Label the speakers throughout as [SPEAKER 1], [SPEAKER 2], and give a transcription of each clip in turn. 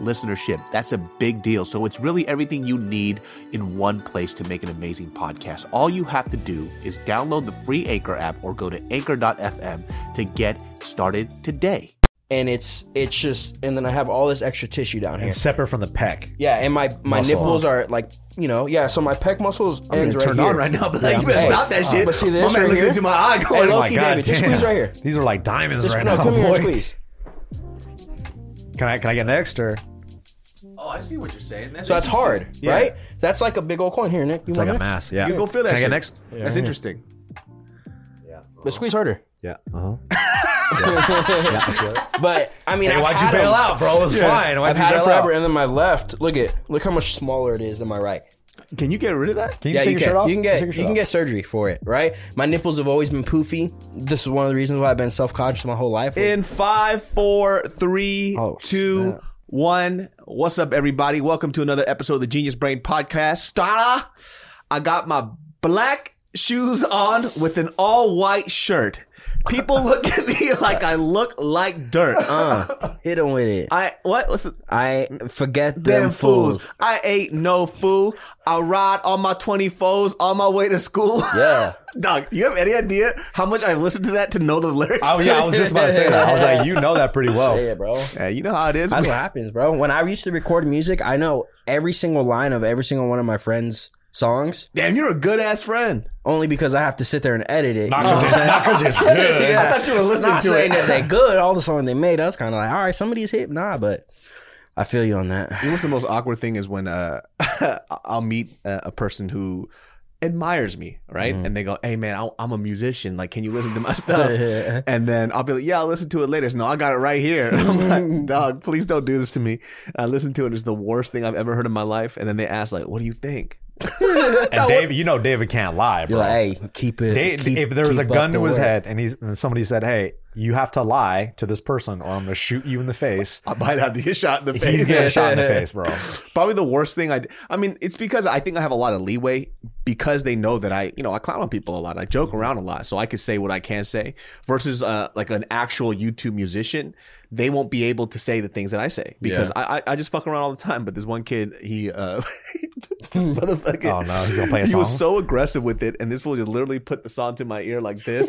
[SPEAKER 1] listenership. That's a big deal. So it's really everything you need in one place to make an amazing podcast. All you have to do is download the free Anchor app or go to anchor.fm to get started today.
[SPEAKER 2] and it's it's just and then I have all this extra tissue down here.
[SPEAKER 3] and separate from the pec.
[SPEAKER 2] Yeah, and my my
[SPEAKER 3] Muscle.
[SPEAKER 2] nipples are like you know yeah. So my pec muscles ends right
[SPEAKER 1] turned
[SPEAKER 2] here.
[SPEAKER 1] on right now, but like, you better
[SPEAKER 2] Hey, uh,
[SPEAKER 1] stop that shit.
[SPEAKER 2] But see this
[SPEAKER 1] My man
[SPEAKER 2] right
[SPEAKER 1] looking
[SPEAKER 2] here?
[SPEAKER 1] into my eye going,
[SPEAKER 2] hey,
[SPEAKER 1] "Oh
[SPEAKER 3] My
[SPEAKER 2] Loki, David, just
[SPEAKER 3] damn.
[SPEAKER 2] squeeze right here.
[SPEAKER 3] These are like diamonds
[SPEAKER 2] Just,
[SPEAKER 3] right
[SPEAKER 2] no,
[SPEAKER 3] now,
[SPEAKER 2] come here and
[SPEAKER 3] boy.
[SPEAKER 2] squeeze.
[SPEAKER 3] Can I can I get next or
[SPEAKER 1] Oh, I see what you're saying.
[SPEAKER 2] So that's hard,
[SPEAKER 1] Yeah.
[SPEAKER 2] right? That's like a big old coin here, Nick. You
[SPEAKER 3] it's like
[SPEAKER 2] want
[SPEAKER 3] a
[SPEAKER 2] it?
[SPEAKER 3] mass? Yeah.
[SPEAKER 1] You go feel that
[SPEAKER 3] Can I
[SPEAKER 1] shit.
[SPEAKER 3] get next?
[SPEAKER 1] That's interesting.
[SPEAKER 2] But squeeze harder.
[SPEAKER 3] Yeah. Uh-huh.
[SPEAKER 2] But I mean,
[SPEAKER 3] Hey,
[SPEAKER 2] I've
[SPEAKER 3] why'd you
[SPEAKER 2] had
[SPEAKER 3] bail
[SPEAKER 2] them.
[SPEAKER 3] out, bro? It was fine. Why'd
[SPEAKER 2] I've
[SPEAKER 3] you
[SPEAKER 2] had it
[SPEAKER 3] bail
[SPEAKER 2] forever,
[SPEAKER 3] out?
[SPEAKER 2] and then my left. Look at look how much smaller it is than my right.
[SPEAKER 1] Can you get rid of that?
[SPEAKER 3] Can you
[SPEAKER 2] yeah,
[SPEAKER 3] just take
[SPEAKER 2] you
[SPEAKER 3] your shirt
[SPEAKER 2] can.
[SPEAKER 3] off?
[SPEAKER 2] You can
[SPEAKER 3] Just
[SPEAKER 2] get
[SPEAKER 3] take your
[SPEAKER 2] you
[SPEAKER 3] shirt
[SPEAKER 2] can
[SPEAKER 3] off.
[SPEAKER 2] get surgery for it, right? My nipples have always been poofy. This is one of the reasons why I've been self conscious my whole life.
[SPEAKER 1] In five, four, three, two, one.
[SPEAKER 3] Oh, snap.
[SPEAKER 1] What's up, everybody? Welcome to another episode of the Genius Brain Podcast. Stana, I got my black shoes on with an all white shirt. People look at me like I look like dirt.
[SPEAKER 2] uh, hit them with it.
[SPEAKER 1] I what? What's the,
[SPEAKER 2] I forget them,
[SPEAKER 1] them
[SPEAKER 2] fools.
[SPEAKER 1] fools? I ain't no fool. I ride all my twenty foes on my way to school.
[SPEAKER 2] Yeah.
[SPEAKER 1] Dog, you have any idea how much I listened to that to know the lyrics?
[SPEAKER 3] Oh yeah, I was just about to say that. I was like, you know that pretty well.
[SPEAKER 2] Yeah, bro.
[SPEAKER 1] Yeah, you know how it is.
[SPEAKER 2] That's what happens, bro. When I used to record music, I know every single line of every single one of my friends' songs
[SPEAKER 1] Damn, you're a good ass friend.
[SPEAKER 2] only because I have to sit there and edit it.
[SPEAKER 3] Not
[SPEAKER 2] you know
[SPEAKER 3] because
[SPEAKER 2] what
[SPEAKER 3] it's,
[SPEAKER 2] I'm saying?
[SPEAKER 3] not 'cause it's good.
[SPEAKER 1] I thought you were listening
[SPEAKER 2] not
[SPEAKER 1] to
[SPEAKER 2] saying
[SPEAKER 1] it.
[SPEAKER 2] that they good. All the songs they made, I was kind of like, all right, somebody's hip, nah, but I feel you on that.
[SPEAKER 1] You know what's the most awkward thing is when uh, I'll meet uh, a person who admires me, right? And they go, "Hey, man, I, I'm a musician. Like, can you listen to my stuff?" and then I'll be like, "Yeah, I'll listen to it later." So, no, I got it right here. And I'm like, "Dog, please don't do this to me." I listen to it. It's the worst thing I've ever heard in my life. And then they ask, "Like, what do you think?"
[SPEAKER 3] And David, you know David can't lie,
[SPEAKER 2] You're
[SPEAKER 3] bro.
[SPEAKER 2] like, hey, keep it.
[SPEAKER 3] Da-
[SPEAKER 2] keep-
[SPEAKER 3] if there was a
[SPEAKER 2] keep up
[SPEAKER 3] gun to
[SPEAKER 2] the
[SPEAKER 3] his
[SPEAKER 2] work.
[SPEAKER 3] head and he's and somebody said, "Hey, you have to lie to this person, or I'm going to shoot you in the face,"
[SPEAKER 1] I might have to get shot in the face.
[SPEAKER 3] he's getting shot in the face, bro.
[SPEAKER 1] probably the worst thing I. I mean, it's because I think I have a lot of leeway because they know that I, you know, I clown on people a lot. I joke around a lot, so I can say what I can say. Versus, uh, like an actual YouTube musician, they won't be able to say the things that I say because I, I, I just fuck around all the time. But this one kid, he, uh, this motherfucker,
[SPEAKER 3] Oh, no, he's gonna play a
[SPEAKER 1] he was
[SPEAKER 3] song?
[SPEAKER 1] so aggressive with it, and this fool just literally put the song to my ear like this.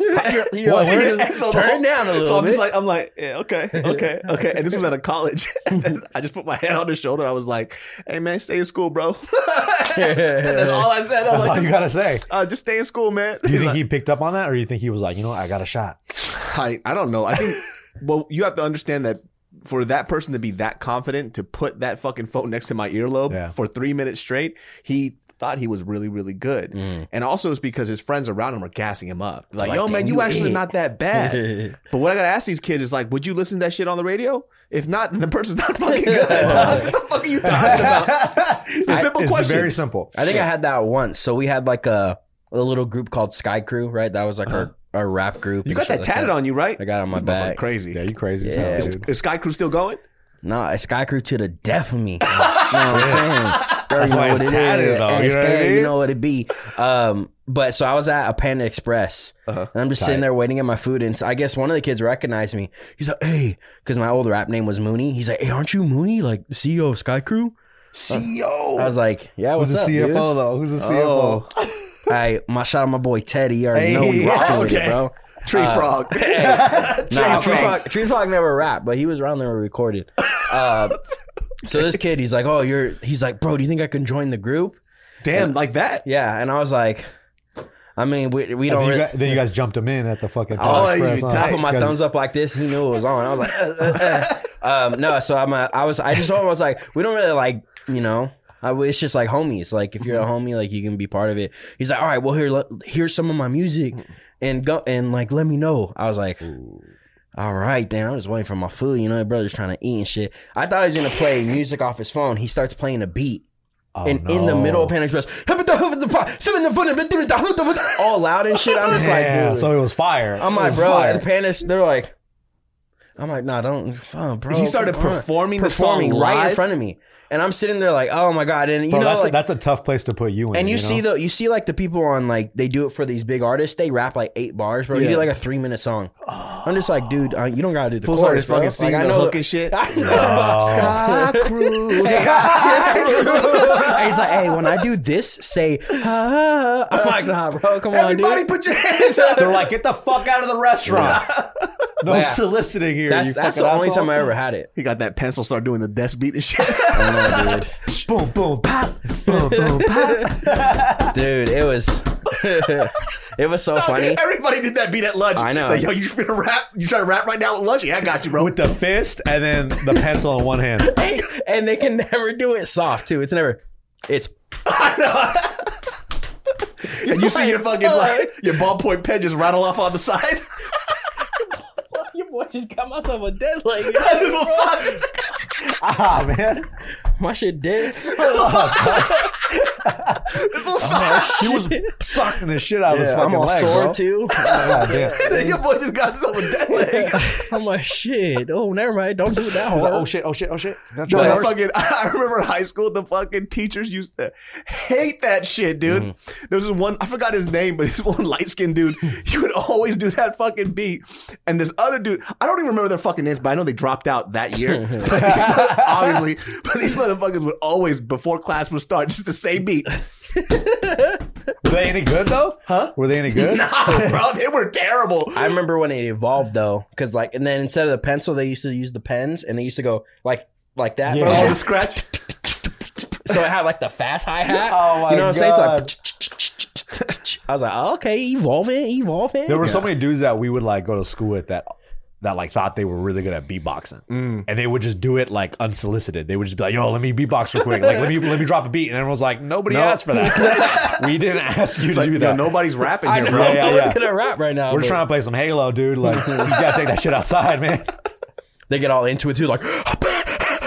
[SPEAKER 2] You're- you're like,
[SPEAKER 1] And so the
[SPEAKER 2] turn
[SPEAKER 1] whole-
[SPEAKER 2] it down a little
[SPEAKER 1] So I'm
[SPEAKER 2] bit.
[SPEAKER 1] just like, I'm like, yeah, okay, okay, okay. And this was at a college. And then I just put my hand on his shoulder. I was like, hey, man, stay in school, bro. and that's all I said. I was
[SPEAKER 3] That's all
[SPEAKER 1] like,
[SPEAKER 3] you
[SPEAKER 1] just,
[SPEAKER 3] gotta say.
[SPEAKER 1] uh, just stay in school, man.
[SPEAKER 3] Do you
[SPEAKER 1] He's
[SPEAKER 3] think
[SPEAKER 1] like,
[SPEAKER 3] he picked up on that, or you think he was like, you know, what, I got a shot?
[SPEAKER 1] I, I don't know. I think, well, you have to understand that for that person to be that confident to put that fucking phone next to my earlobe
[SPEAKER 3] Yeah.
[SPEAKER 1] for three minutes straight, he thought he was really, really good.
[SPEAKER 3] Mm.
[SPEAKER 1] And also it's because his friends around him are gassing him up. Like,
[SPEAKER 2] Like,
[SPEAKER 1] yo,
[SPEAKER 2] damn,
[SPEAKER 1] man, you,
[SPEAKER 2] you
[SPEAKER 1] actually
[SPEAKER 2] it."
[SPEAKER 1] not that bad. but what I gotta ask these kids is like, would you listen to that shit on the radio? If not, then the person's not fucking good. what the fuck are you talking about? It's a simple
[SPEAKER 3] it's
[SPEAKER 1] question.
[SPEAKER 3] very simple.
[SPEAKER 2] I think I had that once. So we had like a a little group called Sky Crew, right? That was like our, our rap group.
[SPEAKER 1] Uh-huh. you
[SPEAKER 2] and
[SPEAKER 1] got
[SPEAKER 2] shit
[SPEAKER 1] that
[SPEAKER 2] like
[SPEAKER 1] tatted on you, right?
[SPEAKER 2] I got it on my
[SPEAKER 1] This motherfucker
[SPEAKER 2] back.
[SPEAKER 1] Crazy.
[SPEAKER 3] Yeah, you crazy. as
[SPEAKER 2] Yeah. Uh,
[SPEAKER 3] hell,
[SPEAKER 2] It's-
[SPEAKER 3] dude.
[SPEAKER 1] Is Sky Crew still going?
[SPEAKER 2] No, I Sky Crew to the death of me. you know what I'm saying? Girl,
[SPEAKER 3] That's
[SPEAKER 2] you know
[SPEAKER 3] why
[SPEAKER 2] what
[SPEAKER 3] it's
[SPEAKER 2] it
[SPEAKER 3] tatted,
[SPEAKER 2] is.
[SPEAKER 3] though, you
[SPEAKER 2] It's
[SPEAKER 3] know what I
[SPEAKER 2] gay,
[SPEAKER 3] mean?
[SPEAKER 2] you know what it be. Um, but so I was at a Panda Express,
[SPEAKER 1] Uh-huh.
[SPEAKER 2] and I'm just sitting
[SPEAKER 3] Tight.
[SPEAKER 2] there waiting at my food, and so I guess one of the kids recognized me. He's like, "Hey," because my old rap name was Mooney. He's like, "Hey, aren't you Mooney, like the CEO of Sky Crew?"
[SPEAKER 1] CEO.
[SPEAKER 2] I was like, "Yeah,
[SPEAKER 3] Who's
[SPEAKER 2] what's
[SPEAKER 3] the
[SPEAKER 2] up,
[SPEAKER 3] CFO
[SPEAKER 2] dude?"
[SPEAKER 3] though? Who's the
[SPEAKER 1] Oh.
[SPEAKER 3] CFO?
[SPEAKER 2] Hey, my shout out, my boy Teddy. You already know
[SPEAKER 3] Hey,
[SPEAKER 2] we rocking with
[SPEAKER 1] okay.
[SPEAKER 2] it, bro.
[SPEAKER 1] Tree Frog. Tree
[SPEAKER 2] uh, Nah, Tree
[SPEAKER 1] Frogs.
[SPEAKER 2] Frog, Tree Frog never rapped, but he was around there when we recorded. Uh, so this kid, he's like, "Oh, you're." He's like, "Bro, do you think I can join the group?"
[SPEAKER 1] Damn, like that.
[SPEAKER 2] Yeah, and I was like, "I mean, we we
[SPEAKER 3] And
[SPEAKER 2] don't."
[SPEAKER 3] then, you
[SPEAKER 2] Really,
[SPEAKER 3] guys, then you guys jumped him in at the fucking.
[SPEAKER 1] Oh,
[SPEAKER 3] Express,
[SPEAKER 1] you
[SPEAKER 3] huh?
[SPEAKER 1] tight.
[SPEAKER 2] I put my
[SPEAKER 3] You guys-
[SPEAKER 2] thumbs up like this. He knew it was on. I was like, uh, uh, uh. um, "No." So I'm. A, I was. I just told him I was like, "We don't really like you know." I, it's just like homies. Like if you're a homie, like you can be part of it. He's like, all right, well here, let, here's some of my music, and go and like let me know. I was like, all right, then I'm just waiting for my food. You know, my brother's trying to eat and shit. I thought he was gonna play music off his phone. He starts playing a beat.
[SPEAKER 3] Oh,
[SPEAKER 2] and in the middle of
[SPEAKER 3] no.
[SPEAKER 2] Panic Express, all loud and shit. I'm just like,
[SPEAKER 3] Yeah,
[SPEAKER 2] dude.
[SPEAKER 3] so it was fire.
[SPEAKER 2] I'm
[SPEAKER 3] It
[SPEAKER 1] Oh,
[SPEAKER 2] like,
[SPEAKER 3] was
[SPEAKER 2] bro,
[SPEAKER 3] fire.
[SPEAKER 2] at the Panic, they're like, I'm like, nah, don't, fuck, bro.
[SPEAKER 1] he started
[SPEAKER 2] come on."
[SPEAKER 1] performing the
[SPEAKER 2] performing
[SPEAKER 1] song
[SPEAKER 2] right in
[SPEAKER 1] live.
[SPEAKER 2] front of me, and I'm sitting there like, oh my god, and you
[SPEAKER 3] Bro,
[SPEAKER 2] know,
[SPEAKER 3] that's,
[SPEAKER 2] like,
[SPEAKER 3] a, that's a tough place to put you in.
[SPEAKER 2] and you,
[SPEAKER 3] know?
[SPEAKER 2] see the, you see like the people on like they do it for these big artists. They rap like eight bars, bro. You
[SPEAKER 1] Yeah.
[SPEAKER 2] do like a three minute song. I'm just like, dude, uh, you don't gotta do the
[SPEAKER 1] Fools are
[SPEAKER 2] chorus,
[SPEAKER 1] just
[SPEAKER 2] bro.
[SPEAKER 1] fucking
[SPEAKER 2] Like,
[SPEAKER 1] singing
[SPEAKER 2] I
[SPEAKER 1] the
[SPEAKER 2] know
[SPEAKER 1] hook and shit.
[SPEAKER 3] Oh. No.
[SPEAKER 1] Sky Cruise.
[SPEAKER 2] And He's like, hey, when I do this, say, ah. I'm like, nah, bro, come on, dude.
[SPEAKER 1] Everybody put your hands up.
[SPEAKER 3] They're like, get the fuck out of the restaurant. No
[SPEAKER 2] Yeah.
[SPEAKER 3] soliciting here.
[SPEAKER 2] That's
[SPEAKER 3] you
[SPEAKER 2] that's the
[SPEAKER 3] fucking
[SPEAKER 2] only
[SPEAKER 3] asshole.
[SPEAKER 2] time I ever had it.
[SPEAKER 1] He got that pencil, start doing the desk beat and shit.
[SPEAKER 2] I know,
[SPEAKER 1] boom, boom, pop, boom, boom, pop.
[SPEAKER 2] dude. Dude, it was, it was so funny.
[SPEAKER 1] Everybody did that beat at lunch.
[SPEAKER 2] I know.
[SPEAKER 1] Like, yo, you finna rap? You trying to rap right now at lunch? Yeah, I got you, bro.
[SPEAKER 3] With the fist and then the pencil in one hand.
[SPEAKER 2] and they can never do it soft too. It's never. It's
[SPEAKER 1] I know. and you see your fucking like, your ballpoint pen just rattle off on the side.
[SPEAKER 2] your boy just got myself a dead leg.
[SPEAKER 1] Little son.
[SPEAKER 3] Ah, man.
[SPEAKER 2] My shit dead.
[SPEAKER 1] Little son.
[SPEAKER 3] He was sucking the shit out of his fucking
[SPEAKER 2] I'm all
[SPEAKER 3] leg,
[SPEAKER 2] sore
[SPEAKER 3] bro.
[SPEAKER 2] too.
[SPEAKER 3] God damn.
[SPEAKER 1] Your boy just got himself a dead leg.
[SPEAKER 2] I'm like shit. Oh, never mind. Don't do it that
[SPEAKER 3] He's
[SPEAKER 2] hard.
[SPEAKER 3] like, oh shit, oh shit, oh shit. Not
[SPEAKER 1] No,
[SPEAKER 3] your
[SPEAKER 1] the
[SPEAKER 3] horse.
[SPEAKER 1] fucking, I remember in high school, the fucking teachers used to hate that shit, dude.
[SPEAKER 3] Mm-hmm.
[SPEAKER 1] There was this one, I forgot his name, but this one light skinned dude, he would always do that fucking beat. And this other dude, I don't even remember their fucking names, but I know they dropped out that year. But these mother- obviously, but these motherfuckers would always, before class would start, just the same beat.
[SPEAKER 3] Were they any good though?
[SPEAKER 1] Huh?
[SPEAKER 3] Were they any good?
[SPEAKER 1] Nah, bro, they were terrible.
[SPEAKER 2] I remember when it evolved though, because like, and then instead of the pencil, they used to use the pens, and they used to go like like that.
[SPEAKER 3] Yeah.
[SPEAKER 2] bro.
[SPEAKER 1] All the scratch.
[SPEAKER 2] So it had like the fast hi hat.
[SPEAKER 3] Oh my
[SPEAKER 2] you know what I'm
[SPEAKER 3] God.
[SPEAKER 2] saying? It's like I was like, oh, okay, evolving, evolving.
[SPEAKER 3] There were so many dudes that we would like go to school with that that like thought they were really good at beatboxing,
[SPEAKER 1] Mm.
[SPEAKER 3] and they would just do it like unsolicited. They would just be like, "Yo, let me beatbox real quick. Like, let me let me drop a beat." And everyone's like, "Nobody
[SPEAKER 1] No.
[SPEAKER 3] asked for that. we didn't ask you to
[SPEAKER 1] Like,
[SPEAKER 3] do
[SPEAKER 1] yo,
[SPEAKER 3] that.
[SPEAKER 1] nobody's rapping
[SPEAKER 2] I
[SPEAKER 1] here,
[SPEAKER 2] know
[SPEAKER 1] bro.
[SPEAKER 3] Yeah,
[SPEAKER 2] no
[SPEAKER 3] yeah,
[SPEAKER 2] one's
[SPEAKER 3] yeah.
[SPEAKER 2] gonna rap right now.
[SPEAKER 3] We're just
[SPEAKER 2] but
[SPEAKER 3] trying to play some Halo, dude. Like, you gotta take that shit outside, man."
[SPEAKER 2] They get all into it too, like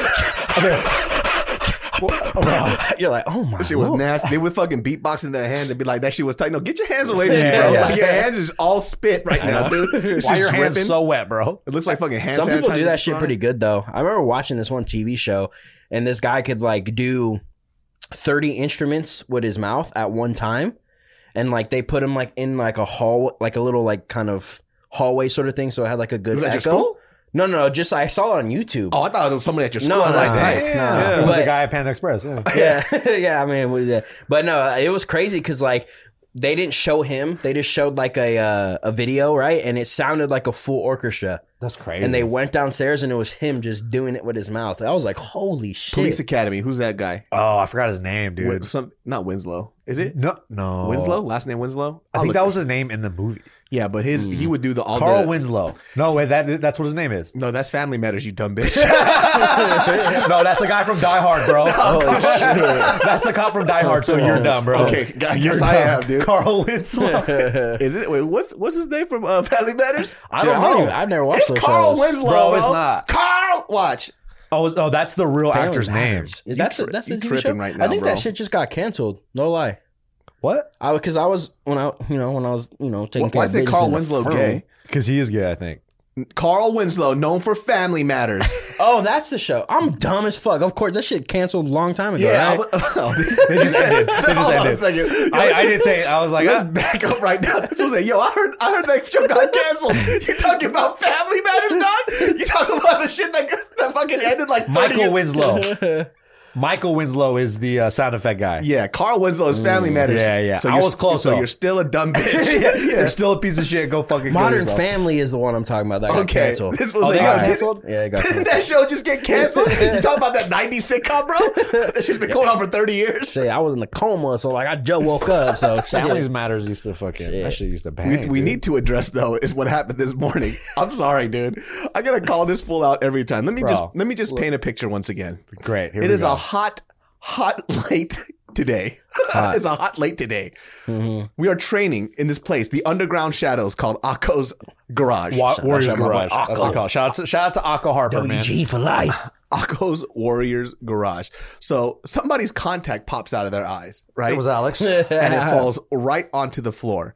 [SPEAKER 1] oh,
[SPEAKER 2] you're like, oh my.
[SPEAKER 1] Shit was
[SPEAKER 2] lord.
[SPEAKER 1] nasty. They would fucking beatbox in their hands and be like, "That shit was tight." No, get your hands away from me,
[SPEAKER 3] Yeah,
[SPEAKER 1] bro.
[SPEAKER 3] yeah.
[SPEAKER 1] Like, your hands is all spit right now, dude. It's
[SPEAKER 3] Why are
[SPEAKER 1] just
[SPEAKER 3] your hands
[SPEAKER 1] dripping.
[SPEAKER 3] so wet, bro?
[SPEAKER 1] it looks like fucking hand
[SPEAKER 2] Some people do
[SPEAKER 1] sanitizer
[SPEAKER 2] that shit
[SPEAKER 1] on
[SPEAKER 2] pretty
[SPEAKER 1] it.
[SPEAKER 2] good though. I remember watching this one TV show, and this guy could like do thirty instruments with his mouth at one time, and like they put him like in like a hall, like a little like kind of hallway sort of thing, so it had like a good
[SPEAKER 1] Was that
[SPEAKER 2] echo.
[SPEAKER 1] your school?
[SPEAKER 2] No, no, just I saw it on YouTube.
[SPEAKER 1] Oh, I thought it was somebody at your school.
[SPEAKER 2] No,
[SPEAKER 1] I was
[SPEAKER 2] no,
[SPEAKER 1] like,
[SPEAKER 2] no.
[SPEAKER 1] "Damn."
[SPEAKER 2] Nah.
[SPEAKER 3] It was
[SPEAKER 2] But-
[SPEAKER 3] a guy at Panda Express. Yeah.
[SPEAKER 2] yeah, yeah. I mean, we- yeah. but no, it was crazy because like they didn't show him; they just showed like a uh, a video, right? And it sounded like a full orchestra.
[SPEAKER 3] That's crazy.
[SPEAKER 2] And they went downstairs, and it was him just doing it with his mouth. I was like, "Holy shit!"
[SPEAKER 1] Police Academy. Who's that guy?
[SPEAKER 3] oh, I forgot his name,
[SPEAKER 1] Win-
[SPEAKER 3] dude.
[SPEAKER 1] some, not Winslow. Is it
[SPEAKER 3] No, no.
[SPEAKER 1] Winslow? Last name Winslow.
[SPEAKER 3] I
[SPEAKER 1] I'll
[SPEAKER 3] think
[SPEAKER 1] look
[SPEAKER 3] that
[SPEAKER 1] it-
[SPEAKER 3] was his name in the movie.
[SPEAKER 1] Yeah, but his he would do the all
[SPEAKER 3] Carl
[SPEAKER 1] the.
[SPEAKER 3] Winslow. No, wait, that that's what his name is.
[SPEAKER 1] no, that's Family Matters. You dumb bitch.
[SPEAKER 3] no, that's the guy from Die Hard, bro.
[SPEAKER 1] Oh,
[SPEAKER 2] Holy shit.
[SPEAKER 3] That's the cop from Die Hard, so you're dumb, bro.
[SPEAKER 1] Okay, I
[SPEAKER 3] You're
[SPEAKER 1] guess I
[SPEAKER 3] dumb.
[SPEAKER 1] have, dude.
[SPEAKER 3] Carl Winslow.
[SPEAKER 1] Is it? Wait, what's what's his name from uh, Family Matters?
[SPEAKER 3] I
[SPEAKER 2] Dude,
[SPEAKER 3] don't
[SPEAKER 2] I
[SPEAKER 3] know.
[SPEAKER 2] don't even- I've never watched
[SPEAKER 1] It's
[SPEAKER 2] those
[SPEAKER 1] Carl
[SPEAKER 2] shows.
[SPEAKER 1] Winslow.
[SPEAKER 3] Bro, it's not.
[SPEAKER 1] Carl. Watch.
[SPEAKER 3] Oh, oh, that's the real
[SPEAKER 2] Family
[SPEAKER 3] actor's name.
[SPEAKER 2] Matters. That's
[SPEAKER 1] You tri-
[SPEAKER 2] that's
[SPEAKER 1] you
[SPEAKER 2] the TV
[SPEAKER 1] tripping
[SPEAKER 2] show?
[SPEAKER 1] right
[SPEAKER 2] I
[SPEAKER 1] now,
[SPEAKER 2] think
[SPEAKER 1] bro.
[SPEAKER 2] that shit just got canceled. No lie,
[SPEAKER 3] What?
[SPEAKER 2] I because I was when I you know when I was you know taking
[SPEAKER 1] Why why
[SPEAKER 2] care
[SPEAKER 1] is
[SPEAKER 2] of
[SPEAKER 1] it
[SPEAKER 2] business
[SPEAKER 1] Carl
[SPEAKER 2] in the
[SPEAKER 1] Winslow
[SPEAKER 2] firm.
[SPEAKER 1] gay?
[SPEAKER 3] Because he is gay, I think.
[SPEAKER 1] Carl Winslow, known for Family Matters.
[SPEAKER 2] Oh, that's the show. I'm dumb as fuck. Of course, that shit canceled a long time ago.
[SPEAKER 1] yeah.
[SPEAKER 2] right?
[SPEAKER 1] they
[SPEAKER 3] just ended. They just
[SPEAKER 1] Oh, Hold on a
[SPEAKER 3] ended.
[SPEAKER 1] second.
[SPEAKER 3] I, I didn't say it. I was like,
[SPEAKER 1] Let's
[SPEAKER 3] ah.
[SPEAKER 1] back up right now. That's what I'm saying. Yo, I heard, I heard that show got canceled. You talking about Family Matters, Don? You talking about the shit that, that fucking ended like 30
[SPEAKER 3] Michael
[SPEAKER 1] years-
[SPEAKER 3] Winslow. Michael Winslow is the uh, sound effect guy.
[SPEAKER 1] Yeah, Carl Winslow's Family Matters.
[SPEAKER 3] Mm, Yeah, yeah.
[SPEAKER 1] So
[SPEAKER 3] I
[SPEAKER 1] you're,
[SPEAKER 3] was close,
[SPEAKER 1] So
[SPEAKER 3] though.
[SPEAKER 1] you're still a dumb bitch.
[SPEAKER 3] Yeah, You're still a piece of shit. Go fucking kill
[SPEAKER 2] Modern
[SPEAKER 3] yourself.
[SPEAKER 2] Family is the one I'm talking about. That got
[SPEAKER 1] Okay.
[SPEAKER 2] canceled.
[SPEAKER 1] This was
[SPEAKER 3] Oh,
[SPEAKER 1] like, yo,
[SPEAKER 3] they got
[SPEAKER 1] did-
[SPEAKER 3] canceled?
[SPEAKER 2] Yeah, it got
[SPEAKER 1] Didn't
[SPEAKER 2] canceled.
[SPEAKER 1] that show just get canceled? You talking about that 90s sitcom, bro? That shit's been going on for 30 years.
[SPEAKER 2] Shit, I was in a coma, so like I just woke up. So shit.
[SPEAKER 3] Family Matters used to fucking. That shit used to bang.
[SPEAKER 1] We, we
[SPEAKER 3] dude.
[SPEAKER 1] need to address though is what happened this morning. I'm sorry, dude. I gotta call this fool out every time. Let me
[SPEAKER 3] Bro.
[SPEAKER 1] just let me just paint a picture once again.
[SPEAKER 3] Great. Here
[SPEAKER 1] it
[SPEAKER 3] we
[SPEAKER 1] is
[SPEAKER 3] go.
[SPEAKER 1] a hot, hot late today.
[SPEAKER 2] Hot.
[SPEAKER 1] it's a hot late today.
[SPEAKER 3] Mm-hmm.
[SPEAKER 2] Mhm.
[SPEAKER 1] We are training in this place, the underground shadows called Akko's Garage.
[SPEAKER 3] Wa-
[SPEAKER 2] Shout out
[SPEAKER 3] Warriors
[SPEAKER 2] to my boy
[SPEAKER 3] Garage. That's what
[SPEAKER 2] Akko.
[SPEAKER 3] I call it. Shout out to, shout out to Akko Harper, man.
[SPEAKER 2] WG for life.
[SPEAKER 1] Akko's Warriors Garage. So somebody's contact pops out of their eyes, right?
[SPEAKER 4] It was Alex.
[SPEAKER 1] and it falls right onto the floor.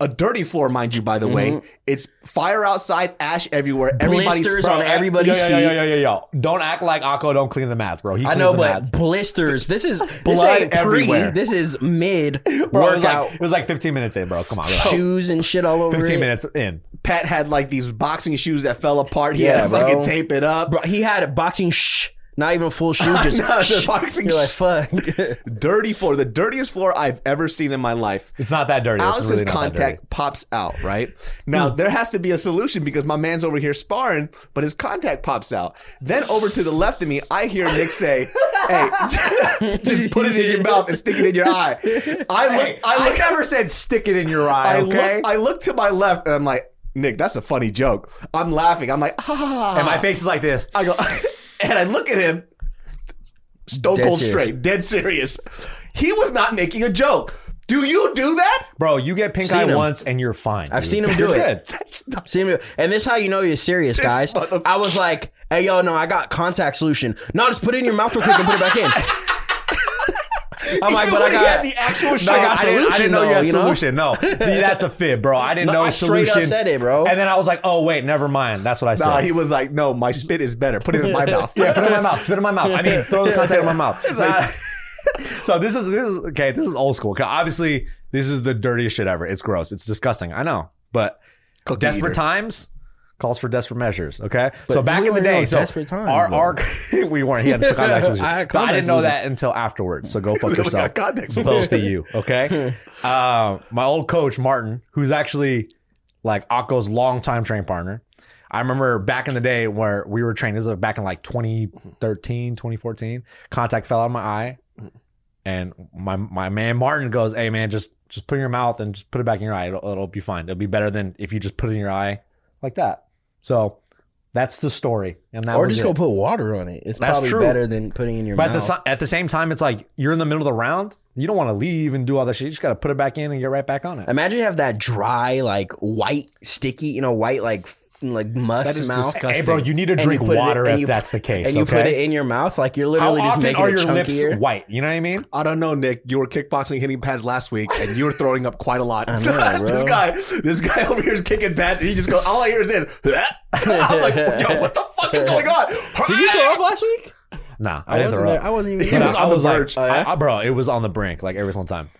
[SPEAKER 1] A dirty floor, mind you, by the
[SPEAKER 3] Mm-hmm.
[SPEAKER 1] way. It's fire outside, ash everywhere. Everybody's
[SPEAKER 2] Blisters
[SPEAKER 1] fro-
[SPEAKER 2] on everybody's
[SPEAKER 3] yo, yo,
[SPEAKER 2] feet.
[SPEAKER 3] yo, yo, yo, yo. Don't act like Akko don't clean the mats, bro. He
[SPEAKER 2] I
[SPEAKER 3] cleans
[SPEAKER 2] know,
[SPEAKER 3] the
[SPEAKER 2] but
[SPEAKER 3] mats.
[SPEAKER 2] blisters. This is
[SPEAKER 1] Blood
[SPEAKER 2] this ain't
[SPEAKER 1] everywhere.
[SPEAKER 2] Pre, this is mid
[SPEAKER 3] Bro, it was like-
[SPEAKER 2] workout.
[SPEAKER 3] It was like 15 minutes in, bro. Come on. relax.
[SPEAKER 2] shoes and shit all over.
[SPEAKER 3] 15
[SPEAKER 2] it.
[SPEAKER 3] minutes in.
[SPEAKER 1] Pat had like these boxing shoes that fell apart. He
[SPEAKER 2] Yeah,
[SPEAKER 1] had to
[SPEAKER 2] bro.
[SPEAKER 1] fucking tape it up.
[SPEAKER 2] Bro, he had a boxing shh, not even a full shoe, just
[SPEAKER 1] No, the
[SPEAKER 2] shh.
[SPEAKER 1] boxing
[SPEAKER 2] You're like
[SPEAKER 1] shh.
[SPEAKER 2] fuck.
[SPEAKER 1] Dirty floor, the dirtiest floor I've ever seen in my life.
[SPEAKER 3] It's not that dirty. It's
[SPEAKER 1] Alex's
[SPEAKER 3] really not that dirty. Hmm.
[SPEAKER 1] contact pops out, right? Now, there has to be a solution because my man's over here sparring, but his contact pops out. Then over to the left of me, I hear Nick say, Hey, just put it in your mouth and stick it in your eye. I look,
[SPEAKER 3] Hey,
[SPEAKER 1] I look,
[SPEAKER 3] never said stick it in your eye,
[SPEAKER 1] I look, I look to my left and I'm like, Nick, that's a funny joke. I'm laughing. I'm like, ha ha ha.
[SPEAKER 3] and my face is like this.
[SPEAKER 1] I go, and I look at him, stone
[SPEAKER 2] Dead
[SPEAKER 1] cold
[SPEAKER 2] serious.
[SPEAKER 1] straight, dead serious. He was not making a joke. Do you do that?
[SPEAKER 3] Bro, you get pink
[SPEAKER 2] Seen
[SPEAKER 3] eye
[SPEAKER 2] him.
[SPEAKER 3] once and you're fine.
[SPEAKER 2] I've
[SPEAKER 3] dude.
[SPEAKER 2] seen him do
[SPEAKER 3] That's
[SPEAKER 2] it.
[SPEAKER 1] That's not.
[SPEAKER 2] See me, and this how you know you're serious, guys.
[SPEAKER 1] mother-
[SPEAKER 2] I was like, hey yo, no, I got contact solution. No, just put it in your mouth real quick and put it back in. I'm like,
[SPEAKER 1] Even
[SPEAKER 2] but I
[SPEAKER 1] when he
[SPEAKER 2] got
[SPEAKER 1] had the actual shot.
[SPEAKER 3] No, I,
[SPEAKER 2] got
[SPEAKER 3] didn't, I
[SPEAKER 2] solution,
[SPEAKER 3] didn't know you
[SPEAKER 2] though,
[SPEAKER 3] had
[SPEAKER 2] you know?
[SPEAKER 3] solution. No, that's a fib, bro. I didn't
[SPEAKER 2] No,
[SPEAKER 3] know
[SPEAKER 2] I straight
[SPEAKER 3] solution.
[SPEAKER 2] up said it, bro.
[SPEAKER 3] And then I was like, oh wait, never mind. That's what I said.
[SPEAKER 1] Nah, he was like, no, my spit is better. Put it in my mouth.
[SPEAKER 3] yeah, put it in my mouth. Spit in my mouth. I mean, throw the contact in my mouth.
[SPEAKER 1] It's like-
[SPEAKER 3] Nah. so this is this is okay. This is old school. 'Cause Obviously, this is the dirtiest shit ever. It's gross. It's disgusting. I know, but
[SPEAKER 1] Cookie
[SPEAKER 3] desperate
[SPEAKER 1] eater.
[SPEAKER 3] times calls for desperate measures. Okay,
[SPEAKER 2] But
[SPEAKER 3] so back
[SPEAKER 2] you
[SPEAKER 3] in
[SPEAKER 2] already
[SPEAKER 3] the
[SPEAKER 2] know
[SPEAKER 3] day,
[SPEAKER 2] it's
[SPEAKER 3] so
[SPEAKER 2] desperate times,
[SPEAKER 3] our
[SPEAKER 2] though.
[SPEAKER 3] our we weren't. He had some contact solution.
[SPEAKER 2] I had
[SPEAKER 3] But I
[SPEAKER 2] contact
[SPEAKER 3] didn't know
[SPEAKER 2] solution.
[SPEAKER 3] that until afterwards. So go fuck
[SPEAKER 1] Look
[SPEAKER 3] yourself
[SPEAKER 1] at context.
[SPEAKER 3] supposed to you. Okay. Uh, my old coach, Martin, who's actually like Akko's longtime train partner. I remember back in the day where we were training, this was back in like 2013, 2014. Contact fell out of my eye. And my my man Martin goes, Hey man, just just put it in your mouth and just put it back in your eye. It'll, it'll be fine. It'll be better than if you just put it in your eye like that. So that's the story. And that
[SPEAKER 2] or
[SPEAKER 3] was
[SPEAKER 2] just
[SPEAKER 3] it.
[SPEAKER 2] go put water on it. It's
[SPEAKER 3] That's
[SPEAKER 2] probably
[SPEAKER 3] true.
[SPEAKER 2] better than putting it in your
[SPEAKER 3] But at the,
[SPEAKER 2] mouth.
[SPEAKER 3] si- at the same time, it's like you're in the middle of the round. You don't want to leave and do all that shit. You just got to put it back in and get right back on it.
[SPEAKER 2] Imagine you have that dry, like white, sticky, you know, white, like f- like must
[SPEAKER 1] is
[SPEAKER 2] mouth,
[SPEAKER 1] disgusting.
[SPEAKER 3] Hey, bro, you need to
[SPEAKER 2] And you
[SPEAKER 3] drink
[SPEAKER 2] put it in-
[SPEAKER 3] water
[SPEAKER 2] and
[SPEAKER 3] if
[SPEAKER 2] you-
[SPEAKER 3] that's the case.
[SPEAKER 2] and you
[SPEAKER 3] okay?
[SPEAKER 2] put it in your mouth. Like you're
[SPEAKER 3] How
[SPEAKER 2] literally just
[SPEAKER 3] often
[SPEAKER 2] making
[SPEAKER 3] are
[SPEAKER 2] it
[SPEAKER 3] your lips
[SPEAKER 2] chunkier.
[SPEAKER 3] white? You know what I mean?
[SPEAKER 1] I don't know, Nick. You were kickboxing hitting pads last week, and you were throwing up quite a lot.
[SPEAKER 2] I know,
[SPEAKER 1] this
[SPEAKER 2] bro.
[SPEAKER 1] guy, this guy over here is kicking pads, and he just goes. All I hear is this. I'm like, yo, what the fuck is going on?
[SPEAKER 2] Did you throw up last week?
[SPEAKER 3] Nah, I, didn't
[SPEAKER 2] wasn't
[SPEAKER 3] throw
[SPEAKER 2] there.
[SPEAKER 3] up.
[SPEAKER 2] I wasn't even.
[SPEAKER 1] He
[SPEAKER 3] Nah,
[SPEAKER 1] was on the
[SPEAKER 3] like-
[SPEAKER 1] verge.
[SPEAKER 2] Oh, yeah?
[SPEAKER 3] I- I- bro, it was on the brink, like every single time.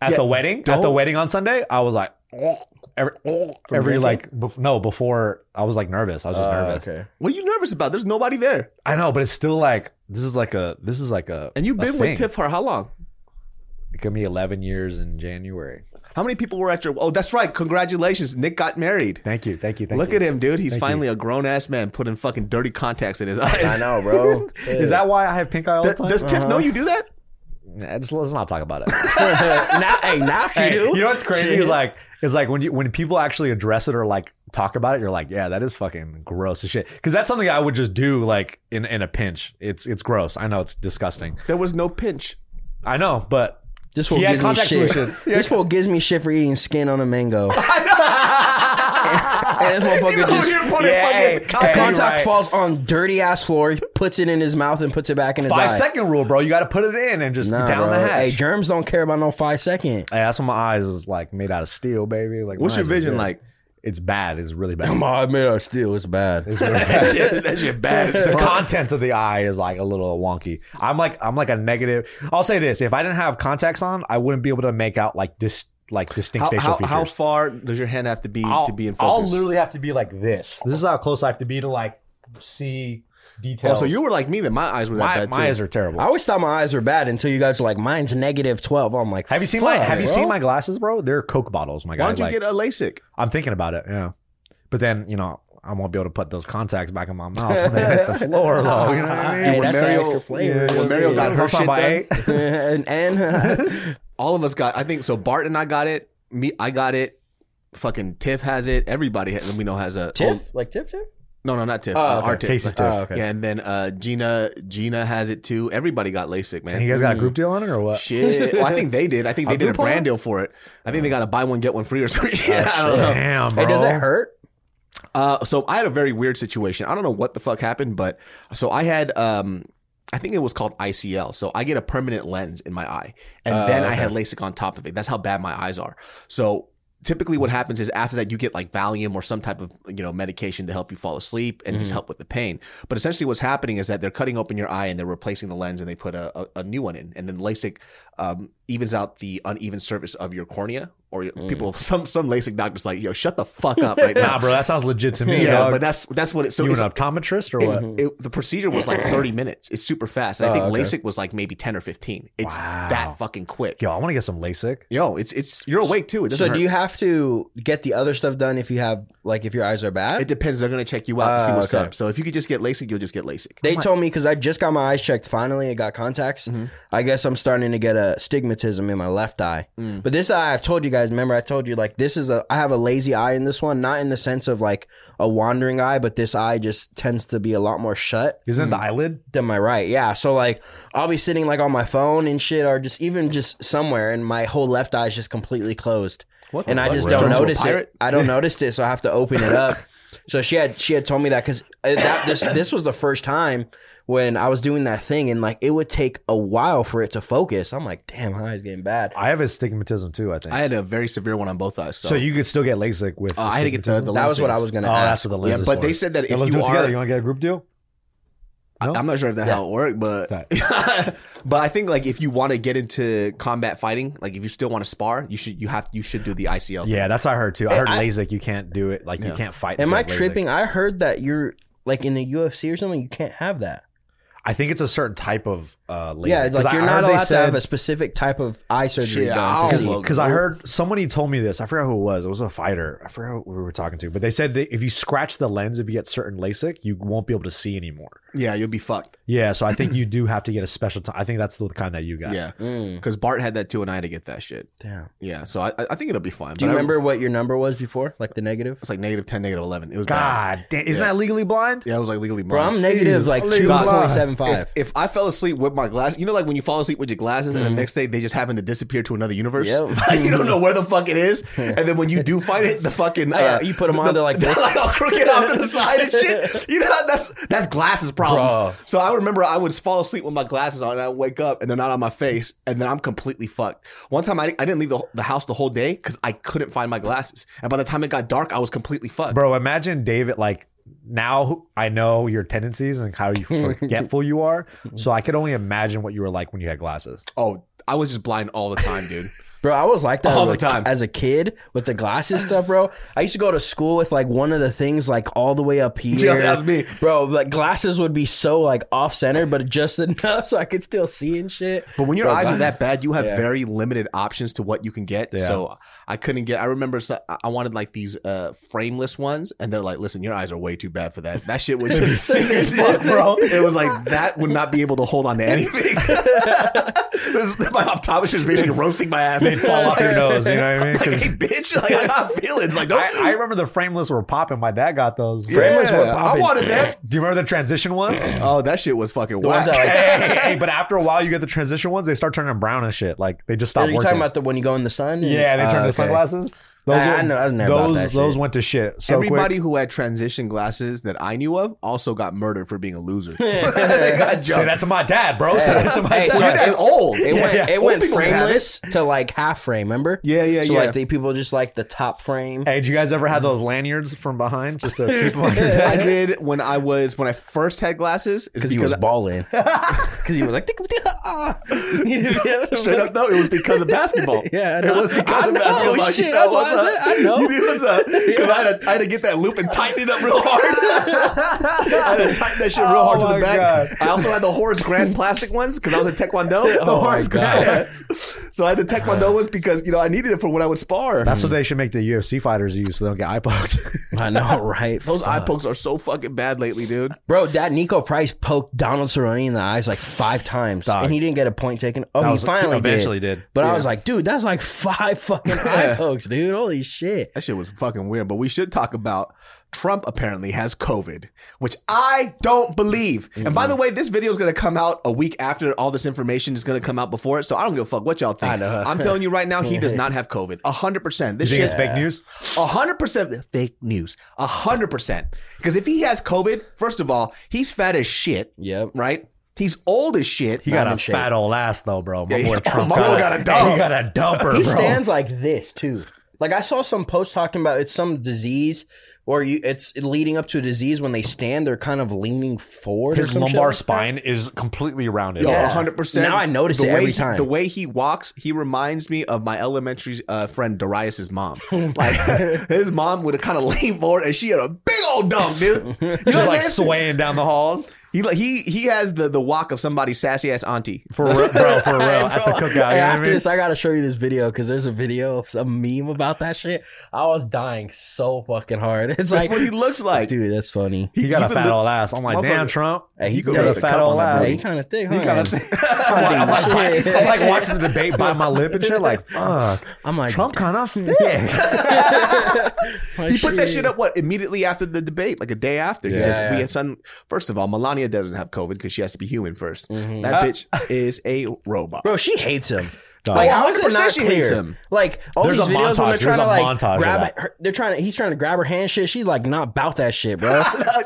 [SPEAKER 3] At
[SPEAKER 1] Yeah,
[SPEAKER 3] the wedding, at the
[SPEAKER 1] don't-
[SPEAKER 3] wedding on Sunday, I was like, "Oh," every, every
[SPEAKER 2] drinking?
[SPEAKER 3] like, bef- no, before I was like nervous. I was just
[SPEAKER 2] Uh,
[SPEAKER 3] nervous.
[SPEAKER 2] okay.
[SPEAKER 1] What are you nervous about? There's nobody there,
[SPEAKER 3] I know, but it's still like this is like a this is like a
[SPEAKER 1] and you've
[SPEAKER 3] a
[SPEAKER 1] been
[SPEAKER 3] thing.
[SPEAKER 1] with Tiff for how long?
[SPEAKER 3] It could be eleven years in January.
[SPEAKER 1] How many people were at your? Oh, that's right. Congratulations, Nick got married.
[SPEAKER 3] Thank you, thank you, thank
[SPEAKER 1] Look
[SPEAKER 3] you.
[SPEAKER 1] at him, dude. He's
[SPEAKER 3] Thank
[SPEAKER 1] finally a grown ass man putting fucking dirty contacts in his
[SPEAKER 2] I
[SPEAKER 1] eyes.
[SPEAKER 2] know, bro.
[SPEAKER 3] Is that why I have pink eye all
[SPEAKER 1] Th-
[SPEAKER 3] the time?
[SPEAKER 1] does Tiff know you do that?
[SPEAKER 3] Uh-huh. Nah, just let's not talk about it.
[SPEAKER 2] now? Hey, now she
[SPEAKER 3] Hey,
[SPEAKER 2] do.
[SPEAKER 3] you know what's crazy
[SPEAKER 2] Shit.
[SPEAKER 3] is like is like when you when people actually address it or like talk about it, you're like, yeah, that is fucking gross as shit. Because that's something I would just do like in in a pinch. It's it's gross. I know it's disgusting.
[SPEAKER 1] There was no pinch.
[SPEAKER 3] I know, but
[SPEAKER 2] This fool
[SPEAKER 3] He had
[SPEAKER 2] gives me
[SPEAKER 3] contact
[SPEAKER 2] shit.
[SPEAKER 3] solution.
[SPEAKER 2] This fool gives me shit for eating skin on a mango. and this
[SPEAKER 1] He's
[SPEAKER 2] motherfucker
[SPEAKER 1] over
[SPEAKER 2] just
[SPEAKER 1] here putting
[SPEAKER 3] Yeah, hey,
[SPEAKER 1] fucking
[SPEAKER 3] hey,
[SPEAKER 1] contacts.
[SPEAKER 2] contact
[SPEAKER 3] right.
[SPEAKER 2] falls on dirty ass floor, puts it in his mouth, and puts it back in his
[SPEAKER 3] five
[SPEAKER 2] eye.
[SPEAKER 3] second rule, bro. You got to put it in and just
[SPEAKER 2] Nah,
[SPEAKER 3] down the
[SPEAKER 2] bro. Hey,
[SPEAKER 3] hatch. Hey,
[SPEAKER 2] germs don't care about no five second.
[SPEAKER 3] that's what my eyes is like made out of steel, baby. Like,
[SPEAKER 1] What's
[SPEAKER 3] my
[SPEAKER 1] your
[SPEAKER 3] eyes are
[SPEAKER 1] vision
[SPEAKER 3] good.
[SPEAKER 1] like?
[SPEAKER 3] It's bad. It's really bad.
[SPEAKER 2] Come on, I made our steel. It's bad.
[SPEAKER 3] It's really bad.
[SPEAKER 1] that, shit, that shit bad. as
[SPEAKER 3] the
[SPEAKER 1] fuck.
[SPEAKER 3] contents of the eye is like a little wonky. I'm like I'm like a negative. I'll say this: if I didn't have contacts on, I wouldn't be able to make out like dis like distinct
[SPEAKER 1] How,
[SPEAKER 3] facial
[SPEAKER 1] how,
[SPEAKER 3] features.
[SPEAKER 1] how far does your hand have to be
[SPEAKER 3] I'll,
[SPEAKER 1] to be in
[SPEAKER 3] I'll
[SPEAKER 1] focus?
[SPEAKER 3] literally have to be like this. This is how close I have to be to like see
[SPEAKER 1] Oh,
[SPEAKER 3] details.
[SPEAKER 1] so you were like me, then my eyes were that
[SPEAKER 3] my,
[SPEAKER 1] bad too.
[SPEAKER 3] my eyes are terrible.
[SPEAKER 2] I always thought my eyes were bad until you guys were like, mine's negative twelve. I'm like,
[SPEAKER 3] have you seen
[SPEAKER 2] fuck,
[SPEAKER 3] my Have you
[SPEAKER 2] bro.
[SPEAKER 3] seen my glasses, bro? They're Coke bottles, my guy.
[SPEAKER 1] Why don't you
[SPEAKER 3] Like,
[SPEAKER 1] get a LASIK?
[SPEAKER 3] I'm thinking about it. Yeah, but then you know I won't be able to put those contacts back in my mouth when they hit the floor, though. You know what I
[SPEAKER 2] Hey,
[SPEAKER 1] when
[SPEAKER 3] mean?
[SPEAKER 2] that's the
[SPEAKER 1] Mario-
[SPEAKER 2] extra flavor.
[SPEAKER 1] when Mario got her
[SPEAKER 3] I'm talking
[SPEAKER 1] shit
[SPEAKER 3] about
[SPEAKER 1] done.
[SPEAKER 3] eight.
[SPEAKER 2] and, uh, and
[SPEAKER 1] All of us got. I think so. Bart and I got it. Me, I got it. Fucking Tiff has it. Everybody ha- we know has a.
[SPEAKER 2] Tiff, like Tiff, Tiff.
[SPEAKER 1] Oh, No, no, not Tiff.
[SPEAKER 2] Oh,
[SPEAKER 1] uh,
[SPEAKER 2] okay.
[SPEAKER 1] Our Tiff.
[SPEAKER 3] Casey's Tiff.
[SPEAKER 2] Oh, okay.
[SPEAKER 1] Yeah, and then uh, Gina Gina has it too. Everybody got LASIK, man.
[SPEAKER 3] And you guys got a group deal on it or what?
[SPEAKER 1] Shit. Well, I think they did. I think they
[SPEAKER 2] A
[SPEAKER 1] did a
[SPEAKER 2] group one?
[SPEAKER 1] brand deal for it. I
[SPEAKER 3] Uh.
[SPEAKER 1] think they got a buy one get one free or something.
[SPEAKER 3] Oh,
[SPEAKER 1] Yeah, I don't know.
[SPEAKER 3] Damn,
[SPEAKER 2] Hey,
[SPEAKER 3] bro.
[SPEAKER 2] does it hurt?
[SPEAKER 1] Uh, so I had a very weird situation. I don't know what the fuck happened, but so I had um, I think it was called ICL. So I get a permanent lens in my eye, and
[SPEAKER 2] Uh,
[SPEAKER 1] then I
[SPEAKER 2] okay.
[SPEAKER 1] had LASIK on top of it. That's how bad my eyes are. So typically, what happens is after that, you get like Valium or some type of you know medication to help you fall asleep and just
[SPEAKER 2] Mhm.
[SPEAKER 1] help with the pain. But essentially, what's happening is that they're cutting open your eye and they're replacing the lens, and they put a, a, a new one in, and then LASIK um, evens out the uneven surface of your cornea. Or your-
[SPEAKER 2] Mm.
[SPEAKER 1] people, some some LASIK doctor's like, yo, shut the fuck up right now,
[SPEAKER 3] Nah, bro, that sounds legit to me.
[SPEAKER 1] yeah,
[SPEAKER 3] dog.
[SPEAKER 1] but that's that's what it. Mm-hmm. So
[SPEAKER 3] you an
[SPEAKER 1] it's,
[SPEAKER 3] optometrist or what?
[SPEAKER 1] it, it- the procedure was like 30 minutes. It's super fast. And I
[SPEAKER 2] Oh,
[SPEAKER 1] think
[SPEAKER 2] okay.
[SPEAKER 1] LASIK was like maybe 10 or 15. It's
[SPEAKER 3] Wow.
[SPEAKER 1] that fucking quick.
[SPEAKER 3] Yo, I want to get some LASIK.
[SPEAKER 1] Yo, it's it's you're awake too. It doesn't
[SPEAKER 2] So do
[SPEAKER 1] hurt.
[SPEAKER 2] you have to get the other stuff done if you have like if your eyes are bad?
[SPEAKER 1] It depends. They're gonna check you out to see
[SPEAKER 2] Ah,
[SPEAKER 1] what's
[SPEAKER 2] okay.
[SPEAKER 1] up. So if you could just get LASIK, you'll just get LASIK.
[SPEAKER 2] They told me because I just got my eyes checked. Finally, I got contacts. I guess I'm starting to get a stigmatism in my left eye.
[SPEAKER 1] Mm.
[SPEAKER 2] But this eye, I've told you guys. Remember, I told you like this is a. I have a lazy eye in this one, not in the sense of like a wandering eye, but this eye just tends to be a lot more shut
[SPEAKER 3] Isn't
[SPEAKER 1] Mm.
[SPEAKER 3] it the eyelid?
[SPEAKER 2] than my right. Yeah, so like I'll be sitting like on my phone and shit, or just even just somewhere, and my whole left eye is just completely closed
[SPEAKER 3] What
[SPEAKER 2] and I
[SPEAKER 1] fuck,
[SPEAKER 2] just
[SPEAKER 1] bro?
[SPEAKER 2] don't
[SPEAKER 1] Turns into a
[SPEAKER 2] notice it.
[SPEAKER 1] pirate?
[SPEAKER 2] I don't notice it, so I have to open it up. So she had she had told me that because that this this was the first time when I was doing that thing, and like it would take a while for it to focus. I'm like, damn, my eye's getting bad.
[SPEAKER 3] I have astigmatism too. I think.
[SPEAKER 1] I had a very severe one on both eyes. So,
[SPEAKER 3] so you could still get LASIK with.
[SPEAKER 1] uh, I had to get the,
[SPEAKER 3] astigmatism?
[SPEAKER 1] the
[SPEAKER 2] That
[SPEAKER 1] lens
[SPEAKER 2] was what I
[SPEAKER 1] things.
[SPEAKER 2] was gonna
[SPEAKER 3] Oh,
[SPEAKER 2] ask.
[SPEAKER 3] that's what the
[SPEAKER 1] Yeah,
[SPEAKER 3] lens is
[SPEAKER 1] but
[SPEAKER 3] for.
[SPEAKER 1] they said that
[SPEAKER 3] Yeah,
[SPEAKER 1] if
[SPEAKER 3] let's do
[SPEAKER 1] you
[SPEAKER 3] it together.
[SPEAKER 1] are
[SPEAKER 3] You want to get a group deal? No?
[SPEAKER 1] I'm not sure if that how it worked, but but I think like if you want to get into combat fighting, like if you still want to spar, you should you have you should do the ICL.
[SPEAKER 3] Yeah, that's what I heard too. I
[SPEAKER 2] Hey,
[SPEAKER 3] heard
[SPEAKER 2] I-
[SPEAKER 3] LASIK. You can't do it. Like
[SPEAKER 1] Yeah.
[SPEAKER 3] you can't fight.
[SPEAKER 2] Am
[SPEAKER 3] if you
[SPEAKER 2] I
[SPEAKER 3] have LASIK.
[SPEAKER 2] tripping? I heard that you're like in the UFC or something. You can't have that.
[SPEAKER 3] I think it's a certain type of uh, LASIK.
[SPEAKER 2] Yeah,
[SPEAKER 3] 'Cause
[SPEAKER 2] like
[SPEAKER 3] I-
[SPEAKER 2] you're
[SPEAKER 3] I
[SPEAKER 2] not
[SPEAKER 3] heard they
[SPEAKER 2] allowed to
[SPEAKER 3] said-
[SPEAKER 2] have a specific type of eye surgery
[SPEAKER 1] Shit,
[SPEAKER 2] done to
[SPEAKER 1] ow.
[SPEAKER 2] see.
[SPEAKER 1] Logan.
[SPEAKER 3] because I heard somebody told me this. I forgot who it was. It was a fighter. I forgot who we were talking to, but they said that if you scratch the lens, if you get certain LASIK, you won't be able to see anymore.
[SPEAKER 1] yeah, you'll be fucked.
[SPEAKER 3] Yeah, so I think you do have to get a special time. I think that's the kind that you got.
[SPEAKER 1] Yeah,
[SPEAKER 2] Mm,
[SPEAKER 1] because Bart had that too, and I had to get that shit.
[SPEAKER 2] damn.
[SPEAKER 1] Yeah, so I, I- I think it'll be fine.
[SPEAKER 2] Do you
[SPEAKER 1] But I-
[SPEAKER 2] remember what your number was before? Like the negative?
[SPEAKER 1] It's like negative ten, negative eleven. It was bad.
[SPEAKER 3] God damn, isn't
[SPEAKER 1] Yeah.
[SPEAKER 3] that legally blind?
[SPEAKER 1] Yeah, it was like legally blind.
[SPEAKER 2] Bro, I'm negative like
[SPEAKER 3] Holy
[SPEAKER 2] two
[SPEAKER 3] God.
[SPEAKER 2] point seven five.
[SPEAKER 1] If, if I fell asleep with my glass, you know, like when you fall asleep with your glasses, and the next day they just happen to disappear to another universe.
[SPEAKER 2] Mm-hmm. Yep.
[SPEAKER 1] you don't know where the fuck it is, and then when you do find it, the fucking
[SPEAKER 2] Oh, yeah,
[SPEAKER 1] uh,
[SPEAKER 2] you put 'em
[SPEAKER 1] the-
[SPEAKER 2] on, they're like
[SPEAKER 1] they're
[SPEAKER 2] this.
[SPEAKER 1] like all crooked off to the side and shit. You know, that's that's glasses problems.
[SPEAKER 2] Bro.
[SPEAKER 1] So I remember I would fall asleep with my glasses on, and I would wake up, and they're not on my face, and then I'm completely fucked. One time I, I didn't leave the, the house the whole day because I couldn't find my glasses, and by the time it got dark, I was completely fucked.
[SPEAKER 3] Bro, imagine David like now who- I know your tendencies and how you forgetful you are. So I could only imagine what you were like when you had glasses.
[SPEAKER 1] Oh, I was just blind all the time, dude.
[SPEAKER 2] Bro, I was like that
[SPEAKER 1] All
[SPEAKER 2] as
[SPEAKER 1] the
[SPEAKER 2] a-
[SPEAKER 1] time.
[SPEAKER 2] as a kid with the glasses stuff, bro. I used to go to school with like one of the things like all the way up here.
[SPEAKER 1] Yeah, that was me.
[SPEAKER 2] Bro, like glasses would be so like off center, but just enough so I could still see and shit.
[SPEAKER 1] But when your
[SPEAKER 2] Bro,
[SPEAKER 1] eyes are
[SPEAKER 2] glasses-
[SPEAKER 1] that bad, you have
[SPEAKER 2] Yeah.
[SPEAKER 1] very limited options to what you can get.
[SPEAKER 3] Yeah.
[SPEAKER 1] So I couldn't get. I remember so- I I wanted like these uh frameless ones, and they're like, "Listen, your eyes are way too bad for that. That shit was just thick as fuck, bro. It was like that would not be able to hold on to anything. This- my optometrist was basically roasting my ass.
[SPEAKER 3] They'd fall off your nose, you know what I mean?
[SPEAKER 1] Like,
[SPEAKER 3] 'Cause
[SPEAKER 1] hey, bitch! Like I got feelings. Like, don't.
[SPEAKER 3] I, I remember the frameless were popping. My dad got those.
[SPEAKER 2] Frameless were
[SPEAKER 1] Yeah, I
[SPEAKER 2] popping.
[SPEAKER 1] wanted that.
[SPEAKER 3] Do you remember the transition ones? hey,
[SPEAKER 1] Oh, that shit was fucking whack.
[SPEAKER 2] ones that, like,
[SPEAKER 3] hey, hey, hey, but after a while, you get the transition ones. They start turning brown and shit. Like they just
[SPEAKER 2] Are
[SPEAKER 3] stop
[SPEAKER 2] you
[SPEAKER 3] working.
[SPEAKER 2] talking about the when you go in the sun? and-
[SPEAKER 3] yeah, they
[SPEAKER 1] Ah,
[SPEAKER 3] turn
[SPEAKER 2] Oh,
[SPEAKER 3] to
[SPEAKER 2] okay.
[SPEAKER 3] sunglasses. Those
[SPEAKER 2] I- I
[SPEAKER 3] were-
[SPEAKER 2] know- I was never about
[SPEAKER 3] those
[SPEAKER 2] that shit.
[SPEAKER 3] those went to shit. So
[SPEAKER 1] Everybody
[SPEAKER 3] quick.
[SPEAKER 1] who had transition glasses that I knew of also got murdered for being a loser. they got
[SPEAKER 3] Say
[SPEAKER 1] jumped.
[SPEAKER 3] that to my dad, bro. Say that to my
[SPEAKER 2] Hey,
[SPEAKER 3] dad.
[SPEAKER 1] Well, your
[SPEAKER 2] sorry.
[SPEAKER 1] dad's old.
[SPEAKER 2] It went,
[SPEAKER 3] yeah.
[SPEAKER 2] It
[SPEAKER 1] Old
[SPEAKER 2] went
[SPEAKER 1] people have it.
[SPEAKER 2] frameless to like half frame, remember?
[SPEAKER 1] Yeah, yeah,
[SPEAKER 2] so
[SPEAKER 1] yeah.
[SPEAKER 2] like the people just like the top frame.
[SPEAKER 3] Hey, did you guys ever have those lanyards from behind just to keep them on your
[SPEAKER 1] I
[SPEAKER 3] head?
[SPEAKER 1] did when I was when I first had glasses. Is
[SPEAKER 2] Because he was
[SPEAKER 1] I-
[SPEAKER 2] balling. Because he was like, ah.
[SPEAKER 1] straight up though. It was because of basketball.
[SPEAKER 2] Yeah, I
[SPEAKER 1] it
[SPEAKER 2] know.
[SPEAKER 1] was because
[SPEAKER 2] I
[SPEAKER 1] of
[SPEAKER 2] know,
[SPEAKER 1] basketball.
[SPEAKER 2] shit,
[SPEAKER 1] You
[SPEAKER 2] that's why I
[SPEAKER 1] what's
[SPEAKER 2] said- I know.
[SPEAKER 1] uh, You knew what's up because I, had to- I had to get that loop and tighten it up real hard. I had to tighten that shit real
[SPEAKER 3] Oh
[SPEAKER 1] hard to the
[SPEAKER 3] my
[SPEAKER 1] back.
[SPEAKER 3] God.
[SPEAKER 1] I also had the Horace Grand plastic ones because I was in Taekwondo.
[SPEAKER 2] Oh my Horace God. Grant.
[SPEAKER 1] so I had the Taekwondo ones because you know I needed it for when I would spar.
[SPEAKER 3] That's what they should make the UFC fighters use so they don't get eye poked.
[SPEAKER 2] I know, right?
[SPEAKER 1] Those eye
[SPEAKER 2] Fuck.
[SPEAKER 1] pokes are so fucking bad lately, dude.
[SPEAKER 2] Bro, that Nico Price poked Donald Cerrone in the eyes like five times,
[SPEAKER 3] Dog.
[SPEAKER 2] and he didn't get a point taken. Oh,
[SPEAKER 3] That
[SPEAKER 2] he
[SPEAKER 3] was-
[SPEAKER 2] finally
[SPEAKER 3] eventually did.
[SPEAKER 2] But I was like, dude, that's like five fucking eye pokes, dude. Holy Holy shit.
[SPEAKER 1] That shit was fucking weird. But we should talk about Trump apparently has COVID, which I don't believe. And by the way, this video is going to come out a week after all this information is going to come out before it. So I don't give a fuck what y'all think.
[SPEAKER 2] I know.
[SPEAKER 1] I'm telling you right now, he does not have COVID. 100%. This
[SPEAKER 3] You think
[SPEAKER 1] shit
[SPEAKER 3] it's fake news?
[SPEAKER 1] A hundred percent fake news. A hundred percent. Because if he has COVID, first of all, he's fat as shit,
[SPEAKER 2] Yep.
[SPEAKER 1] right? He's old as shit.
[SPEAKER 3] He got
[SPEAKER 2] I'm
[SPEAKER 3] a
[SPEAKER 2] in shape.
[SPEAKER 3] fat old ass though, bro. My
[SPEAKER 1] Yeah,
[SPEAKER 3] boy
[SPEAKER 1] yeah.
[SPEAKER 3] Trump
[SPEAKER 1] My boy got a dump.
[SPEAKER 3] He got a dumper,
[SPEAKER 2] He
[SPEAKER 3] bro.
[SPEAKER 2] stands like this too. Like I saw some post talking about it's some disease or you it's leading up to a disease when they stand they're kind of leaning forward. or
[SPEAKER 3] His
[SPEAKER 2] some shit
[SPEAKER 3] lumbar
[SPEAKER 2] like that.
[SPEAKER 3] spine is completely rounded.
[SPEAKER 1] Yo,
[SPEAKER 2] Yeah.
[SPEAKER 1] hundred percent.
[SPEAKER 2] Now I notice it every
[SPEAKER 1] he,
[SPEAKER 2] time.
[SPEAKER 1] The way he walks, he reminds me of my elementary uh, friend Darius's mom.
[SPEAKER 2] Oh
[SPEAKER 1] Like his mom would kind of lean forward, and she had a big old dump, dude. You know what
[SPEAKER 3] Just
[SPEAKER 1] I'm
[SPEAKER 3] like
[SPEAKER 1] saying?
[SPEAKER 3] swaying down the halls.
[SPEAKER 1] He like he he has the the walk of somebody's sassy ass auntie.
[SPEAKER 3] For real, bro, for real. At the
[SPEAKER 2] Bro,
[SPEAKER 3] cookout. You know what
[SPEAKER 2] hey,
[SPEAKER 3] I
[SPEAKER 2] after
[SPEAKER 3] mean?
[SPEAKER 2] this, I gotta show you this video because there's a video of some meme about that shit. I was dying so fucking hard. It's
[SPEAKER 1] That's
[SPEAKER 2] like
[SPEAKER 1] what he looks like.
[SPEAKER 2] dude. That's funny.
[SPEAKER 3] He got a
[SPEAKER 1] even
[SPEAKER 3] fat
[SPEAKER 1] look-
[SPEAKER 3] old ass. I'm like,
[SPEAKER 1] Motherfucker.
[SPEAKER 3] damn, Trump.
[SPEAKER 2] Hey,
[SPEAKER 1] You
[SPEAKER 2] he
[SPEAKER 1] could
[SPEAKER 2] does
[SPEAKER 1] raise
[SPEAKER 2] a
[SPEAKER 1] a
[SPEAKER 3] fat
[SPEAKER 1] cup
[SPEAKER 3] old
[SPEAKER 1] on that
[SPEAKER 3] ass.
[SPEAKER 2] Hey,
[SPEAKER 1] buddy.
[SPEAKER 2] he kind of thick.
[SPEAKER 1] He
[SPEAKER 2] Huh?
[SPEAKER 1] kind of.
[SPEAKER 3] I'm like, I'm like watching the debate by my lip and shit. Like, fuck.
[SPEAKER 2] I'm like
[SPEAKER 3] Trump kind of thick.
[SPEAKER 2] my
[SPEAKER 1] He put that shit up what immediately after the debate, like a day after. He
[SPEAKER 2] Yeah.
[SPEAKER 1] says we had son. First of all, Melania doesn't have COVID because she has to be human 1st
[SPEAKER 2] Mhm.
[SPEAKER 1] That bitch is a robot.
[SPEAKER 2] Bro, she hates him.
[SPEAKER 3] Dog.
[SPEAKER 2] Like, how is it
[SPEAKER 1] 100%
[SPEAKER 2] not
[SPEAKER 1] she hates
[SPEAKER 2] clear?
[SPEAKER 1] him.
[SPEAKER 2] Like all
[SPEAKER 3] There's
[SPEAKER 2] these
[SPEAKER 3] a
[SPEAKER 2] videos when they're
[SPEAKER 3] montage.
[SPEAKER 2] trying to
[SPEAKER 3] There's a
[SPEAKER 2] like
[SPEAKER 3] montage of
[SPEAKER 2] grab
[SPEAKER 3] that.
[SPEAKER 2] her, they're trying to he's trying to grab her hand shit. She's like not about that shit, bro.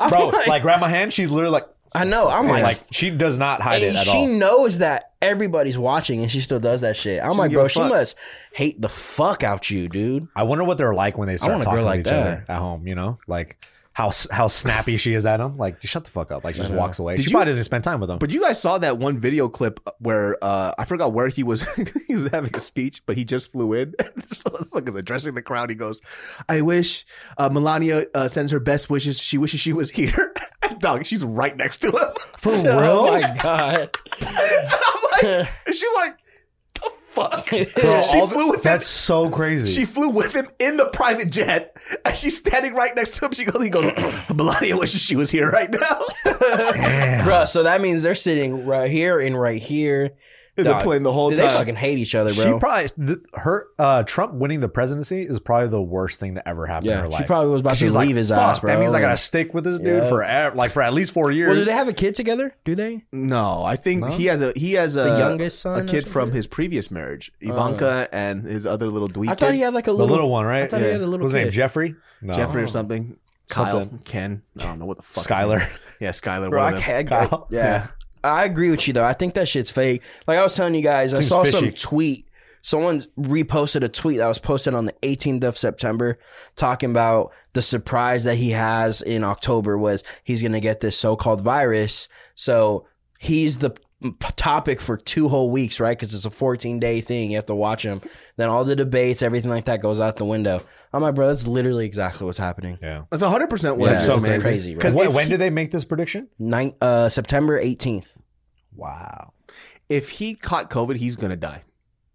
[SPEAKER 3] bro, like, grab my hand. She's literally like,
[SPEAKER 2] I know. I'm like,
[SPEAKER 3] like she does not hide
[SPEAKER 2] and
[SPEAKER 3] it at
[SPEAKER 2] she
[SPEAKER 3] all.
[SPEAKER 2] knows that everybody's watching and she still does that shit. I'm like,
[SPEAKER 1] give
[SPEAKER 2] bro,
[SPEAKER 1] a
[SPEAKER 2] she
[SPEAKER 1] fuck.
[SPEAKER 2] must hate the fuck out you, dude.
[SPEAKER 3] I wonder what they're like when they
[SPEAKER 2] want
[SPEAKER 3] start
[SPEAKER 2] a girl
[SPEAKER 3] talking
[SPEAKER 2] like
[SPEAKER 3] to each other at home. You know, like how how snappy she is at him. Like, just shut the fuck up. Like, she just walks away.
[SPEAKER 1] Did
[SPEAKER 3] she
[SPEAKER 1] you-
[SPEAKER 3] probably didn't spend time with him.
[SPEAKER 1] But you guys saw that one video clip where uh, I forgot where he was. he was having a speech, but he just flew in. this motherfucker's addressing the crowd. He goes, "I wish uh, Melania uh, sends her best wishes. She wishes she was here." Dog, she's right next to him. For
[SPEAKER 2] Oh my god.
[SPEAKER 1] and I'm like, and she's like, the fuck.
[SPEAKER 3] Bro,
[SPEAKER 1] she
[SPEAKER 3] all the-
[SPEAKER 1] flew with him.
[SPEAKER 3] that's so crazy.
[SPEAKER 1] She flew with him in the private jet, and she's standing right next to him. She goes, he goes, Melania wishes she was here right now.
[SPEAKER 3] Damn.
[SPEAKER 2] Bro, so that means they're sitting right here and right here.
[SPEAKER 1] They're
[SPEAKER 2] Dog,
[SPEAKER 1] playing the whole
[SPEAKER 2] Dude,
[SPEAKER 1] time.
[SPEAKER 2] they fucking hate each other,
[SPEAKER 3] She
[SPEAKER 2] bro.
[SPEAKER 3] probably th- her uh, Trump winning the presidency is probably the worst thing to ever happen in
[SPEAKER 2] yeah,
[SPEAKER 3] her life.
[SPEAKER 2] she probably was about to
[SPEAKER 3] She's like,
[SPEAKER 2] leave his
[SPEAKER 3] "Fuck,
[SPEAKER 2] ass, bro.
[SPEAKER 3] That means I
[SPEAKER 2] Like-
[SPEAKER 3] gotta stick with this dude
[SPEAKER 2] Yeah.
[SPEAKER 3] forever, like for at least four years.
[SPEAKER 2] Well, do they have a kid together? Do they?
[SPEAKER 1] no, I think
[SPEAKER 3] No?
[SPEAKER 1] he has a he has a
[SPEAKER 2] The youngest son
[SPEAKER 1] a
[SPEAKER 2] or
[SPEAKER 1] kid from
[SPEAKER 2] something?
[SPEAKER 1] his previous marriage, Ivanka, and his other little dweeb.
[SPEAKER 2] Oh. I thought
[SPEAKER 1] kid,
[SPEAKER 2] he had like a
[SPEAKER 3] the
[SPEAKER 2] little,
[SPEAKER 3] little one, right?
[SPEAKER 2] I thought he had a little
[SPEAKER 3] What was his name
[SPEAKER 2] kid.
[SPEAKER 3] Jeffrey? No.
[SPEAKER 1] Jeffrey
[SPEAKER 2] Oh.
[SPEAKER 1] or something. Kyle,
[SPEAKER 3] Something.
[SPEAKER 1] Ken, I don't know what the fuck. his
[SPEAKER 3] Skyler.
[SPEAKER 1] name is. yeah, Skyler.
[SPEAKER 2] Bro,
[SPEAKER 1] one of
[SPEAKER 2] I
[SPEAKER 1] them.
[SPEAKER 2] can't. I-
[SPEAKER 3] Kyle?
[SPEAKER 2] yeah. I agree with you though. I think that shit's fake. Like I was telling you guys, I
[SPEAKER 3] Seems
[SPEAKER 2] saw some
[SPEAKER 3] fishy.
[SPEAKER 2] tweet. Someone reposted a tweet that was posted on the 18th of September, talking about the surprise that he has in October was he's gonna get this so-called virus. So he's the p- topic for two whole weeks, right? Because it's a 14 day thing. You have to watch him. Then all the debates, everything like that goes out the window. I'm like, bro, that's literally exactly what's happening.
[SPEAKER 3] Yeah.
[SPEAKER 1] That's hundred percent what
[SPEAKER 2] Yeah,
[SPEAKER 1] it is,
[SPEAKER 2] so
[SPEAKER 1] man.
[SPEAKER 2] crazy, bro.
[SPEAKER 1] 'Cause
[SPEAKER 3] Wait,
[SPEAKER 1] if
[SPEAKER 3] when
[SPEAKER 1] he-
[SPEAKER 3] did they make this prediction?
[SPEAKER 2] Nine, uh, September 18th.
[SPEAKER 3] Wow.
[SPEAKER 1] if he caught COVID, he's gonna die.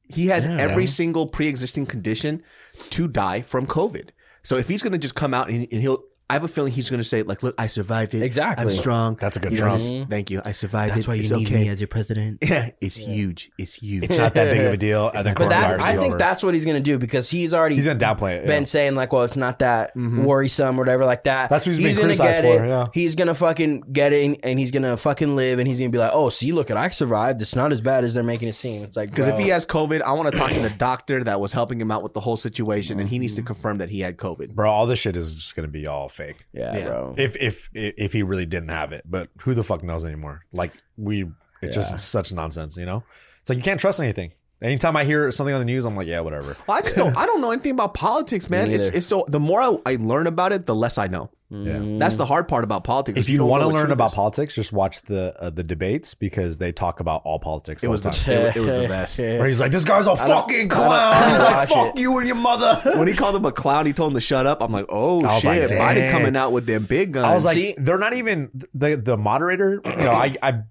[SPEAKER 1] He has
[SPEAKER 2] Yeah.
[SPEAKER 1] every single pre-existing condition to die from COVID. So if he's gonna just come out and, and he'll, I have a feeling he's gonna say like, "Look, I survived it. I'm
[SPEAKER 2] Exactly.
[SPEAKER 1] strong.
[SPEAKER 3] That's a good
[SPEAKER 1] You know,
[SPEAKER 3] Trump.
[SPEAKER 1] this- thank you. I survived
[SPEAKER 2] That's
[SPEAKER 1] it.
[SPEAKER 2] why you
[SPEAKER 1] it's
[SPEAKER 2] need
[SPEAKER 1] okay.
[SPEAKER 2] me as your president.
[SPEAKER 1] yeah, it's huge. It's huge.
[SPEAKER 3] It's not that big of a deal. And then
[SPEAKER 1] But
[SPEAKER 2] But that,
[SPEAKER 3] coronavirus
[SPEAKER 2] I
[SPEAKER 3] is
[SPEAKER 2] think
[SPEAKER 3] over.
[SPEAKER 2] that's what he's going to do because he's already
[SPEAKER 3] he's gonna downplay it.
[SPEAKER 2] been
[SPEAKER 3] yeah.
[SPEAKER 2] saying like, well, it's not that
[SPEAKER 1] Mm-hmm.
[SPEAKER 2] worrisome or whatever like that.
[SPEAKER 3] That's what he's been
[SPEAKER 2] gonna
[SPEAKER 3] criticized
[SPEAKER 2] get
[SPEAKER 3] for,
[SPEAKER 2] It.
[SPEAKER 3] yeah.
[SPEAKER 2] He's gonna fucking get it, and, and he's gonna fucking live, and he's gonna be like, oh, see, look at I survived. It's not as bad as they're making it seem. It's like
[SPEAKER 1] Because if he has COVID, I want to talk to the doctor that was helping him out with the whole situation, and he needs
[SPEAKER 3] Mm-hmm.
[SPEAKER 1] to confirm that he had COVID.
[SPEAKER 3] Bro, all this shit is just gonna be all fake.
[SPEAKER 2] yeah,
[SPEAKER 1] Yeah.
[SPEAKER 2] bro.
[SPEAKER 3] If if if he really didn't have it, but who the fuck knows anymore? Like we, it's just
[SPEAKER 2] Yeah.
[SPEAKER 3] such nonsense. You know, it's like you can't trust anything. Anytime I hear something on the news, I'm like, yeah, whatever.
[SPEAKER 1] Well, I just don't. I don't know anything about politics, man. It's,
[SPEAKER 2] neither.
[SPEAKER 1] it's so. The more I, I learn about it, the less I know.
[SPEAKER 2] Mm.
[SPEAKER 1] That's the hard part about politics.
[SPEAKER 3] If you,
[SPEAKER 1] don't
[SPEAKER 3] want to
[SPEAKER 1] know what
[SPEAKER 3] learn
[SPEAKER 1] truth
[SPEAKER 3] about
[SPEAKER 1] is.
[SPEAKER 3] politics, just watch the uh, the debates because they talk about all politics.
[SPEAKER 1] it
[SPEAKER 3] all
[SPEAKER 1] was
[SPEAKER 3] the
[SPEAKER 1] the
[SPEAKER 3] time.
[SPEAKER 1] it, was the best.
[SPEAKER 3] Where he's like, this guy's a
[SPEAKER 2] don't-
[SPEAKER 3] fucking
[SPEAKER 2] I don't- I
[SPEAKER 3] clown.
[SPEAKER 2] don't
[SPEAKER 3] He's like,
[SPEAKER 2] watch
[SPEAKER 3] fuck
[SPEAKER 2] it.
[SPEAKER 3] you and your mother.
[SPEAKER 1] when he called him a clown, he told him to shut up. I'm like, oh
[SPEAKER 3] I was
[SPEAKER 1] shit,
[SPEAKER 3] like,
[SPEAKER 1] Biden
[SPEAKER 3] dang.
[SPEAKER 1] coming out with them big guns.
[SPEAKER 3] I was like,
[SPEAKER 2] See-
[SPEAKER 3] they're not even the the moderator. You know, I, I it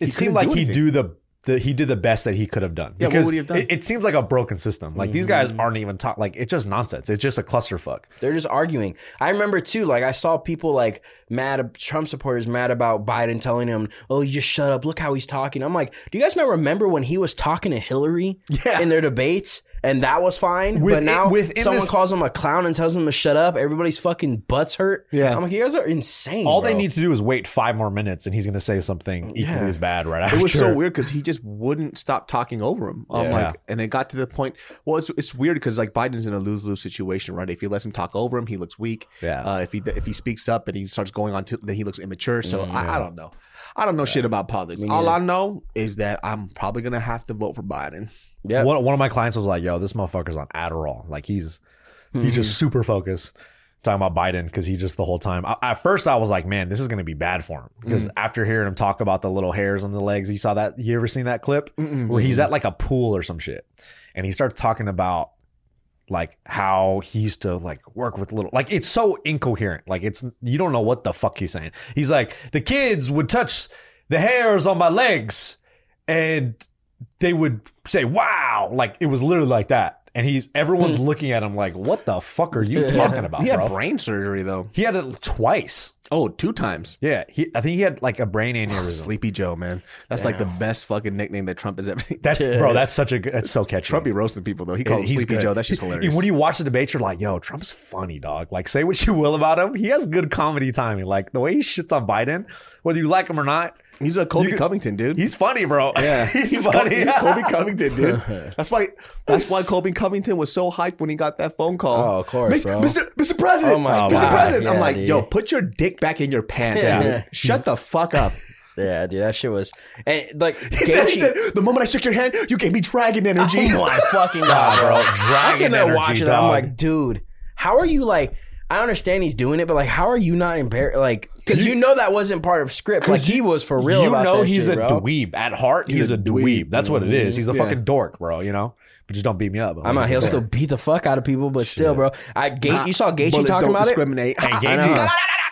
[SPEAKER 1] couldn't
[SPEAKER 3] seemed like
[SPEAKER 1] do
[SPEAKER 3] he
[SPEAKER 1] anything.
[SPEAKER 3] do the. The, he did the best that he could have done.
[SPEAKER 1] Yeah, what
[SPEAKER 3] Because
[SPEAKER 1] would he have done? Mm-hmm.
[SPEAKER 3] It, it seems like a broken system. Like these guys aren't even taught. Like it's just nonsense. It's just a clusterfuck.
[SPEAKER 2] They're just arguing. I remember too, like I saw people like mad Trump supporters mad about Biden telling him, "Oh, you just shut up. Look how he's talking." I'm like, do you guys not remember when he was talking to Hillary
[SPEAKER 1] Yeah.
[SPEAKER 2] in their debates? and that was fine. but
[SPEAKER 3] Within-
[SPEAKER 2] now
[SPEAKER 3] within
[SPEAKER 2] someone
[SPEAKER 3] this-
[SPEAKER 2] calls him a clown and tells him to shut up. Everybody's fucking butts hurt.
[SPEAKER 1] Yeah.
[SPEAKER 2] I'm like, you guys are insane.
[SPEAKER 3] All they
[SPEAKER 2] bro.
[SPEAKER 3] need to do is wait five more minutes, and he's going to say something equally
[SPEAKER 2] Yeah.
[SPEAKER 3] as bad right after.
[SPEAKER 1] It was so weird because he just wouldn't stop talking over him. I'm
[SPEAKER 2] Yeah.
[SPEAKER 1] like, and it got to the point. Well, it's, it's weird because like Biden's in a lose lose situation, right? If he lets him talk over him, he looks weak.
[SPEAKER 3] Yeah.
[SPEAKER 1] Uh, if he if he speaks up and he starts going on, to, then he looks immature. So
[SPEAKER 2] Mm,
[SPEAKER 1] I, I don't know. I don't know shit about politics.
[SPEAKER 2] Me
[SPEAKER 1] All I
[SPEAKER 2] neither.
[SPEAKER 1] know is that I'm probably gonna have to vote for Biden.
[SPEAKER 2] Yep.
[SPEAKER 3] One, one of my clients was like, "Yo, this motherfucker's on Adderall. Like he's
[SPEAKER 2] Mm-hmm.
[SPEAKER 3] he's just super focused." Talking about Biden because he just the whole time. I, at first, I was like, "Man, this is going to be bad for him." Because after hearing him talk about the little hairs on the legs, you saw that. You ever seen that clip? where he's
[SPEAKER 2] Mm.
[SPEAKER 3] at like a pool or some shit and he starts talking about like how he used to like work with little like it's so incoherent like it's you don't know what the fuck he's saying he's like the kids would touch the hairs on my legs and they would say wow like it was literally like that and he's everyone's looking at him like what the fuck are you
[SPEAKER 2] Hmm. Yeah.
[SPEAKER 3] talking about
[SPEAKER 1] He had
[SPEAKER 3] bro
[SPEAKER 1] brain surgery though.
[SPEAKER 3] he had it twice
[SPEAKER 1] Oh, two times.
[SPEAKER 3] yeah he, i think he had like a brain aneurysm
[SPEAKER 1] Sleepy Joe, man. That's like the
[SPEAKER 2] Damn.
[SPEAKER 1] best fucking nickname that Trump has ever.
[SPEAKER 3] that's bro that's such a good- that's so catchy
[SPEAKER 1] Trump be roasting people though. He called him
[SPEAKER 3] He's
[SPEAKER 1] Sleepy
[SPEAKER 3] good.
[SPEAKER 1] Joe. That's just
[SPEAKER 3] He-
[SPEAKER 1] hilarious.
[SPEAKER 3] When you watch the debates, you're like, yo, Trump's funny, dog. Like, say what you will about him. He has good comedy timing. Like, the way he shits on Biden, whether you like him or not,
[SPEAKER 1] he's a Kobe
[SPEAKER 3] you-
[SPEAKER 1] Covington dude.
[SPEAKER 3] he's funny, bro.
[SPEAKER 1] Yeah,
[SPEAKER 3] he's,
[SPEAKER 1] he's, Col-
[SPEAKER 3] funny.
[SPEAKER 1] he's Colby Covington, dude. That's why. That's why Colby Covington was so hyped when he got that phone call.
[SPEAKER 2] Oh, of course,
[SPEAKER 1] Mis-
[SPEAKER 2] bro.
[SPEAKER 1] Mr. Mr. President,
[SPEAKER 2] Oh my
[SPEAKER 1] Mr.
[SPEAKER 3] God.
[SPEAKER 1] President. I'm
[SPEAKER 2] Yeah,
[SPEAKER 1] like, yo,
[SPEAKER 2] dude.
[SPEAKER 1] put your dick back in your pants,
[SPEAKER 2] Yeah.
[SPEAKER 1] dude. Shut the fuck up.
[SPEAKER 2] yeah, dude, that shit was and like
[SPEAKER 1] He said, he
[SPEAKER 2] Gaethje-
[SPEAKER 1] said, the moment I shook your hand, you gave me dragon energy.
[SPEAKER 2] Oh my fucking god, bro! I
[SPEAKER 3] Dragon
[SPEAKER 2] sitting there
[SPEAKER 3] energy,
[SPEAKER 2] watching. it, I'm
[SPEAKER 3] dog.
[SPEAKER 2] like, dude, how are you like? I understand he's doing it, but like, how are you not embarrassed? Like, because you, know that wasn't part of script. Like, he was for real.
[SPEAKER 3] you
[SPEAKER 2] about
[SPEAKER 3] know
[SPEAKER 2] that
[SPEAKER 3] he's
[SPEAKER 2] shit,
[SPEAKER 3] a
[SPEAKER 2] bro.
[SPEAKER 3] dweeb. At heart, he's, a dweeb. Mm-hmm. That's what it is. He's a
[SPEAKER 1] Yeah.
[SPEAKER 3] fucking dork, bro, you know? But just don't beat me up.
[SPEAKER 2] I'm out.
[SPEAKER 3] Like,
[SPEAKER 2] He'll
[SPEAKER 3] he's a
[SPEAKER 2] still
[SPEAKER 3] dork.
[SPEAKER 2] beat the fuck out of people, but still, bro. I Ga- you saw Gaethje
[SPEAKER 1] Bullets
[SPEAKER 2] talking
[SPEAKER 1] don't
[SPEAKER 2] about it.
[SPEAKER 1] discriminate.
[SPEAKER 3] And
[SPEAKER 2] know.
[SPEAKER 3] Gagey,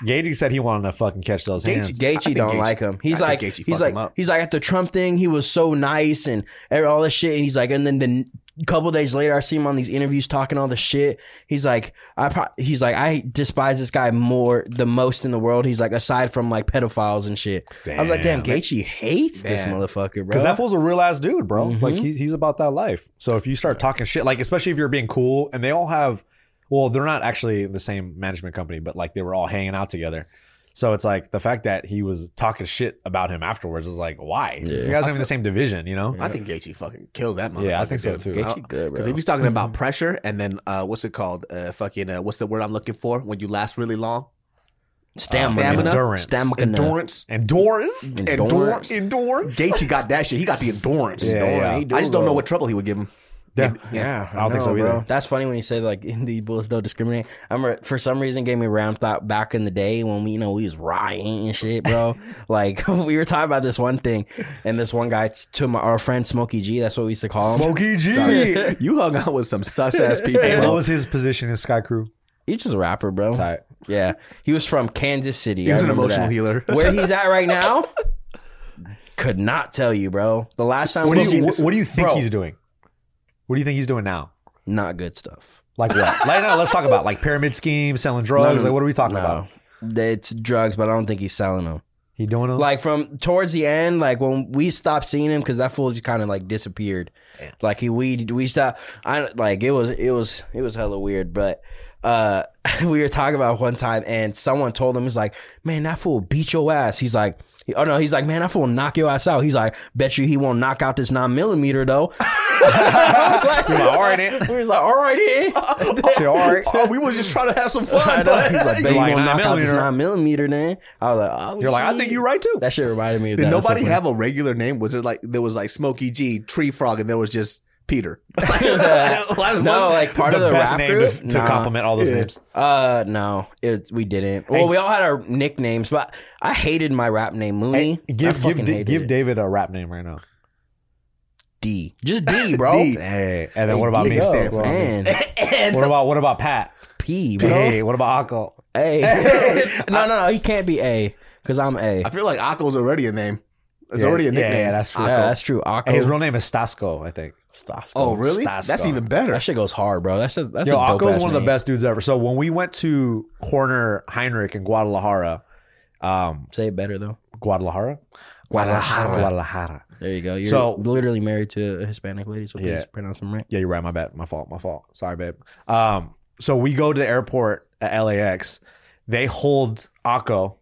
[SPEAKER 3] Gagey said he wanted to fucking catch those
[SPEAKER 1] Gagey-
[SPEAKER 3] hands.
[SPEAKER 1] I think
[SPEAKER 2] Gaethje don't
[SPEAKER 1] Gaethje-
[SPEAKER 2] like him. He's
[SPEAKER 1] I
[SPEAKER 2] like
[SPEAKER 1] think Gaethje
[SPEAKER 2] he's
[SPEAKER 1] fucked him
[SPEAKER 2] like
[SPEAKER 1] up.
[SPEAKER 2] he's like at the Trump thing. He was so nice and, and all this shit. And he's like, and then the n- couple days later, I see him on these interviews talking all the shit. He's like, I pro- he's like, I despise this guy more the most in the world. He's like, aside from like pedophiles and shit. I was like, damn,
[SPEAKER 3] Damn.
[SPEAKER 2] Gaethje hates this
[SPEAKER 1] Man.
[SPEAKER 2] motherfucker, bro.
[SPEAKER 3] Because that fool's a real ass dude, bro.
[SPEAKER 2] Mhm.
[SPEAKER 3] Like he, he's about that life. So if you start talking shit, like especially if you're being cool, and they all have, well, they're not actually in the same management company, but like they were all hanging out together. So it's like the fact that he was talking shit about him afterwards is like, why?
[SPEAKER 2] Yeah.
[SPEAKER 3] You guys are in the same division, you know?
[SPEAKER 1] I think Gaethje fucking kills that motherfucker.
[SPEAKER 3] Yeah, I think so
[SPEAKER 1] dude.
[SPEAKER 3] too. Uh,
[SPEAKER 2] Gaethje good,
[SPEAKER 1] Because
[SPEAKER 2] bro. Mm-hmm.
[SPEAKER 1] if he's talking about pressure and then uh, what's it called? Uh, fucking uh, what's the word I'm looking for when you last really long?
[SPEAKER 2] stamina,
[SPEAKER 1] stamina?
[SPEAKER 3] Endurance.
[SPEAKER 2] stamina,
[SPEAKER 1] Endurance.
[SPEAKER 3] Endurance.
[SPEAKER 1] Endurance.
[SPEAKER 3] Endurance.
[SPEAKER 1] Gaethje got that shit. He got the endurance.
[SPEAKER 3] Yeah,
[SPEAKER 1] Endurance.
[SPEAKER 3] yeah.
[SPEAKER 2] He do,
[SPEAKER 1] I just don't
[SPEAKER 2] bro.
[SPEAKER 1] know what trouble he would give him.
[SPEAKER 3] Yeah.
[SPEAKER 2] Yeah,
[SPEAKER 3] I don't think so either.
[SPEAKER 2] That's funny when you say like these bulls don't discriminate. I remember for some reason it gave me round thought back in the day when we you know we was rioting and shit, bro. like we were talking about this one thing, and this one guy t- to my our friend Smokey G. That's what we used to call him.
[SPEAKER 3] Smokey G.
[SPEAKER 1] Hey, you hung out with some sus ass people.
[SPEAKER 3] Hey, what
[SPEAKER 1] Bro.
[SPEAKER 3] was his position in Sky Crew?
[SPEAKER 2] He's just a rapper, bro.
[SPEAKER 3] Tight.
[SPEAKER 2] Yeah, he was from Kansas City.
[SPEAKER 1] He
[SPEAKER 2] I
[SPEAKER 1] was an
[SPEAKER 2] remember
[SPEAKER 1] emotional
[SPEAKER 2] that.
[SPEAKER 1] healer.
[SPEAKER 2] Where he's at right now, could not tell you, bro. The last time
[SPEAKER 3] What
[SPEAKER 2] we
[SPEAKER 3] do you
[SPEAKER 2] seen
[SPEAKER 3] what, what do you think
[SPEAKER 2] Bro.
[SPEAKER 3] he's doing? What do you think he's doing now?
[SPEAKER 2] not good stuff.
[SPEAKER 3] Like what? like no, let's talk about like pyramid scheme, selling drugs.
[SPEAKER 1] no,
[SPEAKER 3] like what are we talking
[SPEAKER 2] No,
[SPEAKER 3] about?
[SPEAKER 2] it's drugs, but I don't think he's selling them.
[SPEAKER 3] He doing them?
[SPEAKER 2] Like from towards the end, like when we stopped seeing him because that fool just kind of like disappeared.
[SPEAKER 3] Damn.
[SPEAKER 2] Like he we we stopped. I like it was it was it was hella weird. But uh, we were talking about one time and someone told him he's like, man, that fool beat your ass. He's like. Oh no, he's like, man, that fool knock your ass out. He's like, bet you he won't knock out this nine millimeter though. I was like,
[SPEAKER 3] You're like, "All right, then."
[SPEAKER 2] We was like, all right, then.
[SPEAKER 3] Say, all right.
[SPEAKER 1] Oh, we was just trying to have some
[SPEAKER 2] I
[SPEAKER 1] fun.
[SPEAKER 2] know.
[SPEAKER 1] but-
[SPEAKER 2] He's like, bet
[SPEAKER 3] You're
[SPEAKER 2] you
[SPEAKER 3] like,
[SPEAKER 2] won't knock out this
[SPEAKER 3] "9mm."
[SPEAKER 2] nine millimeter, then. I was like, oh,
[SPEAKER 3] You're like, I
[SPEAKER 2] shit.
[SPEAKER 3] think you're right too.
[SPEAKER 2] That shit reminded me of
[SPEAKER 1] Did
[SPEAKER 2] that. That's so
[SPEAKER 1] nobody
[SPEAKER 2] funny.
[SPEAKER 1] have a regular name? Was there like there was like Smokey G, Tree Frog, and there was just Peter?
[SPEAKER 2] no, like part of the
[SPEAKER 3] best
[SPEAKER 2] rap
[SPEAKER 3] name
[SPEAKER 2] group.
[SPEAKER 3] to, to
[SPEAKER 2] Nah.
[SPEAKER 3] compliment all those
[SPEAKER 1] Yeah.
[SPEAKER 3] names.
[SPEAKER 2] Uh, no, it, we didn't.
[SPEAKER 3] Hey.
[SPEAKER 2] Well, we all had our nicknames, but I hated my rap name Mooney.
[SPEAKER 3] Hey,
[SPEAKER 2] I
[SPEAKER 3] give
[SPEAKER 2] fucking
[SPEAKER 3] give, Da-
[SPEAKER 2] hated
[SPEAKER 3] give
[SPEAKER 2] it.
[SPEAKER 3] David a rap name right now.
[SPEAKER 2] D, just D, bro.
[SPEAKER 1] D.
[SPEAKER 3] Hey, and then what about
[SPEAKER 1] give
[SPEAKER 3] me?
[SPEAKER 1] it up,
[SPEAKER 3] Steph? What about me?
[SPEAKER 2] And
[SPEAKER 3] What about what about Pat?
[SPEAKER 2] P, bro.
[SPEAKER 3] Hey, what about Akko?
[SPEAKER 2] A. no, no, no. He can't be A because I'm A.
[SPEAKER 1] I feel like Akko's already a name. It's
[SPEAKER 3] Yeah,
[SPEAKER 1] already a
[SPEAKER 3] yeah,
[SPEAKER 1] nickname.
[SPEAKER 3] yeah, that's true.
[SPEAKER 2] Yeah, that's true.
[SPEAKER 3] And his
[SPEAKER 2] Akko.
[SPEAKER 3] real name is Stasko, I think.
[SPEAKER 2] Oh. Stasko.
[SPEAKER 1] Oh, really?
[SPEAKER 3] Stas-
[SPEAKER 1] That's even
[SPEAKER 2] That
[SPEAKER 1] better.
[SPEAKER 2] shit goes hard, bro. That's a, that's
[SPEAKER 3] Yo,
[SPEAKER 2] a dope
[SPEAKER 3] Akko's
[SPEAKER 2] ass
[SPEAKER 3] one of the
[SPEAKER 2] name.
[SPEAKER 3] best dudes ever. So when we went to corner Heinrich in Guadalajara, um,
[SPEAKER 2] Say it better though.
[SPEAKER 3] Guadalajara, Guadalajara.
[SPEAKER 2] There you go. You're
[SPEAKER 3] So-
[SPEAKER 2] literally married to a Hispanic lady, so please
[SPEAKER 3] Yeah.
[SPEAKER 2] pronounce them right.
[SPEAKER 3] Yeah, you're right. My bad. My fault. My fault. Sorry, babe. Um, so we go to the airport at LAX. They hold Akko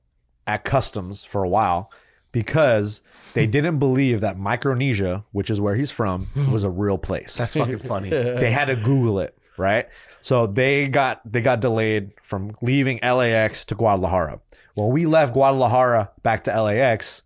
[SPEAKER 3] at customs for a while because they didn't believe that Micronesia, which is where he's from,
[SPEAKER 2] Hmm.
[SPEAKER 3] was a real place.
[SPEAKER 1] That's fucking funny.
[SPEAKER 3] they had to Google it, right? So they got they got delayed from leaving LAX to Guadalajara. When we left Guadalajara back to LAX,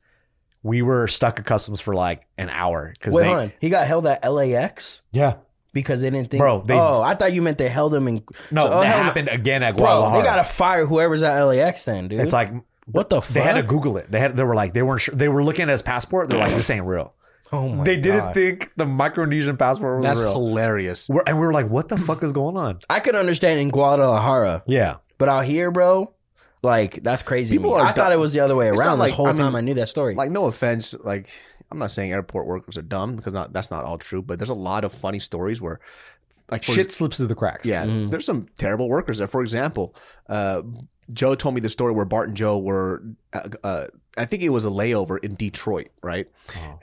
[SPEAKER 3] we were stuck at customs for like an hour because
[SPEAKER 2] Wait,
[SPEAKER 3] they
[SPEAKER 2] hold on. He got held at LAX
[SPEAKER 3] yeah
[SPEAKER 2] because they didn't think.
[SPEAKER 3] Bro, they-
[SPEAKER 2] oh, I thought you meant they held him in.
[SPEAKER 3] no
[SPEAKER 2] So, oh,
[SPEAKER 3] that
[SPEAKER 2] hell no.
[SPEAKER 3] happened again at
[SPEAKER 2] Bro,
[SPEAKER 3] Guadalajara.
[SPEAKER 2] they gotta fire whoever's at LAX then, dude.
[SPEAKER 3] It's like
[SPEAKER 2] what the fuck?
[SPEAKER 3] they had to Google it. They had they were like they weren't sure. They were looking at his passport. They're like this ain't real.
[SPEAKER 2] oh my
[SPEAKER 3] they didn't
[SPEAKER 2] God.
[SPEAKER 3] think the Micronesian passport was
[SPEAKER 1] That's
[SPEAKER 3] real.
[SPEAKER 1] hilarious.
[SPEAKER 3] We're- and we were like, what the fuck is going on?
[SPEAKER 2] I could understand in Guadalajara,
[SPEAKER 3] Yeah,
[SPEAKER 2] but out here, bro, like that's crazy. to
[SPEAKER 1] People
[SPEAKER 2] me.
[SPEAKER 1] are
[SPEAKER 2] I thought
[SPEAKER 1] dumb.
[SPEAKER 2] it was the other way
[SPEAKER 1] It's not
[SPEAKER 2] around
[SPEAKER 1] like-
[SPEAKER 2] this whole
[SPEAKER 1] I mean,
[SPEAKER 2] time. I knew that story.
[SPEAKER 1] Like, no offense, like I'm not saying airport workers are dumb because not that's not all true, but there's a lot of funny stories where, like, for
[SPEAKER 3] shit slips through the cracks.
[SPEAKER 1] Yeah,
[SPEAKER 2] Mm.
[SPEAKER 1] there's some terrible workers there. For example, uh, Joe told me the story where Bart and Joe were, uh, uh, I think it was a layover in Detroit, right?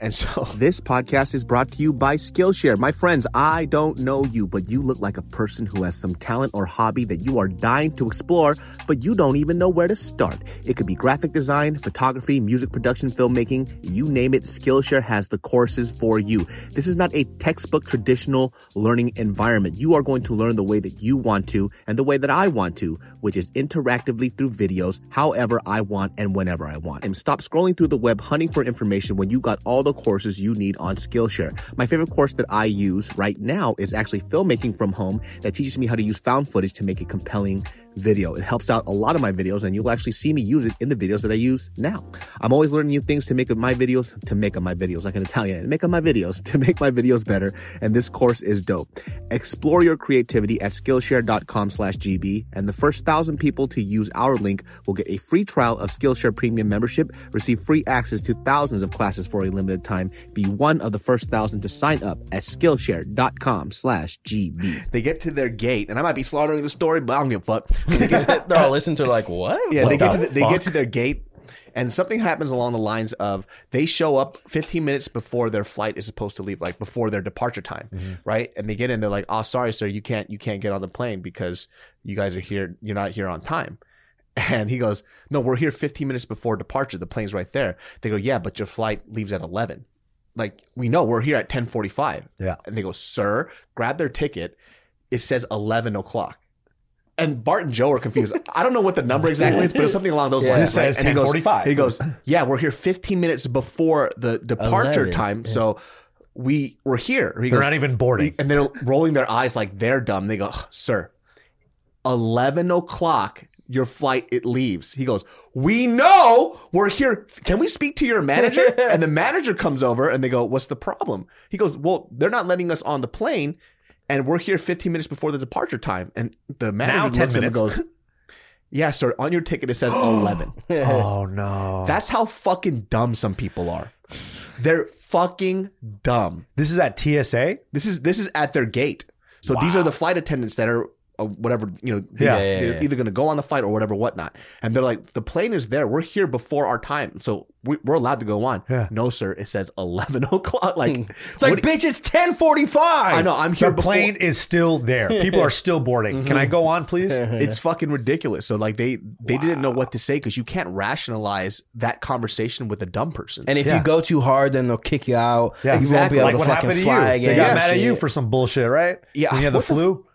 [SPEAKER 1] And so this podcast is brought to you by Skillshare. My friends, I don't know you, but you look like a person who has some talent or hobby that you are dying to explore, but you don't even know where to start. It could be graphic design, photography, music production, filmmaking, you name it, Skillshare has the courses for you. This is not a textbook traditional learning environment. You are going to learn the way that you want to and the way that I want to, which is interactively through videos, however I want and whenever I want. And stop scrolling through the web hunting for information when you got all the courses you need on Skillshare. My favorite course that I use right now is actually filmmaking from home that teaches me how to use found footage to make a compelling video. It helps out a lot of my videos and you'll actually see me use it in the videos that I use now. I'm always learning new things to make of my videos, to make of my videos, like an Italian, make of my videos, to make my videos better. And this course is dope. Explore your creativity at Skillshare.com slash GB. And the first thousand people to use our link will get a free trial of Skillshare premium membership, receive free access to thousands of classes for a limited time. Be one of the first thousand to sign up at Skillshare.com slash GB. They get to their gate and I might be slaughtering the story, but I don't give a fuck. They get to-
[SPEAKER 2] They're all listening to like what?
[SPEAKER 1] yeah,
[SPEAKER 2] What
[SPEAKER 1] they
[SPEAKER 2] the
[SPEAKER 1] get to the, they get
[SPEAKER 2] fuck?
[SPEAKER 1] to their gate, and something happens along the lines of they show up 15 minutes before their flight is supposed to leave, like before their departure time,
[SPEAKER 2] Mm-hmm.
[SPEAKER 1] right? And they get in, they're like, "Oh, sorry, sir, you can't you can't get on the plane because you guys are here, you're not here on time." And he goes, "No, we're here 15 minutes before departure. The plane's right there." They go, "Yeah, but your flight leaves at 11." Like we know we're here at 10:45.
[SPEAKER 3] Yeah.
[SPEAKER 1] and they go, "Sir, grab their ticket. It says 11 o'clock." and Bart and Joe are confused. I don't know what the number exactly is, but it's something along those
[SPEAKER 2] Yeah.
[SPEAKER 1] lines.
[SPEAKER 3] This says
[SPEAKER 1] And he goes-
[SPEAKER 3] 10:45.
[SPEAKER 1] He goes, "Yeah, we're here 15 minutes before the departure
[SPEAKER 2] 11,
[SPEAKER 1] time, so we we're here." He
[SPEAKER 3] they're
[SPEAKER 1] goes,
[SPEAKER 3] not even boarding.
[SPEAKER 1] and they're rolling their eyes like they're dumb. They go, "Ugh, "Sir, 11 o'clock." Your flight it leaves. He goes. We know we're here. Can we speak to your manager? and the manager comes over and they go, "What's the problem?" He goes, "Well, they're not letting us on the plane, and we're here 15 minutes before the departure time." And the
[SPEAKER 3] Now
[SPEAKER 1] manager
[SPEAKER 3] 10
[SPEAKER 1] looks at him and
[SPEAKER 3] minutes.
[SPEAKER 1] goes, "Yeah, sir. On your ticket it says 11."
[SPEAKER 3] oh no,
[SPEAKER 1] That's how fucking dumb some people are. They're fucking dumb.
[SPEAKER 3] this is at TSA.
[SPEAKER 1] This is this is at their gate. So these are the flight attendants that are uh, whatever you know. They,
[SPEAKER 3] Yeah.
[SPEAKER 2] Yeah, yeah,
[SPEAKER 1] they're
[SPEAKER 2] yeah.
[SPEAKER 1] either going to go on the flight or whatever, whatnot. And they're like, the plane is there. We're here before our time, so we, we're allowed to go on.
[SPEAKER 3] Yeah.
[SPEAKER 1] No, sir. It says eleven o'clock. Like
[SPEAKER 2] Hmm. It's like,
[SPEAKER 1] what do-
[SPEAKER 2] bitch, it's ten forty five.
[SPEAKER 1] I know I'm here.
[SPEAKER 3] Your
[SPEAKER 1] before- Mm-hmm.
[SPEAKER 3] plane is still there. People are still boarding. Can I go on, please?
[SPEAKER 1] It's fucking ridiculous. So like they they didn't know what to say because you can't rationalize that conversation with a dumb person.
[SPEAKER 2] And if
[SPEAKER 3] Yeah.
[SPEAKER 2] you go too hard, then they'll kick you out.
[SPEAKER 3] Yeah,
[SPEAKER 2] you
[SPEAKER 1] exactly.
[SPEAKER 2] won't
[SPEAKER 3] like
[SPEAKER 2] be able
[SPEAKER 3] what
[SPEAKER 2] to
[SPEAKER 3] happened
[SPEAKER 2] fucking
[SPEAKER 3] to
[SPEAKER 2] fly
[SPEAKER 3] you?
[SPEAKER 2] again.
[SPEAKER 3] They got
[SPEAKER 1] Yeah,
[SPEAKER 3] mad at you
[SPEAKER 2] Shit.
[SPEAKER 3] for some bullshit, right?
[SPEAKER 1] Yeah,
[SPEAKER 3] When you had the
[SPEAKER 1] what the
[SPEAKER 3] flu.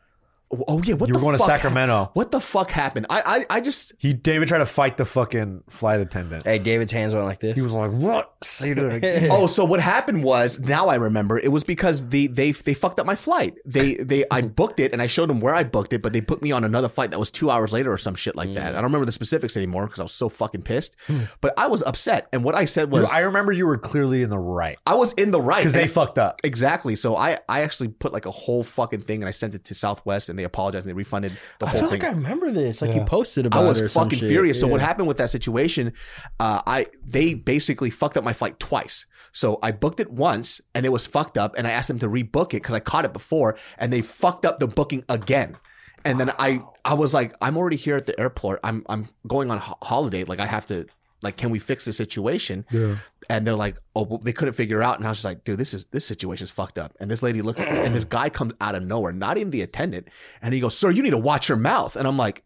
[SPEAKER 1] oh yeah, what
[SPEAKER 3] you
[SPEAKER 1] the
[SPEAKER 3] were going to
[SPEAKER 1] fuck hap-
[SPEAKER 3] Sacramento.
[SPEAKER 1] What the fuck happened? I I, I just
[SPEAKER 3] He David tried to fight the fucking flight attendant.
[SPEAKER 2] Hey, David's hands went like this.
[SPEAKER 3] He was like, "What? Say that again."
[SPEAKER 1] oh, so what happened was now I remember it was because the they they fucked up my flight. They they
[SPEAKER 2] Mm-hmm.
[SPEAKER 1] I booked it and I showed them where I booked it, but they put me on another flight that was two hours later or some shit like
[SPEAKER 2] Mm.
[SPEAKER 1] that. I don't remember the specifics anymore because I was so fucking pissed.
[SPEAKER 2] Hmm.
[SPEAKER 1] But I was upset, and what I said was
[SPEAKER 3] I remember you were clearly in the right
[SPEAKER 1] I was in the right
[SPEAKER 3] because they
[SPEAKER 1] And-
[SPEAKER 3] fucked up.
[SPEAKER 1] Exactly. So I, I actually put like a whole fucking thing and I sent it to Southwest and they apologized and they refunded the
[SPEAKER 2] I
[SPEAKER 1] whole
[SPEAKER 2] feel
[SPEAKER 1] thing.
[SPEAKER 2] like I remember this. Like you
[SPEAKER 3] Yeah.
[SPEAKER 2] posted
[SPEAKER 1] I
[SPEAKER 2] about. it or
[SPEAKER 1] was
[SPEAKER 2] some
[SPEAKER 1] fucking
[SPEAKER 2] shit.
[SPEAKER 1] furious. So
[SPEAKER 2] Yeah.
[SPEAKER 1] what happened with that situation? Uh, I they basically fucked up my flight twice. So I booked it once and it was fucked up, and I asked them to rebook it because I caught it before, and they fucked up the booking again. And then I I was like, I'm already here at the airport. I'm I'm going on ho- holiday. Like I have to. like, can we fix this situation?
[SPEAKER 3] Yeah.
[SPEAKER 1] And they're like, oh, well, they couldn't figure out. And I was just like, dude, this is this situation's fucked up. And this lady looks, and this guy comes out of nowhere, not even the attendant, and he goes, sir, you need to watch your mouth. And I'm like,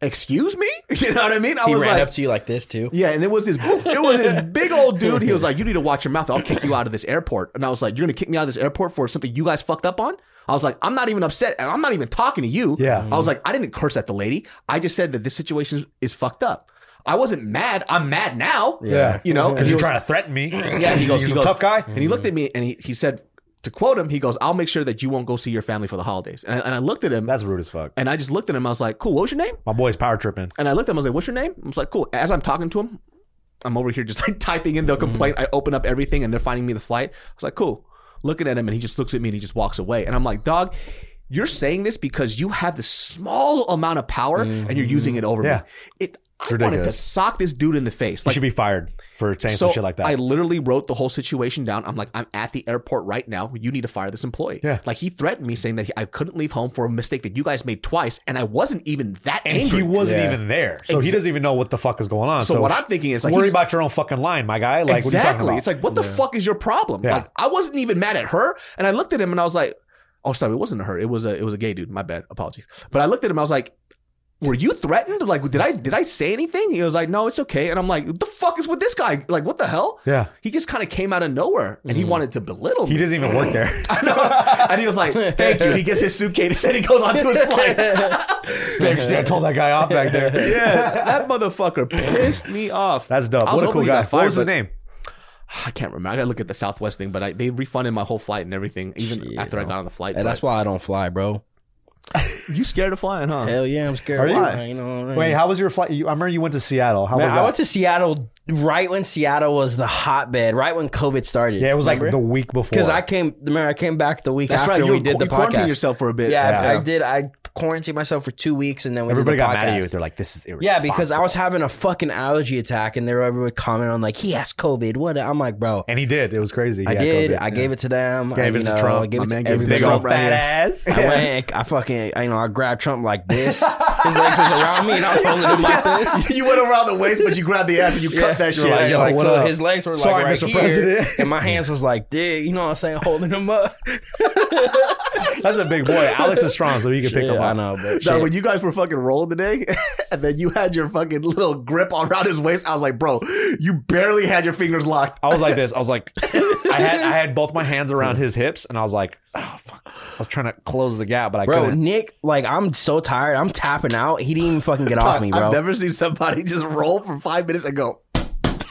[SPEAKER 1] excuse me, you know what I mean? I
[SPEAKER 2] he
[SPEAKER 1] was
[SPEAKER 2] ran
[SPEAKER 1] like,
[SPEAKER 2] up to you like this too.
[SPEAKER 1] yeah, and it was this it was this big old dude. He was like, "You need to watch your mouth. I'll kick you out of this airport." And I was like, "You're gonna kick me out of this airport for something you guys fucked up on?" I was like, "I'm not even upset, and I'm not even talking to you."
[SPEAKER 3] Yeah.
[SPEAKER 1] I was like, "I didn't curse at the lady. I just said that this situation is fucked up. I wasn't mad. I'm mad now."
[SPEAKER 3] Yeah.
[SPEAKER 1] You know,
[SPEAKER 3] Because
[SPEAKER 1] he
[SPEAKER 3] you're
[SPEAKER 1] was-
[SPEAKER 3] trying to threaten me.
[SPEAKER 1] Yeah, he goes-
[SPEAKER 3] He's
[SPEAKER 1] he
[SPEAKER 3] a
[SPEAKER 1] goes- mm.
[SPEAKER 3] tough guy.
[SPEAKER 1] and he looked at me and he, he said, to quote him, he goes, "I'll make sure that you won't go see your family for the holidays." And I, and I looked at him,
[SPEAKER 3] That's rude as fuck.
[SPEAKER 1] and I just looked at him. I was like, "Cool. What was your name?"
[SPEAKER 3] My boy's power tripping.
[SPEAKER 1] And I looked at him, I was like, what's your name? I was like, cool. As I'm talking to him, I'm over here just like typing in the complaint. I open up everything and they're finding me the flight. I was like, cool. Looking at him and he just looks at me and he just walks away. And I'm like, dog, you're saying this because you have this small amount of power and you're using it over
[SPEAKER 3] Yeah.
[SPEAKER 1] me. It, I wanted to
[SPEAKER 3] ridiculous.
[SPEAKER 1] sock this dude in the face.
[SPEAKER 3] He
[SPEAKER 1] Like,
[SPEAKER 3] should be fired for saying some shit like that.
[SPEAKER 1] I literally wrote the whole situation down. I'm like, I'm at the airport right now. You need to fire this employee.
[SPEAKER 3] Yeah.
[SPEAKER 1] Like he threatened me saying that he, I couldn't leave home for a mistake that you guys made twice, and I wasn't even that
[SPEAKER 3] and
[SPEAKER 1] angry.
[SPEAKER 3] he wasn't
[SPEAKER 2] Yeah.
[SPEAKER 3] even there, so he
[SPEAKER 1] Exa-
[SPEAKER 3] doesn't even know what the fuck is going on.
[SPEAKER 1] so,
[SPEAKER 3] So,
[SPEAKER 1] what I'm thinking is like
[SPEAKER 3] worry
[SPEAKER 1] he's-
[SPEAKER 3] about your own fucking line, my guy. Like what are you talking
[SPEAKER 1] exactly.
[SPEAKER 3] about?
[SPEAKER 1] it's like, what the fuck is your problem?
[SPEAKER 3] Yeah.
[SPEAKER 1] Like, I wasn't even mad at her, and I looked at him and I was like, oh, sorry, it wasn't her. It was a it was a gay dude. My bad. Apologies. But I looked at him. I was like, were you threatened? Like, did I did I say anything? He was like, no, it's okay. And I'm like, what the fuck is with this guy? Like, what the hell?
[SPEAKER 3] yeah,
[SPEAKER 1] He just kind of came out of nowhere, and he wanted to belittle
[SPEAKER 3] he
[SPEAKER 1] me.
[SPEAKER 3] doesn't even work there.
[SPEAKER 1] I know. and he was like, thank you. He gets his suitcase and he goes on to his flight.
[SPEAKER 3] Maybe just I told that guy off back there.
[SPEAKER 1] yeah, that motherfucker pissed me off.
[SPEAKER 3] That's dope.
[SPEAKER 1] I was
[SPEAKER 3] What a
[SPEAKER 1] hoping
[SPEAKER 3] cool
[SPEAKER 1] he
[SPEAKER 3] guy.
[SPEAKER 1] got fired,
[SPEAKER 3] what was his
[SPEAKER 1] but-
[SPEAKER 3] name?
[SPEAKER 1] I can't remember. I gotta look at the Southwest thing, but I, they refunded my whole flight and everything, even
[SPEAKER 2] Shit,
[SPEAKER 1] after I got on the flight.
[SPEAKER 2] And that's
[SPEAKER 1] But
[SPEAKER 2] why I don't fly, bro.
[SPEAKER 1] you scared of flying, huh?
[SPEAKER 2] Hell yeah, I'm
[SPEAKER 3] Are
[SPEAKER 2] scared.
[SPEAKER 3] you?
[SPEAKER 2] Why? You know what I mean?
[SPEAKER 3] Wait, how was your flight? You, I remember you went to Seattle. How
[SPEAKER 2] Man,
[SPEAKER 3] was
[SPEAKER 2] I
[SPEAKER 3] that?
[SPEAKER 2] went to Seattle right when Seattle was the hotbed, right when COVID started.
[SPEAKER 3] yeah, it was like
[SPEAKER 2] Remember?
[SPEAKER 3] the week before.
[SPEAKER 2] Because I came, remember, I came back the week
[SPEAKER 1] that's
[SPEAKER 2] after
[SPEAKER 1] right. You
[SPEAKER 2] we did the
[SPEAKER 1] you quarantined
[SPEAKER 2] podcast.
[SPEAKER 1] yourself for a
[SPEAKER 2] Yeah,
[SPEAKER 1] bit.
[SPEAKER 2] I- I,
[SPEAKER 3] Yeah.
[SPEAKER 2] did. I quarantined myself for two weeks, and then we
[SPEAKER 3] everybody
[SPEAKER 2] did the
[SPEAKER 3] got mad
[SPEAKER 2] podcast.
[SPEAKER 3] at you. They're like, "This is
[SPEAKER 2] Yeah, because I was having a fucking allergy attack, and they were everyone comment on like he has COVID. What? I'm like, bro,
[SPEAKER 3] and he did. It was crazy.
[SPEAKER 2] I did. I gave it to them. I,
[SPEAKER 3] Gave it
[SPEAKER 2] you
[SPEAKER 3] to
[SPEAKER 2] know,
[SPEAKER 3] Trump.
[SPEAKER 2] I gave
[SPEAKER 1] My
[SPEAKER 2] it to
[SPEAKER 1] man gave it to
[SPEAKER 2] everybody.
[SPEAKER 1] Big old
[SPEAKER 3] fat
[SPEAKER 1] fat
[SPEAKER 3] ass.
[SPEAKER 2] I went. I fucking. You know, I grabbed Trump like this. His legs was around me, and I was holding him like this.
[SPEAKER 1] you went around the waist, but you grabbed the ass and you cut that shit.
[SPEAKER 2] Like,
[SPEAKER 3] Yeah,
[SPEAKER 2] yo,
[SPEAKER 3] like, what
[SPEAKER 2] so
[SPEAKER 3] up?
[SPEAKER 2] his legs were like
[SPEAKER 3] Sorry,
[SPEAKER 2] right
[SPEAKER 3] Mr.
[SPEAKER 2] here,
[SPEAKER 3] President.
[SPEAKER 2] and my hands was like, dig, you know what I'm saying, holding him up.
[SPEAKER 3] That's a big boy. Alex is strong, so he can pick
[SPEAKER 2] Yeah,
[SPEAKER 3] him
[SPEAKER 2] I
[SPEAKER 3] up.
[SPEAKER 2] know, but
[SPEAKER 1] Now,
[SPEAKER 2] shit.
[SPEAKER 1] when you guys were fucking rolling today, and then you had your fucking little grip around his waist, I was like, bro, you barely had your fingers locked.
[SPEAKER 3] I was like this. I was like, I had I had both my hands around his hips, and I was like, oh fuck. I was trying to close the gap, but I
[SPEAKER 2] bro,
[SPEAKER 3] couldn't.
[SPEAKER 2] Nick, like I'm so tired, I'm tapping out. He didn't even fucking get off me, bro.
[SPEAKER 1] I've never seen somebody just roll for five minutes and go.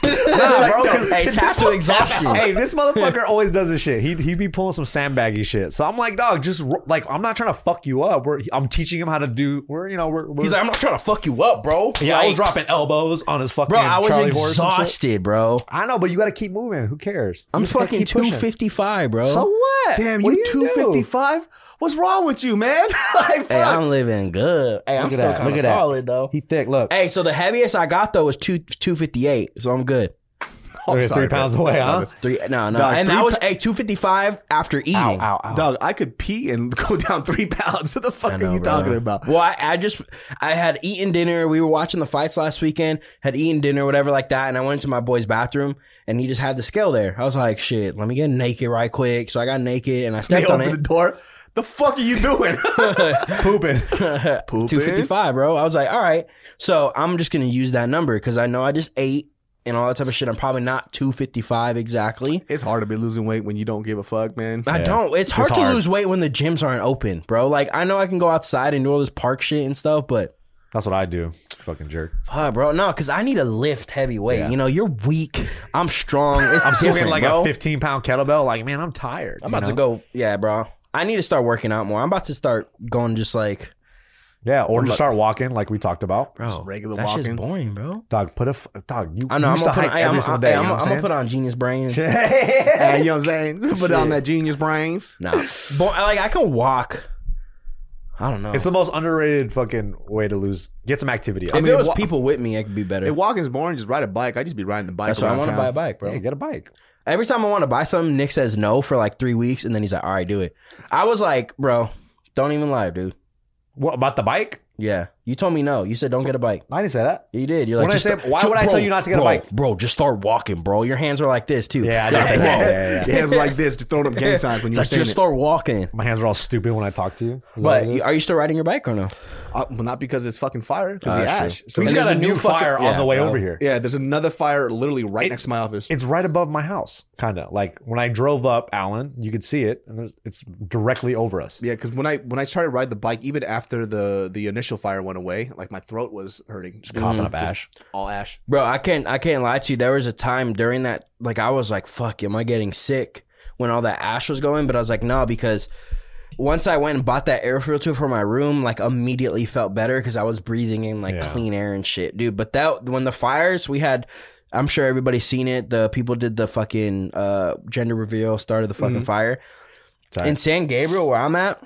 [SPEAKER 2] Nah,
[SPEAKER 1] like,
[SPEAKER 2] bro,
[SPEAKER 1] yo,
[SPEAKER 2] 'cause- hey,
[SPEAKER 1] this
[SPEAKER 2] tap to
[SPEAKER 1] one-
[SPEAKER 2] exhaustion.
[SPEAKER 3] Hey, this motherfucker always does this shit. He he be pulling some sandbaggy shit. So I'm like, dog, just ro- like I'm not trying to fuck you up. We're, I'm teaching him how to do. We're you know we're, we're
[SPEAKER 2] He's like, I'm not trying to fuck you up, bro.
[SPEAKER 3] yeah. I was
[SPEAKER 2] Like,
[SPEAKER 3] dropping elbows on his fucking
[SPEAKER 2] bro. I was
[SPEAKER 3] Charlie horse and shit.
[SPEAKER 2] exhausted, bro.
[SPEAKER 3] I know, but you got to keep moving. Who cares?
[SPEAKER 2] I'm
[SPEAKER 3] You just gotta
[SPEAKER 2] fucking
[SPEAKER 3] keep pushing.
[SPEAKER 2] 255, bro.
[SPEAKER 1] So what?
[SPEAKER 3] Damn,
[SPEAKER 1] What
[SPEAKER 3] you
[SPEAKER 1] do do? 255? What's wrong with you, man? like,
[SPEAKER 2] hey,
[SPEAKER 1] fuck.
[SPEAKER 2] I'm living good. Hey, I'm
[SPEAKER 3] Look at
[SPEAKER 2] still
[SPEAKER 3] that.
[SPEAKER 2] kind of
[SPEAKER 3] Look at that.
[SPEAKER 2] solid though.
[SPEAKER 3] He thick. Look,
[SPEAKER 2] Hey, so the heaviest I got though was two 258, so I'm good.
[SPEAKER 1] I'm
[SPEAKER 3] Look at
[SPEAKER 1] sorry,
[SPEAKER 3] three pounds
[SPEAKER 1] bro.
[SPEAKER 3] away,
[SPEAKER 1] No,
[SPEAKER 3] huh?
[SPEAKER 1] this-
[SPEAKER 2] Three, no, no,
[SPEAKER 1] Dog,
[SPEAKER 2] and
[SPEAKER 1] three
[SPEAKER 2] that was hey 255 after eating.
[SPEAKER 3] ow, ow, ow.
[SPEAKER 1] Dog, I could pee and go down three pounds. What the fuck
[SPEAKER 2] I
[SPEAKER 1] are
[SPEAKER 2] know,
[SPEAKER 1] you
[SPEAKER 2] bro.
[SPEAKER 1] talking about?
[SPEAKER 2] Well, I, I just I had eaten dinner. We were watching the fights last weekend. Had eaten dinner, whatever like that, and I went into my boy's bathroom, and he just had the scale there. I was like, "Shit, let me get naked right quick." So I got naked and I
[SPEAKER 1] They
[SPEAKER 2] stepped on
[SPEAKER 1] open the
[SPEAKER 2] it.
[SPEAKER 1] door. The fuck are you doing?
[SPEAKER 3] pooping.
[SPEAKER 1] Pooping?
[SPEAKER 2] Two fifty five, bro. I was like, "All right." So I'm just gonna use that number because I know I just ate and all that type of shit. I'm probably not two fifty five exactly.
[SPEAKER 1] It's hard to be losing weight when you don't give a fuck, man.
[SPEAKER 2] I
[SPEAKER 3] Yeah.
[SPEAKER 2] don't. It's hard to
[SPEAKER 3] hard.
[SPEAKER 2] lose weight when the gyms aren't open, bro. Like I know I can go outside and do all this park shit and stuff, but
[SPEAKER 3] That's what I do. Fucking jerk.
[SPEAKER 2] Fuck, bro. No, because I need to lift heavy weight. You know, you're weak. I'm strong. It's
[SPEAKER 3] I'm
[SPEAKER 2] different,
[SPEAKER 3] swinging like
[SPEAKER 2] bro.
[SPEAKER 3] a 15 pound kettlebell. Like, man, I'm tired.
[SPEAKER 2] oh. I'm about to go. Yeah, bro. I need to start working out more. I'm about to start going just like,
[SPEAKER 3] Yeah, or just start walking, like we talked about.
[SPEAKER 2] bro.
[SPEAKER 1] regular
[SPEAKER 2] That shit's
[SPEAKER 1] walking.
[SPEAKER 2] boring, bro.
[SPEAKER 3] Dog, put a f- dog. You
[SPEAKER 2] I know.
[SPEAKER 3] You
[SPEAKER 2] I'm
[SPEAKER 3] used to
[SPEAKER 2] gonna put.
[SPEAKER 3] hike
[SPEAKER 2] On, hey,
[SPEAKER 3] every
[SPEAKER 2] I'm,
[SPEAKER 3] single
[SPEAKER 2] I'm,
[SPEAKER 3] day.
[SPEAKER 2] hey,
[SPEAKER 3] you
[SPEAKER 2] I'm,
[SPEAKER 3] know
[SPEAKER 2] I'm
[SPEAKER 3] what
[SPEAKER 2] gonna
[SPEAKER 3] I'm
[SPEAKER 2] put on genius brain. and-
[SPEAKER 1] Hey, you know what I'm saying? Put on that genius brains.
[SPEAKER 2] Nah, Bo- like I can walk. I don't know.
[SPEAKER 3] It's the most underrated fucking way to lose. Get some activity.
[SPEAKER 2] if
[SPEAKER 3] Up.
[SPEAKER 1] mean,
[SPEAKER 2] there was
[SPEAKER 1] wa-
[SPEAKER 2] people with me, it could be better.
[SPEAKER 1] If walking's boring, just ride a bike. I just be riding the bike.
[SPEAKER 2] That's why I
[SPEAKER 1] around
[SPEAKER 2] want to
[SPEAKER 1] town.
[SPEAKER 2] buy a bike, bro.
[SPEAKER 3] Yeah, get a bike.
[SPEAKER 2] Every time I want to buy something, Nick says no for like three weeks, and then he's like, "All right, do it." I was like, "Bro, don't even lie, dude."
[SPEAKER 3] What about the bike?
[SPEAKER 2] Yeah. You told me no. You said don't get a bike.
[SPEAKER 3] I didn't say that.
[SPEAKER 2] You did. You're like,
[SPEAKER 3] When I
[SPEAKER 2] just
[SPEAKER 3] say-
[SPEAKER 2] start-
[SPEAKER 3] why
[SPEAKER 2] ju-
[SPEAKER 3] would I tell you not to get a
[SPEAKER 2] bro,
[SPEAKER 3] bike?
[SPEAKER 2] Bro, just start walking, bro. Your hands were like this too.
[SPEAKER 3] Yeah, I did say that. Yeah, yeah, yeah.
[SPEAKER 1] Hands like this, just throwing up gang signs when
[SPEAKER 2] It's
[SPEAKER 1] you were
[SPEAKER 2] like
[SPEAKER 1] saying
[SPEAKER 2] just
[SPEAKER 1] it.
[SPEAKER 2] start walking.
[SPEAKER 3] My hands are all stupid when I talk to you. Is
[SPEAKER 2] But
[SPEAKER 3] that what it is?
[SPEAKER 2] you- are you still riding your bike or no?
[SPEAKER 1] Uh, well, not because it's fucking fire, because
[SPEAKER 2] Oh,
[SPEAKER 1] the
[SPEAKER 2] that's true.
[SPEAKER 1] ash. So
[SPEAKER 3] we just
[SPEAKER 1] there's
[SPEAKER 3] got a new
[SPEAKER 1] fucking-
[SPEAKER 3] fire on
[SPEAKER 2] yeah,
[SPEAKER 3] the way
[SPEAKER 2] bro.
[SPEAKER 3] over here.
[SPEAKER 1] Yeah, there's another fire literally right
[SPEAKER 3] It-
[SPEAKER 1] next to my office.
[SPEAKER 3] It's right above my house, kind of. Like when I drove up, Allen, you could see it, and there's, it's directly over us.
[SPEAKER 1] Yeah, because when I when I tried to ride the bike, even after the the initial fire went away, like my throat was hurting, just
[SPEAKER 3] Coughing up ash.
[SPEAKER 1] all ash.
[SPEAKER 2] Bro, I can't I can't lie to you. There was a time during that like I was like, fuck, am I getting sick when all that ash was going? But I was like, no, because once I went and bought that air filter for my room, like immediately felt better because I was breathing in like
[SPEAKER 3] Yeah.
[SPEAKER 2] clean air and shit, dude. But that when the fires we had I'm sure everybody's seen it. The people did the fucking uh gender reveal, started the fucking
[SPEAKER 1] Mhm.
[SPEAKER 2] fire.
[SPEAKER 3] Sorry.
[SPEAKER 2] In San Gabriel, where I'm at,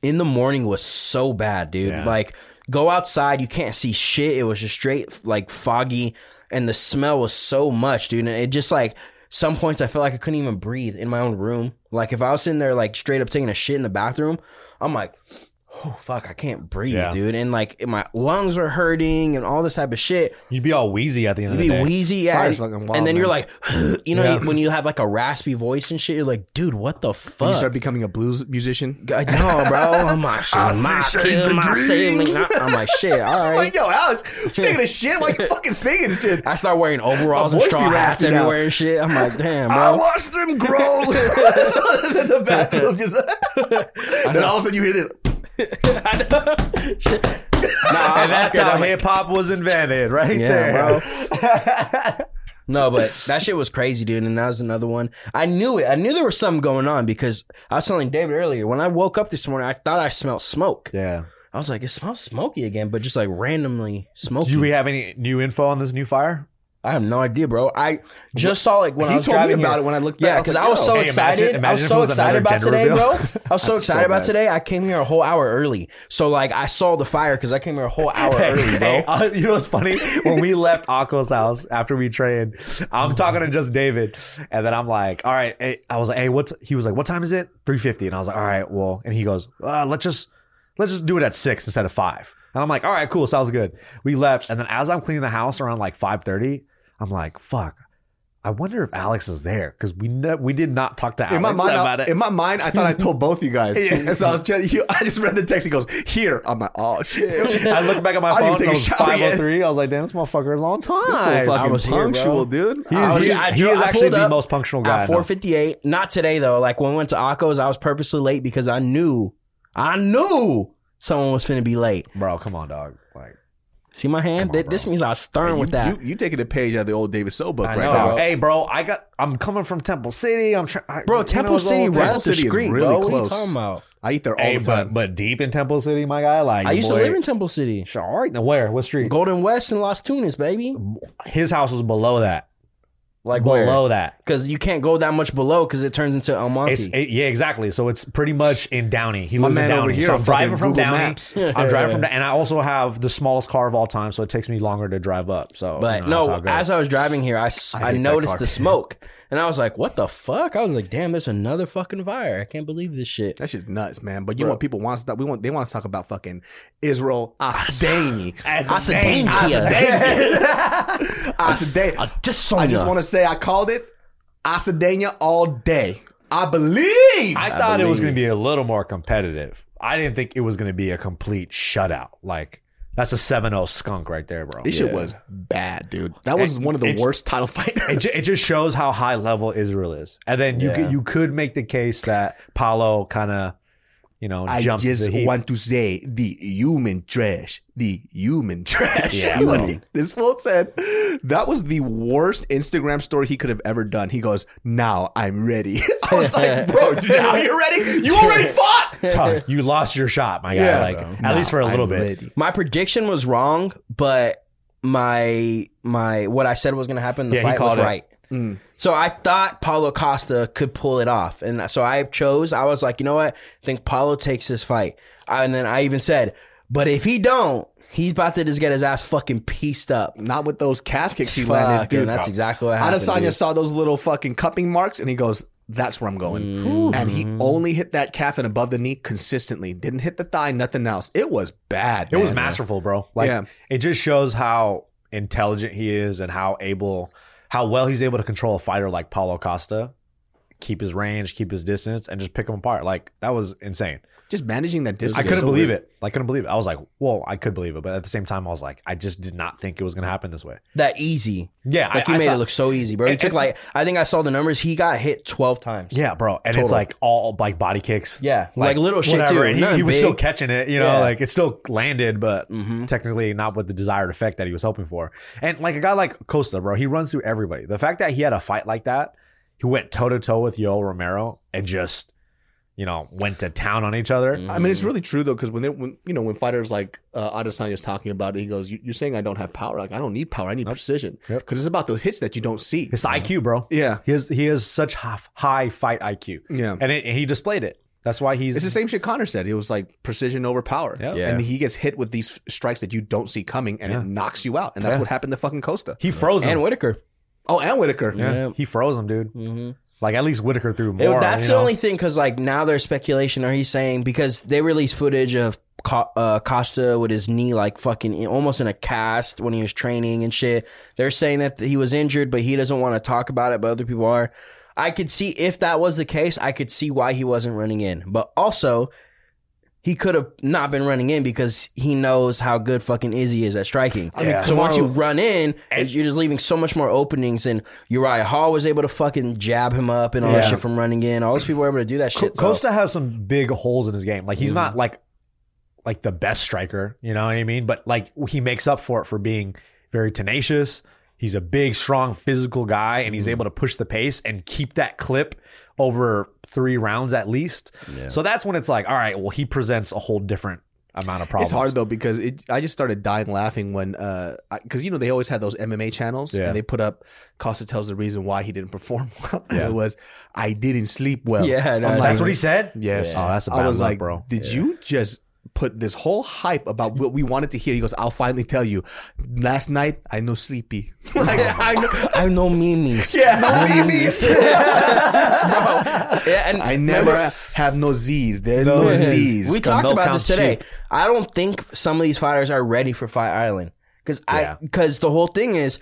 [SPEAKER 2] in the morning was so bad, dude.
[SPEAKER 3] Yeah.
[SPEAKER 2] Like, go outside, you can't see shit. It was just straight, like, foggy, and the smell was so much, dude. And it just, like, some points I felt like I couldn't even breathe in my own room. Like, if I was sitting there, like, straight up taking a shit in the bathroom, I'm like, oh, fuck, I can't breathe,
[SPEAKER 3] Yeah.
[SPEAKER 2] dude. And, like, my lungs were hurting and all this type of shit.
[SPEAKER 3] You'd be all wheezy at the end
[SPEAKER 2] You'd
[SPEAKER 3] of the
[SPEAKER 2] be
[SPEAKER 3] day.
[SPEAKER 2] wheezy. Yeah.
[SPEAKER 1] Fire's
[SPEAKER 2] and-
[SPEAKER 1] fucking wild,
[SPEAKER 2] and then you're
[SPEAKER 1] man.
[SPEAKER 2] like, you know,
[SPEAKER 3] Yeah.
[SPEAKER 2] when you have like a raspy voice and shit, you're like, dude, what the fuck?
[SPEAKER 1] And you start becoming a blues musician.
[SPEAKER 2] God, no, bro. I'm like,
[SPEAKER 1] I
[SPEAKER 2] shit, my
[SPEAKER 1] see shades
[SPEAKER 2] kid,
[SPEAKER 1] of
[SPEAKER 2] my
[SPEAKER 1] green.
[SPEAKER 2] sibling. I- I'm like, shit, all
[SPEAKER 1] It's
[SPEAKER 2] right.
[SPEAKER 1] yo, Alex, you taking a shit while you fucking singing shit.
[SPEAKER 2] I start wearing overalls
[SPEAKER 1] My
[SPEAKER 2] and
[SPEAKER 1] voice
[SPEAKER 2] straw
[SPEAKER 1] be
[SPEAKER 2] hats
[SPEAKER 1] raspy now.
[SPEAKER 2] everywhere and shit. I'm like, damn, bro.
[SPEAKER 1] watched them grow. in the bathroom, just then all of a sudden you hear this.
[SPEAKER 3] and that's
[SPEAKER 2] Okay,
[SPEAKER 3] how
[SPEAKER 2] I'm like-
[SPEAKER 3] hip hop was invented, right
[SPEAKER 2] Yeah,
[SPEAKER 3] there,
[SPEAKER 2] bro. No, but that shit was crazy, dude. And that was another one. I knew it. I knew there was something going on because I was telling David earlier when I woke up this morning, I thought I smelled smoke.
[SPEAKER 3] Yeah.
[SPEAKER 2] I was like, it smells smoky again, but just like randomly smoky.
[SPEAKER 3] Do we have any new info on this new fire?
[SPEAKER 2] I have no idea, bro. I just saw like when
[SPEAKER 1] he
[SPEAKER 2] I was
[SPEAKER 1] told me
[SPEAKER 2] driving
[SPEAKER 1] about
[SPEAKER 2] here.
[SPEAKER 1] it when I looked.
[SPEAKER 2] Yeah,
[SPEAKER 1] back.
[SPEAKER 2] because I was
[SPEAKER 1] yo.
[SPEAKER 2] so
[SPEAKER 3] Hey,
[SPEAKER 2] excited.
[SPEAKER 3] imagine-
[SPEAKER 2] I was
[SPEAKER 3] imagine
[SPEAKER 2] so
[SPEAKER 3] if it was
[SPEAKER 2] excited
[SPEAKER 3] another
[SPEAKER 2] about
[SPEAKER 3] gender
[SPEAKER 2] today,
[SPEAKER 3] reveal.
[SPEAKER 2] bro. I was so
[SPEAKER 3] That's so
[SPEAKER 2] excited about
[SPEAKER 3] bad.
[SPEAKER 2] today. I came here a whole hour early. So like I saw the fire because I came here a whole hour early, bro.
[SPEAKER 3] Hey, uh, you know what's funny? When we left Akko's house after we trained, I'm talking to just David, and then I'm like, "All right," hey, I was like, "Hey, what's?" He was like, "What time is it?" Three fifty, and I was like, "All right, well," and he goes, uh, "Let's just let's just do it at six instead of five. And I'm like, "All right, cool, sounds good." We left, and then as I'm cleaning the house around like five thirty, I'm like, "Fuck." I wonder if Alex is there because we ne- we did not talk to Alex
[SPEAKER 1] In my, mind,
[SPEAKER 3] about
[SPEAKER 1] I,
[SPEAKER 3] it.
[SPEAKER 1] in my mind, I thought I told both you guys.
[SPEAKER 3] Yeah.
[SPEAKER 1] And so I was telling you, I just read the text. He goes, Here. I'm like, Oh, shit.
[SPEAKER 3] I looked back at my
[SPEAKER 1] I didn't
[SPEAKER 3] phone.
[SPEAKER 1] take
[SPEAKER 3] It
[SPEAKER 1] a
[SPEAKER 3] was
[SPEAKER 1] shower
[SPEAKER 3] five
[SPEAKER 1] yet.
[SPEAKER 3] oh three. I was like, "Damn, this motherfucker is on
[SPEAKER 1] Full
[SPEAKER 3] time."
[SPEAKER 1] fucking
[SPEAKER 2] was here, bro.
[SPEAKER 1] punctual, dude.
[SPEAKER 3] He is,
[SPEAKER 1] I was-
[SPEAKER 3] he is-
[SPEAKER 2] I
[SPEAKER 3] he
[SPEAKER 2] drew-
[SPEAKER 3] is
[SPEAKER 2] I
[SPEAKER 3] actually
[SPEAKER 2] pulled
[SPEAKER 3] the
[SPEAKER 2] up
[SPEAKER 3] most punctual guy. I
[SPEAKER 2] At
[SPEAKER 3] know.
[SPEAKER 2] four fifty eight, not today though. Like when we went to Akko's, I was purposely late because I knew, I knew someone was finna be late.
[SPEAKER 3] Bro, come on, dog. Like,
[SPEAKER 2] See my hand?
[SPEAKER 3] Come on,
[SPEAKER 2] Th- this
[SPEAKER 3] bro.
[SPEAKER 2] means I was stern
[SPEAKER 1] you,
[SPEAKER 2] with that.
[SPEAKER 1] You, you taking a page out of the old David So book
[SPEAKER 2] I
[SPEAKER 1] right
[SPEAKER 2] know,
[SPEAKER 1] now.
[SPEAKER 2] bro.
[SPEAKER 3] hey, bro, I got. I'm coming from Temple City. I'm trying,
[SPEAKER 2] bro, Temple City right
[SPEAKER 1] Temple
[SPEAKER 2] up the
[SPEAKER 1] City is
[SPEAKER 2] street,
[SPEAKER 1] really
[SPEAKER 2] bro. What are you
[SPEAKER 1] close.
[SPEAKER 2] talking about?
[SPEAKER 1] I eat there all
[SPEAKER 3] Hey,
[SPEAKER 1] the
[SPEAKER 3] but
[SPEAKER 1] time.
[SPEAKER 3] but deep in Temple City, my guy. Like,
[SPEAKER 2] I used to
[SPEAKER 3] boy-
[SPEAKER 2] live in Temple City.
[SPEAKER 3] Sure, All right, now where? What street?
[SPEAKER 2] Golden West and Las Tunas, baby.
[SPEAKER 3] His house was below that.
[SPEAKER 2] Like
[SPEAKER 3] below
[SPEAKER 2] where?
[SPEAKER 3] that.
[SPEAKER 2] Because you can't go that much below because it turns into El Monte.
[SPEAKER 3] It's it- yeah, exactly. So it's pretty much in Downey. He
[SPEAKER 1] My
[SPEAKER 3] lives in
[SPEAKER 1] man
[SPEAKER 3] Downey.
[SPEAKER 1] over here,
[SPEAKER 3] so
[SPEAKER 1] on
[SPEAKER 3] I'm driving
[SPEAKER 1] fucking
[SPEAKER 3] from
[SPEAKER 1] Google
[SPEAKER 3] Downey.
[SPEAKER 1] Maps.
[SPEAKER 3] I'm driving from, and I also have the smallest car of all time, so it takes me longer to drive up.
[SPEAKER 1] Oh,
[SPEAKER 3] So,
[SPEAKER 2] But
[SPEAKER 3] you know,
[SPEAKER 2] no,
[SPEAKER 3] that's how it goes.
[SPEAKER 2] as I was driving here, I, s-
[SPEAKER 1] I
[SPEAKER 2] I
[SPEAKER 1] hate that
[SPEAKER 2] noticed
[SPEAKER 1] car.
[SPEAKER 2] the smoke, and I was like, "What the fuck?" I was like, "Damn, there's another fucking fire! I can't believe this shit."
[SPEAKER 1] That shit's nuts, man. But you
[SPEAKER 2] Bro.
[SPEAKER 1] want people want to talk, we want they want us to talk about fucking Israel, Asdani.
[SPEAKER 3] As
[SPEAKER 2] I
[SPEAKER 3] a
[SPEAKER 2] said,
[SPEAKER 3] dang-
[SPEAKER 2] "Dang, Kia."
[SPEAKER 1] Asdani.
[SPEAKER 2] I just
[SPEAKER 1] I just want to say I called it Asadania all day. I believe.
[SPEAKER 3] I thought it was
[SPEAKER 2] believe.
[SPEAKER 3] going to be a little more competitive. I didn't think it was going to be a complete shutout. Like that's a 7-0 skunk right there, bro.
[SPEAKER 1] this
[SPEAKER 3] It,
[SPEAKER 1] shit was bad, dude. That was
[SPEAKER 3] It-
[SPEAKER 1] one of the
[SPEAKER 3] it-
[SPEAKER 1] worst title fights.
[SPEAKER 3] ju- it just shows how high level Israel is. And then you
[SPEAKER 2] Yeah.
[SPEAKER 3] could you could make the case that Paulo kind of you know
[SPEAKER 1] I
[SPEAKER 3] jumped
[SPEAKER 1] just
[SPEAKER 3] the heat.
[SPEAKER 1] want to say the human trash, the human trash.
[SPEAKER 3] Yeah,
[SPEAKER 1] Like,
[SPEAKER 3] bro.
[SPEAKER 1] this fool said that was the worst Instagram story he could have ever done. He goes, "Now I'm ready." I was like, "Bro, now you're ready? You already fought."
[SPEAKER 3] Tough. You lost your shot, my guy.
[SPEAKER 1] Yeah,
[SPEAKER 3] like
[SPEAKER 1] bro.
[SPEAKER 3] at
[SPEAKER 1] Now
[SPEAKER 3] least for a little
[SPEAKER 1] I'm
[SPEAKER 3] bit.
[SPEAKER 1] ready.
[SPEAKER 2] My prediction was wrong, but my my what I said was going to happen, in the
[SPEAKER 3] Yeah, he
[SPEAKER 2] fight was
[SPEAKER 3] called it.
[SPEAKER 2] right.
[SPEAKER 1] Mm.
[SPEAKER 2] So I thought Paulo Costa could pull it off, and so I chose. I was like, you know what? I think Paulo takes this fight, I, and then I even said, but if he don't, he's about to just get his ass fucking pieced up.
[SPEAKER 1] Not with those calf kicks he
[SPEAKER 2] Fuck,
[SPEAKER 1] landed, dude.
[SPEAKER 2] and that's exactly what happened.
[SPEAKER 1] Adesanya
[SPEAKER 2] dude.
[SPEAKER 1] saw those little fucking cupping marks, and he goes, That's where I'm going.
[SPEAKER 3] Mm. Mm-hmm.
[SPEAKER 1] And he only hit that calf and above the knee consistently. Didn't hit the thigh, nothing else. It was bad.
[SPEAKER 3] It was
[SPEAKER 1] man.
[SPEAKER 3] masterful, bro. Like
[SPEAKER 1] Yeah.
[SPEAKER 3] it just shows how intelligent he is and how able, how well he's able to control a fighter like Paulo Costa, keep his range, keep his distance, and just pick him apart. Like that was insane.
[SPEAKER 1] Just managing that distance.
[SPEAKER 3] I
[SPEAKER 1] was
[SPEAKER 3] couldn't
[SPEAKER 1] so
[SPEAKER 3] believe
[SPEAKER 1] weird.
[SPEAKER 3] it. I couldn't believe it. I was like, well, I could believe it, but at the same time, I was like, I just did not think it was gonna happen this way.
[SPEAKER 2] that easy.
[SPEAKER 3] Yeah,
[SPEAKER 2] Like
[SPEAKER 3] I,
[SPEAKER 2] he
[SPEAKER 3] I
[SPEAKER 2] made it
[SPEAKER 3] thought-
[SPEAKER 2] look so easy, bro. He
[SPEAKER 3] And-
[SPEAKER 2] took
[SPEAKER 3] and-
[SPEAKER 2] like I think I saw the numbers. He got hit twelve times.
[SPEAKER 3] Yeah, bro, and it's
[SPEAKER 2] Total.
[SPEAKER 3] like all like body kicks.
[SPEAKER 2] yeah, like, little shit
[SPEAKER 3] whatever.
[SPEAKER 2] too.
[SPEAKER 3] And he- he,
[SPEAKER 2] Nothing
[SPEAKER 3] was still
[SPEAKER 2] big.
[SPEAKER 3] catching it, you know,
[SPEAKER 2] Yeah.
[SPEAKER 3] like it still landed, but
[SPEAKER 2] Mhm.
[SPEAKER 3] technically not with the desired effect that he was hoping for. And like a guy like Costa, bro, he runs through everybody. The fact that he had a fight like that, he went toe to toe with Yoel Romero and just, you know, went to town on each other.
[SPEAKER 2] Mm-hmm.
[SPEAKER 1] I mean, it's really true though, because when they, when you know, when fighters like uh, Adesanya's talking about it, he goes, "You- "You're saying I don't have power? Like I don't need power. I need precision. Because
[SPEAKER 3] Yep.
[SPEAKER 1] it's about those hits that you don't see.
[SPEAKER 3] It's the IQ,
[SPEAKER 2] Mm-hmm.
[SPEAKER 3] bro.
[SPEAKER 1] yeah,
[SPEAKER 3] He has he has such hi- high fight IQ,
[SPEAKER 1] yeah.
[SPEAKER 3] and, it, and he displayed it. That's why he's
[SPEAKER 1] It's the same shit Connor said. It was like precision over power.
[SPEAKER 3] Yeah.
[SPEAKER 2] Yeah.
[SPEAKER 1] And he gets hit with these strikes that you don't see coming, and
[SPEAKER 3] Yeah.
[SPEAKER 1] it knocks you out. And that's
[SPEAKER 3] Yeah.
[SPEAKER 1] what happened to fucking Costa.
[SPEAKER 3] he froze him.
[SPEAKER 2] and Whitaker.
[SPEAKER 1] Oh, and Whitaker.
[SPEAKER 2] Yeah.
[SPEAKER 3] He froze him, dude.
[SPEAKER 2] Mm-hmm.
[SPEAKER 3] Like at least Whitaker threw
[SPEAKER 2] It-
[SPEAKER 3] more.
[SPEAKER 2] that's
[SPEAKER 3] you
[SPEAKER 2] the
[SPEAKER 3] know?
[SPEAKER 2] only thing because like now there's speculation. Are he saying because they released footage of Co- uh, Costa with his knee like fucking in- almost in a cast when he was training and shit? They're saying that he was injured, but he doesn't want to talk about it, but other people are. I could see if that was the case, I could see why he wasn't running in, but also. He could have not been running in because he knows how good fucking Izzy is at striking.
[SPEAKER 1] I mean,
[SPEAKER 3] Yeah.
[SPEAKER 2] So once you
[SPEAKER 1] Kamaru-
[SPEAKER 2] run in,
[SPEAKER 3] And-
[SPEAKER 2] you're just leaving so much more openings. And Uriah Hall was able to fucking jab him up and all that
[SPEAKER 1] Yeah.
[SPEAKER 2] shit from running in. All those people were able to do that
[SPEAKER 3] Co-
[SPEAKER 2] shit. so-
[SPEAKER 3] Costa has some big holes in his game. Like he's
[SPEAKER 1] Mm-hmm.
[SPEAKER 2] Mhm.
[SPEAKER 3] not like like the best striker, you know what I mean? But like he makes up for it for being very tenacious. He's a big, strong, physical guy, and
[SPEAKER 1] Mm-hmm.
[SPEAKER 3] he's able to push the pace and keep that clip over three rounds at least. So that's when it's like, all right, well, he presents a whole different amount of problems.
[SPEAKER 1] It's hard though because it, I just started dying laughing when because you know they always had those MMA channels
[SPEAKER 3] Yeah.
[SPEAKER 1] and they put up Costa tells the reason why he didn't perform well.
[SPEAKER 3] Yeah.
[SPEAKER 1] It was I didn't sleep well.
[SPEAKER 2] Yeah, no,
[SPEAKER 1] I'm
[SPEAKER 3] That's
[SPEAKER 1] like,
[SPEAKER 3] what he said.
[SPEAKER 1] Yes.
[SPEAKER 3] Oh, that's a bad
[SPEAKER 1] I was
[SPEAKER 3] look,
[SPEAKER 1] like,
[SPEAKER 3] bro.
[SPEAKER 1] Did you just put this whole hype about what we wanted to hear? He goes, I'll finally tell you. Last night I know sleepy. like, I know.
[SPEAKER 2] I know memes.
[SPEAKER 1] Yeah, no babies.
[SPEAKER 2] Yeah, and
[SPEAKER 1] I never have no Z's. There are no,
[SPEAKER 3] No
[SPEAKER 1] Z's.
[SPEAKER 2] We talked
[SPEAKER 3] milk
[SPEAKER 2] about
[SPEAKER 3] counts
[SPEAKER 2] this today.
[SPEAKER 3] cheap.
[SPEAKER 2] I don't think some of these fighters are ready for Fight Island because
[SPEAKER 3] Yeah.
[SPEAKER 2] I because the whole thing is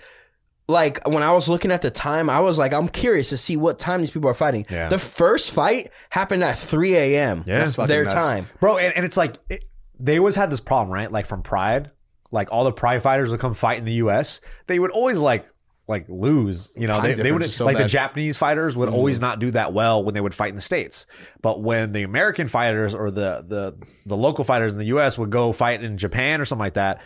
[SPEAKER 2] like when I was looking at the time, I was like, I'm curious to see what time these people are fighting.
[SPEAKER 3] Yeah.
[SPEAKER 2] The first fight happened at 3 a.m.
[SPEAKER 3] Yeah. That's
[SPEAKER 1] fucking
[SPEAKER 2] their
[SPEAKER 1] nuts.
[SPEAKER 2] time.
[SPEAKER 3] bro and, and it's like it, they always had this problem right like from pride like all the pride fighters would come fight in the us they would always like like lose you know
[SPEAKER 1] Time
[SPEAKER 3] they, they
[SPEAKER 1] difference
[SPEAKER 3] would
[SPEAKER 1] is so
[SPEAKER 3] like the
[SPEAKER 1] bad. Mm-hmm.
[SPEAKER 3] japanese fighters would always not do that well when they would fight in the states but when the american fighters or the the the local fighters in the us would go fight in japan or something like that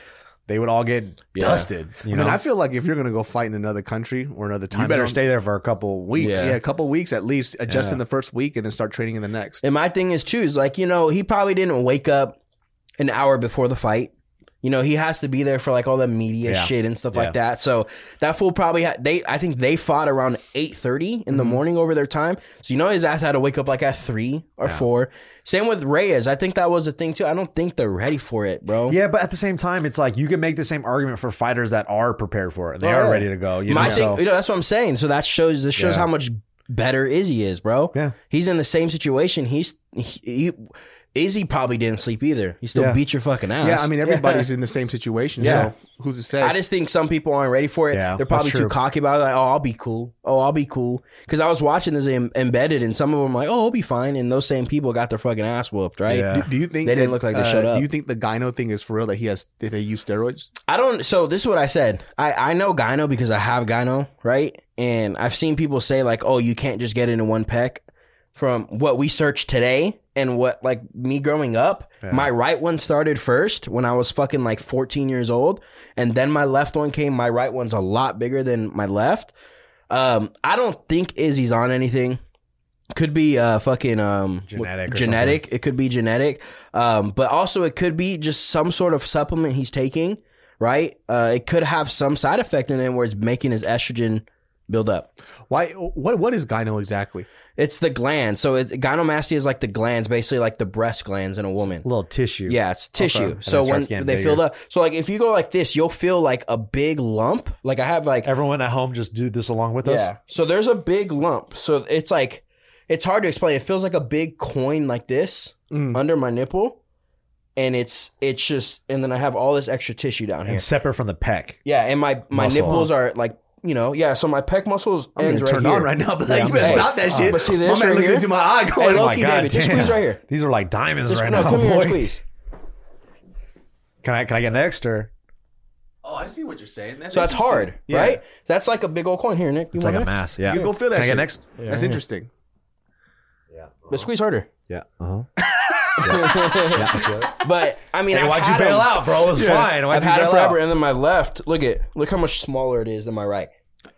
[SPEAKER 3] they would all get
[SPEAKER 2] Yeah.
[SPEAKER 3] dusted you know
[SPEAKER 1] I mean, I feel like if you're gonna go fight in another country or another time,
[SPEAKER 3] you better
[SPEAKER 1] zone,
[SPEAKER 3] stay there for a couple weeks
[SPEAKER 1] Yeah.
[SPEAKER 2] Yeah.
[SPEAKER 1] a couple weeks at least. Adjust in the first week and then start training in the next.
[SPEAKER 2] And my thing is too is like you know he probably didn't wake up an hour before the fight. You know he has to be there for like all the media
[SPEAKER 3] Yeah.
[SPEAKER 2] shit and stuff
[SPEAKER 3] Yeah.
[SPEAKER 2] like that. So that fool probably had they I think they fought around eight thirty in
[SPEAKER 3] Mm-hmm.
[SPEAKER 2] the morning over their time. So you know his ass had to wake up like at three or four. Same with Reyes. I think that was the thing too. I don't think they're ready for it, bro.
[SPEAKER 3] Yeah, but at the same time, it's like you can make the same argument for fighters that are prepared for it. and They
[SPEAKER 2] Oh,
[SPEAKER 3] are
[SPEAKER 2] yeah.
[SPEAKER 3] ready to go. You
[SPEAKER 2] my
[SPEAKER 3] know?
[SPEAKER 2] thing,
[SPEAKER 3] so-
[SPEAKER 2] you know, that's what I'm saying. So that shows this shows
[SPEAKER 3] Yeah.
[SPEAKER 2] how much better Izzy is, bro.
[SPEAKER 3] Yeah.
[SPEAKER 2] he's in the same situation. He's he, he Izzy probably didn't sleep either. He still
[SPEAKER 3] Yeah.
[SPEAKER 2] beat your fucking ass.
[SPEAKER 1] Yeah, I mean everybody's in the same situation.
[SPEAKER 3] Yeah.
[SPEAKER 1] So who's to say?
[SPEAKER 2] I just think some people aren't ready for it.
[SPEAKER 3] Yeah,
[SPEAKER 2] They're probably
[SPEAKER 3] that's
[SPEAKER 2] too
[SPEAKER 3] true.
[SPEAKER 2] cocky about it. Like, oh, I'll be cool. Oh, I'll be cool. Because I was watching this em- embedded, and some of them like, oh, I'll be fine. And those same people got their fucking ass whooped, right?
[SPEAKER 3] Yeah.
[SPEAKER 1] do, do you think
[SPEAKER 2] They didn't
[SPEAKER 1] that, uh,
[SPEAKER 2] look like they showed
[SPEAKER 1] Do
[SPEAKER 2] up.
[SPEAKER 1] you think the gyno thing is for real? That he has? Did they use steroids?
[SPEAKER 2] I don't. So this is what I said. I I know gyno because I have gyno, right? And I've seen people say like, oh, you can't just get into one peck. From what we searched today and what like me growing up,
[SPEAKER 3] Yeah.
[SPEAKER 2] my right one started first when I was fucking like 14 years old, and then my left one came. My right one's a lot bigger than my left. Um, I don't think Izzy's on anything. Could be uh fucking um
[SPEAKER 3] Genetic or
[SPEAKER 2] genetic. It could be genetic. Um, but also it could be just some sort of supplement he's taking, right? Uh, it could have some side effect in it where it's making his estrogen build up.
[SPEAKER 1] Why? What? What is gyno exactly?
[SPEAKER 2] It's the gland. So it, gynomastia is like the glands, basically like the breast glands in a woman.
[SPEAKER 3] little tissue.
[SPEAKER 2] Yeah, it's tissue.
[SPEAKER 3] And
[SPEAKER 2] So
[SPEAKER 3] it starts
[SPEAKER 2] when
[SPEAKER 3] getting
[SPEAKER 2] they
[SPEAKER 3] bigger.
[SPEAKER 2] fill up, so like if you go like this, you'll feel like a big lump. Like I have like
[SPEAKER 3] Everyone at home, just do this along with us.
[SPEAKER 2] Yeah. So there's a big lump. So it's like it's hard to explain. It feels like a big coin like this
[SPEAKER 3] Mm-hmm.
[SPEAKER 1] Mm.
[SPEAKER 2] under my nipple, and it's it's just and then I have all this extra tissue down here.
[SPEAKER 3] and separate from the pec.
[SPEAKER 2] Yeah, and my my
[SPEAKER 3] Muscle,
[SPEAKER 2] nipples are like you know yeah. So my pec muscles
[SPEAKER 1] I'm
[SPEAKER 2] ends
[SPEAKER 1] getting
[SPEAKER 2] right
[SPEAKER 1] turned
[SPEAKER 2] here.
[SPEAKER 1] on right now, but like,
[SPEAKER 2] Yeah,
[SPEAKER 1] you better
[SPEAKER 2] hey,
[SPEAKER 1] stop that
[SPEAKER 3] uh,
[SPEAKER 1] shit.
[SPEAKER 2] but see this
[SPEAKER 1] my man
[SPEAKER 2] right
[SPEAKER 1] looking
[SPEAKER 2] here?
[SPEAKER 1] into my eye
[SPEAKER 2] Hey,
[SPEAKER 1] going,
[SPEAKER 2] low
[SPEAKER 1] like,
[SPEAKER 2] key, David, just
[SPEAKER 3] Oh damn.
[SPEAKER 2] squeeze right here.
[SPEAKER 3] These are like diamonds
[SPEAKER 2] Just
[SPEAKER 3] right
[SPEAKER 2] no,
[SPEAKER 3] now.
[SPEAKER 2] come here and
[SPEAKER 3] boy.
[SPEAKER 2] squeeze.
[SPEAKER 3] Can I can I get next or
[SPEAKER 1] oh, I see what you're saying. That's
[SPEAKER 2] So that's
[SPEAKER 1] interesting.
[SPEAKER 2] hard,
[SPEAKER 1] Yeah.
[SPEAKER 2] right? That's like a big old coin here, Nick. You
[SPEAKER 3] it's like
[SPEAKER 2] want
[SPEAKER 3] a
[SPEAKER 2] it?
[SPEAKER 3] mass? Yeah.
[SPEAKER 1] You go feel that
[SPEAKER 3] Can I
[SPEAKER 1] shit.
[SPEAKER 3] get next?
[SPEAKER 1] That's interesting.
[SPEAKER 2] But squeeze harder.
[SPEAKER 3] Yeah. Uh-huh.
[SPEAKER 2] But I mean,
[SPEAKER 3] Hey,
[SPEAKER 2] I've
[SPEAKER 3] why'd you
[SPEAKER 2] had
[SPEAKER 3] bail
[SPEAKER 2] 'em.
[SPEAKER 3] out, bro? It's fine. Why'd
[SPEAKER 2] I've
[SPEAKER 3] you
[SPEAKER 2] had
[SPEAKER 3] bail
[SPEAKER 2] it forever,
[SPEAKER 3] out?
[SPEAKER 2] and then my left. Look at look how much smaller it is than my right.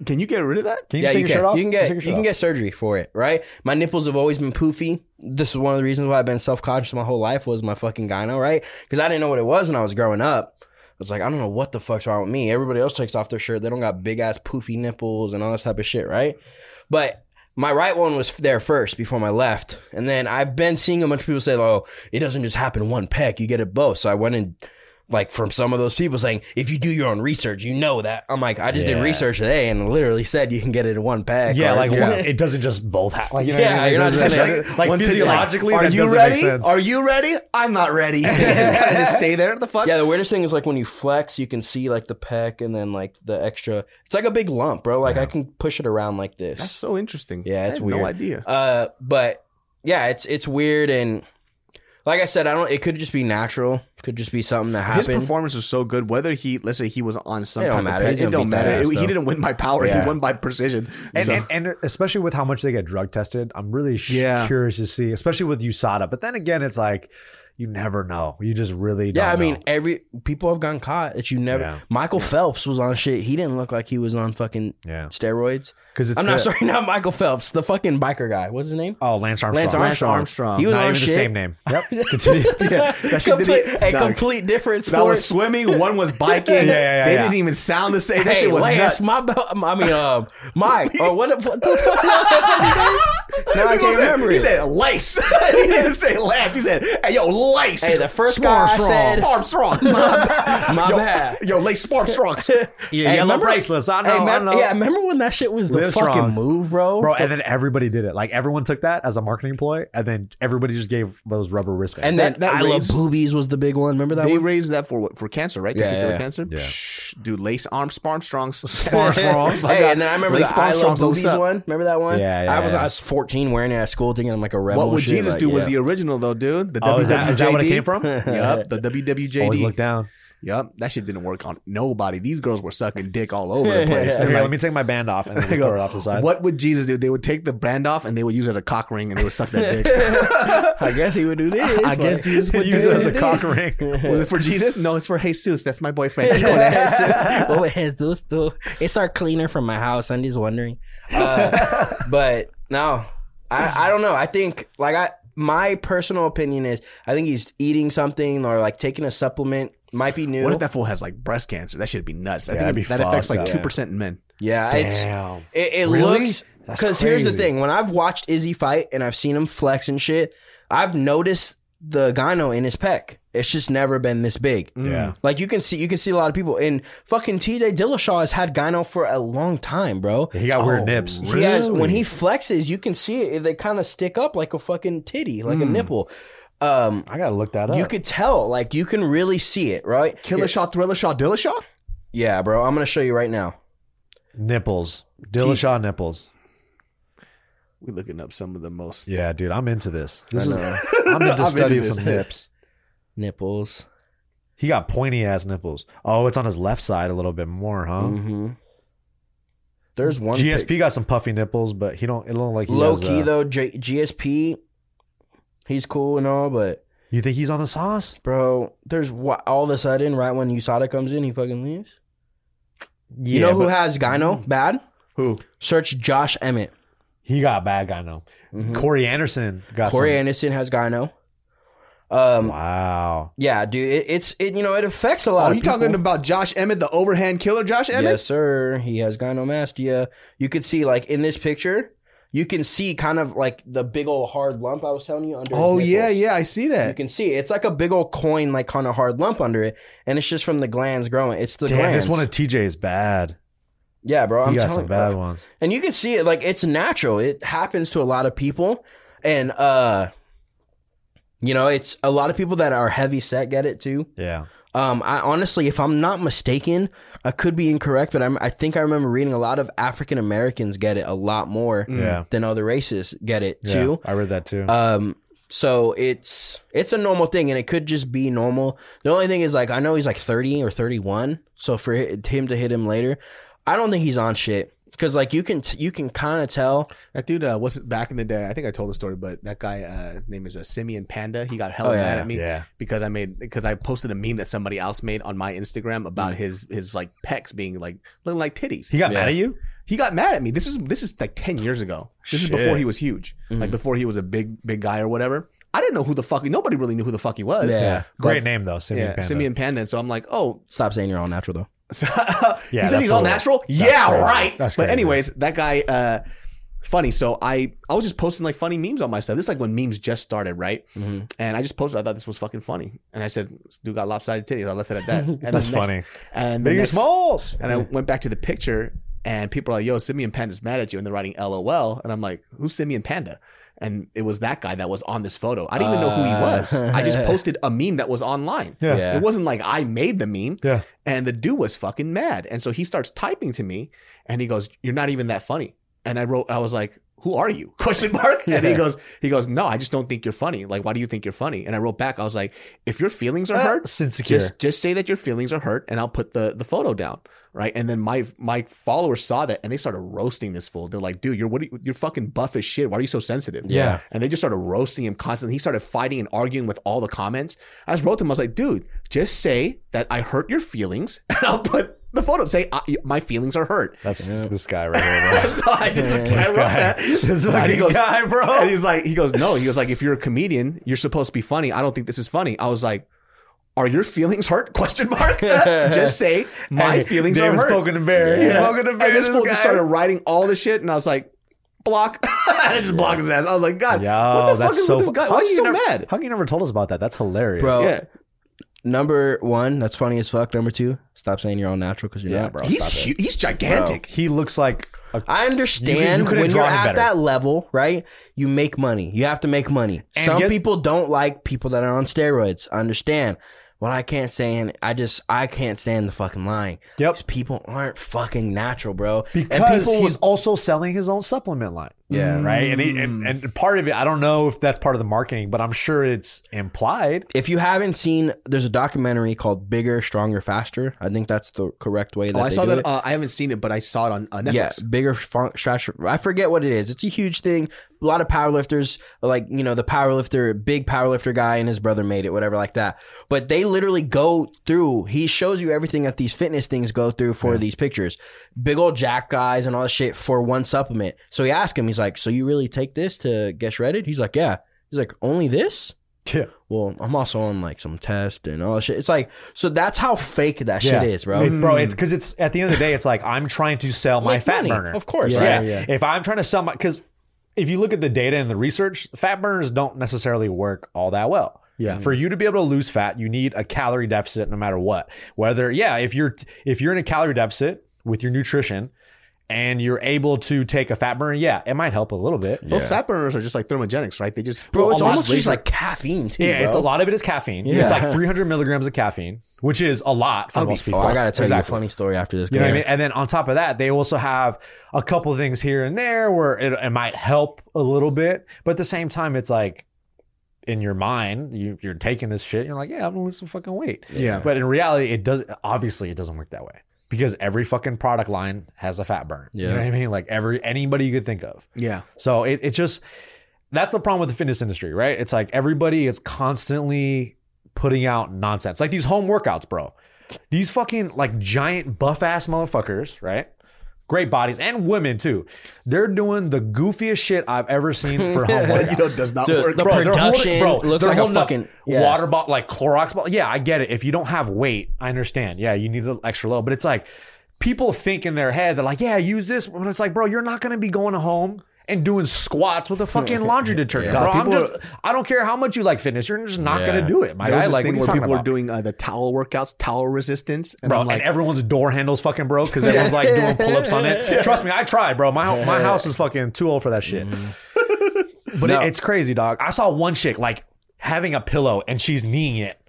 [SPEAKER 1] Can you get rid of that?
[SPEAKER 3] Can you
[SPEAKER 2] yeah,
[SPEAKER 3] just take
[SPEAKER 2] you
[SPEAKER 3] your
[SPEAKER 2] can.
[SPEAKER 3] shirt off?
[SPEAKER 2] You can
[SPEAKER 3] Just take your
[SPEAKER 2] get you
[SPEAKER 3] shirt
[SPEAKER 2] can
[SPEAKER 3] off.
[SPEAKER 2] get surgery for it, right? My nipples have always been poofy. This is one of the reasons why I've been self conscious my whole life was my fucking gyno, right? Because I didn't know what it was when I was growing up. I was like, I don't know what the fuck's wrong with me. Everybody else takes off their shirt; they don't got big ass poofy nipples and all this type of shit, right? But my right one was there first before my left, and then I've been seeing a bunch of people say, "Oh, it doesn't just happen one peck; you get it both." So I went and like from some of those people saying, if you do your own research, you know that. I'm like, I just did
[SPEAKER 3] Yeah.
[SPEAKER 2] research today and literally said you can get it in one pack.
[SPEAKER 3] Yeah,
[SPEAKER 2] or-
[SPEAKER 3] like
[SPEAKER 1] Yeah.
[SPEAKER 3] one- it doesn't just both happen. Like, you know
[SPEAKER 2] Yeah,
[SPEAKER 3] what I mean?
[SPEAKER 2] you're not
[SPEAKER 3] Like,
[SPEAKER 2] just
[SPEAKER 3] there's-
[SPEAKER 2] gonna-
[SPEAKER 3] like,
[SPEAKER 1] One tit's
[SPEAKER 3] physiologically,
[SPEAKER 1] are
[SPEAKER 3] that
[SPEAKER 1] you
[SPEAKER 3] doesn't
[SPEAKER 1] ready?
[SPEAKER 3] make sense.
[SPEAKER 1] Are you ready? I'm not ready. it's kind of just stay there. The fuck?
[SPEAKER 2] yeah, the weirdest thing is like when you flex, you can see like the pec and then like the extra. It's like a big lump, bro. Like I can push it around like this.
[SPEAKER 1] That's so interesting.
[SPEAKER 2] Yeah,
[SPEAKER 1] I
[SPEAKER 2] it's
[SPEAKER 1] had
[SPEAKER 2] weird.
[SPEAKER 1] No idea.
[SPEAKER 2] Uh, but yeah, it's it's weird and like I said, I don't. It could just be natural. Could just be something that
[SPEAKER 1] His
[SPEAKER 2] happened.
[SPEAKER 1] performance was so good. Whether he, let's say, he was on some
[SPEAKER 2] It don't
[SPEAKER 1] type
[SPEAKER 2] matter.
[SPEAKER 1] of
[SPEAKER 2] He's
[SPEAKER 1] peg, it
[SPEAKER 2] gonna
[SPEAKER 1] don't
[SPEAKER 2] beat that
[SPEAKER 1] matter.
[SPEAKER 2] ass,
[SPEAKER 1] It- he
[SPEAKER 2] though.
[SPEAKER 1] didn't win by power.
[SPEAKER 2] Yeah.
[SPEAKER 1] He won by precision.
[SPEAKER 3] and,
[SPEAKER 1] So-
[SPEAKER 3] and, and especially with how much they get drug tested, I'm really sh-
[SPEAKER 1] Yeah.
[SPEAKER 3] curious to see, especially with USADA. But then again, it's like you never know. You just really don't
[SPEAKER 2] yeah, I mean,
[SPEAKER 3] know.
[SPEAKER 2] every people have gotten caught that you never.
[SPEAKER 3] Yeah.
[SPEAKER 2] Michael Phelps was on shit. He didn't look like he was on fucking
[SPEAKER 3] yeah,
[SPEAKER 2] steroids.
[SPEAKER 3] because it's
[SPEAKER 2] I'm not
[SPEAKER 3] the-
[SPEAKER 2] sorry, not Michael Phelps, the fucking biker guy. What's his name?
[SPEAKER 3] Oh, Lance Armstrong.
[SPEAKER 2] Lance
[SPEAKER 1] Lance
[SPEAKER 2] Armstrong.
[SPEAKER 1] Armstrong.
[SPEAKER 2] He was
[SPEAKER 3] Not
[SPEAKER 2] on
[SPEAKER 3] even
[SPEAKER 2] shit.
[SPEAKER 3] the same name. Yep. Continue.
[SPEAKER 1] Yeah, that shit
[SPEAKER 2] complete,
[SPEAKER 1] didn't-
[SPEAKER 2] a
[SPEAKER 1] Nah.
[SPEAKER 2] complete different
[SPEAKER 1] that was
[SPEAKER 2] sport.
[SPEAKER 1] swimming. One was biking.
[SPEAKER 3] Yeah, yeah,
[SPEAKER 1] they
[SPEAKER 3] yeah.
[SPEAKER 1] didn't even sound the same. That
[SPEAKER 2] hey,
[SPEAKER 1] shit was nuts.
[SPEAKER 2] Lance, my bel- I mean, um, Mike, or what, what the fuck's that fucking name? Now I
[SPEAKER 1] He
[SPEAKER 2] can't
[SPEAKER 1] said-
[SPEAKER 2] remember
[SPEAKER 1] He
[SPEAKER 2] it.
[SPEAKER 1] said lice. he didn't say lance. He said, "Hey, yo, lice."
[SPEAKER 2] Hey, the first guy
[SPEAKER 3] Smarm
[SPEAKER 2] I
[SPEAKER 3] strong.
[SPEAKER 2] said,
[SPEAKER 1] Sparm strong.
[SPEAKER 2] my
[SPEAKER 1] yo,
[SPEAKER 2] bad.
[SPEAKER 1] Yo, lace sparm strong.
[SPEAKER 3] Yeah,
[SPEAKER 2] Hey,
[SPEAKER 3] yellow
[SPEAKER 2] remember-
[SPEAKER 3] bracelets. I know.
[SPEAKER 2] Hey,
[SPEAKER 3] I
[SPEAKER 2] mem-
[SPEAKER 3] know.
[SPEAKER 2] yeah, remember when that shit was the
[SPEAKER 3] Live
[SPEAKER 2] fucking
[SPEAKER 3] strong.
[SPEAKER 2] move, bro?
[SPEAKER 3] Bro, and then everybody did it. Like everyone took that as a marketing ploy, and then everybody just gave those rubber wristbands.
[SPEAKER 2] and then
[SPEAKER 1] That-
[SPEAKER 2] that,
[SPEAKER 1] that
[SPEAKER 2] I love
[SPEAKER 1] raised-
[SPEAKER 2] boobies was the big one. Remember that
[SPEAKER 1] They
[SPEAKER 2] one?
[SPEAKER 1] raised that for what? For cancer, right?
[SPEAKER 2] Yeah,
[SPEAKER 1] Testicular
[SPEAKER 2] yeah.
[SPEAKER 1] cancer.
[SPEAKER 3] Yeah.
[SPEAKER 1] Psh, dude, lace arm sparm strongs.
[SPEAKER 3] Armstrongs.
[SPEAKER 1] Like,
[SPEAKER 2] hey, and then I remember
[SPEAKER 1] Lace
[SPEAKER 2] the I
[SPEAKER 1] Armstrongs
[SPEAKER 2] love
[SPEAKER 1] goes
[SPEAKER 2] boobies
[SPEAKER 1] up.
[SPEAKER 2] one. Remember that one?
[SPEAKER 3] Yeah, yeah,
[SPEAKER 2] I was
[SPEAKER 3] yeah.
[SPEAKER 2] I was 14 wearing it at school thinking I'm like a rebel.
[SPEAKER 1] What would
[SPEAKER 2] shit,
[SPEAKER 1] Jesus
[SPEAKER 2] like,
[SPEAKER 1] do was
[SPEAKER 2] yeah.
[SPEAKER 1] the original though, dude. The
[SPEAKER 3] oh,
[SPEAKER 1] WWJD.
[SPEAKER 3] is that, is that where it came from?
[SPEAKER 1] Yep, the
[SPEAKER 3] Always
[SPEAKER 1] WWJD.
[SPEAKER 3] look down.
[SPEAKER 1] Yep, that shit didn't work on nobody. These girls were sucking dick all over the place.
[SPEAKER 3] Here,
[SPEAKER 1] They're
[SPEAKER 3] let
[SPEAKER 1] like,
[SPEAKER 3] me take my band off and then
[SPEAKER 1] They
[SPEAKER 3] just
[SPEAKER 1] go,
[SPEAKER 3] throw it off the side.
[SPEAKER 1] What would Jesus do? They would take the brand off and they would use it as a cock ring and they would suck that dick.
[SPEAKER 2] I guess he would do this.
[SPEAKER 1] I guess Jesus would
[SPEAKER 3] Use
[SPEAKER 1] do
[SPEAKER 3] it as a
[SPEAKER 1] it.
[SPEAKER 3] cock ring.
[SPEAKER 1] Was it for Jesus? No, it's for Jesus. That's my boyfriend. You know that.
[SPEAKER 2] what would Jesus do? It's our cleaner from my house. I'm just wondering. Uh, but no, I, I don't know. I think like I my personal opinion is I think he's eating something or like taking a supplement. Might be new.
[SPEAKER 1] What if that fool has like breast cancer? That should be nuts. I
[SPEAKER 3] Yeah,
[SPEAKER 1] think
[SPEAKER 3] that'd
[SPEAKER 1] it-
[SPEAKER 3] be
[SPEAKER 1] that affects
[SPEAKER 3] fucked
[SPEAKER 1] like
[SPEAKER 3] up.
[SPEAKER 1] two percent in men.
[SPEAKER 2] yeah, it's
[SPEAKER 3] Damn.
[SPEAKER 2] It, it
[SPEAKER 3] Really?
[SPEAKER 2] looks
[SPEAKER 3] That's
[SPEAKER 2] because here's the
[SPEAKER 3] crazy.
[SPEAKER 2] thing: when I've watched Izzy fight and I've seen him flex and shit, I've noticed the gyno in his pec. It's just never been this big.
[SPEAKER 3] Yeah.
[SPEAKER 2] Like you can see, you can see a lot of people. And fucking T.J. Dillashaw has had gyno for a long time, bro.
[SPEAKER 3] He got weird nips.
[SPEAKER 2] He has when he flexes, you can see it. They kind of stick up like a fucking titty, like a nipple. Um,
[SPEAKER 3] I gotta look that Mm. up.
[SPEAKER 2] you could tell, like you can really see it, right?
[SPEAKER 1] Killer Shaw, Thriller Shaw, Dilla Shaw.
[SPEAKER 2] Yeah, bro. I'm gonna show you right now.
[SPEAKER 3] nipples, Dillashaw nipples.
[SPEAKER 1] We're looking up some of the most.
[SPEAKER 3] Yeah, dude, I'm into this.
[SPEAKER 2] I
[SPEAKER 3] This is
[SPEAKER 2] know.
[SPEAKER 3] I'm
[SPEAKER 1] I'm
[SPEAKER 3] into
[SPEAKER 1] into
[SPEAKER 3] studying
[SPEAKER 1] this.
[SPEAKER 3] some nips.
[SPEAKER 2] Nipples.
[SPEAKER 3] He got pointy ass nipples. Oh, it's on his left side a little bit more, huh?
[SPEAKER 2] Mhm. There's one
[SPEAKER 3] GSP
[SPEAKER 2] pic-
[SPEAKER 3] got some puffy nipples, but he don't. It don't look like he
[SPEAKER 2] low
[SPEAKER 3] has,
[SPEAKER 2] key
[SPEAKER 3] uh,
[SPEAKER 2] though. J- GSP, he's cool and all, but
[SPEAKER 3] You think he's on the sauce?
[SPEAKER 2] bro, there's wh- all of a sudden right when USADA comes in, he fucking leaves.
[SPEAKER 3] Yeah,
[SPEAKER 2] you know who
[SPEAKER 3] but
[SPEAKER 2] has gyno bad?
[SPEAKER 1] Mm-hmm. Who?
[SPEAKER 2] Search Josh Emmett.
[SPEAKER 3] he got bad. I know.
[SPEAKER 1] Mm-hmm.
[SPEAKER 2] Mhm.
[SPEAKER 3] Corey Anderson got
[SPEAKER 2] Corey
[SPEAKER 3] some.
[SPEAKER 2] Anderson has gyno. Um,
[SPEAKER 3] wow.
[SPEAKER 2] yeah, dude, it, it's it. You know, it affects a lot.
[SPEAKER 1] Are
[SPEAKER 2] of
[SPEAKER 1] you
[SPEAKER 2] people.
[SPEAKER 1] Oh, talking about Josh Emmett, the overhand killer, Josh Emmett?
[SPEAKER 2] Yes, sir. He has gynomastia. You could see, like in this picture, you can see kind of like the big old hard lump I was telling you under. his
[SPEAKER 1] Oh yeah,
[SPEAKER 2] nipples.
[SPEAKER 1] yeah, I see
[SPEAKER 2] You
[SPEAKER 1] that.
[SPEAKER 2] can see it's like a big old coin, like on a hard lump under it, and it's just from the glands growing. It's the
[SPEAKER 3] Damn,
[SPEAKER 2] glands.
[SPEAKER 3] this one of TJ is bad.
[SPEAKER 2] Yeah, bro. I'm
[SPEAKER 3] you got
[SPEAKER 2] telling
[SPEAKER 3] some
[SPEAKER 2] you,
[SPEAKER 3] bad
[SPEAKER 2] bro.
[SPEAKER 3] ones.
[SPEAKER 2] and you can see it like it's natural it happens to a lot of people and uh you know it's a lot of people that are heavy set get it too
[SPEAKER 3] Yeah.
[SPEAKER 2] um i honestly if i'm not mistaken i could be incorrect but I'm, i think i remember reading a lot of african americans get it a lot more
[SPEAKER 1] Mm.
[SPEAKER 3] Yeah.
[SPEAKER 2] than other races get it
[SPEAKER 3] Yeah.
[SPEAKER 2] too
[SPEAKER 3] I read that too.
[SPEAKER 2] um so it's it's a normal thing and it could just be normal the only thing is like i know he's like 30 or 31 so for hi- him to hit him later i don't think he's on shit because like you can t- you can kind of tell
[SPEAKER 1] That dude uh, was back in the day. I think I told the story, but that guy uh, his name is uh, Simeon Panda. He got hella
[SPEAKER 2] Oh, yeah,
[SPEAKER 1] mad at me
[SPEAKER 3] yeah.
[SPEAKER 1] because I made because I posted a meme that somebody else made on my Instagram
[SPEAKER 2] Mm.
[SPEAKER 1] about his his like pecs being like looking like titties.
[SPEAKER 3] He got
[SPEAKER 2] Yeah.
[SPEAKER 3] mad at you?
[SPEAKER 1] He got mad at me. This is this is like ten years ago. This is
[SPEAKER 3] Shit.
[SPEAKER 1] before he was huge. Like
[SPEAKER 2] Mhm.
[SPEAKER 1] before he was a big big guy or whatever. I didn't know who the fuck. Nobody really knew who the fuck he was.
[SPEAKER 2] Yeah.
[SPEAKER 1] But-
[SPEAKER 3] Great name though, Simeon
[SPEAKER 1] yeah,
[SPEAKER 3] Panda.
[SPEAKER 1] Simeon Panda. And so I'm like, oh,
[SPEAKER 2] Stop saying you're all natural though.
[SPEAKER 1] so, he
[SPEAKER 3] Yeah,
[SPEAKER 1] says
[SPEAKER 3] that's
[SPEAKER 1] he's all
[SPEAKER 3] a-
[SPEAKER 1] natural.
[SPEAKER 3] that's
[SPEAKER 1] Yeah,
[SPEAKER 3] crazy.
[SPEAKER 1] right.
[SPEAKER 3] That's
[SPEAKER 1] but
[SPEAKER 3] crazy.
[SPEAKER 1] anyways, that guy, uh, funny. So I, I was just posting like funny memes on myself. This is like when memes just started, right? And I just posted. I thought this was fucking funny, and I said, "This dude got lopsided titties." I left it at that. And the
[SPEAKER 3] That's
[SPEAKER 1] next-
[SPEAKER 3] funny.
[SPEAKER 1] And the
[SPEAKER 3] Biggie
[SPEAKER 1] next,
[SPEAKER 3] Smalls.
[SPEAKER 1] and I went back to the picture, and people are like, "Yo, Simeon Panda's mad at you," and they're writing "LOL," and I'm like, "Who's Simeon Panda?" And it was that guy that was on this photo. I didn't even know who he
[SPEAKER 2] Uh.
[SPEAKER 1] was. I just posted a meme that was online.
[SPEAKER 3] Yeah.
[SPEAKER 1] It wasn't like I made the meme.
[SPEAKER 3] Yeah.
[SPEAKER 1] And the dude was fucking mad. And so he starts typing to me and he goes, You're not even that funny. And I wrote, I was like, Who are you? Question mark. And he
[SPEAKER 2] Yeah.
[SPEAKER 1] goes, he goes, No, I just don't think you're funny. Like, why do you think you're funny? And I wrote back, I was like, if your feelings
[SPEAKER 3] Uh,
[SPEAKER 1] are hurt,
[SPEAKER 3] That's insecure.
[SPEAKER 1] just just say that your feelings are hurt and I'll put the the photo down. Right. And then my my followers saw that and they started roasting this fool. They're like, dude, you're what are you, you're fucking buff as shit. Why are you so sensitive?
[SPEAKER 3] Yeah.
[SPEAKER 1] And they just started roasting him constantly. He started fighting and arguing with all the comments. I just wrote to him, I was like, dude, just say that I hurt your feelings and I'll put the photo say I, my feelings are hurt.
[SPEAKER 3] That's
[SPEAKER 2] Yeah.
[SPEAKER 3] this guy right here. Bro.
[SPEAKER 1] so I just
[SPEAKER 2] This
[SPEAKER 1] I wrote
[SPEAKER 3] guy.
[SPEAKER 1] that.
[SPEAKER 3] this
[SPEAKER 1] And he
[SPEAKER 3] fucking
[SPEAKER 1] goes-
[SPEAKER 3] guy, bro.
[SPEAKER 1] and he's like, he goes, no. He goes like, if you're a comedian, you're supposed to be funny. I don't think this is funny. I was like, are your feelings hurt? Question mark. just say my
[SPEAKER 3] Hey,
[SPEAKER 1] feelings
[SPEAKER 3] David's
[SPEAKER 1] are hurt.
[SPEAKER 3] Smoking a bear.
[SPEAKER 2] Yeah.
[SPEAKER 3] He's smoking a
[SPEAKER 1] And
[SPEAKER 3] bear.
[SPEAKER 1] this fool just
[SPEAKER 3] guy.
[SPEAKER 1] started writing all the shit, and I was like, block. I just blocked his ass. I was like, God,
[SPEAKER 3] Yo,
[SPEAKER 1] what the fuck
[SPEAKER 3] that's
[SPEAKER 1] is
[SPEAKER 3] so Oh,
[SPEAKER 1] with this
[SPEAKER 3] fu-
[SPEAKER 1] guy?
[SPEAKER 3] How
[SPEAKER 1] Why is
[SPEAKER 3] you
[SPEAKER 1] he so
[SPEAKER 3] never-
[SPEAKER 1] mad?
[SPEAKER 3] How come you never told us about that? That's hilarious.
[SPEAKER 2] Bro,
[SPEAKER 1] yeah,
[SPEAKER 2] Number one, that's funny as fuck. Number two, stop saying you're all natural because you're
[SPEAKER 3] Yeah,
[SPEAKER 2] not,
[SPEAKER 3] bro.
[SPEAKER 2] bro.
[SPEAKER 1] he's
[SPEAKER 2] Stop it.
[SPEAKER 1] hu- he's gigantic.
[SPEAKER 3] he looks like a
[SPEAKER 2] I understand
[SPEAKER 3] You could- you
[SPEAKER 2] when
[SPEAKER 3] could've
[SPEAKER 2] you're
[SPEAKER 3] drawn him
[SPEAKER 2] at
[SPEAKER 3] better.
[SPEAKER 2] that level, right? You make money. You have to make money.
[SPEAKER 3] And
[SPEAKER 2] Some
[SPEAKER 3] get-
[SPEAKER 2] people don't like people that are on steroids. I understand. What I can't stand, I just I can't stand the fucking lying.
[SPEAKER 3] Yep.
[SPEAKER 2] These people aren't fucking natural, bro.
[SPEAKER 3] because
[SPEAKER 2] people
[SPEAKER 3] he's Mm.
[SPEAKER 2] would-
[SPEAKER 3] also selling his own supplement line.
[SPEAKER 2] Yeah. Mm.
[SPEAKER 3] Right. And, he, and and part of it, I don't know if that's part of the marketing, but I'm sure it's implied.
[SPEAKER 2] If you haven't seen, there's a documentary called "Bigger, Stronger, Faster." I think that's the correct way. That
[SPEAKER 1] Oh, I
[SPEAKER 2] they
[SPEAKER 1] saw
[SPEAKER 2] do
[SPEAKER 1] that.
[SPEAKER 2] it.
[SPEAKER 1] Uh, I haven't seen it, but I saw it on uh, Netflix.
[SPEAKER 2] Yeah, bigger, fun- stretch. I forget what it is. It's a huge thing. A lot of powerlifters, like you know, the powerlifter, big powerlifter guy, and his brother made it, whatever, like that. But they literally go through. He shows you everything that these fitness things go through for these pictures. Big old jack guys and all this shit for one supplement. So he asked him. He's like, "So you really take this to get shredded?" He's like, "Yeah." He's like, "Only this."
[SPEAKER 3] Yeah.
[SPEAKER 2] Well, I'm also on like some test and all that shit. It's like, so that's how fake that
[SPEAKER 3] Yeah.
[SPEAKER 2] shit is, bro.
[SPEAKER 3] It- bro,
[SPEAKER 1] Mm.
[SPEAKER 3] it's because it's at the end of the day, it's like I'm trying to sell my
[SPEAKER 2] Make
[SPEAKER 3] fat
[SPEAKER 2] money,
[SPEAKER 3] burner.
[SPEAKER 2] of course.
[SPEAKER 3] Right?
[SPEAKER 2] Yeah.
[SPEAKER 1] yeah.
[SPEAKER 3] If I'm trying to sell my, because if you look at the data and the research, fat burners don't necessarily work all that well.
[SPEAKER 1] Yeah.
[SPEAKER 2] Mm-hmm.
[SPEAKER 3] For you to be able to lose fat, you need a calorie deficit no matter what. Whether yeah, if you're if you're in a calorie deficit with your nutrition and you're able to take a fat burner, yeah, it might help a little bit.
[SPEAKER 1] Those fat burners are just like thermogenics, right? They just
[SPEAKER 2] Bro, it's
[SPEAKER 1] a lot
[SPEAKER 2] almost
[SPEAKER 1] of
[SPEAKER 2] just
[SPEAKER 1] laser-
[SPEAKER 2] like caffeine too.
[SPEAKER 3] Yeah, it's a
[SPEAKER 2] bro.
[SPEAKER 3] lot of it is caffeine.
[SPEAKER 2] Yeah.
[SPEAKER 3] It's like 300 milligrams of caffeine, which is a lot for
[SPEAKER 1] I'll be
[SPEAKER 3] most people.
[SPEAKER 2] Oh, I gotta tell
[SPEAKER 3] Exactly.
[SPEAKER 2] you a funny story after this.
[SPEAKER 3] You know what I
[SPEAKER 2] Yeah.
[SPEAKER 3] mean? And then on top of that, they also have a couple of things here and there where it, it might help a little bit, but at the same time, it's like in your mind, you, you're taking this shit. And you're like, yeah, I'm gonna lose some fucking weight.
[SPEAKER 1] yeah.
[SPEAKER 3] But in reality, it does. Obviously, it doesn't work that way because every fucking product line has a fat burn. You
[SPEAKER 2] Yeah.
[SPEAKER 3] know what I mean? Like every anybody you could think of.
[SPEAKER 1] Yeah.
[SPEAKER 3] So it, it just that's the problem with the fitness industry, right? It's like everybody is constantly putting out nonsense. Like these home workouts, bro. These fucking like giant buff ass motherfuckers, right? Great bodies and women too. They're doing the goofiest shit I've ever seen for home workouts.
[SPEAKER 1] You know, it does not
[SPEAKER 2] Dude,
[SPEAKER 1] work.
[SPEAKER 2] the
[SPEAKER 1] bro.
[SPEAKER 3] they're
[SPEAKER 2] production
[SPEAKER 3] holding- bro,
[SPEAKER 2] looks
[SPEAKER 3] they're
[SPEAKER 2] like a
[SPEAKER 3] holding up
[SPEAKER 2] fucking yeah.
[SPEAKER 3] water bottle, like Clorox bottle. Yeah, I get it. If you don't have weight, I understand. Yeah, you need an extra load, but it's like people think in their head they're like, yeah, use this. When it's like, bro, you're not gonna be going home and doing squats with a fucking laundry detergent,
[SPEAKER 1] God,
[SPEAKER 3] bro. I'm
[SPEAKER 1] people
[SPEAKER 3] just, I don't care how much you like fitness, you're just not
[SPEAKER 2] Yeah.
[SPEAKER 3] gonna do it, my
[SPEAKER 1] There was
[SPEAKER 3] guy.
[SPEAKER 1] this
[SPEAKER 3] Like, what
[SPEAKER 1] thing
[SPEAKER 3] are you
[SPEAKER 1] where
[SPEAKER 3] talking
[SPEAKER 1] people
[SPEAKER 3] about?
[SPEAKER 1] were doing uh, the towel workouts, towel resistance, and
[SPEAKER 3] bro,
[SPEAKER 1] I'm like,
[SPEAKER 3] and everyone's door handles fucking broke because everyone's like doing pull ups on it. Trust me, I tried, bro. My my house is fucking too old for that shit.
[SPEAKER 1] Mm-hmm.
[SPEAKER 3] but it- it's crazy, dog. I saw one chick like having a pillow and she's kneeing it